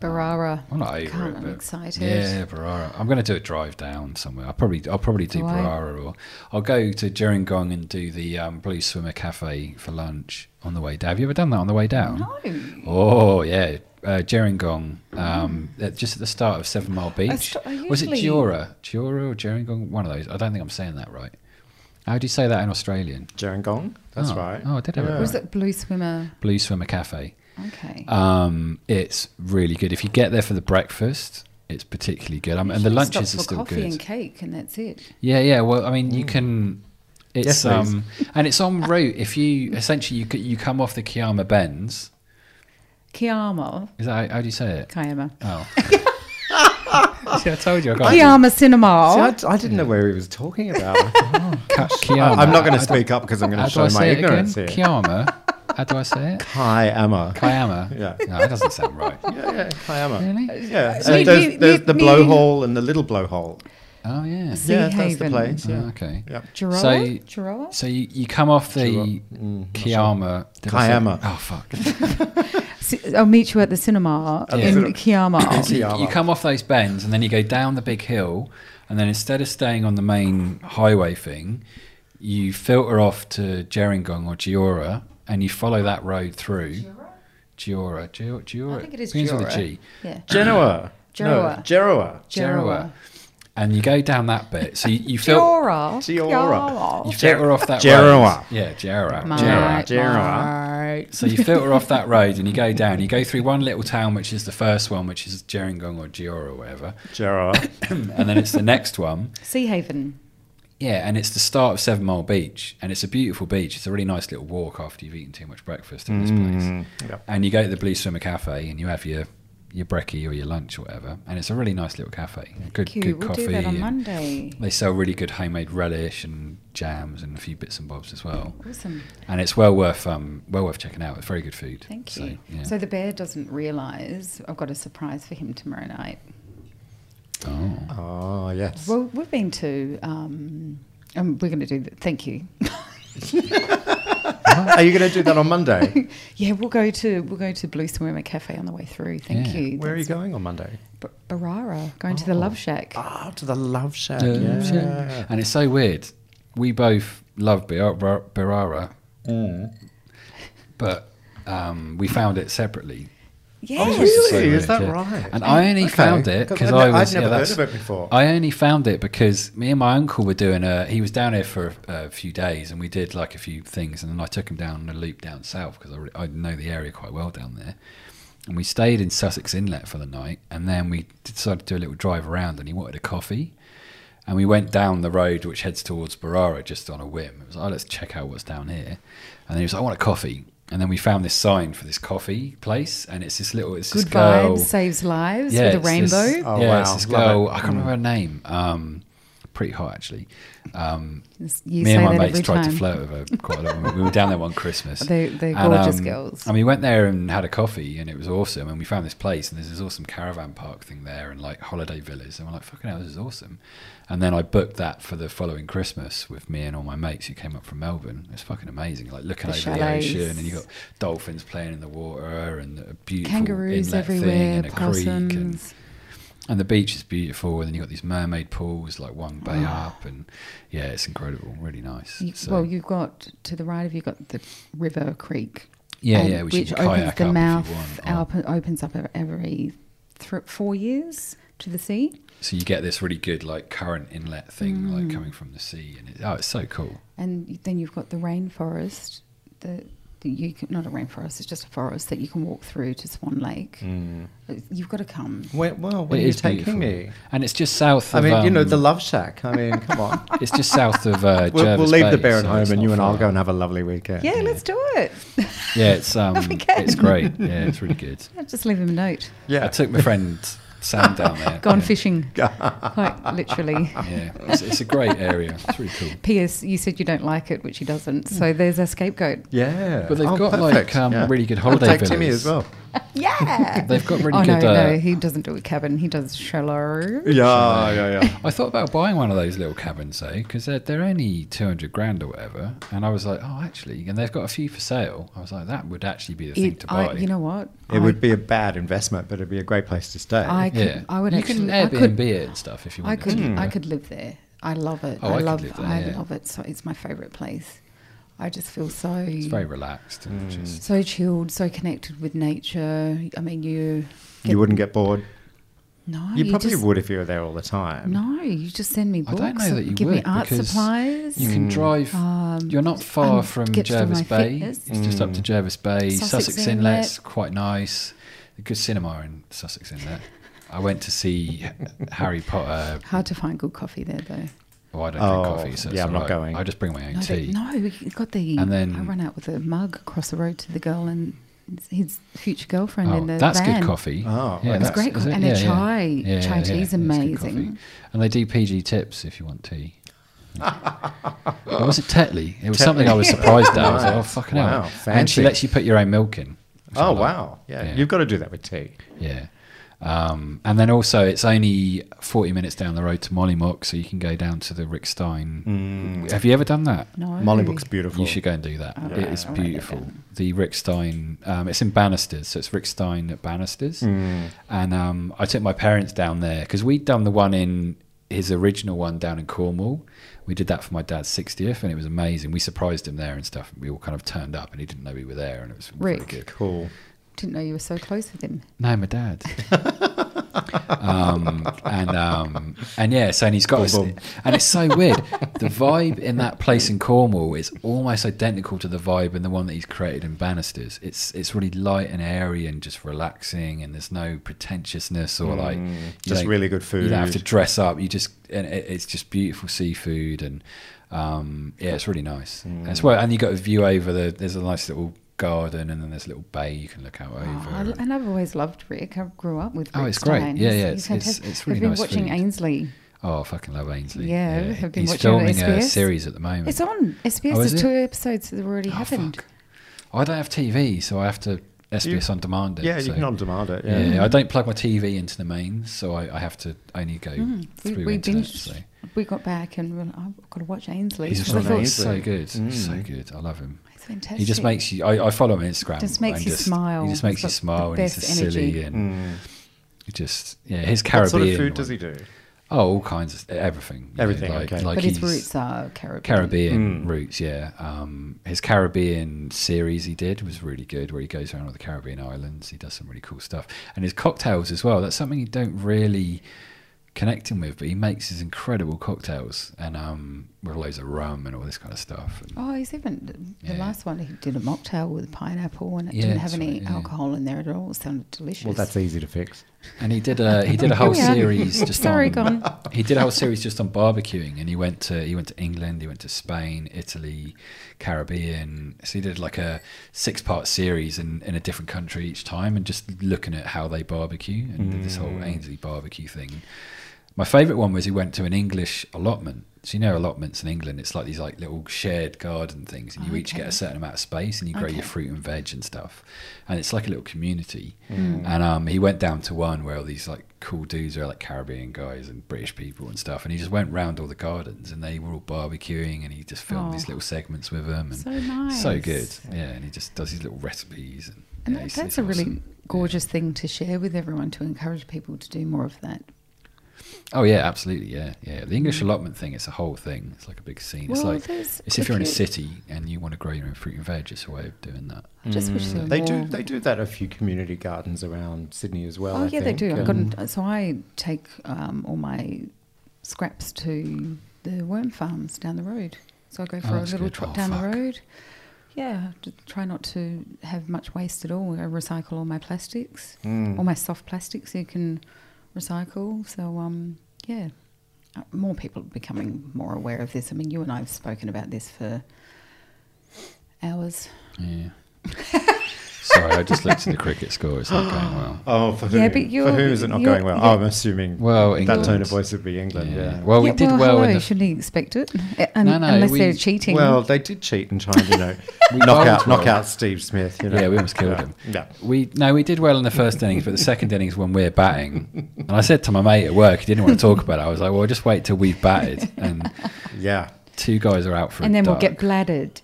Speaker 2: Barara.
Speaker 1: I'm not over
Speaker 2: God,
Speaker 1: it.
Speaker 2: I'm
Speaker 1: but-
Speaker 2: excited.
Speaker 1: Yeah, Barara. I'm going to do a drive down somewhere. I'll probably. I'll probably do
Speaker 2: Why?
Speaker 1: Barara or I'll go to Jeringong and do the um, Blue Swimmer Cafe for lunch on the way down. Have you ever done that on the way down?
Speaker 2: No.
Speaker 1: Oh yeah, uh, Jeringong. Um, at- just at the start of Seven Mile Beach.
Speaker 2: st- I
Speaker 1: Was it
Speaker 2: Mm. usually-
Speaker 1: Jura, Jura or Jeringong? One of those. I don't think I'm saying that right. How do you say that in Australian?
Speaker 3: Gerangong. That's
Speaker 1: Oh.
Speaker 3: right.
Speaker 1: Oh, I did have it
Speaker 3: Yeah.
Speaker 1: right.
Speaker 2: Was it Blue Swimmer?
Speaker 1: Blue Swimmer Cafe.
Speaker 2: Okay.
Speaker 1: Um, it's really good. If you get there for the breakfast, it's particularly good. Um, and the
Speaker 2: Usually stop
Speaker 1: lunches are
Speaker 2: for
Speaker 1: still
Speaker 2: coffee
Speaker 1: good.
Speaker 2: and Mm. cake, and that's it.
Speaker 1: Yeah, yeah. Well, I mean, you can. It's
Speaker 3: Yes, please.
Speaker 1: um, and it's en route. If you essentially you c- you come off the Kiama Bends.
Speaker 2: Kiama.
Speaker 1: Is that how, how do you say it?
Speaker 2: Kiama.
Speaker 1: Oh. See, I told you. I got
Speaker 2: Kiama Cinema.
Speaker 1: Oh,
Speaker 3: See, I, d- I didn't know where he was talking about.
Speaker 1: Ka-
Speaker 3: I,
Speaker 1: Kiama.
Speaker 3: am not going
Speaker 1: I-
Speaker 3: to speak up because I'm going
Speaker 1: How
Speaker 3: to
Speaker 1: do I
Speaker 3: show my
Speaker 1: say it again?
Speaker 3: ignorance here.
Speaker 1: Kiama. How do I say it?
Speaker 3: Hi, Emma.
Speaker 1: Kiama.
Speaker 3: Yeah.
Speaker 1: No, that doesn't sound right.
Speaker 3: Yeah, yeah, hi, Emma.
Speaker 1: Really?
Speaker 3: Yeah,
Speaker 2: So
Speaker 3: uh,
Speaker 2: you-
Speaker 3: there's,
Speaker 2: you-
Speaker 3: there's
Speaker 2: you-
Speaker 3: the
Speaker 2: you-
Speaker 3: blowhole and the little blowhole.
Speaker 1: Oh yeah.
Speaker 2: Sea
Speaker 3: yeah, that's the
Speaker 2: Haven.
Speaker 3: place. Yeah.
Speaker 1: Oh, okay.
Speaker 3: Yep.
Speaker 2: Jiroa?
Speaker 1: So-
Speaker 2: Jiroa?
Speaker 1: So you, you come off the Kiama. did I say-
Speaker 3: Kiama.
Speaker 1: Oh fuck.
Speaker 2: Si- I'll meet you at the cinema
Speaker 1: the
Speaker 2: in
Speaker 3: cinema.
Speaker 2: Kiama.
Speaker 1: you,
Speaker 3: Kiama.
Speaker 1: you come off those bends and then you go down the big hill and then instead of staying on the main highway thing you filter off to Jeringong or Giora and you follow that road through Giora Giora, Giora.
Speaker 2: I think it is
Speaker 1: begins with a
Speaker 2: Giora.
Speaker 1: G
Speaker 2: yeah.
Speaker 3: Genoa. No,
Speaker 2: Jeroa.
Speaker 3: Jeroa.
Speaker 1: Giora and you go down that bit so you, you filter
Speaker 2: Jora.
Speaker 3: Jiora.
Speaker 1: you filter off that
Speaker 3: Jeroa.
Speaker 1: road yeah
Speaker 2: My,
Speaker 1: Giora
Speaker 3: Jera,
Speaker 2: my.
Speaker 3: Jera.
Speaker 1: so you filter off that road and you go down you go through one little town which is the first one which is Jeringong or Giora or whatever
Speaker 3: Jeroa.
Speaker 1: and then it's the next one
Speaker 2: Sea Haven.
Speaker 1: Yeah, and it's the start of Seven Mile Beach, and it's a beautiful beach. It's a really nice little walk after you've eaten too much breakfast in this
Speaker 3: Mm.
Speaker 1: place.
Speaker 3: yep.
Speaker 1: And you go to the Blue Swimmer Cafe and you have your your brekkie or your lunch or whatever, and it's a really nice little cafe. Good,
Speaker 2: Q.
Speaker 1: good
Speaker 2: We'll
Speaker 1: coffee.
Speaker 2: do that on
Speaker 1: and
Speaker 2: Monday.
Speaker 1: they sell really good homemade relish and jams and a few bits and bobs as well.
Speaker 2: Awesome.
Speaker 1: And it's well worth um, well worth checking out. It's very good food.
Speaker 2: Thank
Speaker 1: So,
Speaker 2: you. So,
Speaker 1: yeah.
Speaker 2: the bear doesn't realise I've got a surprise for him tomorrow night.
Speaker 1: oh.
Speaker 3: Oh, yes.
Speaker 2: Well, we've been to, um, and we're going to do that. Thank you.
Speaker 3: Are you going to do that on Monday?
Speaker 2: Yeah, we'll go to we'll go to Blue Swimmer Cafe on the way through. Thank
Speaker 1: Yeah. Oh.
Speaker 2: you.
Speaker 3: Where are you going on Monday?
Speaker 2: B- Barara, going to the Love Shack.
Speaker 3: Ah, to the Love Shack.
Speaker 1: Yeah. Uh, And it's so weird. We both love Birara, Birara Mm. but um, we found it separately.
Speaker 2: Yes.
Speaker 1: Which is so
Speaker 3: Really? Is
Speaker 1: weird,
Speaker 3: that
Speaker 1: yeah.
Speaker 3: right?
Speaker 1: And I only
Speaker 3: Okay.
Speaker 1: found it
Speaker 3: 'Cause
Speaker 1: because
Speaker 3: I'd
Speaker 1: I
Speaker 3: ne- I'd
Speaker 1: was. yeah,
Speaker 3: never heard
Speaker 1: that's-
Speaker 3: of it before.
Speaker 1: I only found it because me and my uncle were doing a. He was down here for a, a few days, and we did like a few things, and then I took him down a loop down south because I, re- I know the area quite well down there. And we stayed in Sussex Inlet for the night, and then we decided to do a little drive around, and he wanted a coffee. And we went down the road which heads towards Barara just on a whim. It was like, oh, let's check out what's down here. And then he was like, I want a coffee. And then we found this sign for this coffee place, and it's this little, it's
Speaker 2: Good
Speaker 1: this girl.
Speaker 2: vibes saves lives with a
Speaker 1: it's
Speaker 2: rainbow.
Speaker 1: This,
Speaker 3: Oh,
Speaker 1: yeah,
Speaker 3: wow.
Speaker 1: it's this
Speaker 3: Love
Speaker 1: girl.
Speaker 3: it. Mm.
Speaker 1: I can't remember her name. Um, pretty hot actually. Um,
Speaker 2: you
Speaker 1: me
Speaker 2: say
Speaker 1: and my
Speaker 2: that
Speaker 1: mates
Speaker 2: every
Speaker 1: tried
Speaker 2: time.
Speaker 1: to flirt with her quite a lot. when we- we were down there one Christmas.
Speaker 2: They- they're gorgeous girls.
Speaker 1: And um, we went there and had a coffee, and it was awesome. And we found this place, and there's this awesome caravan park thing there, and like holiday villas. And we're like, fucking hell, this is awesome. And then I booked that for the following Christmas with me and all my mates who came up from Melbourne. It's fucking amazing. Like looking
Speaker 2: The
Speaker 1: over
Speaker 2: chalets.
Speaker 1: the ocean, and you got dolphins playing in the water, and a beautiful
Speaker 2: Kangaroos
Speaker 1: inlet thing,
Speaker 2: everywhere,
Speaker 1: and a creek, and
Speaker 2: possums.
Speaker 1: and the beach is beautiful, and then you've got these mermaid pools, like one bay up, and yeah, it's incredible, really nice.
Speaker 2: Oh. You,
Speaker 1: So-
Speaker 2: Well, you've got to the right of you got the river creek.
Speaker 1: yeah,
Speaker 2: and-
Speaker 1: yeah, which, you can
Speaker 2: opens
Speaker 1: kayak
Speaker 2: the
Speaker 1: up
Speaker 2: mouth
Speaker 1: if you want. Oh,
Speaker 2: open, opens up every thr four years to the sea.
Speaker 1: So you get this really good like current inlet thing,
Speaker 3: Hmm.
Speaker 1: like coming from the sea, and it, oh, it's so cool.
Speaker 2: And then you've got the rainforest, the that you can, not a rainforest, it's just a forest that you can walk through to Swan Lake.
Speaker 1: Mm.
Speaker 2: Uh, You've got to come.
Speaker 3: Mm. Where, well, where
Speaker 1: It
Speaker 3: are you
Speaker 1: is
Speaker 3: taking
Speaker 1: beautiful.
Speaker 3: me?
Speaker 1: And it's just south
Speaker 3: I
Speaker 1: of.
Speaker 3: mean, you know,
Speaker 1: um,
Speaker 3: the Love Shack. I mean, come on.
Speaker 1: It's just south of. Uh,
Speaker 3: We'll, we'll
Speaker 1: Jervis
Speaker 3: leave the
Speaker 1: Bay,
Speaker 3: bear at
Speaker 1: so
Speaker 3: home
Speaker 1: it's
Speaker 3: and
Speaker 1: not
Speaker 3: you and I'll
Speaker 1: far.
Speaker 3: go and have a lovely weekend.
Speaker 2: Yeah, let's do it.
Speaker 1: Yeah, it's um,
Speaker 2: Off we go.
Speaker 1: it's great. Yeah, it's really good.
Speaker 2: I'll just leave him a note.
Speaker 3: Yeah.
Speaker 1: I took my friend Sam down there.
Speaker 2: Gone
Speaker 1: yeah.
Speaker 2: fishing, quite literally.
Speaker 1: Yeah, it's, it's a great area. It's really cool.
Speaker 2: P.S. You said you don't like it, which he doesn't.
Speaker 3: Mm.
Speaker 2: So there's our scapegoat.
Speaker 3: yeah. Oh,
Speaker 1: But they've got, like, um, really good holiday
Speaker 3: I'll take Timmy
Speaker 1: villas.
Speaker 3: as well.
Speaker 2: Yeah.
Speaker 1: They've got really
Speaker 2: oh
Speaker 1: good.
Speaker 2: no,
Speaker 1: uh,
Speaker 2: no, he doesn't do a cabin. He does shallow.
Speaker 3: Yeah, yeah, yeah.
Speaker 1: I thought about buying one of those little cabins though, because they're, they're only 200 grand or whatever. And I was like, oh, actually, and they've got a few for sale. I was like, that would actually be the thing
Speaker 2: It-
Speaker 1: to buy.
Speaker 2: I, you know what?
Speaker 3: It
Speaker 2: I,
Speaker 3: would be a bad investment, but it'd be a great place to stay.
Speaker 2: I could.
Speaker 1: yeah.
Speaker 2: I would.
Speaker 1: you
Speaker 2: actually,
Speaker 1: can
Speaker 2: I
Speaker 1: Airbnb
Speaker 2: could-
Speaker 1: it and stuff if you
Speaker 2: I
Speaker 1: want.
Speaker 2: could
Speaker 3: Mm.
Speaker 2: Mm. I could live there. I love it.
Speaker 1: Oh, I
Speaker 2: I,
Speaker 1: could
Speaker 2: love
Speaker 1: live there,
Speaker 2: I
Speaker 1: yeah.
Speaker 2: love it. So it's my favorite place. I just feel so
Speaker 1: It's very relaxed
Speaker 3: Mm.
Speaker 1: and just.
Speaker 2: so chilled, so connected with nature. I mean, you get-
Speaker 3: you wouldn't get bored.
Speaker 2: no,
Speaker 3: You, probably
Speaker 2: just,
Speaker 3: would if you were there all the time.
Speaker 2: No, you just send me
Speaker 1: I
Speaker 2: books.
Speaker 1: don't know that
Speaker 2: and
Speaker 1: you
Speaker 2: give me
Speaker 1: would,
Speaker 2: art
Speaker 1: because
Speaker 2: supplies.
Speaker 1: You can drive.
Speaker 2: Um,
Speaker 1: you're not far
Speaker 2: and
Speaker 1: from
Speaker 2: get through
Speaker 1: Jervis
Speaker 2: my
Speaker 1: Bay.
Speaker 2: fitness.
Speaker 1: It's just
Speaker 3: Mm.
Speaker 1: up to Jervis Bay.
Speaker 2: Sussex
Speaker 1: Sussex
Speaker 2: Inlet.
Speaker 1: Inlet's quite nice. A good cinema in Sussex Inlet. I went to see Harry Potter.
Speaker 2: Hard to find good coffee there, though.
Speaker 1: Oh, I don't drink
Speaker 3: Oh,
Speaker 1: coffee, so it's
Speaker 3: yeah, I'm
Speaker 1: all
Speaker 3: not
Speaker 1: right.
Speaker 3: going.
Speaker 1: I just bring my own
Speaker 2: No,
Speaker 1: tea.
Speaker 2: they, no, you got the.
Speaker 1: And then-
Speaker 2: I ran out with a mug across the road to the girl and his future girlfriend in the
Speaker 1: Oh, that's
Speaker 2: van.
Speaker 1: good coffee.
Speaker 3: Oh, okay.
Speaker 1: that's
Speaker 3: It's
Speaker 2: great
Speaker 1: is
Speaker 2: coffee.
Speaker 1: it?
Speaker 2: And the chai- chai
Speaker 1: that's
Speaker 2: tea's
Speaker 1: good coffee.
Speaker 2: amazing.
Speaker 1: And they do PG tips if you want tea. or was it Tetley? It was something I was surprised at. I was like, oh,
Speaker 3: Nice.
Speaker 1: fucking
Speaker 3: Wow,
Speaker 1: hell. And she
Speaker 3: fancy.
Speaker 1: lets you put your own milk in. which I
Speaker 3: Oh,
Speaker 1: like.
Speaker 3: wow. Yeah,
Speaker 1: Yeah.
Speaker 3: You've got to do that with tea.
Speaker 1: Yeah. Um, and then also, it's only 40 minutes down the road to Mollymook, so you can go down to the Rick Stein.
Speaker 3: Mm.
Speaker 1: Have you ever done that?
Speaker 2: No.
Speaker 3: Molly Book's beautiful.
Speaker 1: You should go and do that.
Speaker 2: All
Speaker 1: It
Speaker 2: right,
Speaker 1: is
Speaker 2: I'll write that
Speaker 1: beautiful.
Speaker 2: down.
Speaker 1: The Rick Stein, um, it's in Bannisters, so it's Rick Stein at Bannisters. And um, I took my parents down there because we'd done the one in his original one down in Cornwall. We did that for my dad's 60th, and it was amazing. We surprised him there and stuff. We all kind of turned up, and he didn't know we were there, and it was really
Speaker 2: Rick.
Speaker 1: good.
Speaker 3: Cool.
Speaker 2: Didn't know you were so close with him.
Speaker 1: No, my dad. um, and um, and yeah, so and he's got,
Speaker 3: Boom,
Speaker 1: us,
Speaker 3: boom.
Speaker 1: and it's so weird. The vibe in that place in Cornwall is almost identical to the vibe in the one that he's created in Bannisters. It's it's really light and airy and just relaxing, and there's no pretentiousness or like you
Speaker 3: Mm, just
Speaker 1: don't-
Speaker 3: really good
Speaker 1: You don't have to
Speaker 3: food.
Speaker 1: dress up. You just and it, it's just beautiful seafood, and um, yeah, it's really nice. And
Speaker 3: Mm.
Speaker 1: it's well, and you got a view over the. There's a nice little garden, and then there's a little bay you can look out over.
Speaker 2: Oh, I- and I've always loved Rick. I grew up with.
Speaker 1: Oh,
Speaker 2: Rick
Speaker 1: it's great.
Speaker 2: Stein.
Speaker 1: Yeah,
Speaker 2: He's-
Speaker 1: yeah, it's-
Speaker 2: he's
Speaker 1: it's-
Speaker 2: fantastic.
Speaker 1: it's really
Speaker 2: I've been
Speaker 1: nice
Speaker 2: watching
Speaker 1: food.
Speaker 2: Ainsley.
Speaker 1: Oh, I fucking love Ainsley.
Speaker 2: Yeah, have been
Speaker 1: he's
Speaker 2: watching on
Speaker 1: filming a
Speaker 2: SBS.
Speaker 1: series at the moment.
Speaker 2: It's on SBS.
Speaker 1: Oh, is
Speaker 2: There's
Speaker 1: it?
Speaker 2: two episodes that have already
Speaker 1: Oh,
Speaker 2: happened.
Speaker 1: fuck. I don't have TV, so I have to SBS
Speaker 3: You-
Speaker 1: on demand. It,
Speaker 3: Yeah,
Speaker 1: so-
Speaker 3: you can on demand it.
Speaker 1: Yeah.
Speaker 3: Yeah.
Speaker 1: I don't plug my TV into the mains, so I, I have to only go
Speaker 2: We,
Speaker 1: through
Speaker 2: Hmm. Mm, we
Speaker 1: internet.
Speaker 2: binged.
Speaker 1: So.
Speaker 2: We got back and we I've got to watch Ainsley.
Speaker 1: He's
Speaker 2: Because
Speaker 1: so
Speaker 2: I thought,
Speaker 1: nice,
Speaker 3: Ainsley.
Speaker 1: so
Speaker 3: Mm.
Speaker 1: good, so good. I love him.
Speaker 2: It's fantastic.
Speaker 1: He just makes you. I, I follow him on Instagram.
Speaker 2: Just makes
Speaker 1: and
Speaker 2: you smile.
Speaker 1: He just makes you
Speaker 2: He's got the
Speaker 1: smile, and he's
Speaker 2: best
Speaker 1: just silly
Speaker 2: energy.
Speaker 1: and he just yeah. His
Speaker 3: Mm. What
Speaker 1: Caribbean.
Speaker 3: sort of food does
Speaker 1: one-
Speaker 3: he do?
Speaker 1: Oh, all kinds of everything. you know,
Speaker 3: Everything,
Speaker 1: like,
Speaker 3: okay.
Speaker 1: like
Speaker 2: But his
Speaker 1: he's-
Speaker 2: roots are Caribbean.
Speaker 1: Caribbean roots, yeah. Um, his Caribbean series he did was really good, where he goes around all the Caribbean islands. He does some really cool stuff, and his cocktails as well. That's something you don't really connect him with, but he makes his incredible cocktails, and um, with loads of rum and all this kind of stuff. And
Speaker 2: Oh, he's even the
Speaker 1: Yeah.
Speaker 2: last one. He did a mocktail with pineapple, and it
Speaker 1: Yeah,
Speaker 2: didn't have
Speaker 1: that's
Speaker 2: any
Speaker 1: right, yeah.
Speaker 2: alcohol in there at all. It sounded delicious.
Speaker 3: Well, that's easy to fix.
Speaker 1: And he did a he did a whole
Speaker 2: Here we are.
Speaker 1: series just
Speaker 2: Sorry,
Speaker 1: on
Speaker 2: gone.
Speaker 1: he did a whole series just on barbecuing, and he went to he went to England, he went to Spain, Italy, Caribbean. So he did like a six part series in in a different country each time, and just looking at how they barbecue and did this whole Ainsley barbecue thing. My favourite one was he went to an English allotment. So you know allotments in England, it's like these like little shared garden things, and you each get a certain amount of space, and you grow your fruit and veg and stuff. And it's like a little community.
Speaker 2: Mm.
Speaker 1: And um, he went down to one where all these like cool dudes are like Caribbean guys and British people and stuff, and he just went round all the gardens, and they were all barbecuing, and he just filmed
Speaker 2: Oh.
Speaker 1: these little segments with them, and
Speaker 2: So nice.
Speaker 1: so good, yeah. And he just does these little recipes, and,
Speaker 2: And
Speaker 1: yeah,
Speaker 2: that,
Speaker 1: he's-
Speaker 2: that's
Speaker 1: he's
Speaker 2: a really
Speaker 1: awesome.
Speaker 2: gorgeous thing to share with everyone to encourage people to do more of that.
Speaker 1: Oh yeah, absolutely. Yeah, yeah. The English allotment thing—it's a whole thing. It's like a big scene. it's
Speaker 2: Mm. Well,
Speaker 1: like
Speaker 2: there's-
Speaker 1: it's if you're in a
Speaker 2: if you-
Speaker 1: city and you want to grow your own fruit and veg. It's a way of doing that.
Speaker 2: I just
Speaker 1: Mm.
Speaker 2: wish there were
Speaker 3: They
Speaker 2: more.
Speaker 3: do. They do that at a few community gardens around Sydney as well.
Speaker 2: oh
Speaker 3: I
Speaker 2: yeah, they
Speaker 3: think.
Speaker 2: do. I've
Speaker 3: Um,
Speaker 2: got an- so I take um, all my scraps to the worm farms down the road. So I go for a
Speaker 1: that's
Speaker 2: little
Speaker 1: good.
Speaker 2: trot
Speaker 1: Oh,
Speaker 2: down
Speaker 1: fuck.
Speaker 2: the road. yeah, to try not to have much waste at all. I recycle all my plastics,
Speaker 3: Mm.
Speaker 2: all my soft plastics you can recycle. So, um, yeah, Uh, more people are becoming more aware of this. I mean, you and I have spoken about this for hours.
Speaker 1: Yeah. Sorry, I just looked at the cricket score. It's not going well.
Speaker 3: Oh, for who?
Speaker 2: Yeah, but
Speaker 3: for
Speaker 2: you're-
Speaker 3: who is it not
Speaker 2: you're-
Speaker 3: going well? Oh,
Speaker 2: you're-
Speaker 3: I'm assuming
Speaker 1: Well, England.
Speaker 3: that tone of voice would be England. Yeah.
Speaker 1: Well, we
Speaker 2: Yeah,
Speaker 1: did well,
Speaker 2: hello,
Speaker 1: in the
Speaker 2: shouldn't you expect it? Uh, un-
Speaker 1: No, no,
Speaker 2: unless
Speaker 1: we-
Speaker 2: they're cheating.
Speaker 3: Well, they did cheat and try and you know
Speaker 1: We
Speaker 3: knock out
Speaker 1: bowled well.
Speaker 3: knock out Steve Smith. You know.
Speaker 1: Yeah, we almost killed him.
Speaker 3: Yeah.
Speaker 1: We no, we did well in the first innings, but the second innings when we're batting, and I said to my mate at work, he didn't want to talk about it. I was like, "Well, just wait till we've batted, and
Speaker 3: Yeah.
Speaker 1: two guys are out for."
Speaker 2: and
Speaker 1: a
Speaker 2: then we'll
Speaker 1: duck.
Speaker 2: get bladdered.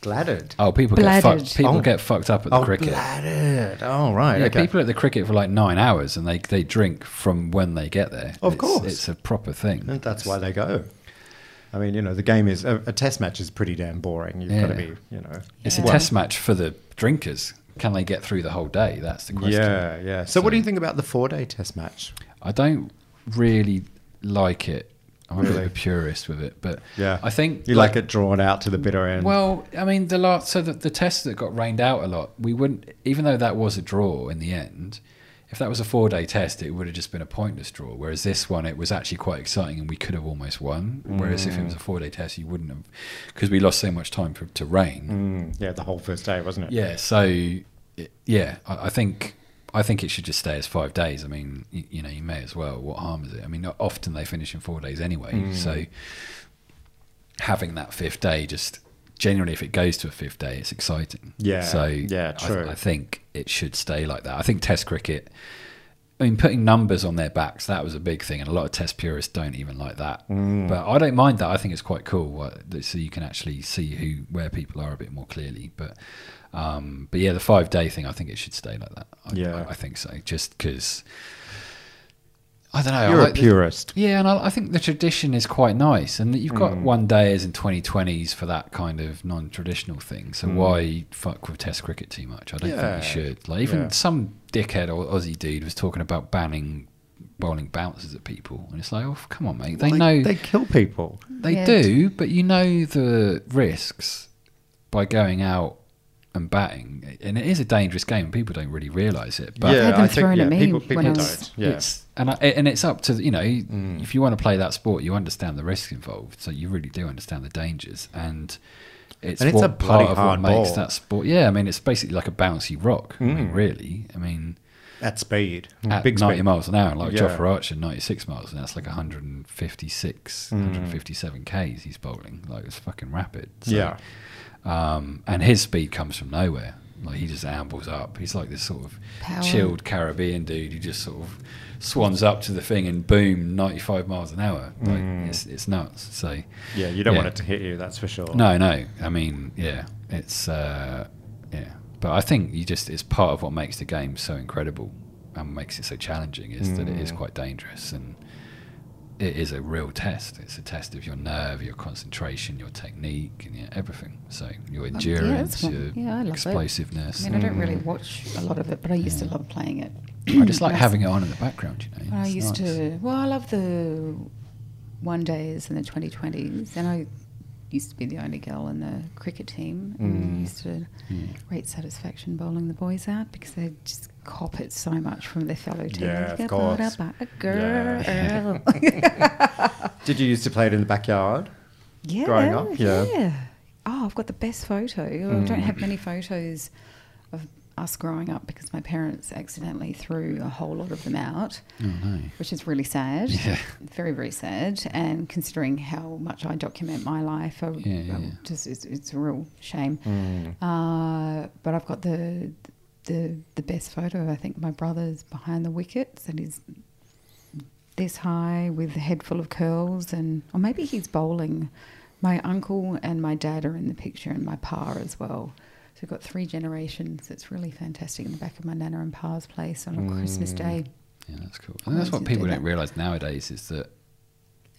Speaker 3: Gladded.
Speaker 1: Oh, people get
Speaker 2: bladdered.
Speaker 1: fucked. People
Speaker 3: Oh.
Speaker 1: get fucked up at the
Speaker 3: Oh,
Speaker 1: cricket.
Speaker 3: gladded. Oh, right.
Speaker 1: Yeah,
Speaker 3: okay.
Speaker 1: people at the cricket for like nine hours, and they they drink from when they get there.
Speaker 3: Of
Speaker 1: It's-
Speaker 3: course.
Speaker 1: it's a proper thing.
Speaker 3: And that's why they go. I mean, you know, the game is a, a test match is pretty damn boring. You've got to
Speaker 1: Yeah.
Speaker 3: be, you know.
Speaker 1: It's a
Speaker 2: Yeah.
Speaker 1: test match for the drinkers. Can they get through the whole day? That's the question.
Speaker 3: Yeah, yeah. So, what do you think about the four-day test match?
Speaker 1: I don't really like it. I'm a bit
Speaker 3: Really?
Speaker 1: of a purist with it, but
Speaker 3: Yeah,
Speaker 1: I think
Speaker 3: you like, it drawn out to the bitter end.
Speaker 1: Well, I mean, the lot so the, the tests that got rained out a lot, we wouldn't even though that was a draw in the end. If that was a four day test, it would have just been a pointless draw. Whereas this one, it was actually quite exciting and we could have almost won. Whereas if it
Speaker 3: Mm.
Speaker 1: was a four day test, you wouldn't have because we lost so much time for, to rain.
Speaker 3: Mm, yeah, the whole first day, wasn't it?
Speaker 1: Yeah. So, it- yeah, I, I think I think it should just stay as five days. I mean, you, you know, you may as well. What harm is it? I mean, o- often they finish in four days anyway.
Speaker 3: Hmm.
Speaker 1: So, having that fifth day, just generally, if it goes to a fifth day, it's exciting.
Speaker 3: Yeah,
Speaker 1: So
Speaker 3: yeah,
Speaker 1: I-
Speaker 3: true.
Speaker 1: I, think it should stay like that. I think Test cricket. I mean, putting numbers on their backs, that was a big thing, and a lot of test purists don't even like that.
Speaker 3: Mm.
Speaker 1: But I don't mind that. I think it's quite cool. uh, that- So you can actually see who where people are a bit more clearly. But um, but yeah, the five day thing, I think it should stay like that. I,
Speaker 3: Yeah.
Speaker 1: I, I think so. Just because I don't know. I
Speaker 3: You're a
Speaker 1: like the-
Speaker 3: purist.
Speaker 1: yeah, and I, I think the tradition is quite nice, and that you've
Speaker 3: Mm.
Speaker 1: got one day as in 2020s for that kind of non-traditional thing. So why fuck with Test cricket too much? I don't think
Speaker 3: Mm. Yeah.
Speaker 1: you should. Like even
Speaker 3: Yeah.
Speaker 1: some dickhead or Aussie dude was talking about banning bowling bouncers at people, and it's like, oh come on, mate. They
Speaker 3: Well,
Speaker 1: know
Speaker 3: they kill people.
Speaker 1: they
Speaker 2: Yeah.
Speaker 1: do, but you know the risks by going out and batting, and it is a dangerous game. and People don't really realise it, but
Speaker 2: Yeah. had them thrown at me
Speaker 3: people,
Speaker 2: when
Speaker 3: people
Speaker 2: I
Speaker 3: don't.
Speaker 2: was-
Speaker 3: yeah. Mm.
Speaker 1: it's and I, and it's up to you know if you want to play that sport, you understand the risks involved, so you really do understand the dangers, and it's,
Speaker 3: And it's
Speaker 1: what
Speaker 3: a bloody
Speaker 1: part of
Speaker 3: hard
Speaker 1: what makes
Speaker 3: ball.
Speaker 1: that sport. Yeah, I mean it's basically like a bouncy rock. I mean, really, I mean
Speaker 3: at speed,
Speaker 1: at
Speaker 3: Mm, big
Speaker 1: 90
Speaker 3: speed.
Speaker 1: miles an hour, like
Speaker 3: Yeah.
Speaker 1: Joffrey Archer, 96 miles, and that's like 156,
Speaker 3: Mm.
Speaker 1: 157 k's he's bowling. Like it's fucking rapid. So,
Speaker 3: Yeah,
Speaker 1: Um, and his speed comes from nowhere. Like he just ambles up. He's like this sort of
Speaker 2: Power.
Speaker 1: chilled Caribbean dude who just sort of swans up to the thing and boom, 95 miles an hour. Like it's, it's nuts. So
Speaker 3: yeah. You don't
Speaker 1: Yeah.
Speaker 3: want it to hit you. That's for sure.
Speaker 1: no, no. I mean, yeah, it's uh, yeah, but I think you just it's part of what makes the game so incredible and makes it so challenging is that it is quite dangerous and it is a real test. It's a test of your nerve, your concentration, your technique, and yeah, everything. So your endurance,
Speaker 2: one-
Speaker 1: your
Speaker 2: yeah, I love it. I
Speaker 1: explosiveness.
Speaker 2: mean, I don't really watch a lot of it, but I used to love playing it.
Speaker 1: I just like
Speaker 2: Nice.
Speaker 1: having it on in the background. You know,
Speaker 2: When I
Speaker 1: It's
Speaker 2: used
Speaker 1: nice.
Speaker 2: to, well, I love the one days and the 2020s, and I used to be the only girl in the cricket team. And I used to great satisfaction bowling the boys out because they just cop it so much from their fellow team.
Speaker 3: Yeah, of
Speaker 2: Get bowled out
Speaker 3: course.
Speaker 2: by a girl.
Speaker 3: Yeah.
Speaker 2: Yeah.
Speaker 3: Did you used to play it in the backyard? Growing up, yeah. Mm.
Speaker 2: Oh, I've got the best photo. I don't have many photos of us growing up because my parents accidentally threw a whole lot of them out.
Speaker 3: Mm.
Speaker 1: Oh no.
Speaker 2: which is really sad.
Speaker 1: Yeah.
Speaker 2: Very, very sad. And considering how much I document my life, I,
Speaker 1: Yeah, yeah, Mm.
Speaker 2: I
Speaker 1: yeah.
Speaker 2: just it's, it's a real shame. Uh, but I've got the the the best photo. I think my brother's behind the wickets and he's this high with a head full of curls, and or maybe he's bowling. My uncle and my dad are in the picture, and my pa as well. So we've got three generations. It's really fantastic in the back of my nana and pa's place on a
Speaker 1: Mm.
Speaker 2: Christmas day.
Speaker 1: Yeah, that's cool.
Speaker 2: I
Speaker 1: And that's
Speaker 2: always
Speaker 1: what
Speaker 2: did
Speaker 1: people
Speaker 2: that.
Speaker 1: don't realise nowadays is that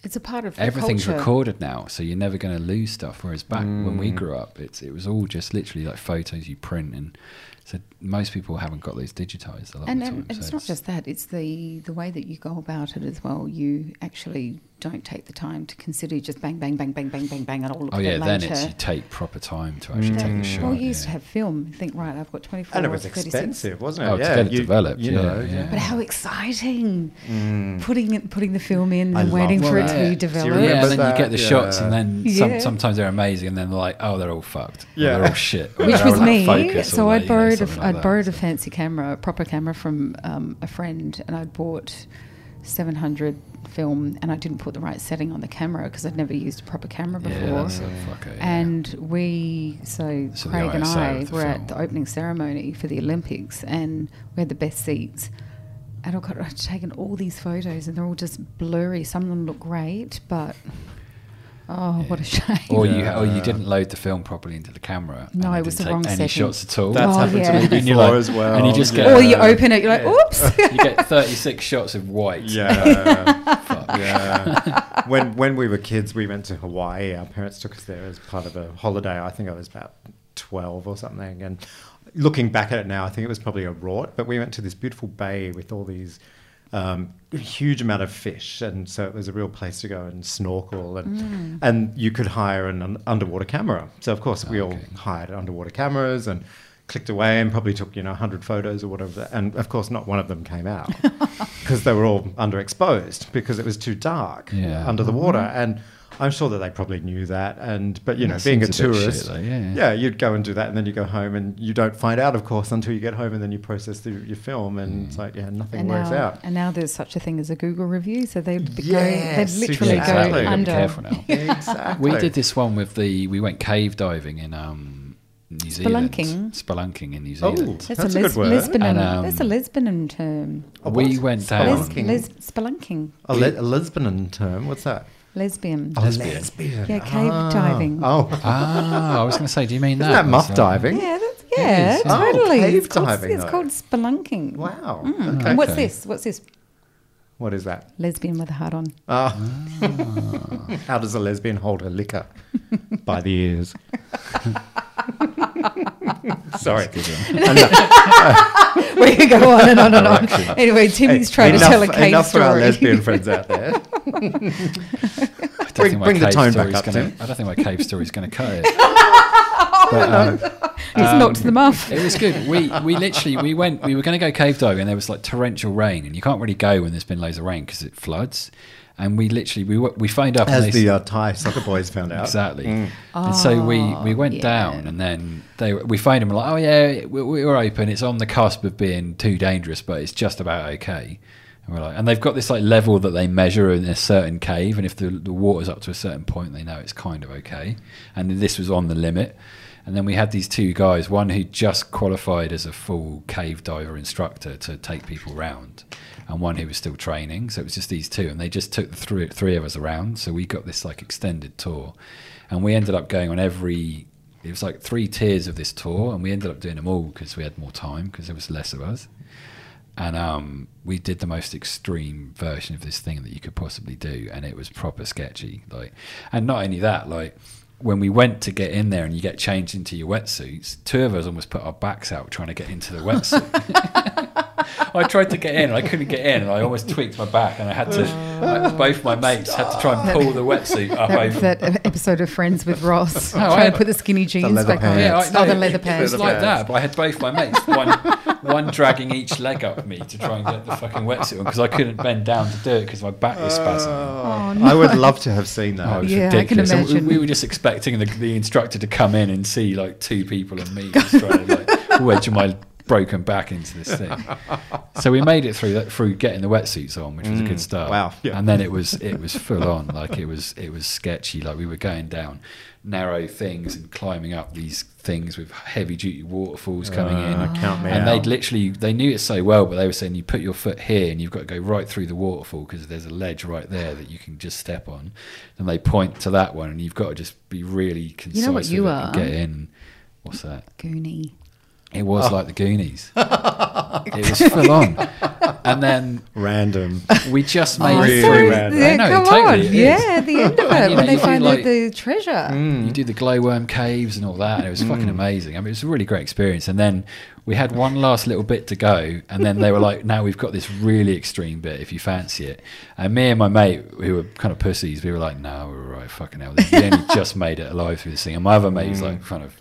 Speaker 2: It's a part of the
Speaker 1: everything's
Speaker 2: culture. Mm.
Speaker 1: recorded now, so you're never going to lose stuff. Whereas back when we grew up, it's it was all just literally like photos you print and So most people haven't got these digitized a lot
Speaker 2: And,
Speaker 1: of the
Speaker 2: and
Speaker 1: time.
Speaker 2: it's
Speaker 1: so
Speaker 2: not just that, it's the, the way that you go about it as well. You actually don't take the time to consider, you just bang, bang, bang, bang, bang, bang, bang, and I'll look
Speaker 1: Oh
Speaker 2: at
Speaker 1: yeah,
Speaker 2: it
Speaker 1: then
Speaker 2: later.
Speaker 1: it's you take proper time to actually
Speaker 2: Yeah.
Speaker 1: take the shot.
Speaker 2: Mm. Well, you used
Speaker 1: yeah.
Speaker 2: to have film. You think, right, I've got 24
Speaker 3: And it
Speaker 2: hours,
Speaker 3: was
Speaker 2: 36.
Speaker 3: expensive, wasn't it?
Speaker 1: Oh, to get it developed, yeah,
Speaker 2: But
Speaker 1: yeah.
Speaker 2: how exciting! Putting it, putting the film in
Speaker 3: Mm. I
Speaker 2: and waiting
Speaker 3: love
Speaker 2: for it
Speaker 1: that.
Speaker 2: to be
Speaker 1: Do you
Speaker 2: developed.
Speaker 1: yeah,
Speaker 3: remember
Speaker 1: and then
Speaker 3: that,
Speaker 1: you get the shots,
Speaker 3: yeah.
Speaker 1: and then some,
Speaker 2: Yeah.
Speaker 1: sometimes they're amazing, and then they're like, oh, they're all fucked. Or
Speaker 3: Yeah.
Speaker 1: they're all shit. Or
Speaker 2: Which
Speaker 1: they're all
Speaker 2: was
Speaker 1: out of
Speaker 2: me.
Speaker 1: focus,
Speaker 2: so
Speaker 1: or
Speaker 2: I
Speaker 1: they- you know,
Speaker 2: borrowed, a
Speaker 1: something
Speaker 2: f-
Speaker 1: like
Speaker 2: I'd
Speaker 1: that.
Speaker 2: borrowed a
Speaker 1: So-
Speaker 2: fancy camera, a proper camera from um, a friend, and I'd bought 700 film, and I didn't put the right setting on the camera because I'd never used a proper camera
Speaker 1: Yeah,
Speaker 2: before.
Speaker 1: that's a fucker, yeah.
Speaker 2: And we, so,
Speaker 1: So the
Speaker 2: Craig and
Speaker 1: ISO
Speaker 2: I
Speaker 1: of the
Speaker 2: were
Speaker 1: film.
Speaker 2: at the opening ceremony for the Olympics, and we had the best seats. And I got, I'd taken all these photos, and they're all just blurry. Some of them look great, but oh, what a shame!
Speaker 1: Or you, or you
Speaker 3: Yeah.
Speaker 1: didn't load the film properly into the camera. and
Speaker 2: No,
Speaker 1: you
Speaker 2: it was
Speaker 1: didn't
Speaker 2: the
Speaker 1: take
Speaker 2: wrong
Speaker 1: any
Speaker 2: setting.
Speaker 1: shots at all.
Speaker 3: That's
Speaker 2: Oh,
Speaker 3: happened
Speaker 2: yeah.
Speaker 3: to me
Speaker 1: And you're
Speaker 3: before
Speaker 1: like-
Speaker 3: as well.
Speaker 1: and you just
Speaker 2: or you
Speaker 1: Yeah.
Speaker 2: open it, you're like, oops.
Speaker 1: you get 36 shots of white.
Speaker 3: Yeah. yeah. When when we were kids, we went to Hawaii. Our parents took us there as part of a holiday. I think I was about twelve or something. And looking back at it now, I think it was probably a rort. But we went to this beautiful bay with all these. Um, huge amount of fish, and so it was a real place to go and snorkel, and and you could hire an un- underwater camera. So of course we all hired underwater cameras and clicked away, and probably took you know hundred photos or whatever. And of course not one of them came out. because they were all underexposed because it was too dark
Speaker 1: Yeah. Mm-hmm.
Speaker 3: under the water and I'm sure that they probably knew that and but you know
Speaker 1: That
Speaker 3: being a
Speaker 1: seems a bit shit,
Speaker 3: tourist
Speaker 1: though, yeah.
Speaker 3: you'd go and do that and then you go home and you don't find out of course until you get home and then you process the, your film and
Speaker 1: Mm.
Speaker 3: it's like yeah nothing
Speaker 2: and
Speaker 3: works
Speaker 2: now,
Speaker 3: out
Speaker 2: And now there's such a thing as a Google review, so they would
Speaker 3: Yes,
Speaker 2: go, they'd literally
Speaker 3: exactly. Gotta
Speaker 2: go
Speaker 3: be
Speaker 2: under.
Speaker 1: careful now.
Speaker 3: exactly
Speaker 1: We did this one with the. We went cave diving in um, New Zealand.
Speaker 2: Spelunking.
Speaker 1: Spelunking in New
Speaker 3: Oh.
Speaker 1: Zealand.
Speaker 2: That's,
Speaker 3: That's
Speaker 2: a,
Speaker 3: a
Speaker 2: Lis-
Speaker 3: good word.
Speaker 2: Lisbon.
Speaker 1: And, um,
Speaker 2: that's a Lisbon term.
Speaker 3: A
Speaker 1: we
Speaker 3: what?
Speaker 1: went down.
Speaker 2: Les-
Speaker 3: um, Spelunking.
Speaker 2: les- spelunking.
Speaker 3: a, le- a lesbian term what's that
Speaker 2: Lesbian.
Speaker 3: A
Speaker 1: Lesbian.
Speaker 3: Oh, lesbian.
Speaker 2: Yeah, cave
Speaker 3: Ah.
Speaker 2: diving.
Speaker 3: oh
Speaker 1: ah, I was going to say, do you mean
Speaker 3: isn't
Speaker 1: that?
Speaker 3: that muff
Speaker 1: It's, uh,
Speaker 3: diving
Speaker 2: Yeah, that's, yeah,
Speaker 1: is.
Speaker 3: Oh,
Speaker 2: totally.
Speaker 3: cave
Speaker 2: it's called,
Speaker 3: diving,
Speaker 2: It's
Speaker 3: though.
Speaker 2: called spelunking.
Speaker 3: wow
Speaker 2: Mm.
Speaker 3: okay
Speaker 2: And what's
Speaker 1: Okay.
Speaker 2: this? What's this?
Speaker 3: what is that
Speaker 2: Lesbian with a heart on.
Speaker 3: Oh. How does a lesbian hold her liquor? By the ears. Sorry.
Speaker 2: Where you go on and on and on.
Speaker 1: Direction.
Speaker 2: Anyway, Timmy's trying
Speaker 3: enough,
Speaker 2: to tell a cave
Speaker 3: enough
Speaker 2: story.
Speaker 3: for our lesbian friends out there.
Speaker 1: I don't
Speaker 3: Bring-
Speaker 1: think my
Speaker 3: bring the
Speaker 1: cave
Speaker 3: tone
Speaker 1: story's
Speaker 3: back up,
Speaker 1: gonna,
Speaker 3: Tim.
Speaker 1: I don't think my cave story's going to cut it. But, um,
Speaker 2: He's
Speaker 3: Um,
Speaker 2: knocked them off.
Speaker 1: It was good. We we literally we went. We were going to go cave diving, and there was like torrential rain, and you can't really go when there's been loads of rain because it floods. And we literally we w- we phoned up
Speaker 3: As
Speaker 1: and they,
Speaker 3: the mm. uh, Thai soccer boys found out.
Speaker 1: exactly. And so we we went
Speaker 2: yeah.
Speaker 1: down, and then they were- we phoned them like, oh yeah, we, we were open. It's on the cusp of being too dangerous, but it's just about okay. And we're like, and they've got this like level that they measure in a certain cave, and if the, the water's up to a certain point, they know it's kind of okay. And this was on the limit. And then we had these two guys, one who just qualified as a full cave diver instructor to take people round, and one who was still training. So it was just these two, and they just took the three, three of us around. So we got this like extended tour, and we ended up going on every. It was like three tiers of this tour, and we ended up doing them all because we had more time because there was less of us. And um, we did the most extreme version of this thing that you could possibly do, and it was proper sketchy. Like, and not only that, like when we went to get in there and you get changed into your wetsuits, two of us almost put our backs out trying to get into the wetsuit. I tried to get in and I couldn't get in, and I almost tweaked my back, and I had to. like, both my mates had to try and pull the wetsuit up over.
Speaker 2: That, that episode of Friends with Ross,
Speaker 1: No, Oh, I-
Speaker 2: trying to put the skinny jeans
Speaker 3: leather
Speaker 2: back on.
Speaker 3: pants.
Speaker 1: Yeah, I,
Speaker 2: oh,
Speaker 1: no,
Speaker 2: the leather
Speaker 1: it-
Speaker 2: pants.
Speaker 1: It was like that, but I had both my mates, one, one dragging each leg up me to try and get the fucking wetsuit on because I couldn't bend down to do it because my back was spasming.
Speaker 2: Oh,
Speaker 3: I would love to have seen that.
Speaker 1: Oh, it was
Speaker 2: Yeah, I can
Speaker 1: ridiculous. And we-
Speaker 2: imagine.
Speaker 1: We, were just expecting the, the instructor to come in and see like two people and me just trying to like wedge my broken back into this thing. So we made it through that through getting the wetsuits on, which was a good start.
Speaker 3: Mm. wow, yeah.
Speaker 1: And then it was it was full on. Like it was it was sketchy. Like we were going down narrow things and climbing up these things with heavy duty waterfalls coming in.
Speaker 3: Uh, count me
Speaker 1: And
Speaker 3: out.
Speaker 1: they'd literally, they knew it so well, but they were saying you put your foot here and you've got to go right through the waterfall because there's a ledge right there that you can just step on. And they point to that one and you've got to just be really concise
Speaker 2: You know what
Speaker 1: with
Speaker 2: you
Speaker 1: it and
Speaker 2: are?
Speaker 1: get in. What's that?
Speaker 2: Goonie.
Speaker 1: It was like the Goonies. it was full on. And then
Speaker 3: Random.
Speaker 1: we just
Speaker 2: Oh,
Speaker 1: made
Speaker 3: Really
Speaker 2: sorry.
Speaker 3: random.
Speaker 2: Yeah,
Speaker 1: I know,
Speaker 2: come
Speaker 1: totally,
Speaker 2: on.
Speaker 1: it is.
Speaker 2: Yeah, the end of
Speaker 1: And, you
Speaker 2: it
Speaker 1: know,
Speaker 2: when they
Speaker 1: you do,
Speaker 2: find out
Speaker 1: like-
Speaker 2: the treasure.
Speaker 1: You do the glowworm caves and all that, and it was fucking amazing. I mean, it was a really great experience. And then we had one last little bit to go, and then they were like, "Now we've got this really extreme bit. If you fancy it," and me and my mate, who were kind of pussies, we were like, "No, we're all right. Fucking hell, we only just made it alive through this thing." And my other mate, he's like, kind of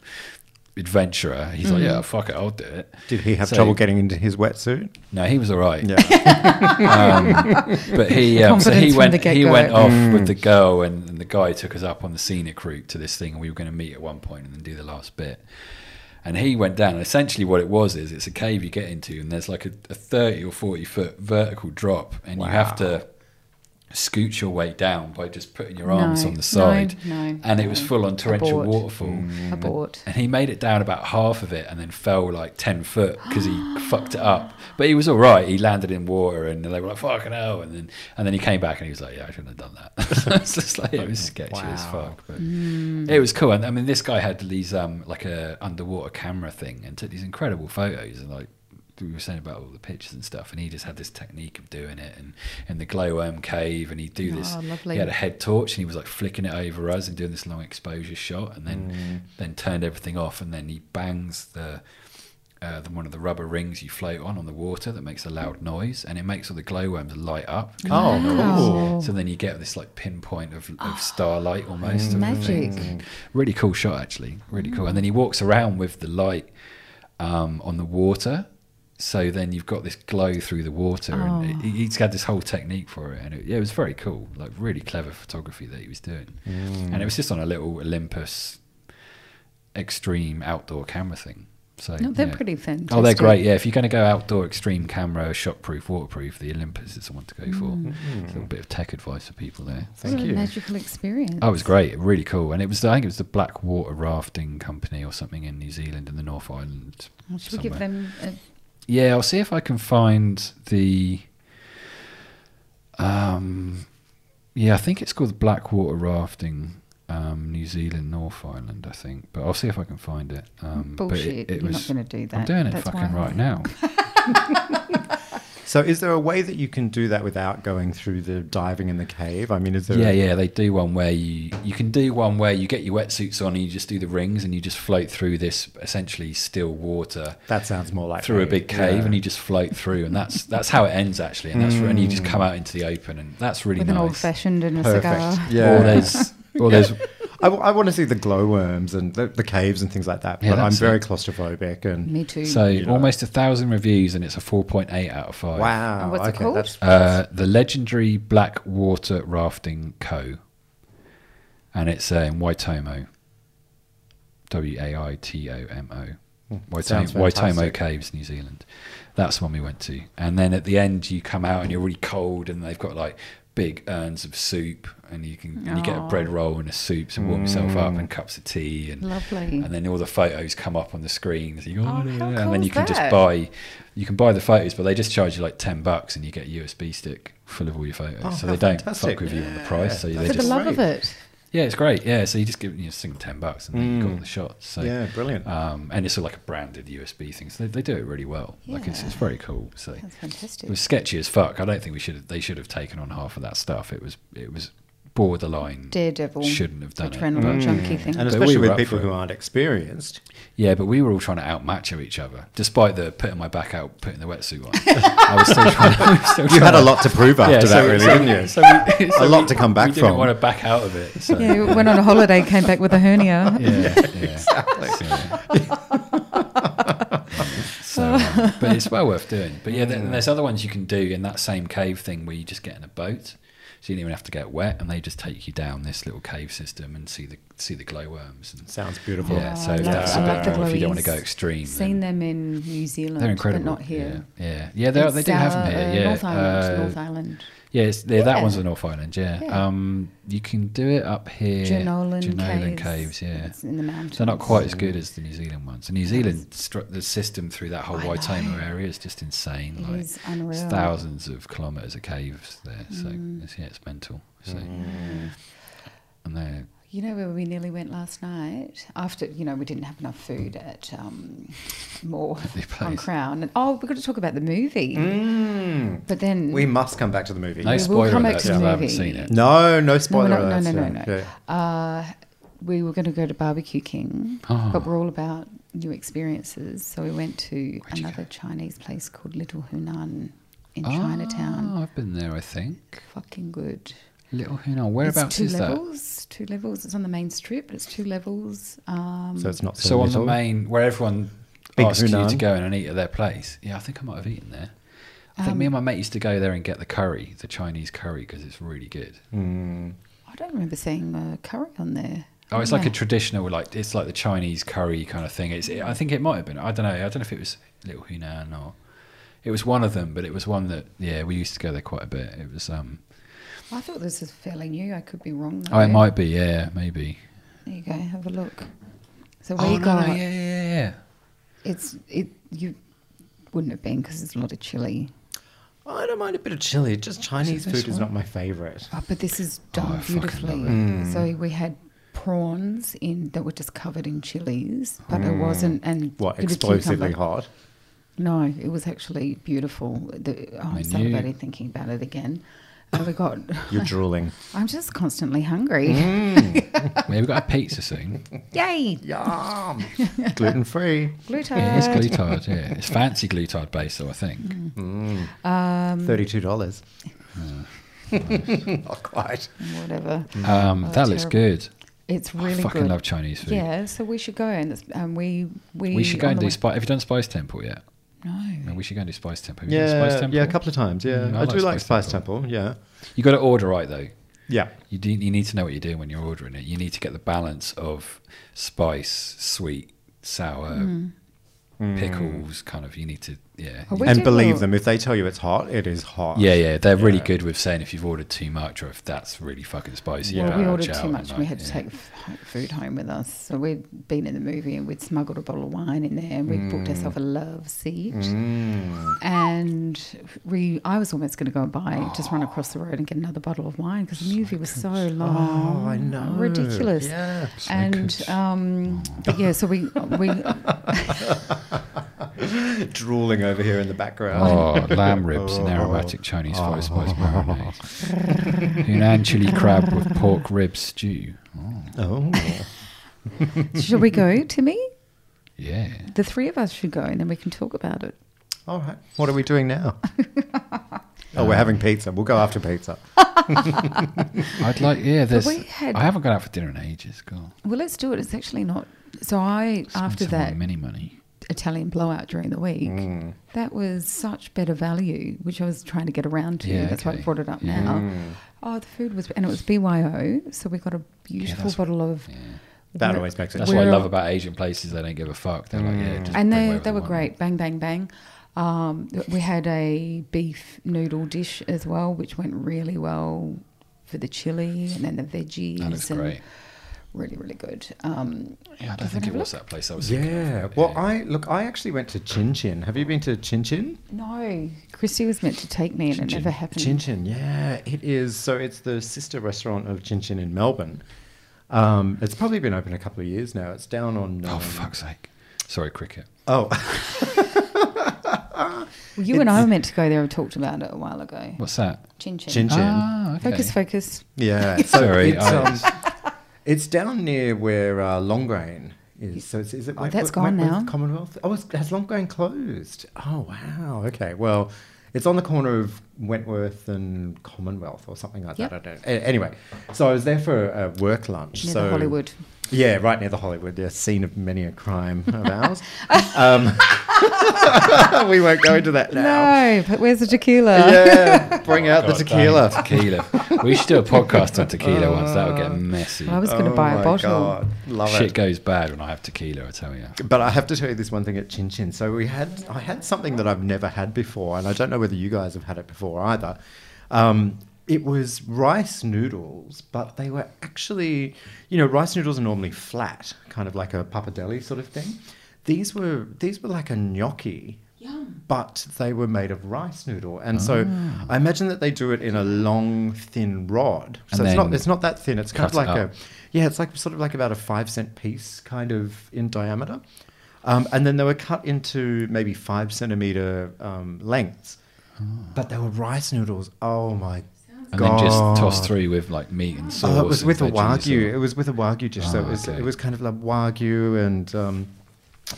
Speaker 1: adventurer. He's like, "Yeah, fuck it, I'll do it."
Speaker 3: Did he have
Speaker 1: So-
Speaker 3: trouble getting into his wetsuit?
Speaker 1: No, he was all right.
Speaker 3: Yeah.
Speaker 1: but he um, so
Speaker 2: Confidence
Speaker 1: he
Speaker 2: from
Speaker 1: went
Speaker 2: the
Speaker 1: he
Speaker 2: get-go.
Speaker 1: went off with the girl and, and the guy took us up on the scenic route to this thing and we were going to meet at one point and then do the last bit and he went down and essentially what it was is it's a cave you get into and there's like a, a 30 or 40 foot vertical drop and you have to scoot your way down by just putting your arms
Speaker 2: No,
Speaker 1: on the
Speaker 2: no,
Speaker 1: side
Speaker 2: no,
Speaker 1: and it
Speaker 2: no.
Speaker 1: was full on torrential
Speaker 2: Abort.
Speaker 1: waterfall
Speaker 2: Abort.
Speaker 1: and he made it down about half of it and then fell like 10 foot because he fucked it up. But he was all right. He landed in water and they were like, fucking hell. And then, and then he came back and he was like, yeah, I shouldn't have done that. it's just like, it was sketchy as
Speaker 3: Wow.
Speaker 1: fuck. But it was cool. And I mean, this guy had these, um, like a underwater camera thing and took these incredible photos and like, we were saying about all the pictures and stuff, and he just had this technique of doing it, and in the glowworm cave, and he'd do this.
Speaker 2: Oh, lovely.
Speaker 1: He had a head torch, and he was like flicking it over us and doing this long exposure shot, and then then turned everything off, and then he bangs the. Uh, the, one of the rubber rings you float on on the water that makes a loud noise and it makes all the glowworms light up.
Speaker 3: Oh,
Speaker 2: Wow.
Speaker 1: So then you get this like pinpoint of, of starlight almost. of the
Speaker 2: Ah, Magic.
Speaker 1: thing. Really cool shot, actually. Really cool. And then he walks around with the light um, on the water. So then you've got this glow through the water, and
Speaker 2: Oh.
Speaker 1: he- he's had this whole technique for it, and it, yeah, it was very cool, like really clever photography that he was doing, and it was just on a little Olympus extreme outdoor camera thing. So
Speaker 2: No, they're
Speaker 1: yeah.
Speaker 2: pretty fantastic.
Speaker 1: Oh, they're great. Yeah, if you're going to go outdoor, extreme camera, shockproof, waterproof, the Olympus is the one to go for.
Speaker 2: Mm-hmm.
Speaker 1: A little bit of tech advice for people there.
Speaker 3: Thank
Speaker 2: what
Speaker 3: you.
Speaker 2: a magical experience.
Speaker 1: Oh, it was great, really cool, and it was. I think it was the Blackwater Rafting Company or something in New Zealand in the North Island.
Speaker 2: Well, Should we give
Speaker 1: somewhere.
Speaker 2: them a
Speaker 1: Yeah, I'll see if I can find the. Um, yeah, I think it's called the Blackwater Rafting, um, New Zealand, North Island. I think, but I'll see if I can find it. Um, but
Speaker 2: bullshit?
Speaker 1: it, it
Speaker 2: You're
Speaker 1: was.
Speaker 2: not going to do that.
Speaker 1: I'm doing it
Speaker 2: That's
Speaker 1: fucking
Speaker 2: why.
Speaker 1: right now.
Speaker 3: So, is there a way that you can do that without going through the diving in the cave? I mean, is there?
Speaker 1: Yeah,
Speaker 3: a,
Speaker 1: yeah, they do one where you you can do one where you get your wetsuits on and you just do the rings and you just float through this essentially still water
Speaker 3: That sounds more like
Speaker 1: through a
Speaker 3: me.
Speaker 1: big cave
Speaker 3: Yeah.
Speaker 1: and you just float through and that's that's how it ends actually and that's where- and you just
Speaker 3: Mm.
Speaker 1: come out into the open and that's really
Speaker 2: With an old
Speaker 1: nice.
Speaker 2: fashioned and a cigar.
Speaker 3: perfect.
Speaker 1: Or
Speaker 3: Yeah.
Speaker 1: there's or there's
Speaker 3: I, want to see the glowworms and the, the caves and things like that,
Speaker 1: Yeah,
Speaker 3: but I'm
Speaker 1: that's
Speaker 3: very
Speaker 1: it.
Speaker 3: claustrophobic and
Speaker 2: Me too.
Speaker 1: so
Speaker 3: You know.
Speaker 1: almost a thousand reviews and it's a four point eight out of five.
Speaker 3: wow.
Speaker 2: And what's it
Speaker 3: okay,
Speaker 2: called?
Speaker 3: that's-
Speaker 1: Uh, the legendary Blackwater Rafting Co. And it's uh, in Waitomo. W A I T O M O.
Speaker 3: Hmm, sounds
Speaker 1: Waitomo Waitomo
Speaker 3: fantastic.
Speaker 1: Caves, New Zealand. That's the one we went to. And then at the end, you come out and you're really cold, and they've got like big urns of soup, and you can and you get a
Speaker 2: Aw.
Speaker 1: bread roll and a soup to warm yourself up,
Speaker 3: Hmm.
Speaker 1: and cups of tea, and
Speaker 2: Lovely.
Speaker 1: and then all the photos come up on the screen. So you go,
Speaker 2: Oh,
Speaker 1: "Oh, yeah,
Speaker 2: how
Speaker 1: yeah,"
Speaker 2: cool
Speaker 1: and then
Speaker 2: is
Speaker 1: you can
Speaker 2: that?
Speaker 1: just buy, you can buy the photos, but they just charge you like ten bucks, and you get a USB stick full of all your photos.
Speaker 3: Oh,
Speaker 1: so
Speaker 3: how
Speaker 1: they don't
Speaker 3: fantastic.
Speaker 1: fuck with you on the
Speaker 3: Yeah.
Speaker 1: price. So they
Speaker 2: For the
Speaker 1: just,
Speaker 2: love of it.
Speaker 1: yeah, it's great. Yeah, so you just give you know, sing ten bucks, and then you
Speaker 2: Mm.
Speaker 1: got all the shots. So
Speaker 3: yeah, brilliant.
Speaker 1: um, and it's all like a branded USB thing. So they, they do it really well. Like it's,
Speaker 2: Yeah.
Speaker 1: it's very cool. So
Speaker 2: That's
Speaker 1: it
Speaker 2: fantastic.
Speaker 1: was sketchy as fuck. I don't think we should. have- They should have taken on half of that stuff. It was it was borderline.
Speaker 2: Daredevil.
Speaker 1: Shouldn't have done it.
Speaker 2: Adrenaline junkie thing.
Speaker 3: Mm. and
Speaker 1: but
Speaker 3: especially
Speaker 1: we were
Speaker 3: with
Speaker 1: up
Speaker 3: people
Speaker 1: for it.
Speaker 3: who aren't experienced.
Speaker 1: Yeah, but we were all trying to outmacho each other, despite the putting my back out, putting the wetsuit on. I was still trying. I was still
Speaker 3: You
Speaker 1: trying
Speaker 3: had a lot to prove after
Speaker 1: Yeah,
Speaker 3: that,
Speaker 1: so-
Speaker 3: really,
Speaker 1: so-
Speaker 3: didn't you?
Speaker 1: so we- so
Speaker 3: a lot to come
Speaker 1: we
Speaker 3: back
Speaker 1: didn't
Speaker 3: from.
Speaker 1: want to back out of it. So.
Speaker 2: Yeah, went on a holiday, came back with a hernia.
Speaker 1: Yeah, exactly. So, um, but it's well worth doing. But yeah, then there's other ones you can do in that same cave thing where you just get in a boat, so you don't even have to get wet, and they just take you down this little cave system and see the see the glowworms. And,
Speaker 3: Sounds beautiful.
Speaker 1: yeah,
Speaker 2: Oh,
Speaker 1: so
Speaker 2: I love-
Speaker 1: that's
Speaker 2: I
Speaker 1: a
Speaker 2: love
Speaker 1: bit
Speaker 2: the
Speaker 1: more if you don't want to
Speaker 2: glowies.
Speaker 1: go extreme. then-
Speaker 2: Seen them in New Zealand,
Speaker 1: They're incredible.
Speaker 2: but not here.
Speaker 1: Yeah, yeah, yeah they, are, they do have them here.
Speaker 2: It's, uh,
Speaker 1: yeah,
Speaker 2: North Island,
Speaker 1: Uh,
Speaker 2: North Island.
Speaker 1: yeah, it's, yeah, that
Speaker 2: Yeah.
Speaker 1: one's on North Island. Yeah,
Speaker 2: Yeah.
Speaker 1: Um, you can do it up here.
Speaker 2: Janolan,
Speaker 1: Janolan
Speaker 2: Caves.
Speaker 1: Caves. Yeah,
Speaker 2: It's in the mountains.
Speaker 1: they're not quite as good as the New Zealand ones. The New Zealand struck the system through that whole
Speaker 2: I
Speaker 1: Waitomo
Speaker 2: know.
Speaker 1: area is just insane.
Speaker 2: It
Speaker 1: like
Speaker 2: is
Speaker 1: it's
Speaker 2: unreal. Mm.
Speaker 1: thousands of kilometers of caves there. So it's, yeah, it's mental. So and they're
Speaker 2: You know where we nearly went last night? After, you know, we didn't have enough food at um, Moore
Speaker 1: The
Speaker 2: on
Speaker 1: place.
Speaker 2: Crown. And, oh, we've got to talk about the movie.
Speaker 3: Mm.
Speaker 2: But then
Speaker 3: We must come back to the movie.
Speaker 1: No
Speaker 2: will
Speaker 1: spoiler
Speaker 2: come back
Speaker 1: alert
Speaker 2: to the
Speaker 1: if you haven't
Speaker 2: movie.
Speaker 1: seen it.
Speaker 3: No, no
Speaker 2: no,
Speaker 3: spoiler.
Speaker 2: no, no, no,
Speaker 3: alerts,
Speaker 2: no,
Speaker 3: yeah,
Speaker 2: no.
Speaker 3: yeah.
Speaker 2: Uh, we were going to go to Barbecue King,
Speaker 1: Oh.
Speaker 2: but we're all about new experiences. So we went to
Speaker 1: Where'd you
Speaker 2: another Chinese place called Little Hunan in
Speaker 1: Ah,
Speaker 2: Chinatown.
Speaker 1: I've been there, I think.
Speaker 2: Fucking good.
Speaker 1: Little Hunan. Whereabouts
Speaker 2: it's two
Speaker 1: is that?
Speaker 2: levels, Two levels. It's on the main strip. It's two levels. Um,
Speaker 3: So it's not so,
Speaker 1: So on the
Speaker 3: little.
Speaker 1: main, where everyone
Speaker 3: Big
Speaker 1: asks you to
Speaker 3: Hunan.
Speaker 1: go in and eat at their place. Yeah, I think I might have eaten there. I think me
Speaker 2: Um,
Speaker 1: and my mate used to go there and get the curry, the Chinese curry, because it's really good.
Speaker 3: Mm.
Speaker 2: I don't remember seeing a curry on there.
Speaker 1: Oh, it's like a
Speaker 2: Yeah.
Speaker 1: traditional, like it's like the Chinese curry kind of thing. It's, I think it might have been. I don't know. I don't know if it was Little Hunan or it was one of them, but it was one that yeah, we used to go there quite a bit. It was um.
Speaker 2: I thought this was fairly new. I could be wrong. Though.
Speaker 1: Oh, it might be. Yeah, maybe.
Speaker 2: There you go. Have a look. So we
Speaker 1: Oh no,
Speaker 2: got
Speaker 1: no, yeah, yeah, yeah, yeah.
Speaker 2: it's it you wouldn't have been because there's a lot of chili.
Speaker 3: Oh, I don't mind a bit of chili. Just Chinese
Speaker 2: this
Speaker 3: food is
Speaker 2: one?
Speaker 3: not my favourite.
Speaker 2: Oh, but this is
Speaker 1: Oh, I
Speaker 2: done
Speaker 1: fucking
Speaker 2: beautifully.
Speaker 1: love
Speaker 2: So we had prawns in that were just covered in chilies, but it wasn't. And
Speaker 3: What
Speaker 2: with a
Speaker 3: explosively
Speaker 2: cucumber.
Speaker 3: hot?
Speaker 2: No, it was actually beautiful. The, oh, I'm
Speaker 1: Menu.
Speaker 2: sad about it thinking about it again. And we got.
Speaker 3: You're drooling.
Speaker 2: I'm just constantly hungry.
Speaker 1: Mm. yeah. We've got a pizza soon.
Speaker 2: Yay!
Speaker 3: Yum. Gluten free.
Speaker 1: Yeah, it's
Speaker 2: Gluten.
Speaker 1: glutard. Yeah, it's fancy glutard base, though. I think.
Speaker 2: Mm.
Speaker 3: Thirty-two dollars. not quite.
Speaker 2: Whatever.
Speaker 1: Um, that looks
Speaker 2: Oh, terrible.
Speaker 1: good.
Speaker 2: It's
Speaker 1: I
Speaker 2: really
Speaker 1: fucking
Speaker 2: good.
Speaker 1: love Chinese food.
Speaker 2: Yeah, so we should go and it's- um, we we
Speaker 1: We should go
Speaker 2: on
Speaker 1: and
Speaker 2: the
Speaker 1: do.
Speaker 2: way-
Speaker 1: Spice. have you done Spice Temple yet? I
Speaker 2: No.
Speaker 1: mean, we should go and do Spice Temple. Have you done Spice
Speaker 3: Yeah,
Speaker 1: Temple?
Speaker 3: yeah, a couple of times. Yeah,
Speaker 1: Mm, I
Speaker 3: I, do like Spice Temple. Yeah,
Speaker 1: You got to order right though.
Speaker 3: yeah.
Speaker 1: You do, you need to know what you're doing when you're ordering it. You need to get the balance of spice, sweet, sour,
Speaker 2: Hmm.
Speaker 3: Hmm.
Speaker 1: pickles. Kind of. You need to. Yeah.
Speaker 2: Are we
Speaker 3: and
Speaker 2: did
Speaker 3: believe
Speaker 2: a-
Speaker 3: them if they tell you it's hot, it is hot.
Speaker 1: Yeah, yeah, they're really
Speaker 3: Yeah.
Speaker 1: good with saying if you've ordered too much or if that's really fucking spicy.
Speaker 2: Well,
Speaker 1: you
Speaker 2: we
Speaker 1: gotta
Speaker 2: ordered
Speaker 1: chow
Speaker 2: too
Speaker 1: on
Speaker 2: much
Speaker 1: that,
Speaker 2: and we had to
Speaker 1: yeah.
Speaker 2: take f- ho- food home with us. So we'd been in the movie and we'd smuggled a bottle of wine in there and we'd booked ourselves a love seat.
Speaker 3: Mm.
Speaker 2: And we, I was almost going to go and buy, just run across the road and get another bottle of wine because the movie was so long.
Speaker 3: Oh, I know.
Speaker 2: Ridiculous.
Speaker 3: Yeah. Oh.
Speaker 2: And um, but yeah, so we we
Speaker 3: Drooling over here in the background.
Speaker 1: Oh, lamb ribs in aromatic Chinese five spice marinade. Hunan chili crab with pork rib stew. Oh,
Speaker 3: Oh.
Speaker 2: should we go, Timmy?
Speaker 1: yeah.
Speaker 2: The three of us should go and then we can talk about it.
Speaker 3: All right. What are we doing now? oh, we're having pizza. We'll go after pizza.
Speaker 1: I'd like, yeah, there's.
Speaker 2: we had-
Speaker 1: I haven't gone out for dinner in ages. God.
Speaker 2: Well, let's do it. It's actually not. So I
Speaker 1: Spend
Speaker 2: after
Speaker 1: some
Speaker 2: that
Speaker 1: Mini money.
Speaker 2: Italian blowout during the week,
Speaker 1: Mm.
Speaker 2: that was such better value, which I was trying to get around to.
Speaker 1: Yeah,
Speaker 2: That's why
Speaker 1: okay. Mm.
Speaker 2: I brought it up
Speaker 1: Yeah.
Speaker 2: now. Oh, the food was, and it was BYO, so we got a beautiful
Speaker 1: that's-
Speaker 2: bottle of.
Speaker 1: Yeah.
Speaker 3: That always makes it.
Speaker 1: That's what I
Speaker 2: We're- Mm.
Speaker 1: love about Asian places. They don't give a fuck. They're like, yeah, just bring
Speaker 2: And they
Speaker 1: whatever
Speaker 2: they
Speaker 1: you
Speaker 2: were
Speaker 1: want.
Speaker 2: great. Bang bang bang. Um, we had a beef noodle dish as well, which went really well for the chili and then the veggies.
Speaker 1: That looks
Speaker 2: and
Speaker 1: great.
Speaker 2: Really, really good. Um,
Speaker 1: Yeah, I
Speaker 2: do you
Speaker 1: don't think it
Speaker 2: wanna
Speaker 1: was
Speaker 2: have
Speaker 1: that place I was thinking of.
Speaker 3: Yeah. Well, I look. I actually went to Chin Chin. Have you been to Chin Chin?
Speaker 2: a look? No, Christy was meant to take me, and it never happened.
Speaker 3: Chin Chin, yeah, it is. So it's the sister restaurant of Chin Chin in Melbourne. Um, it's probably been open a couple of years now. It's down on.
Speaker 1: Oh,
Speaker 3: um,
Speaker 1: for fuck's sake. Sorry, cricket.
Speaker 3: oh,
Speaker 2: Well, you and I were meant to go there. We talked about it a while ago.
Speaker 1: What's that?
Speaker 2: Chin chin. Oh,
Speaker 3: Chin Chin.
Speaker 1: Ah, okay.
Speaker 2: Focus, focus.
Speaker 3: yeah. So
Speaker 1: Sorry,
Speaker 3: It's,
Speaker 1: I-
Speaker 3: um, it's down near where uh, Longgrain is. So it's, is it?
Speaker 2: Oh,
Speaker 3: Went-
Speaker 2: that's
Speaker 3: Went-
Speaker 2: gone
Speaker 3: Wentworth
Speaker 2: now.
Speaker 3: Commonwealth. Oh, it's, has Longgrain closed? Oh, wow. Okay. Well, it's on the corner of Wentworth and Commonwealth or something like
Speaker 2: Yep.
Speaker 3: that. I don't. a- Anyway, so I was there for a work lunch.
Speaker 2: Near
Speaker 3: so
Speaker 2: the Hollywood.
Speaker 3: Yeah, right near the Hollywood, yeah, scene of many a crime of ours. um, we won't go into that now.
Speaker 2: No, but where's the tequila?
Speaker 3: Yeah, bring out the
Speaker 1: God
Speaker 3: tequila.
Speaker 1: damn, tequila. we should do a podcast on tequila once. That would get messy.
Speaker 2: Well, I was going to
Speaker 3: Oh
Speaker 2: buy a
Speaker 3: my
Speaker 2: bottle.
Speaker 3: God, love
Speaker 1: Shit
Speaker 3: it.
Speaker 1: goes bad when I have tequila. I tell you.
Speaker 3: But I have to tell you this one thing at Chin Chin. So we had, I had something that I've never had before, and I don't know whether you guys have had it before either. Um, it was rice noodles, but they were actually, you know, rice noodles are normally flat, kind of like a pappardelle sort of thing. These were these were like a gnocchi,
Speaker 2: Yum.
Speaker 3: but they were made of rice noodle, and so
Speaker 1: Ah.
Speaker 3: I imagine that they do it in a long, thin rod. So
Speaker 1: And
Speaker 3: it's not
Speaker 1: then
Speaker 3: it's not that thin. It's kind of
Speaker 1: cut it
Speaker 3: like a yeah, it's like sort of like about a five cent piece, kind of in diameter, um, and then they were cut into maybe five centimeter um, lengths.
Speaker 1: Ah.
Speaker 3: But they were rice noodles. Oh my
Speaker 1: And
Speaker 3: god!
Speaker 1: then just tossed through with like meat and sauce.
Speaker 3: Oh, it was
Speaker 1: and
Speaker 3: with
Speaker 1: veggies
Speaker 3: a wagyu.
Speaker 1: or-
Speaker 3: It was with a wagyu dish. so it
Speaker 1: Ah,
Speaker 3: was,
Speaker 1: okay.
Speaker 3: it was kind of like wagyu, and um,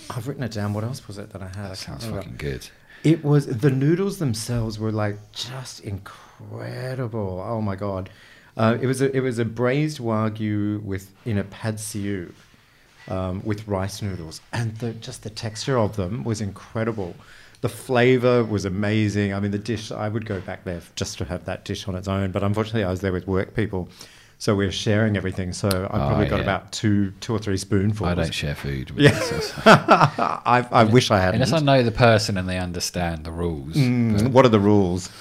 Speaker 3: I've written it down. What else was it that I had? I
Speaker 1: That
Speaker 3: can't
Speaker 1: sounds
Speaker 3: remember.
Speaker 1: fucking good.
Speaker 3: It was the noodles themselves were like just incredible. Oh my god! Uh, it was a it was a braised wagyu with in a pad siu, um, with rice noodles, and the, just the texture of them was incredible. The flavor was amazing. I mean, the dish I would go back there just to have that dish on its own, but unfortunately, I was there with work people, so we are sharing everything. So I
Speaker 1: Ah,
Speaker 3: probably got
Speaker 1: yeah.
Speaker 3: about two two or three spoonfuls.
Speaker 1: I don't share food. With
Speaker 3: Yeah.
Speaker 1: this sort of-
Speaker 3: I, I wish I had. Mm.
Speaker 1: Unless I know the person and they understand the rules,
Speaker 3: what are the rules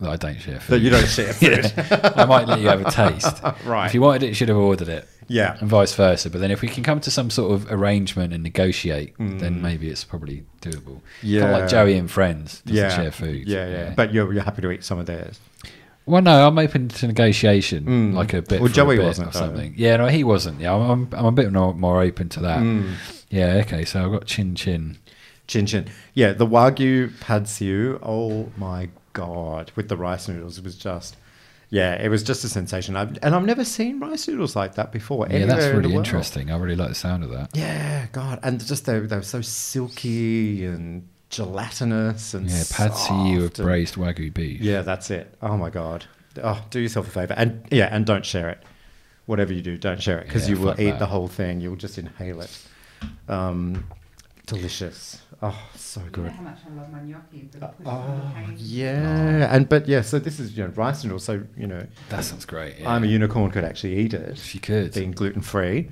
Speaker 1: but I don't share food.
Speaker 3: that you don't share? Food?
Speaker 1: I might let you have a taste.
Speaker 3: Right.
Speaker 1: If you wanted it, you should have ordered it.
Speaker 3: Yeah.
Speaker 1: And vice versa. But then if we can come to some sort of arrangement and negotiate, then maybe it's probably doable. Kind of
Speaker 3: Mm. Yeah.
Speaker 1: like Joey and friends doesn't
Speaker 3: yeah.
Speaker 1: share food.
Speaker 3: Yeah, yeah. But you're, you're happy to eat some of theirs.
Speaker 1: well, no, I'm open to negotiation,
Speaker 3: Mm.
Speaker 1: like a bit.
Speaker 3: Well,
Speaker 1: for a
Speaker 3: Joey
Speaker 1: bit
Speaker 3: wasn't,
Speaker 1: or
Speaker 3: though.
Speaker 1: something. Yeah, no, he wasn't. Yeah, I'm, I'm, I'm a bit more, more open to that.
Speaker 3: Mm.
Speaker 1: Yeah. Okay. So I've got chin chin.
Speaker 3: Chin chin. Yeah, the Wagyu pad siu. Oh my god, with the rice noodles, it was just. Yeah, it was just a sensation. I've, and I've never seen rice noodles like that before.
Speaker 1: Yeah, that's
Speaker 3: anywhere in the
Speaker 1: really
Speaker 3: world.
Speaker 1: interesting. I really like the sound of that.
Speaker 3: Yeah, God, and just they, they were so silky and gelatinous and
Speaker 1: Yeah, pad see you with
Speaker 3: soft and-
Speaker 1: braised wagyu beef.
Speaker 3: Yeah, that's it. Oh my god. Oh, do yourself a favor and yeah, and don't share it. Whatever you do, don't share it because
Speaker 1: Yeah,
Speaker 3: you will
Speaker 1: fuck
Speaker 3: eat
Speaker 1: that.
Speaker 3: the whole thing. You'll just inhale it. Um, delicious. Oh, so good.
Speaker 2: how much I love my gnocchi, but put it
Speaker 3: Oh
Speaker 2: on the
Speaker 1: Oh.
Speaker 2: cake.
Speaker 3: yeah, and but yeah, so this is you know rice noodles. So you know,
Speaker 1: That sounds great. Yeah.
Speaker 3: I'm a unicorn could actually eat it,
Speaker 1: She could.
Speaker 3: being gluten free.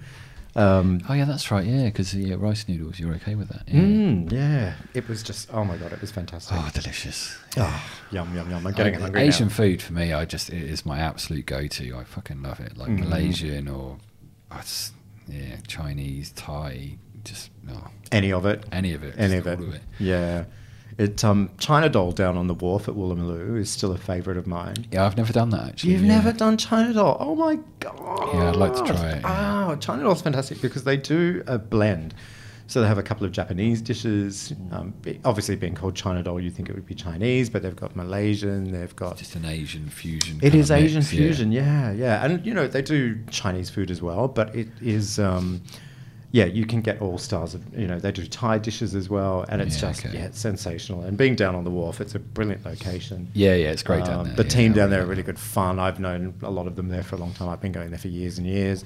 Speaker 3: Um,
Speaker 1: Oh yeah, that's right. Yeah, because the uh, rice noodles, you're okay with that. Yeah.
Speaker 3: mm, yeah, it was just oh my god, it was fantastic.
Speaker 1: Oh, delicious.
Speaker 3: Ah, yum yum yum. I'm getting
Speaker 1: Like,
Speaker 3: hungry
Speaker 1: Asian
Speaker 3: now.
Speaker 1: food for me, I just it is my absolute go-to. I fucking love it. Like
Speaker 3: Mm-hmm.
Speaker 1: Malaysian or I s- yeah, Chinese, Thai, just no,
Speaker 3: Any of it?
Speaker 1: any of it.
Speaker 3: any
Speaker 1: just
Speaker 3: of it.
Speaker 1: all
Speaker 3: Yeah. It um, China Doll down on the wharf at Woolloomooloo is still a favourite of mine.
Speaker 1: Yeah, I've never done that actually.
Speaker 3: You've
Speaker 1: yeah.
Speaker 3: never done China Doll? Oh my god!
Speaker 1: Yeah, I'd like to try it, yeah.
Speaker 3: Oh, China Doll's fantastic because they do a blend. So they have a couple of Japanese dishes. Um, be- obviously, being called China Doll, you think it would be Chinese, but they've got Malaysian. They've got
Speaker 1: Just an Asian fusion.
Speaker 3: it
Speaker 1: kinda
Speaker 3: is Asian
Speaker 1: mix, yeah.
Speaker 3: fusion, yeah. yeah, and you know they do Chinese food as well, but it is, um, yeah, you can get all styles of, you know, they do Thai dishes as well, and it's
Speaker 1: Yeah,
Speaker 3: just
Speaker 1: okay.
Speaker 3: yeah, it's sensational. And being down on the wharf, it's a brilliant location.
Speaker 1: Yeah, yeah, it's great down
Speaker 3: Um,
Speaker 1: there.
Speaker 3: The
Speaker 1: yeah,
Speaker 3: team
Speaker 1: I
Speaker 3: down there are
Speaker 1: really
Speaker 3: really good fun. I've known a lot of them there for a long time. I've been going there for years and years.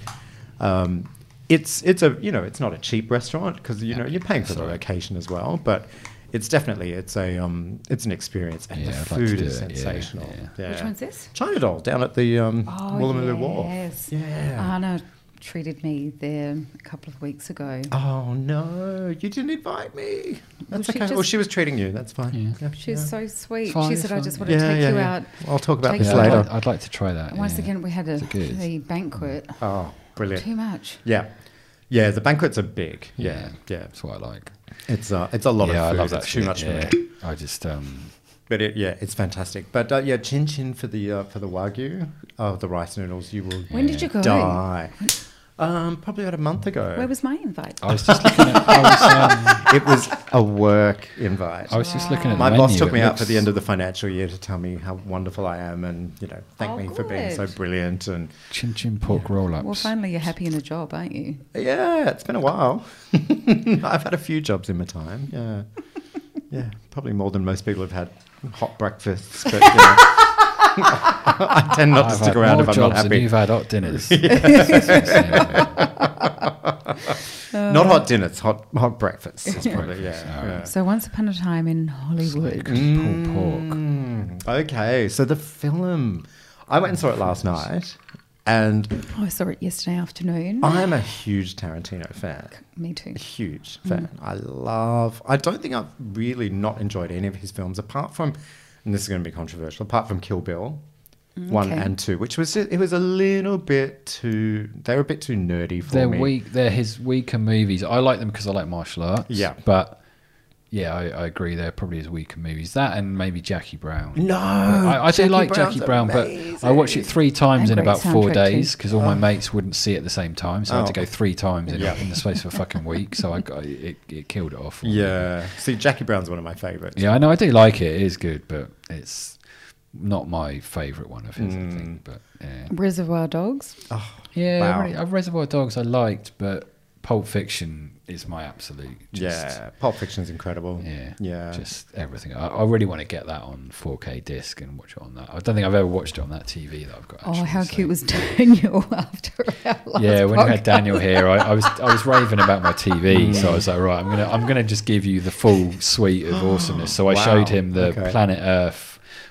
Speaker 3: Um, it's it's a you know it's not a cheap restaurant because you
Speaker 1: Yeah,
Speaker 3: know you're paying for
Speaker 1: that's
Speaker 3: the
Speaker 1: all right.
Speaker 3: location as well, but. It's definitely it's a um, it's an experience and
Speaker 1: Yeah,
Speaker 3: the
Speaker 1: I'd like to
Speaker 3: food
Speaker 1: do
Speaker 3: is
Speaker 1: it, yeah,
Speaker 3: sensational.
Speaker 1: yeah.
Speaker 2: Which one's this?
Speaker 3: China doll down at the um,
Speaker 2: Oh,
Speaker 3: Woolloomooloo
Speaker 2: yes.
Speaker 3: Wharf. Yeah.
Speaker 2: Anna treated me there a couple of weeks ago.
Speaker 3: oh no, you didn't invite me. That's
Speaker 2: she
Speaker 3: okay. well,
Speaker 2: just-
Speaker 3: she was treating you. That's fine.
Speaker 1: Yeah.
Speaker 2: She was so sweet.
Speaker 1: Fine,
Speaker 2: she said, "I
Speaker 1: fine.
Speaker 2: just want
Speaker 3: Yeah,
Speaker 2: to take
Speaker 3: yeah,
Speaker 2: you
Speaker 3: yeah.
Speaker 2: out."
Speaker 3: I'll talk about
Speaker 2: take
Speaker 3: this
Speaker 2: you
Speaker 1: I'd
Speaker 2: later.
Speaker 1: like, I'd like to try that.
Speaker 2: And once
Speaker 1: yeah.
Speaker 2: again, we had a
Speaker 1: It's good.
Speaker 2: the banquet.
Speaker 3: Oh, brilliant.
Speaker 2: Too much.
Speaker 3: Yeah, yeah. The banquets are big. Yeah, yeah.
Speaker 1: That's what I like.
Speaker 3: It's uh, it's a lot
Speaker 1: yeah,
Speaker 3: of food.
Speaker 1: I love that.
Speaker 3: it's too
Speaker 1: shit,
Speaker 3: much
Speaker 1: yeah.
Speaker 3: for me.
Speaker 1: I just um,
Speaker 3: But it, yeah, it's fantastic. But uh, yeah, chin chin for the uh, for the wagyu. Oh, the rice noodles. You will
Speaker 2: When did you go?
Speaker 3: die. Um, probably about a month ago.
Speaker 2: Where was my invite?
Speaker 1: I was just looking at. I was, um,
Speaker 3: it was a work invite.
Speaker 1: I was just looking at
Speaker 3: My
Speaker 1: the
Speaker 3: boss
Speaker 1: menu,
Speaker 3: took
Speaker 1: it
Speaker 3: me out
Speaker 1: looks-
Speaker 3: for the end of the financial year to tell me how wonderful I am and, you know, thank
Speaker 2: Oh,
Speaker 3: me for being so
Speaker 2: good.
Speaker 3: brilliant. And
Speaker 1: Chin chin pork roll ups.
Speaker 2: Well, finally, you're happy in a job, aren't you?
Speaker 3: yeah, it's been a while. I've had a few jobs in my time. Yeah. Yeah. Probably more than most people have had hot breakfasts. But, you know, I tend not to stick around if I'm not happy.
Speaker 1: you've had hot dinners.
Speaker 3: Not hot dinners, hot hot breakfasts. is probably,
Speaker 1: breakfast,
Speaker 3: yeah,
Speaker 1: all right.
Speaker 3: yeah.
Speaker 2: So once upon a time in Hollywood.
Speaker 1: pork.
Speaker 3: Mm, okay, so the film. I went and saw it last night, and
Speaker 2: I saw it oh, yesterday afternoon.
Speaker 1: Oh.
Speaker 3: I'm a huge Tarantino fan.
Speaker 2: Me too.
Speaker 3: Huge
Speaker 1: Mm-hmm.
Speaker 3: fan. I love. I don't think I've really not enjoyed any of his films apart from, and this is going to be controversial, apart from Kill Bill,
Speaker 1: Mm,
Speaker 3: one
Speaker 2: okay.
Speaker 3: and two, which was it was a little bit too. They were a bit too nerdy for
Speaker 1: They're
Speaker 3: me.
Speaker 1: weak. They're his weaker movies. I like them because I like martial arts.
Speaker 3: Yeah.
Speaker 1: But yeah, I, I agree. There probably is weaker movies. That and maybe Jackie Brown.
Speaker 3: No,
Speaker 1: I, I do
Speaker 3: Jackie
Speaker 1: like
Speaker 3: Brown's
Speaker 1: Jackie Brown, but I
Speaker 3: amazing.
Speaker 1: watched it three times
Speaker 2: And
Speaker 1: in
Speaker 2: great
Speaker 1: about four
Speaker 2: soundtrack too.
Speaker 1: days because all my mates wouldn't see it at the same time, so I had to go
Speaker 3: Oh.
Speaker 1: three times in,
Speaker 3: Yeah.
Speaker 1: in the space of a fucking week. So I got it, it killed it off.
Speaker 3: Yeah, see, Jackie Brown's one of my favorites.
Speaker 1: yeah, I know. I do like it. It is good, but it's not my favourite one of his. I think, but yeah,
Speaker 2: Reservoir Dogs.
Speaker 1: Oh, yeah.
Speaker 3: Mm. Wow.
Speaker 1: I really- uh, Reservoir Dogs I liked, but Pulp Fiction is my absolute. Just,
Speaker 3: yeah, Pulp Fiction's incredible.
Speaker 1: Yeah.
Speaker 3: yeah.
Speaker 1: Just everything. I, I really want to get that on 4K disc and watch it on that. I don't think I've ever watched it on that TV that I've got.
Speaker 2: Oh,
Speaker 1: actually,
Speaker 2: how
Speaker 1: so-
Speaker 2: cute was Daniel after our last
Speaker 1: Yeah, when I had
Speaker 2: podcast?
Speaker 1: Daniel here, I, I was I was raving about my TV, so I was like, right, I'm gonna I'm gonna just give you the full suite of awesomeness. So I
Speaker 3: Wow.
Speaker 1: showed him the
Speaker 3: Okay.
Speaker 1: Planet Earth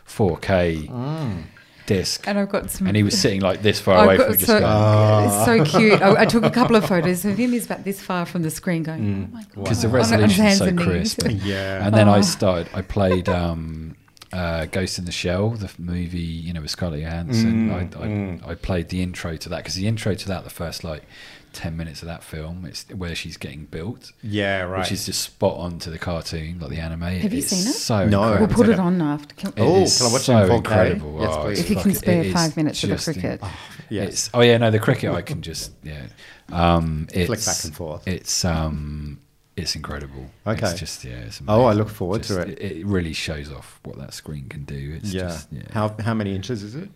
Speaker 1: 4K disc,
Speaker 2: Mm. And I've got some.
Speaker 1: and he was sitting like this far
Speaker 2: I've
Speaker 1: away
Speaker 2: got-
Speaker 1: from it, just
Speaker 2: so,
Speaker 1: going, "Ah."
Speaker 2: it's so cute. I, I took a couple of photos of him. He's about this far from the screen, going,
Speaker 1: Mm.
Speaker 2: "Oh my god!"
Speaker 1: because the
Speaker 2: On- on his
Speaker 1: resolution's
Speaker 2: hands
Speaker 1: so
Speaker 2: and knees. Oh.
Speaker 1: crisp.
Speaker 3: Yeah.
Speaker 1: And then I started. I played um, uh, Ghost in the Shell, the f- movie, you know, with Scarlett Johansson.
Speaker 2: Mm,
Speaker 1: I, I, I played the intro to that because the intro to that, the first like ten minutes of that film, it's where she's getting built,
Speaker 3: yeah, right.
Speaker 1: which is just spot on to the cartoon, like the anime.
Speaker 2: Have you
Speaker 1: It's
Speaker 2: seen it?
Speaker 1: So
Speaker 3: No.
Speaker 1: incredible.
Speaker 2: We'll
Speaker 3: It's
Speaker 2: put
Speaker 3: like
Speaker 2: it
Speaker 3: a-
Speaker 2: on after. Can,
Speaker 1: It
Speaker 3: Oh,
Speaker 1: is
Speaker 3: can I watch it
Speaker 1: so
Speaker 3: in 4K?
Speaker 1: incredible.
Speaker 3: Yes,
Speaker 1: Oh, it's
Speaker 3: please.
Speaker 2: if you
Speaker 1: fucking-
Speaker 2: can
Speaker 1: it
Speaker 2: spare
Speaker 1: is
Speaker 2: five minutes of the
Speaker 1: just in-
Speaker 2: cricket,
Speaker 3: yeah.
Speaker 1: It's, oh yeah, no, the cricket I can just yeah. Um, it's,
Speaker 3: back and forth.
Speaker 1: It's um, it's incredible.
Speaker 3: Okay.
Speaker 1: It's just yeah. It's
Speaker 3: Oh, I
Speaker 1: amazing.
Speaker 3: look forward to
Speaker 1: Just-
Speaker 3: it.
Speaker 1: It really shows off what that screen can do. It's
Speaker 3: yeah.
Speaker 1: just yeah.
Speaker 3: How how many inches is it?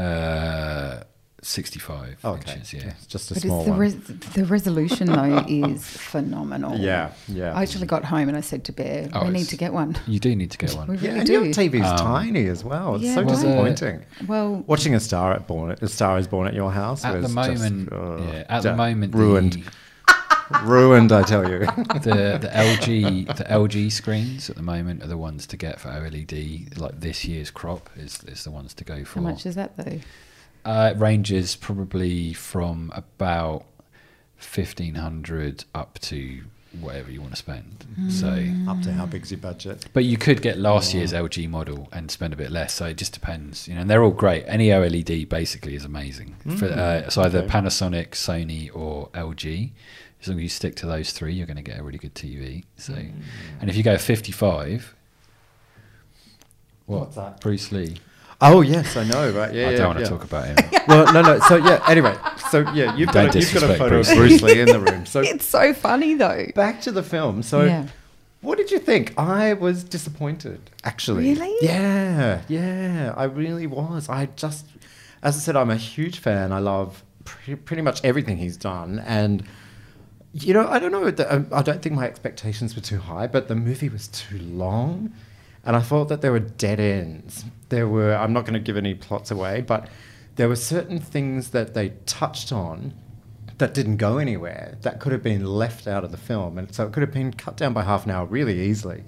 Speaker 1: Uh, Sixty-five
Speaker 3: Oh, okay.
Speaker 1: inches. Yeah.
Speaker 3: It's just a
Speaker 2: but it's
Speaker 3: small
Speaker 2: the,
Speaker 3: one.
Speaker 2: res- the resolution though is phenomenal.
Speaker 3: Yeah, yeah.
Speaker 2: I actually got home and I said to Bear,
Speaker 1: Oh,
Speaker 2: "We need
Speaker 1: it's-
Speaker 2: to get one.
Speaker 1: You do need to get
Speaker 2: We
Speaker 1: one.
Speaker 2: really
Speaker 3: yeah, and
Speaker 2: do."
Speaker 3: your TV's
Speaker 1: Um,
Speaker 3: tiny as well. It's
Speaker 2: Yeah,
Speaker 3: so
Speaker 2: Well, the-
Speaker 3: disappointing.
Speaker 2: well,
Speaker 3: Watching a star at born a star is born at your house
Speaker 1: At the
Speaker 3: was
Speaker 1: moment,
Speaker 3: just, uh,
Speaker 1: yeah, at
Speaker 3: yeah,
Speaker 1: the moment,
Speaker 3: ruined,
Speaker 1: The,
Speaker 3: ruined. I tell you.
Speaker 1: the the LG the LG screens at the moment are the ones to get for OLED. Like this year's crop is is the ones to go for.
Speaker 2: how much is that though?
Speaker 1: Uh, it ranges probably from about fifteen hundred up to whatever you want to spend.
Speaker 2: Hmm.
Speaker 1: So,
Speaker 3: Up to how big's your budget?
Speaker 1: but you could get last year's LG model and spend a bit less. So it just depends, you know. And they're all great. Any OLED basically is amazing. For, uh, it's either
Speaker 3: Mm. Okay.
Speaker 1: Panasonic, Sony, or LG. As long as you stick to those three, you're going to get a really good TV. So,
Speaker 3: Mm.
Speaker 1: and if you go fifty-five, what?
Speaker 3: What's that?
Speaker 1: Bruce Lee.
Speaker 3: Oh yes, I know, right? Yeah,
Speaker 1: I
Speaker 3: yeah,
Speaker 1: don't want to
Speaker 3: yeah.
Speaker 1: talk about him.
Speaker 3: Well, no, no. So yeah. Anyway, so yeah, you've
Speaker 1: Don't
Speaker 3: got a, you've got a
Speaker 1: disrespect
Speaker 3: photo of
Speaker 1: Bruce
Speaker 3: Bruce Lee in the room. So
Speaker 2: It's so funny though.
Speaker 3: back to the film. So,
Speaker 2: Yeah.
Speaker 3: what did you think? I was disappointed, actually.
Speaker 2: Really?
Speaker 3: Yeah, yeah. I really was. I just, as I said, I'm a huge fan. I love pre- pretty much everything he's done, and you know, I don't know. The, um, I don't think my expectations were too high, but the movie was too long, and I thought that there were dead ends. There were. I'm not going to give any plots away, but there were certain things that they touched on that didn't go anywhere that could have been left out of the film, and so it could have been cut down by half an hour really easily,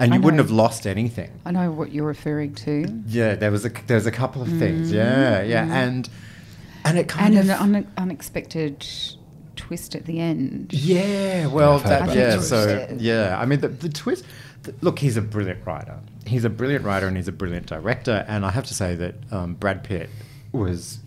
Speaker 3: and
Speaker 2: I
Speaker 3: you wouldn't
Speaker 2: know.
Speaker 3: have lost anything.
Speaker 2: I know what you're referring to.
Speaker 3: Yeah, there was a there was a couple of things. Yeah, yeah, and and it kind
Speaker 2: Mm. And
Speaker 3: of
Speaker 2: an un- unexpected twist at the end.
Speaker 3: Yeah, well,
Speaker 1: I've heard about
Speaker 3: that,
Speaker 1: the
Speaker 3: yeah,
Speaker 1: twist.
Speaker 3: so yeah, I mean, the, the twist. th look, he's a brilliant writer. He's a brilliant writer and he's a brilliant director. And I have to say that um, Brad Pitt was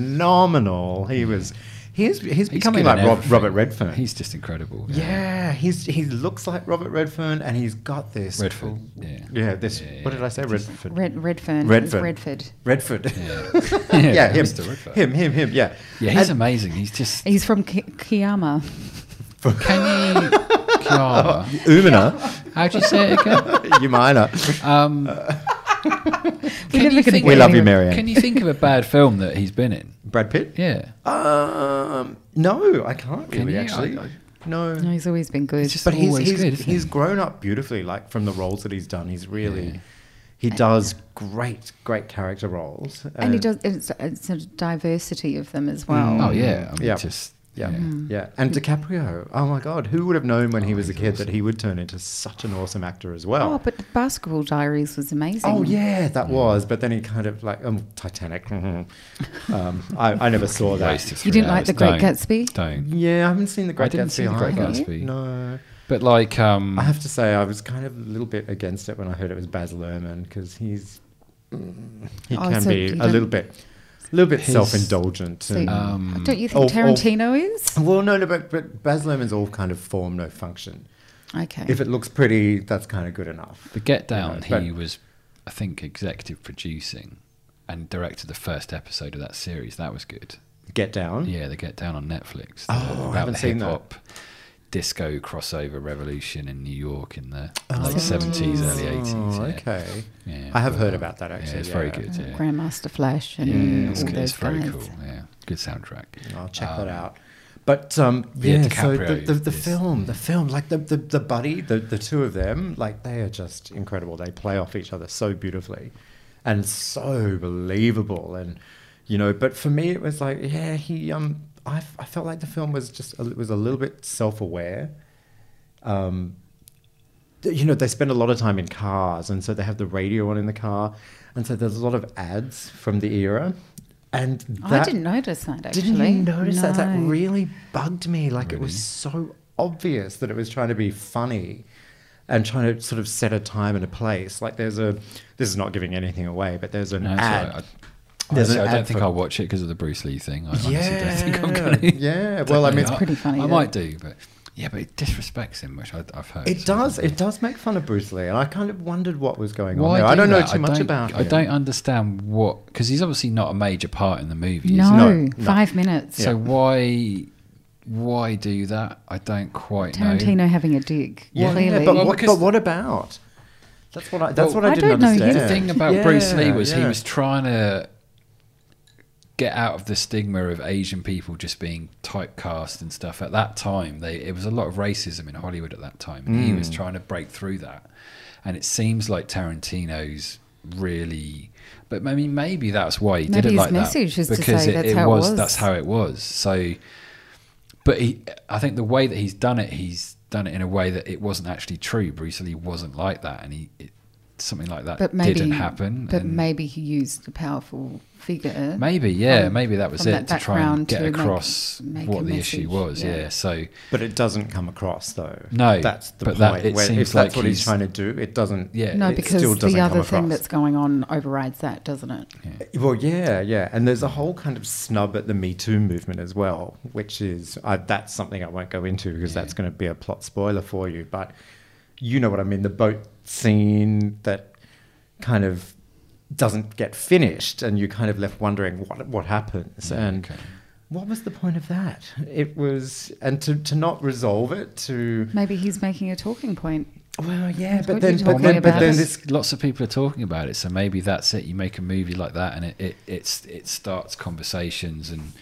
Speaker 3: phenomenal. He was. He's he's becoming
Speaker 1: good in
Speaker 3: like Rob,
Speaker 1: everything.
Speaker 3: Robert Redfern.
Speaker 1: He's just incredible.
Speaker 3: yeah, he's he looks like Robert Redfern, and he's got this
Speaker 1: Redford, yeah.
Speaker 3: yeah, this.
Speaker 1: Yeah,
Speaker 3: What did I say? Redford.
Speaker 2: Red Redfern.
Speaker 3: Redfern.
Speaker 2: Redford.
Speaker 3: Redford.
Speaker 1: Yeah,
Speaker 3: Yeah, him,
Speaker 1: Mr. Redford.
Speaker 3: him, him, him. Yeah,
Speaker 1: Yeah, he's
Speaker 3: And-
Speaker 1: amazing. He's just
Speaker 2: He's from Ki- Kiama.
Speaker 1: can you Kiara.
Speaker 3: Umina,
Speaker 1: How'd you say it again?
Speaker 3: Umina.
Speaker 1: Um,
Speaker 3: Uh,
Speaker 2: We
Speaker 1: Can
Speaker 2: never
Speaker 1: you
Speaker 2: could
Speaker 1: think-
Speaker 3: We
Speaker 2: get
Speaker 3: love you,
Speaker 2: there.
Speaker 3: Marianne.
Speaker 1: can you think of a bad film that he's been in?
Speaker 3: Brad Pitt.
Speaker 1: Yeah,
Speaker 3: Um, no, I can't
Speaker 1: Can
Speaker 3: really
Speaker 1: you?
Speaker 3: actually.
Speaker 1: I- I-
Speaker 3: no.
Speaker 2: No, he's always been good.
Speaker 1: It's just-
Speaker 3: but he's
Speaker 1: always
Speaker 3: he's,
Speaker 1: good, isn't
Speaker 3: he's
Speaker 1: he?
Speaker 3: grown up beautifully, like from the roles that he's done. He's really
Speaker 1: Yeah.
Speaker 3: he does great great character roles,
Speaker 2: and he does. It's, it's a diversity of them as well.
Speaker 1: oh yeah, I mean,
Speaker 3: uh, Mm, Yeah.
Speaker 1: just
Speaker 3: Yeah, Mm.
Speaker 1: Hmm.
Speaker 3: yeah, and DiCaprio. Oh my God, who would have known
Speaker 1: Oh,
Speaker 3: when he was a kid that he would turn into such an awesome actor as well?
Speaker 2: Oh, but the Basketball Diaries was amazing.
Speaker 3: Oh yeah, that was. But then he kind of like um, Titanic. mhm. um, I, I never saw that.
Speaker 1: Waste of
Speaker 2: You
Speaker 1: three
Speaker 2: didn't like
Speaker 1: hours.
Speaker 2: The Great
Speaker 1: Don't.
Speaker 2: Gatsby?
Speaker 1: Don't.
Speaker 3: Yeah, I haven't seen the Great
Speaker 1: didn't
Speaker 3: Gatsby.
Speaker 1: see The Great
Speaker 3: either.
Speaker 1: Gatsby.
Speaker 3: No,
Speaker 1: But like, um,
Speaker 3: I have to say, I was kind of a little bit against it when I heard it was Baz Luhrmann because he's mm, he
Speaker 2: Oh,
Speaker 3: can
Speaker 2: so
Speaker 3: be
Speaker 2: you
Speaker 3: a
Speaker 2: don't-
Speaker 3: little bit, a little bit
Speaker 1: His-
Speaker 3: self-indulgent.
Speaker 2: So,
Speaker 3: and-
Speaker 1: Um,
Speaker 2: don't you think
Speaker 3: oh, oh.
Speaker 2: Tarantino is?
Speaker 3: well, no, no, but, but Baz Luhrmann's all kind of form, no function.
Speaker 2: Okay.
Speaker 3: If it looks pretty, that's kind of good enough.
Speaker 1: The Get Down,
Speaker 3: Yeah,
Speaker 1: he
Speaker 3: but-
Speaker 1: was, I think, executive producing and directed the first episode of that series. That was good.
Speaker 3: Get down.
Speaker 1: Yeah, the Get Down on Netflix.
Speaker 3: Hmm? Oh,
Speaker 1: the-
Speaker 3: I
Speaker 1: about
Speaker 3: haven't
Speaker 1: the
Speaker 3: seen
Speaker 1: hip hop
Speaker 3: that.
Speaker 1: disco crossover revolution in New York in the late seventies, early eighties.
Speaker 3: Oh,
Speaker 1: Yeah.
Speaker 3: Okay.
Speaker 1: Yeah,
Speaker 3: I have
Speaker 1: but- um, uh,
Speaker 3: heard about that actually.
Speaker 1: Yeah, it's very
Speaker 3: yeah.
Speaker 1: good. Yeah,
Speaker 2: Grandmaster Flash and
Speaker 1: yeah it's,
Speaker 2: all
Speaker 1: good.
Speaker 2: those
Speaker 1: it's very
Speaker 2: guys.
Speaker 1: cool. Yeah, good soundtrack.
Speaker 3: I'll check
Speaker 1: Um,
Speaker 3: that out. But um,
Speaker 1: yeah,
Speaker 3: yeah, so the,
Speaker 1: DiCaprio
Speaker 3: the, the
Speaker 1: is-
Speaker 3: film, the film, like the, the, the buddy, the, the two of them, like they are just incredible. They play off each other so beautifully and so believable. And, you know, but for me, it was like, yeah, he, um, I, I felt like the film was just, a, was a little bit self aware. Um, th- you know, they spend a lot of time in cars, and so they have the radio on in the car, and so there's a lot of ads from the era, and
Speaker 2: Oh, I
Speaker 3: that-
Speaker 2: didn't notice that actually.
Speaker 3: didn't you notice that? That
Speaker 2: No.
Speaker 3: really bugged me. Like it
Speaker 1: Really?
Speaker 3: was so obvious that it was trying to be funny and trying to sort of set a time and a place. Like there's a this is not giving anything away, but there's an
Speaker 1: No, it's
Speaker 3: ad.
Speaker 1: all right. I,
Speaker 3: There's
Speaker 1: honestly,
Speaker 3: an
Speaker 1: I don't
Speaker 3: ad
Speaker 1: think
Speaker 3: for-
Speaker 1: I'll watch it because of the Bruce Lee thing. I honestly
Speaker 3: yeah,
Speaker 1: don't think I'm going to.
Speaker 3: yeah. Well, I mean,
Speaker 2: it's
Speaker 1: I-
Speaker 2: pretty funny,
Speaker 1: I,
Speaker 2: yeah.
Speaker 1: might do, but yeah, but it disrespects him, which I, I've heard.
Speaker 3: it
Speaker 1: so-
Speaker 3: does. It does make fun of Bruce Lee, and I kind of wondered what was going on.
Speaker 1: Why
Speaker 3: There.
Speaker 1: do
Speaker 3: I don't know
Speaker 1: that?
Speaker 3: too much
Speaker 1: don't-
Speaker 3: about.
Speaker 1: I
Speaker 3: it.
Speaker 1: don't understand what because he's obviously not a major part in the movie. is
Speaker 2: No,
Speaker 1: he?
Speaker 3: No, no.
Speaker 2: five minutes.
Speaker 1: So why why do that? I don't quite
Speaker 2: Tarantino
Speaker 1: know.
Speaker 2: having a dig.
Speaker 3: Yeah,
Speaker 2: clearly.
Speaker 3: but,
Speaker 1: Well,
Speaker 3: what,
Speaker 1: because-
Speaker 3: but what about? That's what I. That's
Speaker 1: Well,
Speaker 3: what I,
Speaker 2: I
Speaker 3: didn't
Speaker 2: don't know him.
Speaker 3: understand.
Speaker 2: Yeah.
Speaker 1: The thing about
Speaker 3: Yeah,
Speaker 1: Bruce Lee was he
Speaker 3: yeah.
Speaker 1: was trying to get out of the stigma of Asian people just being typecast and stuff. At that time, they it was a lot of racism in Hollywood at that time, and he was
Speaker 3: Mm.
Speaker 1: trying to break through that. And it seems like Tarantino's really. But I mean, maybe that's why he
Speaker 2: Maybe
Speaker 1: did it
Speaker 2: his
Speaker 1: like
Speaker 2: message
Speaker 1: that
Speaker 2: is to say that's how it was.
Speaker 1: That's how it was. So, but he, I think the way that he's done it, he's done it in a way that it wasn't actually true. Bruce Lee wasn't like that, and he it, something like that
Speaker 2: but maybe
Speaker 1: didn't happen.
Speaker 2: But
Speaker 1: and
Speaker 2: maybe he used a powerful figure.
Speaker 1: maybe, yeah,
Speaker 2: from-
Speaker 1: maybe that was
Speaker 2: from
Speaker 1: it
Speaker 2: that
Speaker 1: to try and
Speaker 2: background
Speaker 1: get
Speaker 2: to make-
Speaker 1: across
Speaker 2: make a
Speaker 1: what the
Speaker 2: message,
Speaker 1: issue was. Yeah.
Speaker 2: yeah.
Speaker 1: so
Speaker 3: But it doesn't come across though.
Speaker 1: No,
Speaker 3: that's the
Speaker 1: but that-
Speaker 3: point.
Speaker 1: it
Speaker 3: where
Speaker 1: seems
Speaker 3: if that's
Speaker 1: like
Speaker 3: what he's
Speaker 1: he's-
Speaker 3: trying to do, it doesn't.
Speaker 1: Yeah.
Speaker 2: no,
Speaker 3: it
Speaker 2: because
Speaker 3: still doesn't
Speaker 2: the
Speaker 3: come
Speaker 2: other thing
Speaker 3: across.
Speaker 2: that's going on overrides that, doesn't it?
Speaker 3: Well, yeah, yeah, and there's a whole kind of snub at the Me Too movement as well, which is I that's something I won't go into because that's going to be a plot spoiler for you. But you know what I mean—the boat scene that kind of doesn't get finished, and you're kind of left wondering what what happens and.
Speaker 1: okay.
Speaker 3: What was the point of that? It was, and to, to not resolve it, to
Speaker 2: Maybe he's making a talking point.
Speaker 3: Well, yeah,
Speaker 2: That's
Speaker 3: but
Speaker 2: what
Speaker 3: then,
Speaker 2: you're
Speaker 3: but
Speaker 2: talking
Speaker 3: then, but
Speaker 2: about.
Speaker 3: then
Speaker 2: Because-
Speaker 3: this.
Speaker 1: lots of people are talking about it, so maybe that's it. You make a movie like that, and it it it's, it starts conversations and.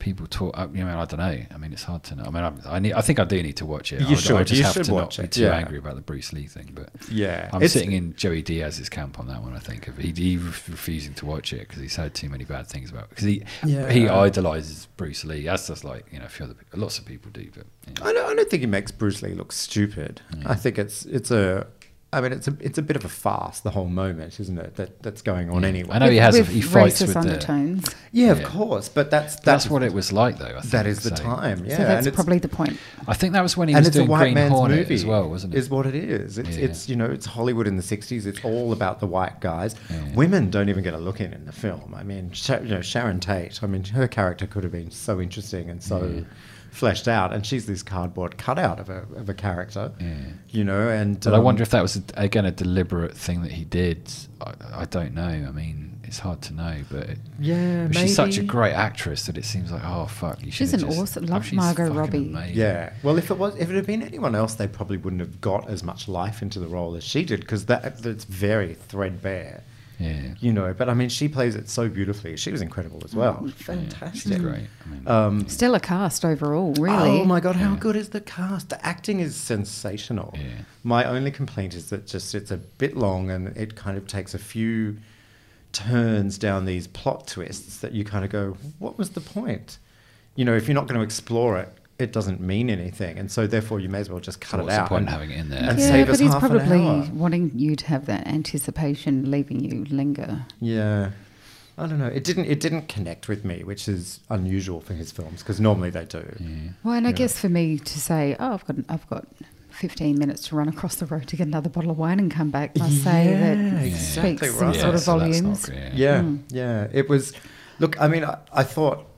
Speaker 1: People talk. I mean, I don't know. I mean, it's hard to know. I mean, I, I need. I think I do need to watch it.
Speaker 3: You
Speaker 1: I would-
Speaker 3: should.
Speaker 1: I just
Speaker 3: You
Speaker 1: have
Speaker 3: should
Speaker 1: to
Speaker 3: watch
Speaker 1: not be
Speaker 3: it,
Speaker 1: too
Speaker 3: yeah.
Speaker 1: angry about the Bruce Lee thing. But
Speaker 3: Yeah,
Speaker 1: I'm
Speaker 3: it's-
Speaker 1: sitting in Joey Diaz's camp on that one. I think If he, he was refusing to watch it because he's heard too many bad things about. Because he
Speaker 3: Yeah.
Speaker 1: he idolizes Bruce Lee, as does like you know a few other people, lots of people do. But yeah.
Speaker 3: I don't, I don't think it makes Bruce Lee look stupid. I think it's it's a. I mean, it's a it's a bit of a farce the whole moment, isn't it? That that's going on anyway.
Speaker 1: I know he has.
Speaker 2: With
Speaker 1: he fights
Speaker 2: racist
Speaker 1: with the,
Speaker 2: undertones.
Speaker 3: Yeah, of
Speaker 1: Yeah.
Speaker 3: course, but that's that's,
Speaker 1: That's what it was like, though. I think.
Speaker 3: that is the
Speaker 1: So-
Speaker 3: time. Yeah,
Speaker 2: so
Speaker 3: and
Speaker 2: that's
Speaker 3: it's,
Speaker 2: probably the point.
Speaker 1: I think that was when he
Speaker 3: and
Speaker 1: was
Speaker 3: it's a
Speaker 1: doing
Speaker 3: white
Speaker 1: Green
Speaker 3: man's
Speaker 1: Hornet
Speaker 3: movie
Speaker 1: as well, wasn't it?
Speaker 3: Is what it is. It's
Speaker 1: Yeah.
Speaker 3: it's you know it's Hollywood in the '60s. It's all about the white guys.
Speaker 1: Yeah.
Speaker 3: Women don't even get a look in in the film. I mean, Sha- you know, Sharon Tate. I mean, her character could have been so interesting and so fleshed out, and she's this cardboard cutout of a of a character.
Speaker 1: Yeah.
Speaker 3: You know, and
Speaker 1: But I
Speaker 3: um,
Speaker 1: wonder if that was again a deliberate thing that he did. I, I don't know. I mean, it's hard to know, but. It,
Speaker 3: um, Yeah,
Speaker 1: but She's such a
Speaker 3: maybe.
Speaker 1: great actress that it seems like, oh fuck, you
Speaker 2: She's
Speaker 1: should've
Speaker 2: an
Speaker 1: just-
Speaker 2: awesome-
Speaker 1: oh,
Speaker 2: love
Speaker 1: she's
Speaker 2: Margot
Speaker 1: fucking
Speaker 2: Robbie.
Speaker 1: amazing.
Speaker 3: Yeah. Well, if it was, if it had been anyone else, they probably wouldn't have got as much life into the role as she did because that that's very threadbare.
Speaker 1: yeah,
Speaker 3: You know, but I mean, she plays it so beautifully. She was incredible as well.
Speaker 1: she's
Speaker 3: Fantastic.
Speaker 1: great. I mean,
Speaker 3: Um,
Speaker 2: Still a cast overall, really.
Speaker 3: Oh my god, how
Speaker 1: Yeah.
Speaker 3: good is the cast? The acting is sensational.
Speaker 1: Yeah.
Speaker 3: My only complaint is that just it's a bit long and it kind of takes a few turns down these plot twists that you kind of go, what was the point? You know, if you're not going to explore it, it doesn't mean anything, and so therefore you may as well just cut
Speaker 1: So
Speaker 3: it
Speaker 1: what's the
Speaker 3: out.
Speaker 1: point
Speaker 3: and-
Speaker 1: in having it in there?
Speaker 3: and
Speaker 1: Yeah,
Speaker 3: save
Speaker 2: but
Speaker 3: us
Speaker 2: he's
Speaker 3: half an
Speaker 2: probably
Speaker 3: hour.
Speaker 2: wanting you to have that anticipation, leaving you linger.
Speaker 3: Yeah. I don't know. It didn't. It didn't connect with me, which is unusual for his films because normally they do.
Speaker 1: yeah.
Speaker 2: Well, and I
Speaker 3: Yeah.
Speaker 2: guess for me to say, oh, I've got, I've got 15 minutes to run across the road to get another bottle of wine and come back, must say that
Speaker 3: Yeah, exactly
Speaker 2: speaks
Speaker 3: right.
Speaker 2: some sort of
Speaker 1: so that's not
Speaker 2: volumes.
Speaker 1: great.
Speaker 3: Yeah, yeah. It was. Look, I mean, I, I thought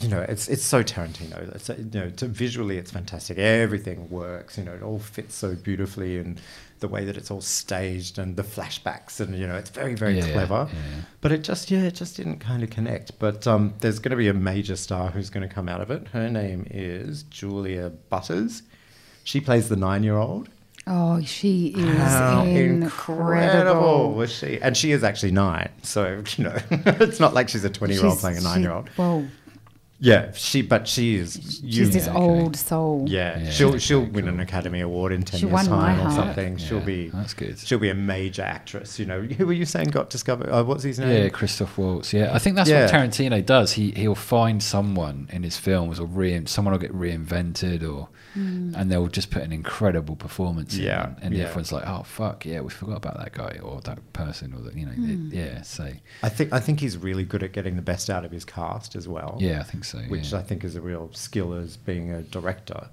Speaker 3: you know, it's it's so Tarantino. It's, uh, you know, to, visually, it's fantastic. Everything works. You know, it all fits so beautifully, and the way that it's all staged and the flashbacks, and you know, it's very very
Speaker 1: Yeah, yeah,
Speaker 3: clever.
Speaker 1: yeah.
Speaker 3: But it just yeah, it just didn't kind of connect. But um, there's going to be a major star who's going to come out of it. Her name is Julia Butters. She plays the nine year old.
Speaker 2: Oh, she is
Speaker 3: How
Speaker 2: incredible.
Speaker 3: was she? And she is actually nine, so you know, it's not like she's a twenty year old
Speaker 2: She's-
Speaker 3: playing a
Speaker 2: she-
Speaker 3: nine year old.
Speaker 2: Well,
Speaker 3: Yeah, she, but she is. You,
Speaker 2: she's this
Speaker 1: Yeah, okay.
Speaker 2: old soul.
Speaker 3: yeah,
Speaker 1: Yeah,
Speaker 3: she'll
Speaker 1: okay,
Speaker 3: she'll win
Speaker 1: cool.
Speaker 3: an Academy Award in ten
Speaker 2: She
Speaker 3: years
Speaker 2: won my
Speaker 3: time or
Speaker 2: heart.
Speaker 3: something. She'll
Speaker 1: Yeah,
Speaker 3: be
Speaker 1: that's good.
Speaker 3: She'll be a major actress. You know, who were you saying got discovered? Uh, what's his name?
Speaker 1: Yeah, Christoph Waltz. Yeah, I think that's
Speaker 3: Yeah.
Speaker 1: what Tarantino does. He he'll find someone in his films, or rein, someone will get reinvented, or
Speaker 2: Mm.
Speaker 1: and they'll just put an incredible performance. in,
Speaker 3: Yeah,
Speaker 1: and- and
Speaker 3: yeah.
Speaker 1: everyone's like, "Oh fuck, yeah, we forgot about that guy or that person or that you know, it-
Speaker 2: Hmm.
Speaker 1: yeah." So
Speaker 3: I think I think he's really good at getting the best out of his cast as well.
Speaker 1: yeah, I think so.
Speaker 3: which
Speaker 1: yeah.
Speaker 3: I think is a real skill as being a director.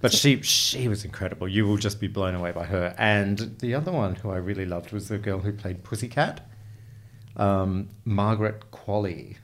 Speaker 3: But she she was incredible. You will just be blown away by her. And the other one who I really loved was the girl who played Pussycat, um, Margaret Qualley.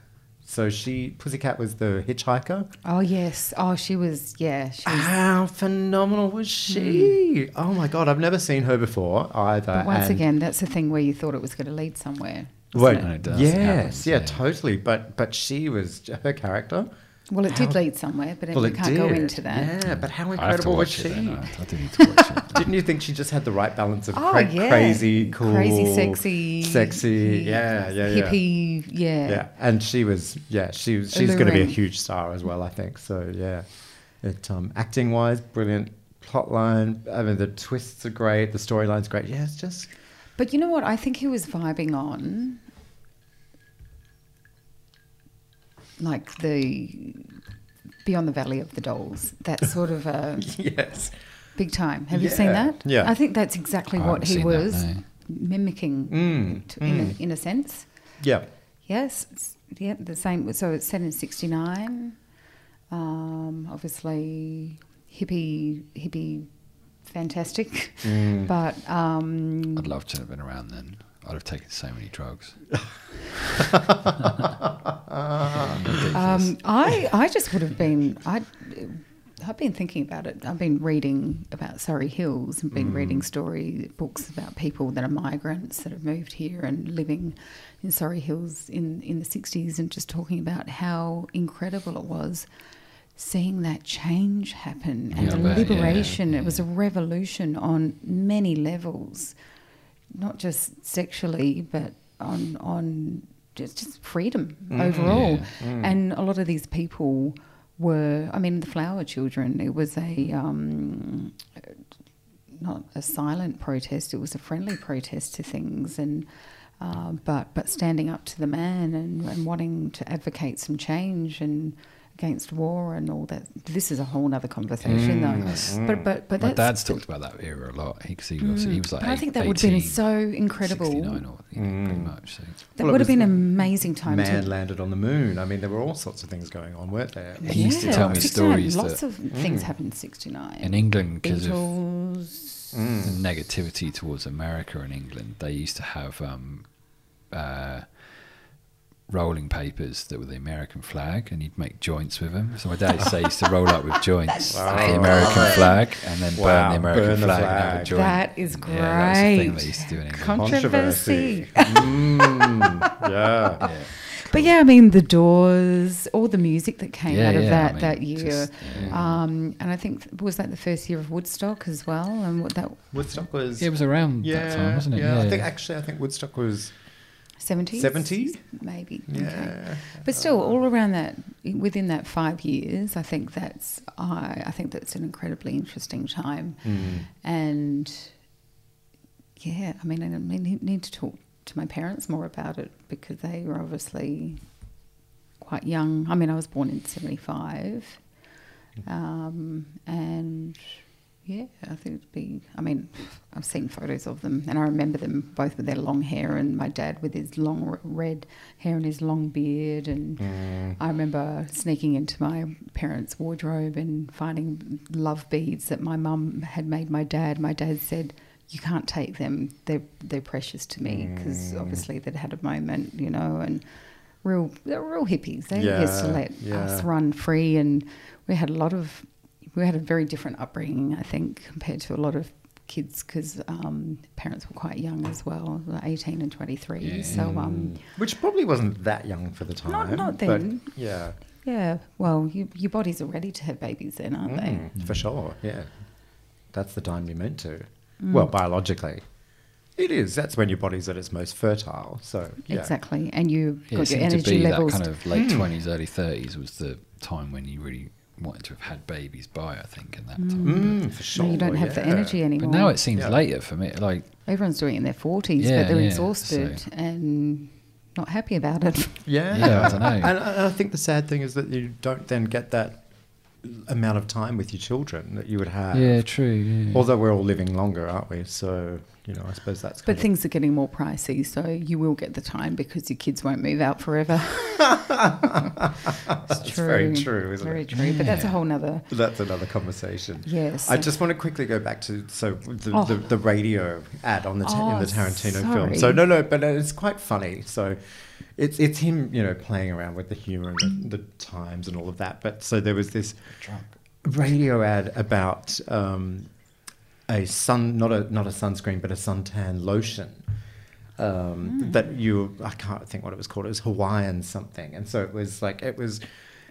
Speaker 3: So she Pussycat was the hitchhiker.
Speaker 2: Oh yes. Oh, she was. Yeah. She
Speaker 3: Ah,
Speaker 2: was.
Speaker 3: How phenomenal was she? Oh my god, I've never seen her before either.
Speaker 2: But once
Speaker 3: and-
Speaker 2: again, that's the thing where you thought it was going to lead somewhere.
Speaker 3: Well,
Speaker 1: And it does, it
Speaker 3: yes,
Speaker 1: happens,
Speaker 3: yeah,
Speaker 1: yeah.
Speaker 3: totally. But but she was her character.
Speaker 2: Well, it did
Speaker 3: How-
Speaker 2: lead somewhere, but
Speaker 3: well,
Speaker 2: we
Speaker 3: it
Speaker 2: can't go
Speaker 3: did.
Speaker 2: into that.
Speaker 3: Yeah, but how
Speaker 1: I have to
Speaker 3: incredible was
Speaker 1: watch
Speaker 3: she?
Speaker 1: it. Then. I, I do need to watch it.
Speaker 3: Didn't you think she just had the right balance of
Speaker 2: Oh,
Speaker 3: cra-
Speaker 2: yeah.
Speaker 3: crazy, cool,
Speaker 2: crazy, sexy,
Speaker 3: sexy? Yeah, yeah, yeah.
Speaker 2: hippie, yeah.
Speaker 3: Yeah, and she was. Yeah, she was. She's going to be a
Speaker 2: Alluring.
Speaker 3: huge star as well, I think. So yeah, it um, acting wise, brilliant plot line. I mean, the twists are great. The storyline's great. Yeah, it's just
Speaker 2: But you know what? I think he was vibing on, like the Beyond the Valley of the Dolls. That sort of a
Speaker 3: yes,
Speaker 2: big time. Have you seen
Speaker 3: Yeah.
Speaker 2: that?
Speaker 3: Yeah.
Speaker 2: I think that's exactly
Speaker 1: I haven't
Speaker 2: what he
Speaker 1: seen that,
Speaker 2: was
Speaker 1: no.
Speaker 2: mimicking,
Speaker 3: Mm,
Speaker 2: to, in, a, in a sense.
Speaker 3: yeah.
Speaker 2: Yes, it's, yeah, the same. So it's set in '69. Um, obviously, hippie, hippie, fantastic.
Speaker 1: Mm.
Speaker 3: Mm.
Speaker 2: But um,
Speaker 1: I'd love to have been around then. I'd have taken so many drugs. Ridiculous.
Speaker 2: um, I, I just would have been. I, I've been thinking about it. I've been reading about Surrey Hills and been reading
Speaker 1: Mm.
Speaker 2: story books about people that are migrants that have moved here and living in Surrey Hills in in the '60s, and just talking about how incredible it was seeing that change happen and
Speaker 1: Yeah, I
Speaker 2: the
Speaker 1: bet, yeah,
Speaker 2: liberation.
Speaker 1: yeah.
Speaker 2: It was a revolution on many levels, not just sexually, but on on just, just freedom overall. And a lot of these people were, I mean, the Flower Children. It was a um, not a silent protest; it was a friendly protest to things and. Uh, but but standing up to the man and, and wanting to advocate some change and against war and all that. This is a whole other conversation though. But but but
Speaker 1: My
Speaker 2: that's,
Speaker 1: dad's talked about that era a lot because he, 'cause he obviously he was like
Speaker 2: but I think that
Speaker 1: 18,
Speaker 2: would have been so incredible.
Speaker 1: 69 or you know, pretty much. So.
Speaker 2: That
Speaker 3: Well, it
Speaker 2: would have
Speaker 3: was
Speaker 2: been an amazing time
Speaker 3: Man
Speaker 2: to.
Speaker 3: landed on the moon. I mean, there were all sorts of things going on, weren't there?
Speaker 1: He used to tell me
Speaker 2: 69,
Speaker 1: stories
Speaker 2: Lots
Speaker 1: that-
Speaker 2: of things happened in '69.
Speaker 1: in England because of Hmm.
Speaker 2: Beatles.
Speaker 1: the negativity towards America in England. They used to have um, uh, rolling papers that were the American flag, and you'd make joints with them. So my dad used to- used to roll up with joints
Speaker 3: Wow.
Speaker 1: the American flag, and then burn
Speaker 3: Wow,
Speaker 1: the American
Speaker 3: burn the
Speaker 1: flag. and have a
Speaker 3: flag.
Speaker 1: joint.
Speaker 2: That is great.
Speaker 1: Yeah, that was the thing they used to do in England.
Speaker 2: Controversy.
Speaker 3: Mm, yeah.
Speaker 2: But yeah, I mean the Doors, all the music that came
Speaker 1: Yeah,
Speaker 2: out of
Speaker 1: yeah, I
Speaker 2: that
Speaker 1: mean,
Speaker 2: that year,
Speaker 1: just-
Speaker 2: um, and I think was that the first year of Woodstock as well, and what that
Speaker 3: Woodstock was.
Speaker 1: It was around
Speaker 3: yeah,
Speaker 1: that time, wasn't it?
Speaker 3: yeah. I think actually, I think Woodstock was.
Speaker 2: seventies,
Speaker 3: 70?
Speaker 2: maybe. Okay.
Speaker 3: Yeah.
Speaker 2: But still, all around that, within that five years, I think that's I, I think that's an incredibly interesting time,
Speaker 1: Mm-hmm.
Speaker 3: Mm-hmm.
Speaker 2: and yeah, I mean, I need- need to talk to my parents more about it because they were obviously quite young. I mean, I was born in seventy five, um, and yeah, I think it'd be. I mean, I've seen photos of them, and I remember them both with their long hair, and my dad with his long r- red hair and his long beard. And
Speaker 1: Mm-hmm.
Speaker 2: I remember sneaking into my parents' wardrobe and finding love beads that my mum had made my dad. My dad said. You can't
Speaker 3: Mm.
Speaker 2: take them. They're they're precious to me because obviously they'd had a moment, you know, and real they're real hippies. They
Speaker 3: Yeah,
Speaker 2: used to let
Speaker 3: yeah.
Speaker 2: us run free, and we had a lot of we had a very different upbringing, I think, compared to a lot of kids because um, parents were quite young as well, like eighteen and twenty three.
Speaker 1: Yeah.
Speaker 2: So
Speaker 3: Mm.
Speaker 2: um,
Speaker 3: Which probably wasn't that young for the time.
Speaker 2: Not- not
Speaker 3: but
Speaker 2: then.
Speaker 3: yeah.
Speaker 2: yeah, well, you, your bodies are ready to have babies then, aren't they?
Speaker 3: Mm, For sure. Yeah. That's the time you're meant to.
Speaker 2: Mm.
Speaker 3: Well, biologically. It is. That's when your body's at its most fertile. So yeah.
Speaker 2: Exactly, and you
Speaker 1: Yeah, it
Speaker 2: got your
Speaker 1: seemed to
Speaker 2: energy
Speaker 1: be
Speaker 2: levels. Hmm.
Speaker 1: that kind of late twenties, early thirties was the time when you really wanted to have had babies by, I think, in that
Speaker 2: Hmm.
Speaker 1: time.
Speaker 3: Mm, for sure.
Speaker 2: no, you don't have the
Speaker 3: yeah.
Speaker 2: energy anymore.
Speaker 1: But now it seems
Speaker 3: Yeah.
Speaker 1: later for me. Like,
Speaker 2: everyone's doing it in their forties,
Speaker 1: Yeah,
Speaker 2: but they're
Speaker 1: yeah,
Speaker 2: exhausted
Speaker 1: so-
Speaker 2: and not happy about it.
Speaker 3: Yeah.
Speaker 1: Yeah, I dunno.
Speaker 3: And, and I think the sad thing is that you don't then get that amount of time with your children that you would have.
Speaker 1: yeah, true. Yeah.
Speaker 3: Although we're all living longer, aren't we? So, you know, I suppose that's
Speaker 2: But
Speaker 3: kind of-
Speaker 2: things are getting more pricey, so you will get the time because your kids won't move out forever. it's
Speaker 3: That's very true, isn't
Speaker 2: very
Speaker 3: it?
Speaker 2: true. But that's a
Speaker 1: Yeah.
Speaker 2: whole nother.
Speaker 3: that's another conversation.
Speaker 2: Yes.
Speaker 3: I just want to quickly go back to so the,
Speaker 2: Oh.
Speaker 3: the, the radio ad on the ta- in
Speaker 2: Oh,
Speaker 3: the Tarantino film.
Speaker 2: sorry.
Speaker 3: So no, no, but it's quite funny. So it's it's him, you know, playing around with the humor and the, the times and all of that. But so there was this
Speaker 1: Drunk.
Speaker 3: radio ad about um, a sun not a not a sunscreen but a suntan lotion um, that you I can't think what it was called. It was Hawaiian something, and so it was like it was.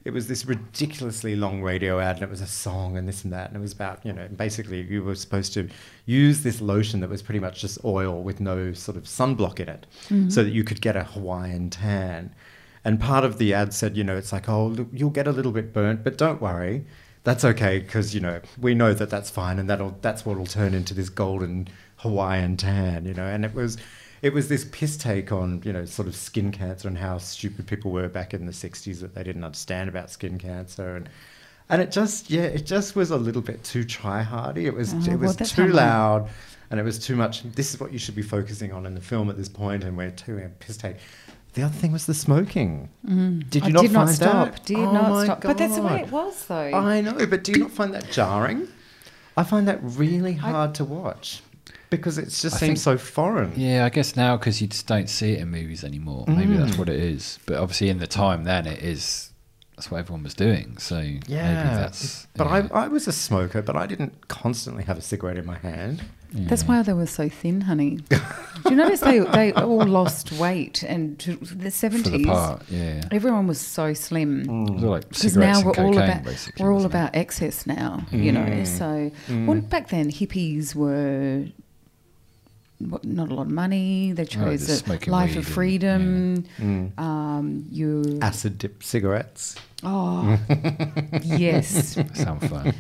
Speaker 3: It was this ridiculously long radio ad, and it was a song and this and that, and it was about you know basically you were supposed to use this lotion that was pretty much just oil with no sort of sunblock in it, so that you could get a Hawaiian tan. And part of the ad said, you know, it's like, oh, look, you'll get a little bit burnt, but don't worry. That's okay because, you know, we know that that's fine and that'll, that's what will turn into this golden Hawaiian tan, you know. And it was, it was this piss take on, you know, sort of skin cancer and how stupid people were back in the 60s that they didn't understand about skin cancer. And, and it just, yeah, it just was a little bit too try-hardy. It was,
Speaker 2: Oh,
Speaker 3: it
Speaker 2: well,
Speaker 3: was
Speaker 2: that's
Speaker 3: too
Speaker 2: how I-
Speaker 3: loud loud and it was too much. This is what you should be focusing on in the film at this point, and we're too uh, pissed take. The other thing was the smoking. Did you
Speaker 2: Mm. I
Speaker 3: not
Speaker 2: did
Speaker 3: find
Speaker 2: not stop.
Speaker 3: that?
Speaker 2: Did
Speaker 3: Oh my
Speaker 2: not stop. But that's the way
Speaker 3: God.
Speaker 2: it was, though.
Speaker 3: I know, but do you not find that jarring? I find that really hard to watch because it just
Speaker 1: I
Speaker 3: seems so foreign.
Speaker 1: Yeah, I guess now because you just don't see it in movies anymore. Maybe that's what it is. But obviously, in the time then, it is. That's what everyone was doing. So maybe that's.
Speaker 3: but
Speaker 1: yeah.
Speaker 3: I, I was a smoker, but I didn't constantly have a cigarette in my hand.
Speaker 2: That's why they were so thin, honey. Do you notice they, they all lost weight? And to the
Speaker 1: for the
Speaker 2: 70s,
Speaker 1: part, yeah.
Speaker 2: everyone was so slim.
Speaker 1: It was all like
Speaker 2: Mm. Because
Speaker 1: cigarettes
Speaker 2: now
Speaker 1: and
Speaker 2: we're
Speaker 1: cocaine,
Speaker 2: all about
Speaker 1: basically.
Speaker 2: we're all
Speaker 1: wasn't it? Mm.
Speaker 2: about excess now, you know. So well, back then hippies were what, not a lot of money. They chose
Speaker 1: Oh, just
Speaker 2: a
Speaker 1: smoking
Speaker 2: life
Speaker 1: weed
Speaker 2: of
Speaker 1: and- Mm. Ah.
Speaker 2: freedom. Um, you
Speaker 3: Acid dip cigarettes.
Speaker 2: oh yes, Mm.
Speaker 1: Sound fun.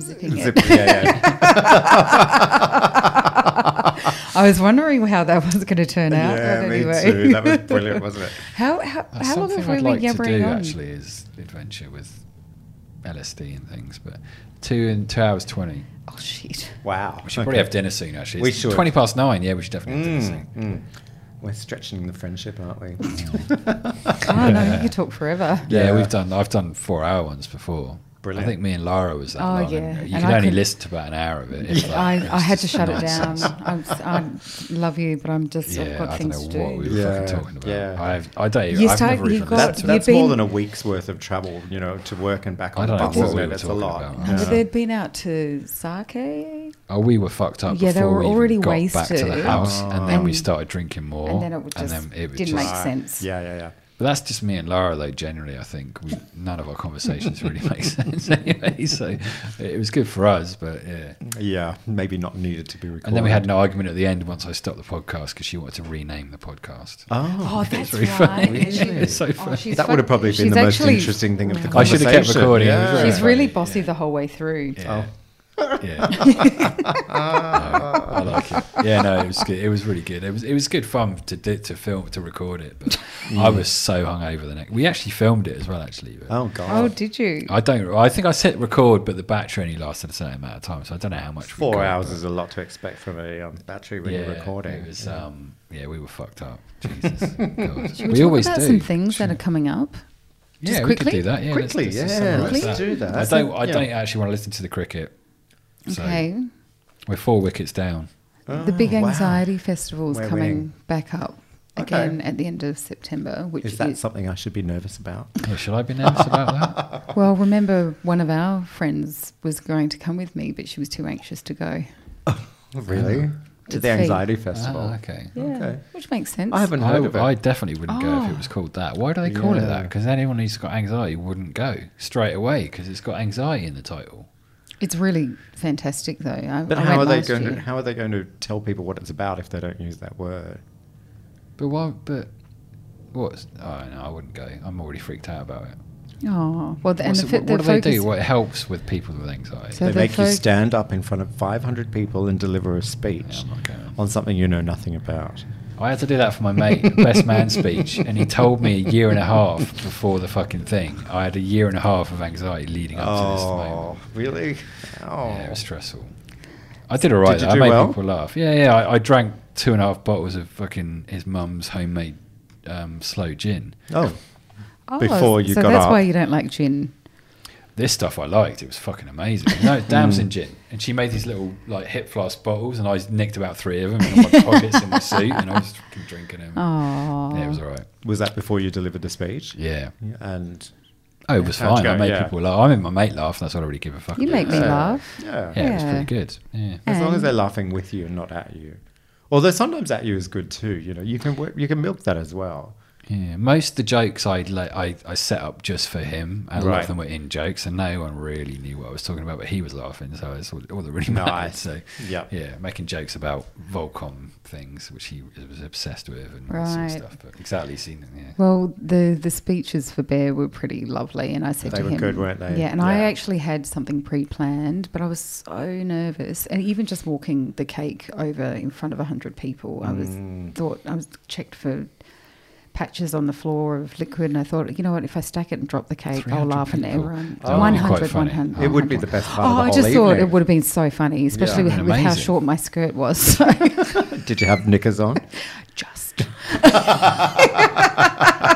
Speaker 2: zipping
Speaker 3: Zip-
Speaker 2: it.
Speaker 3: yeah, yeah.
Speaker 2: I was wondering how that was going to turn out.
Speaker 3: yeah
Speaker 2: but
Speaker 3: me
Speaker 2: anyway.
Speaker 3: too. That was brilliant, wasn't it?
Speaker 2: How how,
Speaker 1: That's
Speaker 2: how long
Speaker 1: something
Speaker 2: have we
Speaker 1: I'd
Speaker 2: been
Speaker 1: like to
Speaker 2: yabbering
Speaker 1: do
Speaker 2: on?
Speaker 1: actually is adventure with LSD and things, but two and two hours twenty.
Speaker 2: Oh shit!
Speaker 3: Wow.
Speaker 1: We should
Speaker 3: Okay.
Speaker 1: probably have dinner soon. Actually,
Speaker 3: We
Speaker 1: It's
Speaker 3: should.
Speaker 1: Twenty past nine. Yeah, we should definitely have dinner soon.
Speaker 3: Mm. We're stretching the friendship, aren't we?
Speaker 2: Mm. Oh no, you could talk forever.
Speaker 1: Yeah,
Speaker 3: Yeah.
Speaker 1: we've done. I've done four hour ones before.
Speaker 3: Brilliant.
Speaker 1: I think me and Lara was that
Speaker 2: Oh,
Speaker 1: long.
Speaker 2: yeah.
Speaker 1: and You
Speaker 2: And
Speaker 1: could
Speaker 2: I
Speaker 1: only
Speaker 2: could-
Speaker 1: listen to about an hour of it. If that.
Speaker 2: I,
Speaker 1: It
Speaker 2: I
Speaker 1: was
Speaker 2: had to
Speaker 1: just
Speaker 2: shut
Speaker 1: nonsense.
Speaker 2: it down. I'm, s- I love you, but I'm just I've
Speaker 1: Yeah,
Speaker 2: got
Speaker 1: I don't know
Speaker 2: things
Speaker 1: what
Speaker 2: to do.
Speaker 1: we were
Speaker 3: Yeah,
Speaker 1: fucking talking about.
Speaker 3: yeah.
Speaker 1: I've, I don't.
Speaker 2: You
Speaker 1: even I've
Speaker 2: start-
Speaker 1: never
Speaker 2: you
Speaker 1: even
Speaker 2: got-
Speaker 1: listened
Speaker 3: That's,
Speaker 1: to
Speaker 2: you've
Speaker 1: it.
Speaker 3: that's more
Speaker 2: been-
Speaker 3: than a week's worth of travel, you know, to work and back
Speaker 1: I
Speaker 3: on
Speaker 1: don't know
Speaker 3: buses.
Speaker 1: what
Speaker 3: isn't
Speaker 1: we
Speaker 3: it?
Speaker 1: were
Speaker 3: It's a
Speaker 1: talking
Speaker 3: lot.
Speaker 1: about.
Speaker 2: No, but they'd been out to sake,
Speaker 1: Oh, we were fucked up.
Speaker 2: Yeah, they
Speaker 1: before
Speaker 2: were
Speaker 1: we even
Speaker 2: already
Speaker 1: got Back to the
Speaker 2: wasted.
Speaker 1: house, and then we
Speaker 2: Oh.
Speaker 1: started drinking more,
Speaker 2: and then it would just didn't
Speaker 1: just-
Speaker 2: make sense.
Speaker 3: Yeah, yeah, yeah.
Speaker 1: But that's just me and Lara, though. Generally, I think we, none of our conversations really make sense anyway. So it was good for us, but yeah.
Speaker 3: Yeah, maybe not needed to be recorded.
Speaker 1: And then we had an argument at the end once I stopped the podcast because she wanted to rename the podcast.
Speaker 3: Oh,
Speaker 2: Oh, that's
Speaker 1: really
Speaker 2: right.
Speaker 1: funny.
Speaker 2: And she-
Speaker 1: It's so
Speaker 2: oh,
Speaker 1: funny.
Speaker 2: she's
Speaker 3: that would have
Speaker 2: fun-
Speaker 3: probably been
Speaker 2: she's
Speaker 3: the most
Speaker 2: actually-
Speaker 3: interesting thing of the
Speaker 1: I
Speaker 3: conversation.
Speaker 1: should have kept recording. It was
Speaker 3: Yeah.
Speaker 1: very
Speaker 2: She's
Speaker 1: funny.
Speaker 2: really bossy the whole way through.
Speaker 1: Yeah.
Speaker 3: Oh.
Speaker 1: Yeah. No, I like it. Yeah, no, it was good. It was really good. It was it was good fun to do, to film to record it, but I was so hungover the next. We actually filmed it as well, actually. But
Speaker 3: Mm. Oh,
Speaker 2: Oh,
Speaker 3: God.
Speaker 2: did you?
Speaker 1: I don't. I think I hit record, but the battery only lasted a certain amount of time, so I don't know how much. we
Speaker 3: Four
Speaker 1: got,
Speaker 3: hours
Speaker 1: but-
Speaker 3: is a lot to expect from a um, battery when you're recording.
Speaker 1: It was, um, yeah, we were fucked up. Jesus, God.
Speaker 2: Should we, talk about some things that are coming up?
Speaker 1: yeah,
Speaker 2: just
Speaker 1: we could
Speaker 2: quickly?
Speaker 1: do that. Yeah, let's-
Speaker 3: Quickly,
Speaker 1: let's just
Speaker 3: yeah,
Speaker 1: summarise
Speaker 3: let's do that.
Speaker 1: I don't. I
Speaker 3: Yeah.
Speaker 1: don't actually want to listen to the cricket. So ah,
Speaker 2: Okay.
Speaker 1: we're four wickets down.
Speaker 2: the Big
Speaker 3: wow.
Speaker 2: Anxiety Festival is
Speaker 3: We're
Speaker 2: coming
Speaker 3: winning.
Speaker 2: back up.
Speaker 3: Okay.
Speaker 2: again at the end of September, which
Speaker 3: Is that something I should be nervous about?
Speaker 1: Oh, should I be nervous about that?
Speaker 2: Well, remember one of our friends was going to come with me, but she was too anxious to go.
Speaker 3: Really? to
Speaker 2: It's
Speaker 3: the
Speaker 2: fake.
Speaker 3: Anxiety Festival.
Speaker 1: Oh, Ah, okay.
Speaker 2: Yeah,
Speaker 3: Okay.
Speaker 2: which makes sense.
Speaker 3: I haven't
Speaker 1: I,
Speaker 3: heard of it.
Speaker 1: I definitely wouldn't go if
Speaker 2: Oh.
Speaker 1: it was called that. Why do they call it
Speaker 3: Yeah.
Speaker 1: that? Because anyone who's got anxiety wouldn't go straight away because it's got anxiety in the title.
Speaker 2: It's really fantastic, though. I,
Speaker 3: but
Speaker 2: I
Speaker 3: how
Speaker 2: went
Speaker 3: are they
Speaker 2: last
Speaker 3: going to
Speaker 2: year.
Speaker 3: how are they going to tell people what it's about if they don't use that word?
Speaker 1: But why? But what? Oh, no, I wouldn't go. I'm already freaked out about it.
Speaker 2: Oh well, the, and
Speaker 1: What's
Speaker 2: the,
Speaker 1: it- what
Speaker 2: fo- the
Speaker 1: do they
Speaker 2: focus,
Speaker 1: do? What helps with people with anxiety?
Speaker 2: So
Speaker 3: they
Speaker 2: the
Speaker 3: make you
Speaker 2: folk-
Speaker 3: stand up in front of 500 people and deliver a speech
Speaker 1: Yeah, I'm not going.
Speaker 3: on something you know nothing about.
Speaker 1: I had to do that for my mate, best man speech, and he told me a year and a half before the fucking thing. I had a year and a half of anxiety leading up to this moment.
Speaker 3: Oh, really? Oh.
Speaker 1: Yeah, it was stressful. I did all right.
Speaker 3: Did you
Speaker 1: though.
Speaker 3: do
Speaker 1: I made
Speaker 3: well?
Speaker 1: people laugh. Yeah, yeah. I, I drank two and a half bottles of fucking his mum's homemade um, slow gin.
Speaker 3: oh.
Speaker 2: Oh,
Speaker 3: before you
Speaker 2: so
Speaker 3: got
Speaker 2: that's why
Speaker 3: up.
Speaker 2: you don't like gin.
Speaker 1: This stuff I liked. It was fucking amazing. No, it's
Speaker 3: Hmm.
Speaker 1: damson gin. And she made these little like hip flask bottles, and I nicked about three of them in my pockets in my suit, and I was fucking drinking them.
Speaker 2: Oh,
Speaker 1: Yeah, it was all right.
Speaker 3: Was that before you delivered the speech?
Speaker 1: Yeah.
Speaker 3: And
Speaker 1: Oh, it was
Speaker 3: How'd
Speaker 1: fine.
Speaker 3: you go?
Speaker 1: I made
Speaker 3: Yeah.
Speaker 1: people laugh. I made my mate laugh, and that's what I really give a fuck
Speaker 2: you
Speaker 1: about.
Speaker 2: make me
Speaker 3: Yeah.
Speaker 2: laugh.
Speaker 3: yeah.
Speaker 1: Yeah, it was
Speaker 2: Yeah.
Speaker 1: pretty good. Yeah.
Speaker 3: As long as
Speaker 2: And-
Speaker 3: they're laughing with you and not at you. Although sometimes at you is good too, you know. You can work, you can milk that as well.
Speaker 1: Yeah, most of the jokes I'd like, I I set up just for him, and a lot
Speaker 3: Right.
Speaker 1: of them were in jokes, and no one really knew what I was talking about, but he was laughing, so it's all, all that really mattered.
Speaker 3: Nice.
Speaker 1: So
Speaker 3: Yep.
Speaker 1: yeah, making jokes about Volcom things, which he was obsessed with, and all that sort of
Speaker 2: Right.
Speaker 1: stuff. But exactly, seen yeah.
Speaker 2: Well, the the speeches for Bear were pretty lovely, and I said
Speaker 3: They
Speaker 2: to
Speaker 3: were
Speaker 2: him,
Speaker 3: good, weren't they?
Speaker 2: Yeah, and I
Speaker 3: Yeah.
Speaker 2: actually had something pre-planned, but I was so nervous, and even just walking the cake over in front of hundred people, I was
Speaker 3: Mm.
Speaker 2: thought I was checked for patches on the floor of liquid, and I thought, you know what, if I stack it and drop the cake, I'll
Speaker 1: 300
Speaker 2: laugh and
Speaker 1: people.
Speaker 2: everyone.
Speaker 1: That would be quite
Speaker 2: 100,
Speaker 1: funny.
Speaker 2: 100,
Speaker 3: Oh, It would be the best part
Speaker 2: Oh,
Speaker 3: of the
Speaker 2: I
Speaker 3: whole
Speaker 2: just thought it
Speaker 3: evening.
Speaker 2: would have been so funny, especially
Speaker 3: Yeah.
Speaker 2: with, with how
Speaker 1: Amazing.
Speaker 2: short my skirt was. So
Speaker 3: Did you have knickers on?
Speaker 2: just.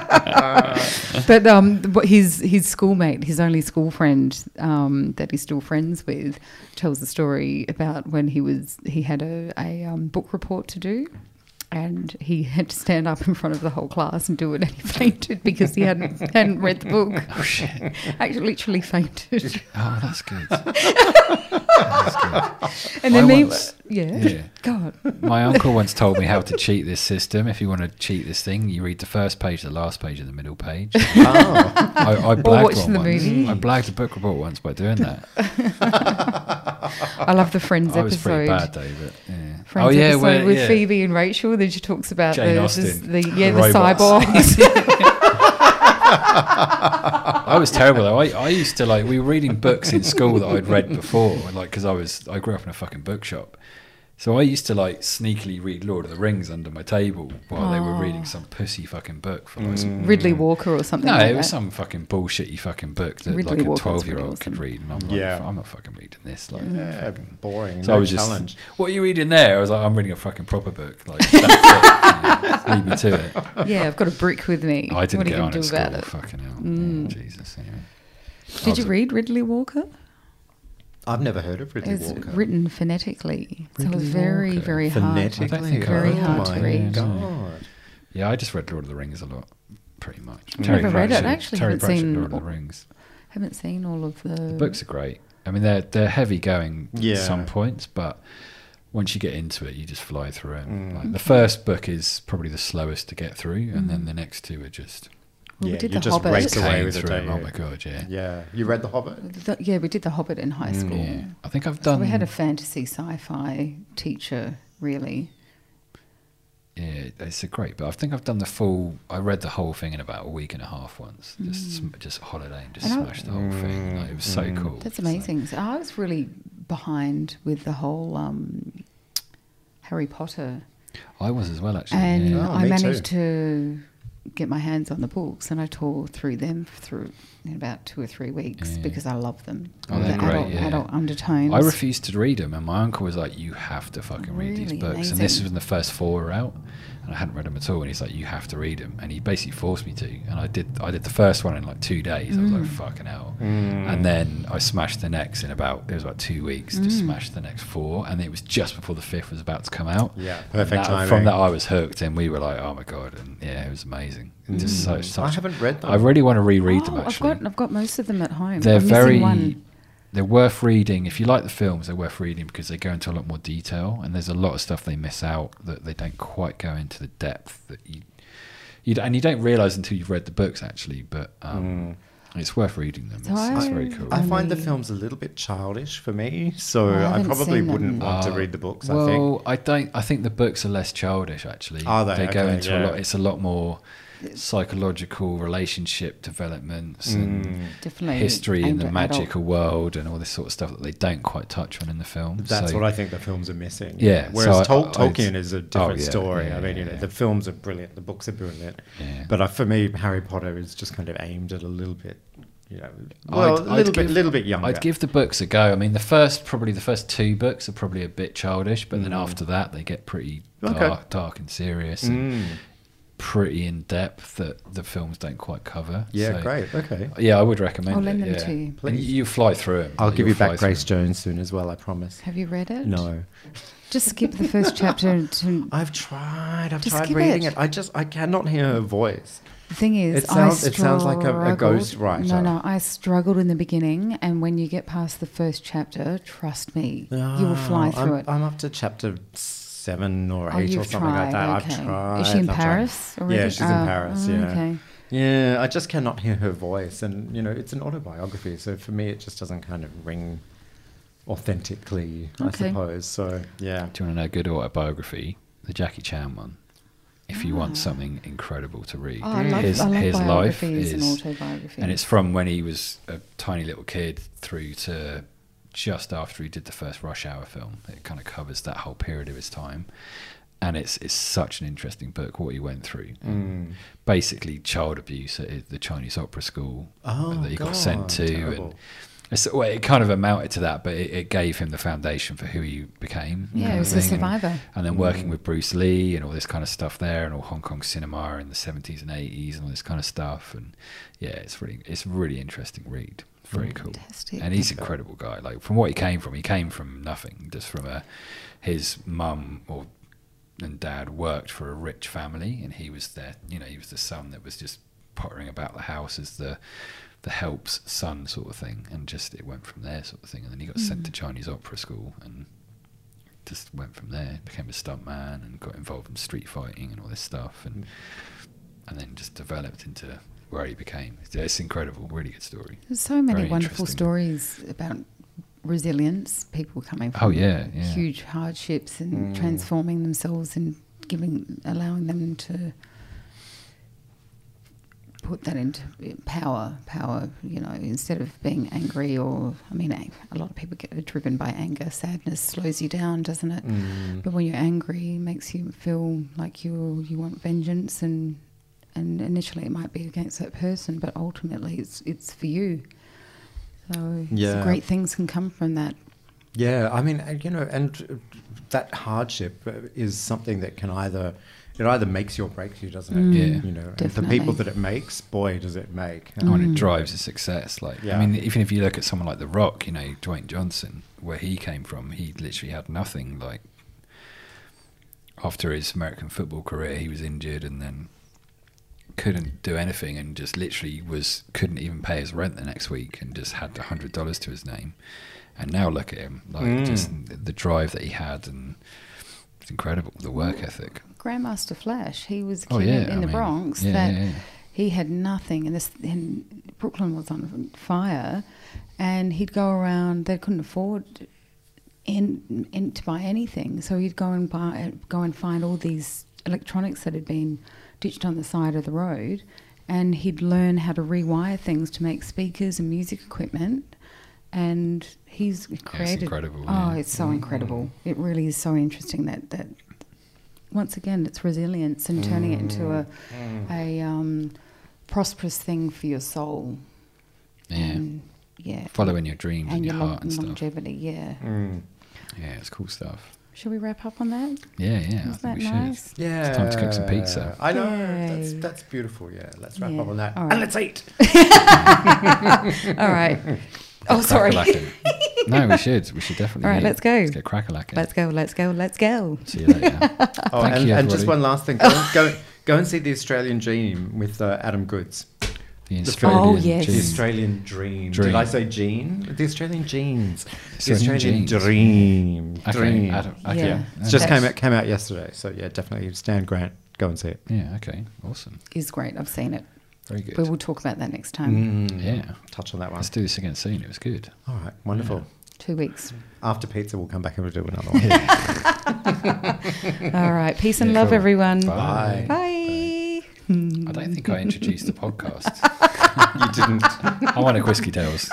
Speaker 2: but um, but his his schoolmate, his only school friend um, that he's still friends with, tells a story about when he was he had a, a um, book report to do. And he had to stand up in front of the whole class and do it, and he fainted because he hadn't hadn't read the book.
Speaker 1: Oh shit!
Speaker 2: Actually, literally fainted.
Speaker 1: Oh, that's good.
Speaker 2: And then
Speaker 1: I
Speaker 2: me,
Speaker 1: once-
Speaker 2: yeah,
Speaker 1: yeah.
Speaker 2: God,
Speaker 1: My uncle once told me how to cheat this system. If you want to cheat this thing, you read the first page, the last page, and the middle page.
Speaker 3: oh.
Speaker 1: I, I blagged
Speaker 2: watch
Speaker 1: one
Speaker 2: the
Speaker 1: once.
Speaker 2: movie.
Speaker 1: I blagged a book report once by doing that.
Speaker 2: I love the Friends
Speaker 1: I was
Speaker 2: episode.
Speaker 1: pretty bad though, but Oh, yeah.
Speaker 2: Friends episode
Speaker 1: where-
Speaker 2: with
Speaker 1: yeah.
Speaker 2: Phoebe and Rachel. Then she talks about
Speaker 1: Jane
Speaker 2: the,
Speaker 1: Austen.
Speaker 2: the yeah the,
Speaker 1: The robots.
Speaker 2: cyborgs.
Speaker 1: I was terrible though. I, I used to like we were reading books in school that I'd read before, like because I was I grew up in a fucking bookshop, so I used to like sneakily read Lord of the Rings under my table while they were reading some pussy fucking book from like, some,
Speaker 2: Ridley Walker or something.
Speaker 1: Mm. no,
Speaker 2: like
Speaker 1: it was
Speaker 2: that.
Speaker 1: some fucking bullshitty fucking book that
Speaker 2: Ridley
Speaker 1: like a
Speaker 2: Walker's
Speaker 1: twelve year
Speaker 2: really
Speaker 1: old could
Speaker 2: awesome.
Speaker 1: read, and I'm like,
Speaker 3: Yeah.
Speaker 1: I'm not fucking reading this. Like,
Speaker 3: Yeah, boring.
Speaker 1: So
Speaker 3: no
Speaker 1: I was just,
Speaker 3: challenge.
Speaker 1: what are you reading there? I was like, I'm reading a fucking proper book. Like, that's it. You know, lead me to it.
Speaker 2: Yeah, I've got a brick with me.
Speaker 1: I didn't
Speaker 2: what are
Speaker 1: get
Speaker 2: you gonna
Speaker 1: on
Speaker 2: do
Speaker 1: at school.
Speaker 2: about it? Mm.
Speaker 1: Fucking hell. Yeah, Jesus. Anyway. I
Speaker 2: Did
Speaker 1: was
Speaker 2: you
Speaker 1: a-
Speaker 2: read Ridley Walker?
Speaker 3: I've never heard of Ridley
Speaker 2: It's
Speaker 3: Walker.
Speaker 2: written phonetically, so it was
Speaker 1: Ridley
Speaker 2: very,
Speaker 1: Walker. Oh
Speaker 2: very hard.
Speaker 3: Phonetically,
Speaker 1: I don't think I
Speaker 2: very
Speaker 1: read
Speaker 2: hard
Speaker 1: that.
Speaker 2: to
Speaker 1: Yeah,
Speaker 2: read.
Speaker 1: no.
Speaker 3: God.
Speaker 1: Yeah, I just read Lord of the Rings a lot, pretty much.
Speaker 2: Never read it. I actually
Speaker 1: Terry
Speaker 2: haven't
Speaker 1: Pratchett,
Speaker 2: seen
Speaker 1: Lord of
Speaker 2: all-
Speaker 1: the Rings.
Speaker 2: Haven't seen all of the,
Speaker 1: The books are great. I mean, they're they're heavy going
Speaker 3: Yeah.
Speaker 1: at some points, but once you get into it, you just fly through it.
Speaker 2: Mm.
Speaker 1: Like, the first book is probably the slowest to get through, and then the next two are just
Speaker 2: Well, we
Speaker 3: Yeah,
Speaker 2: did
Speaker 3: you
Speaker 2: the
Speaker 3: just
Speaker 2: Hobbit.
Speaker 3: race
Speaker 2: Came
Speaker 3: away
Speaker 1: came
Speaker 3: with the
Speaker 1: through.
Speaker 3: day.
Speaker 1: Oh my god, yeah.
Speaker 3: Yeah, you read The Hobbit.
Speaker 2: the- yeah, we did the Hobbit in high school.
Speaker 1: Mm, Yeah. I think I've
Speaker 2: So
Speaker 1: done.
Speaker 2: we had a fantasy sci-fi teacher, really.
Speaker 1: Yeah, it's a great. But I think I've done the full. I read the whole thing in about a week and a half once. Just sm- just holiday and just
Speaker 2: And I-
Speaker 1: smashed the whole thing. Like, it was so cool.
Speaker 2: That's
Speaker 1: It's like-
Speaker 2: amazing. So I was really behind with the whole um, Harry Potter,
Speaker 1: I was as well actually.
Speaker 2: and
Speaker 1: yeah.
Speaker 3: Oh,
Speaker 2: I
Speaker 3: me
Speaker 2: managed to get my hands on the books, and I tore through them through in about two or three weeks
Speaker 1: Yeah.
Speaker 2: because I love them.
Speaker 1: Oh,
Speaker 2: the
Speaker 1: they're great,
Speaker 2: adult,
Speaker 1: yeah.
Speaker 2: adult undertones.
Speaker 1: I refused to read them, and my uncle was like, "You have to fucking read
Speaker 2: Really
Speaker 1: these books." And this was
Speaker 2: amazing.
Speaker 1: when the first four were out, and I hadn't read them at all. And he's like, "You have to read them," and he basically forced me to. And I did. I did the first one in like two days. I was
Speaker 2: Mm.
Speaker 1: like, "Fucking hell!"
Speaker 3: Mm.
Speaker 1: And then I smashed the next in about it was about two weeks.
Speaker 2: Mm.
Speaker 1: Just smashed the next four, and it was just before the fifth was about to come out.
Speaker 3: Yeah,
Speaker 1: And
Speaker 3: perfect
Speaker 1: that-
Speaker 3: timing.
Speaker 1: From that, I was hooked, and we were like, "Oh my god!" And yeah, it was amazing. And Just so, such,
Speaker 3: Mm. I haven't read them.
Speaker 1: I really want to reread them.
Speaker 2: Oh, I've
Speaker 1: Actually,
Speaker 2: got I've got most of them at home.
Speaker 1: they're
Speaker 2: I'm missing
Speaker 1: very
Speaker 2: one.
Speaker 1: they're worth reading if you like the films they're worth reading because they go into a lot more detail and there's a lot of stuff they miss out that they don't quite go into the depth that you you d- and you don't realize until you've read the books actually but um it's worth reading them
Speaker 2: So
Speaker 1: it's, it's
Speaker 2: I-
Speaker 1: very cool
Speaker 3: Mm. I find the
Speaker 2: Mm.
Speaker 3: films a little bit childish for me, so
Speaker 2: Well, Oh, I
Speaker 3: I,
Speaker 2: haven't
Speaker 3: probably
Speaker 2: seen them.
Speaker 3: wouldn't want to
Speaker 1: Uh,
Speaker 3: read the books.
Speaker 1: well,
Speaker 3: I think
Speaker 1: don't. I think the books are less childish. Actually,
Speaker 3: Are they?
Speaker 1: go
Speaker 3: Okay,
Speaker 1: into a
Speaker 3: yeah.
Speaker 1: lot. It's a lot more psychological relationship developments and
Speaker 3: Mm.
Speaker 2: Definitely
Speaker 1: history and
Speaker 2: aimed
Speaker 1: the
Speaker 2: at
Speaker 1: magical world and all this sort of stuff that they don't quite touch on in the film.
Speaker 3: that's
Speaker 1: So-
Speaker 3: what I think the films are missing.
Speaker 1: Yeah,
Speaker 3: Whereas
Speaker 1: so I-
Speaker 3: Tol-
Speaker 1: I- I'd-
Speaker 3: Tolkien is a different
Speaker 1: yeah,
Speaker 3: story.
Speaker 1: yeah,
Speaker 3: I mean,
Speaker 1: yeah,
Speaker 3: you know,
Speaker 1: yeah.
Speaker 3: the films are brilliant, the books are brilliant,
Speaker 1: Yeah.
Speaker 3: but uh, for me, Harry Potter is just kind of aimed at a little bit, you know,
Speaker 1: I'd-
Speaker 3: well, a
Speaker 1: I'd
Speaker 3: little bit,
Speaker 1: give-
Speaker 3: little bit younger.
Speaker 1: I'd give the books a go. I mean, the first probably the first two books are probably a bit childish, but then after that they get pretty dark,
Speaker 3: Mm. Okay.
Speaker 1: dark and serious, and
Speaker 3: Mm.
Speaker 1: pretty in depth that the films don't quite cover.
Speaker 3: Yeah,
Speaker 1: So, uh,
Speaker 3: great. Okay.
Speaker 1: Yeah, I would recommend.
Speaker 2: I'll lend
Speaker 1: it,
Speaker 2: them
Speaker 1: yeah.
Speaker 2: to you.
Speaker 1: And
Speaker 3: Please.
Speaker 1: you fly through them.
Speaker 3: I'll give you back Grace Jones soon as well. I promise.
Speaker 2: Have you read it?
Speaker 3: No,
Speaker 2: Just skip the first chapter. To,
Speaker 3: I've tried. I've
Speaker 2: Just
Speaker 3: tried
Speaker 2: give
Speaker 3: reading
Speaker 2: it.
Speaker 3: it. I just I cannot hear her voice.
Speaker 2: the thing is,
Speaker 3: It sounds-
Speaker 2: I
Speaker 3: it sounds like a- a ghost
Speaker 2: struggled-
Speaker 3: writer.
Speaker 2: No, no, I struggled in the beginning, and when you get past the first chapter, trust me, you will fly
Speaker 3: Ah,
Speaker 2: through
Speaker 3: I'm,
Speaker 2: it.
Speaker 3: I'm up to chapter seven or
Speaker 2: Oh,
Speaker 3: eight or
Speaker 2: you've
Speaker 3: something like that.
Speaker 2: tried,
Speaker 3: I've
Speaker 2: okay.
Speaker 3: tried.
Speaker 2: Is she in
Speaker 3: I've tried.
Speaker 2: Paris? already?
Speaker 3: Yeah, she's in
Speaker 2: Oh,
Speaker 3: Paris.
Speaker 2: oh,
Speaker 3: Yeah.
Speaker 2: Okay.
Speaker 3: Yeah, I just cannot hear her voice, and you know, it's an autobiography, so for me, it just doesn't kind of ring authentically. I
Speaker 2: Okay.
Speaker 3: suppose. So yeah,
Speaker 1: Do you want to know a good autobiography? The Jackie Chan one. If you want something incredible to read,
Speaker 2: Ah. Oh, I love,
Speaker 1: his
Speaker 2: I love
Speaker 1: his life
Speaker 2: biographies and
Speaker 1: is
Speaker 2: autobiographies.
Speaker 1: And it's from when he was a tiny little kid through to just after he did the first Rush Hour film. It kind of covers that whole period of his time. And it's it's such an interesting book what he went through.
Speaker 3: Mm.
Speaker 1: Basically, child abuse at the Chinese opera school
Speaker 3: Oh,
Speaker 1: that he got
Speaker 3: God,
Speaker 1: sent to.
Speaker 3: terrible.
Speaker 1: And it's, well, it kind of amounted to that, but it, it gave him the foundation for who he became.
Speaker 2: Yeah,
Speaker 1: kind of
Speaker 2: he was a
Speaker 1: thing. And-
Speaker 2: survivor.
Speaker 1: and then working with Bruce Lee and all this kind of stuff there, and all Hong Kong cinema in the seventies and eighties, and all this kind of stuff. And yeah, it's really it's a really interesting read. Very cool.
Speaker 2: Fantastic.
Speaker 1: And he's an incredible guy. Like from what he came from, he came from nothing, just from a his mum or and dad worked for a rich family, and he was there. You know, he was the son that was just pottering about the house as the the helps son sort of thing, and just it went from there sort of thing. And then he got sent to Chinese opera school, and just went from there. Became a stuntman and got involved in street fighting and all this stuff, and and then just developed into where he became. It's, it's incredible, really good story.
Speaker 2: There's so many
Speaker 1: Very
Speaker 2: wonderful
Speaker 1: interesting.
Speaker 2: stories about resilience, people coming from
Speaker 1: Oh, yeah, yeah.
Speaker 2: huge hardships and transforming themselves and giving, allowing them to put that into power. Power, you know, instead of being angry or, I mean, a- a lot of people get driven by anger. Sadness slows you down, doesn't it?
Speaker 3: Mm.
Speaker 2: But when you're angry, it makes you feel like you you want vengeance and and initially it might be against that person, but ultimately it's it's for you. So
Speaker 3: Yeah.
Speaker 2: some great things can come from that.
Speaker 3: Yeah, I mean, and, you know, and uh, that hardship uh, is something that can either it either makes you or breaks you, doesn't it?
Speaker 1: Yeah.
Speaker 3: you know, and the
Speaker 2: Definitely.
Speaker 3: people that it makes, boy, does it make.
Speaker 1: And
Speaker 2: Mm.
Speaker 1: when it drives to success, like
Speaker 3: Yeah.
Speaker 1: I mean, even if you look at someone like The Rock, you know, Dwayne Johnson, where he came from, he literally had nothing. Like after his American football career, he was injured and then couldn't do anything and just literally was couldn't even pay his rent the next week and just had a hundred dollars to his name. And now look at him, like just the drive that he had and it's incredible the work ethic.
Speaker 2: Grandmaster Flash, he was a kid
Speaker 1: Oh, yeah,
Speaker 2: in
Speaker 1: I
Speaker 2: the
Speaker 1: mean,
Speaker 2: Bronx
Speaker 1: yeah,
Speaker 2: that
Speaker 1: yeah, yeah.
Speaker 2: he had nothing, and this and Brooklyn was on fire, and he'd go around. They couldn't afford in, in to buy anything, so he'd go and buy go and find all these electronics that had been ditched on the side of the road, and he'd learn how to rewire things to make speakers and music equipment. And he's created.
Speaker 1: incredible,
Speaker 2: Oh,
Speaker 1: yeah. Mm-hmm.
Speaker 2: it's so incredible! It really is so interesting that that once again, it's resilience and turning it into
Speaker 1: Mm.
Speaker 2: a a um, prosperous thing for your soul.
Speaker 1: Yeah.
Speaker 2: And, Um, yeah.
Speaker 1: Following your dreams and,
Speaker 2: and
Speaker 1: your
Speaker 2: your
Speaker 1: heart
Speaker 2: long-
Speaker 1: and stuff.
Speaker 2: longevity. Yeah.
Speaker 3: Mm.
Speaker 1: Yeah, it's cool stuff.
Speaker 2: Should we wrap up on that?
Speaker 1: Yeah, yeah. I
Speaker 2: Isn't
Speaker 1: think
Speaker 2: that
Speaker 1: we should.
Speaker 2: nice?
Speaker 3: Yeah.
Speaker 1: It's time to cook some pizza.
Speaker 3: I know. That's,
Speaker 2: Yay.
Speaker 3: that's beautiful. Yeah. Let's wrap
Speaker 2: Yeah.
Speaker 3: up on that.
Speaker 2: All
Speaker 3: And
Speaker 2: right.
Speaker 3: let's eat.
Speaker 2: All right. Oh, sorry.
Speaker 1: Crack-a-lackin'. no, we should. We should definitely.
Speaker 2: All right,
Speaker 1: eat.
Speaker 2: let's go.
Speaker 1: Let's get crack a lacking.
Speaker 2: Let's go. Let's go. Let's go.
Speaker 1: See you later.
Speaker 3: Oh,
Speaker 1: Thank
Speaker 3: and,
Speaker 1: you,
Speaker 3: and just
Speaker 1: everybody.
Speaker 3: one last thing. Go, go, go and see the Australian Gene with uh, Adam Goods.
Speaker 1: The
Speaker 3: The
Speaker 1: Australian
Speaker 2: Oh, yes.
Speaker 1: gene.
Speaker 3: The Australian Dream.
Speaker 1: Dream.
Speaker 3: Did I say Gene? The Australian Genes. The
Speaker 1: Australian
Speaker 3: Australian
Speaker 1: Genes.
Speaker 3: Dream.
Speaker 1: Okay,
Speaker 3: Dream.
Speaker 1: I don't- okay.
Speaker 2: Yeah.
Speaker 3: It just
Speaker 2: That's-
Speaker 3: came out, came out yesterday. So, yeah, definitely. Stan Grant, go and see it.
Speaker 1: Yeah. Okay. Awesome.
Speaker 2: Is great. I've seen it.
Speaker 1: Very good. Mm-hmm.
Speaker 2: But we'll talk about that next time.
Speaker 1: yeah.
Speaker 3: Touch on that one.
Speaker 1: Let's do this again soon. It was good.
Speaker 3: All right. Wonderful.
Speaker 2: Two weeks.
Speaker 3: After pizza, we'll come back and we'll do another one.
Speaker 2: All right. Peace and
Speaker 1: Yeah,
Speaker 2: love,
Speaker 1: cool.
Speaker 2: everyone.
Speaker 1: Bye.
Speaker 2: Bye. Hmm.
Speaker 1: I don't think I introduced the podcast.
Speaker 3: you didn't.
Speaker 1: I want a whiskey tales.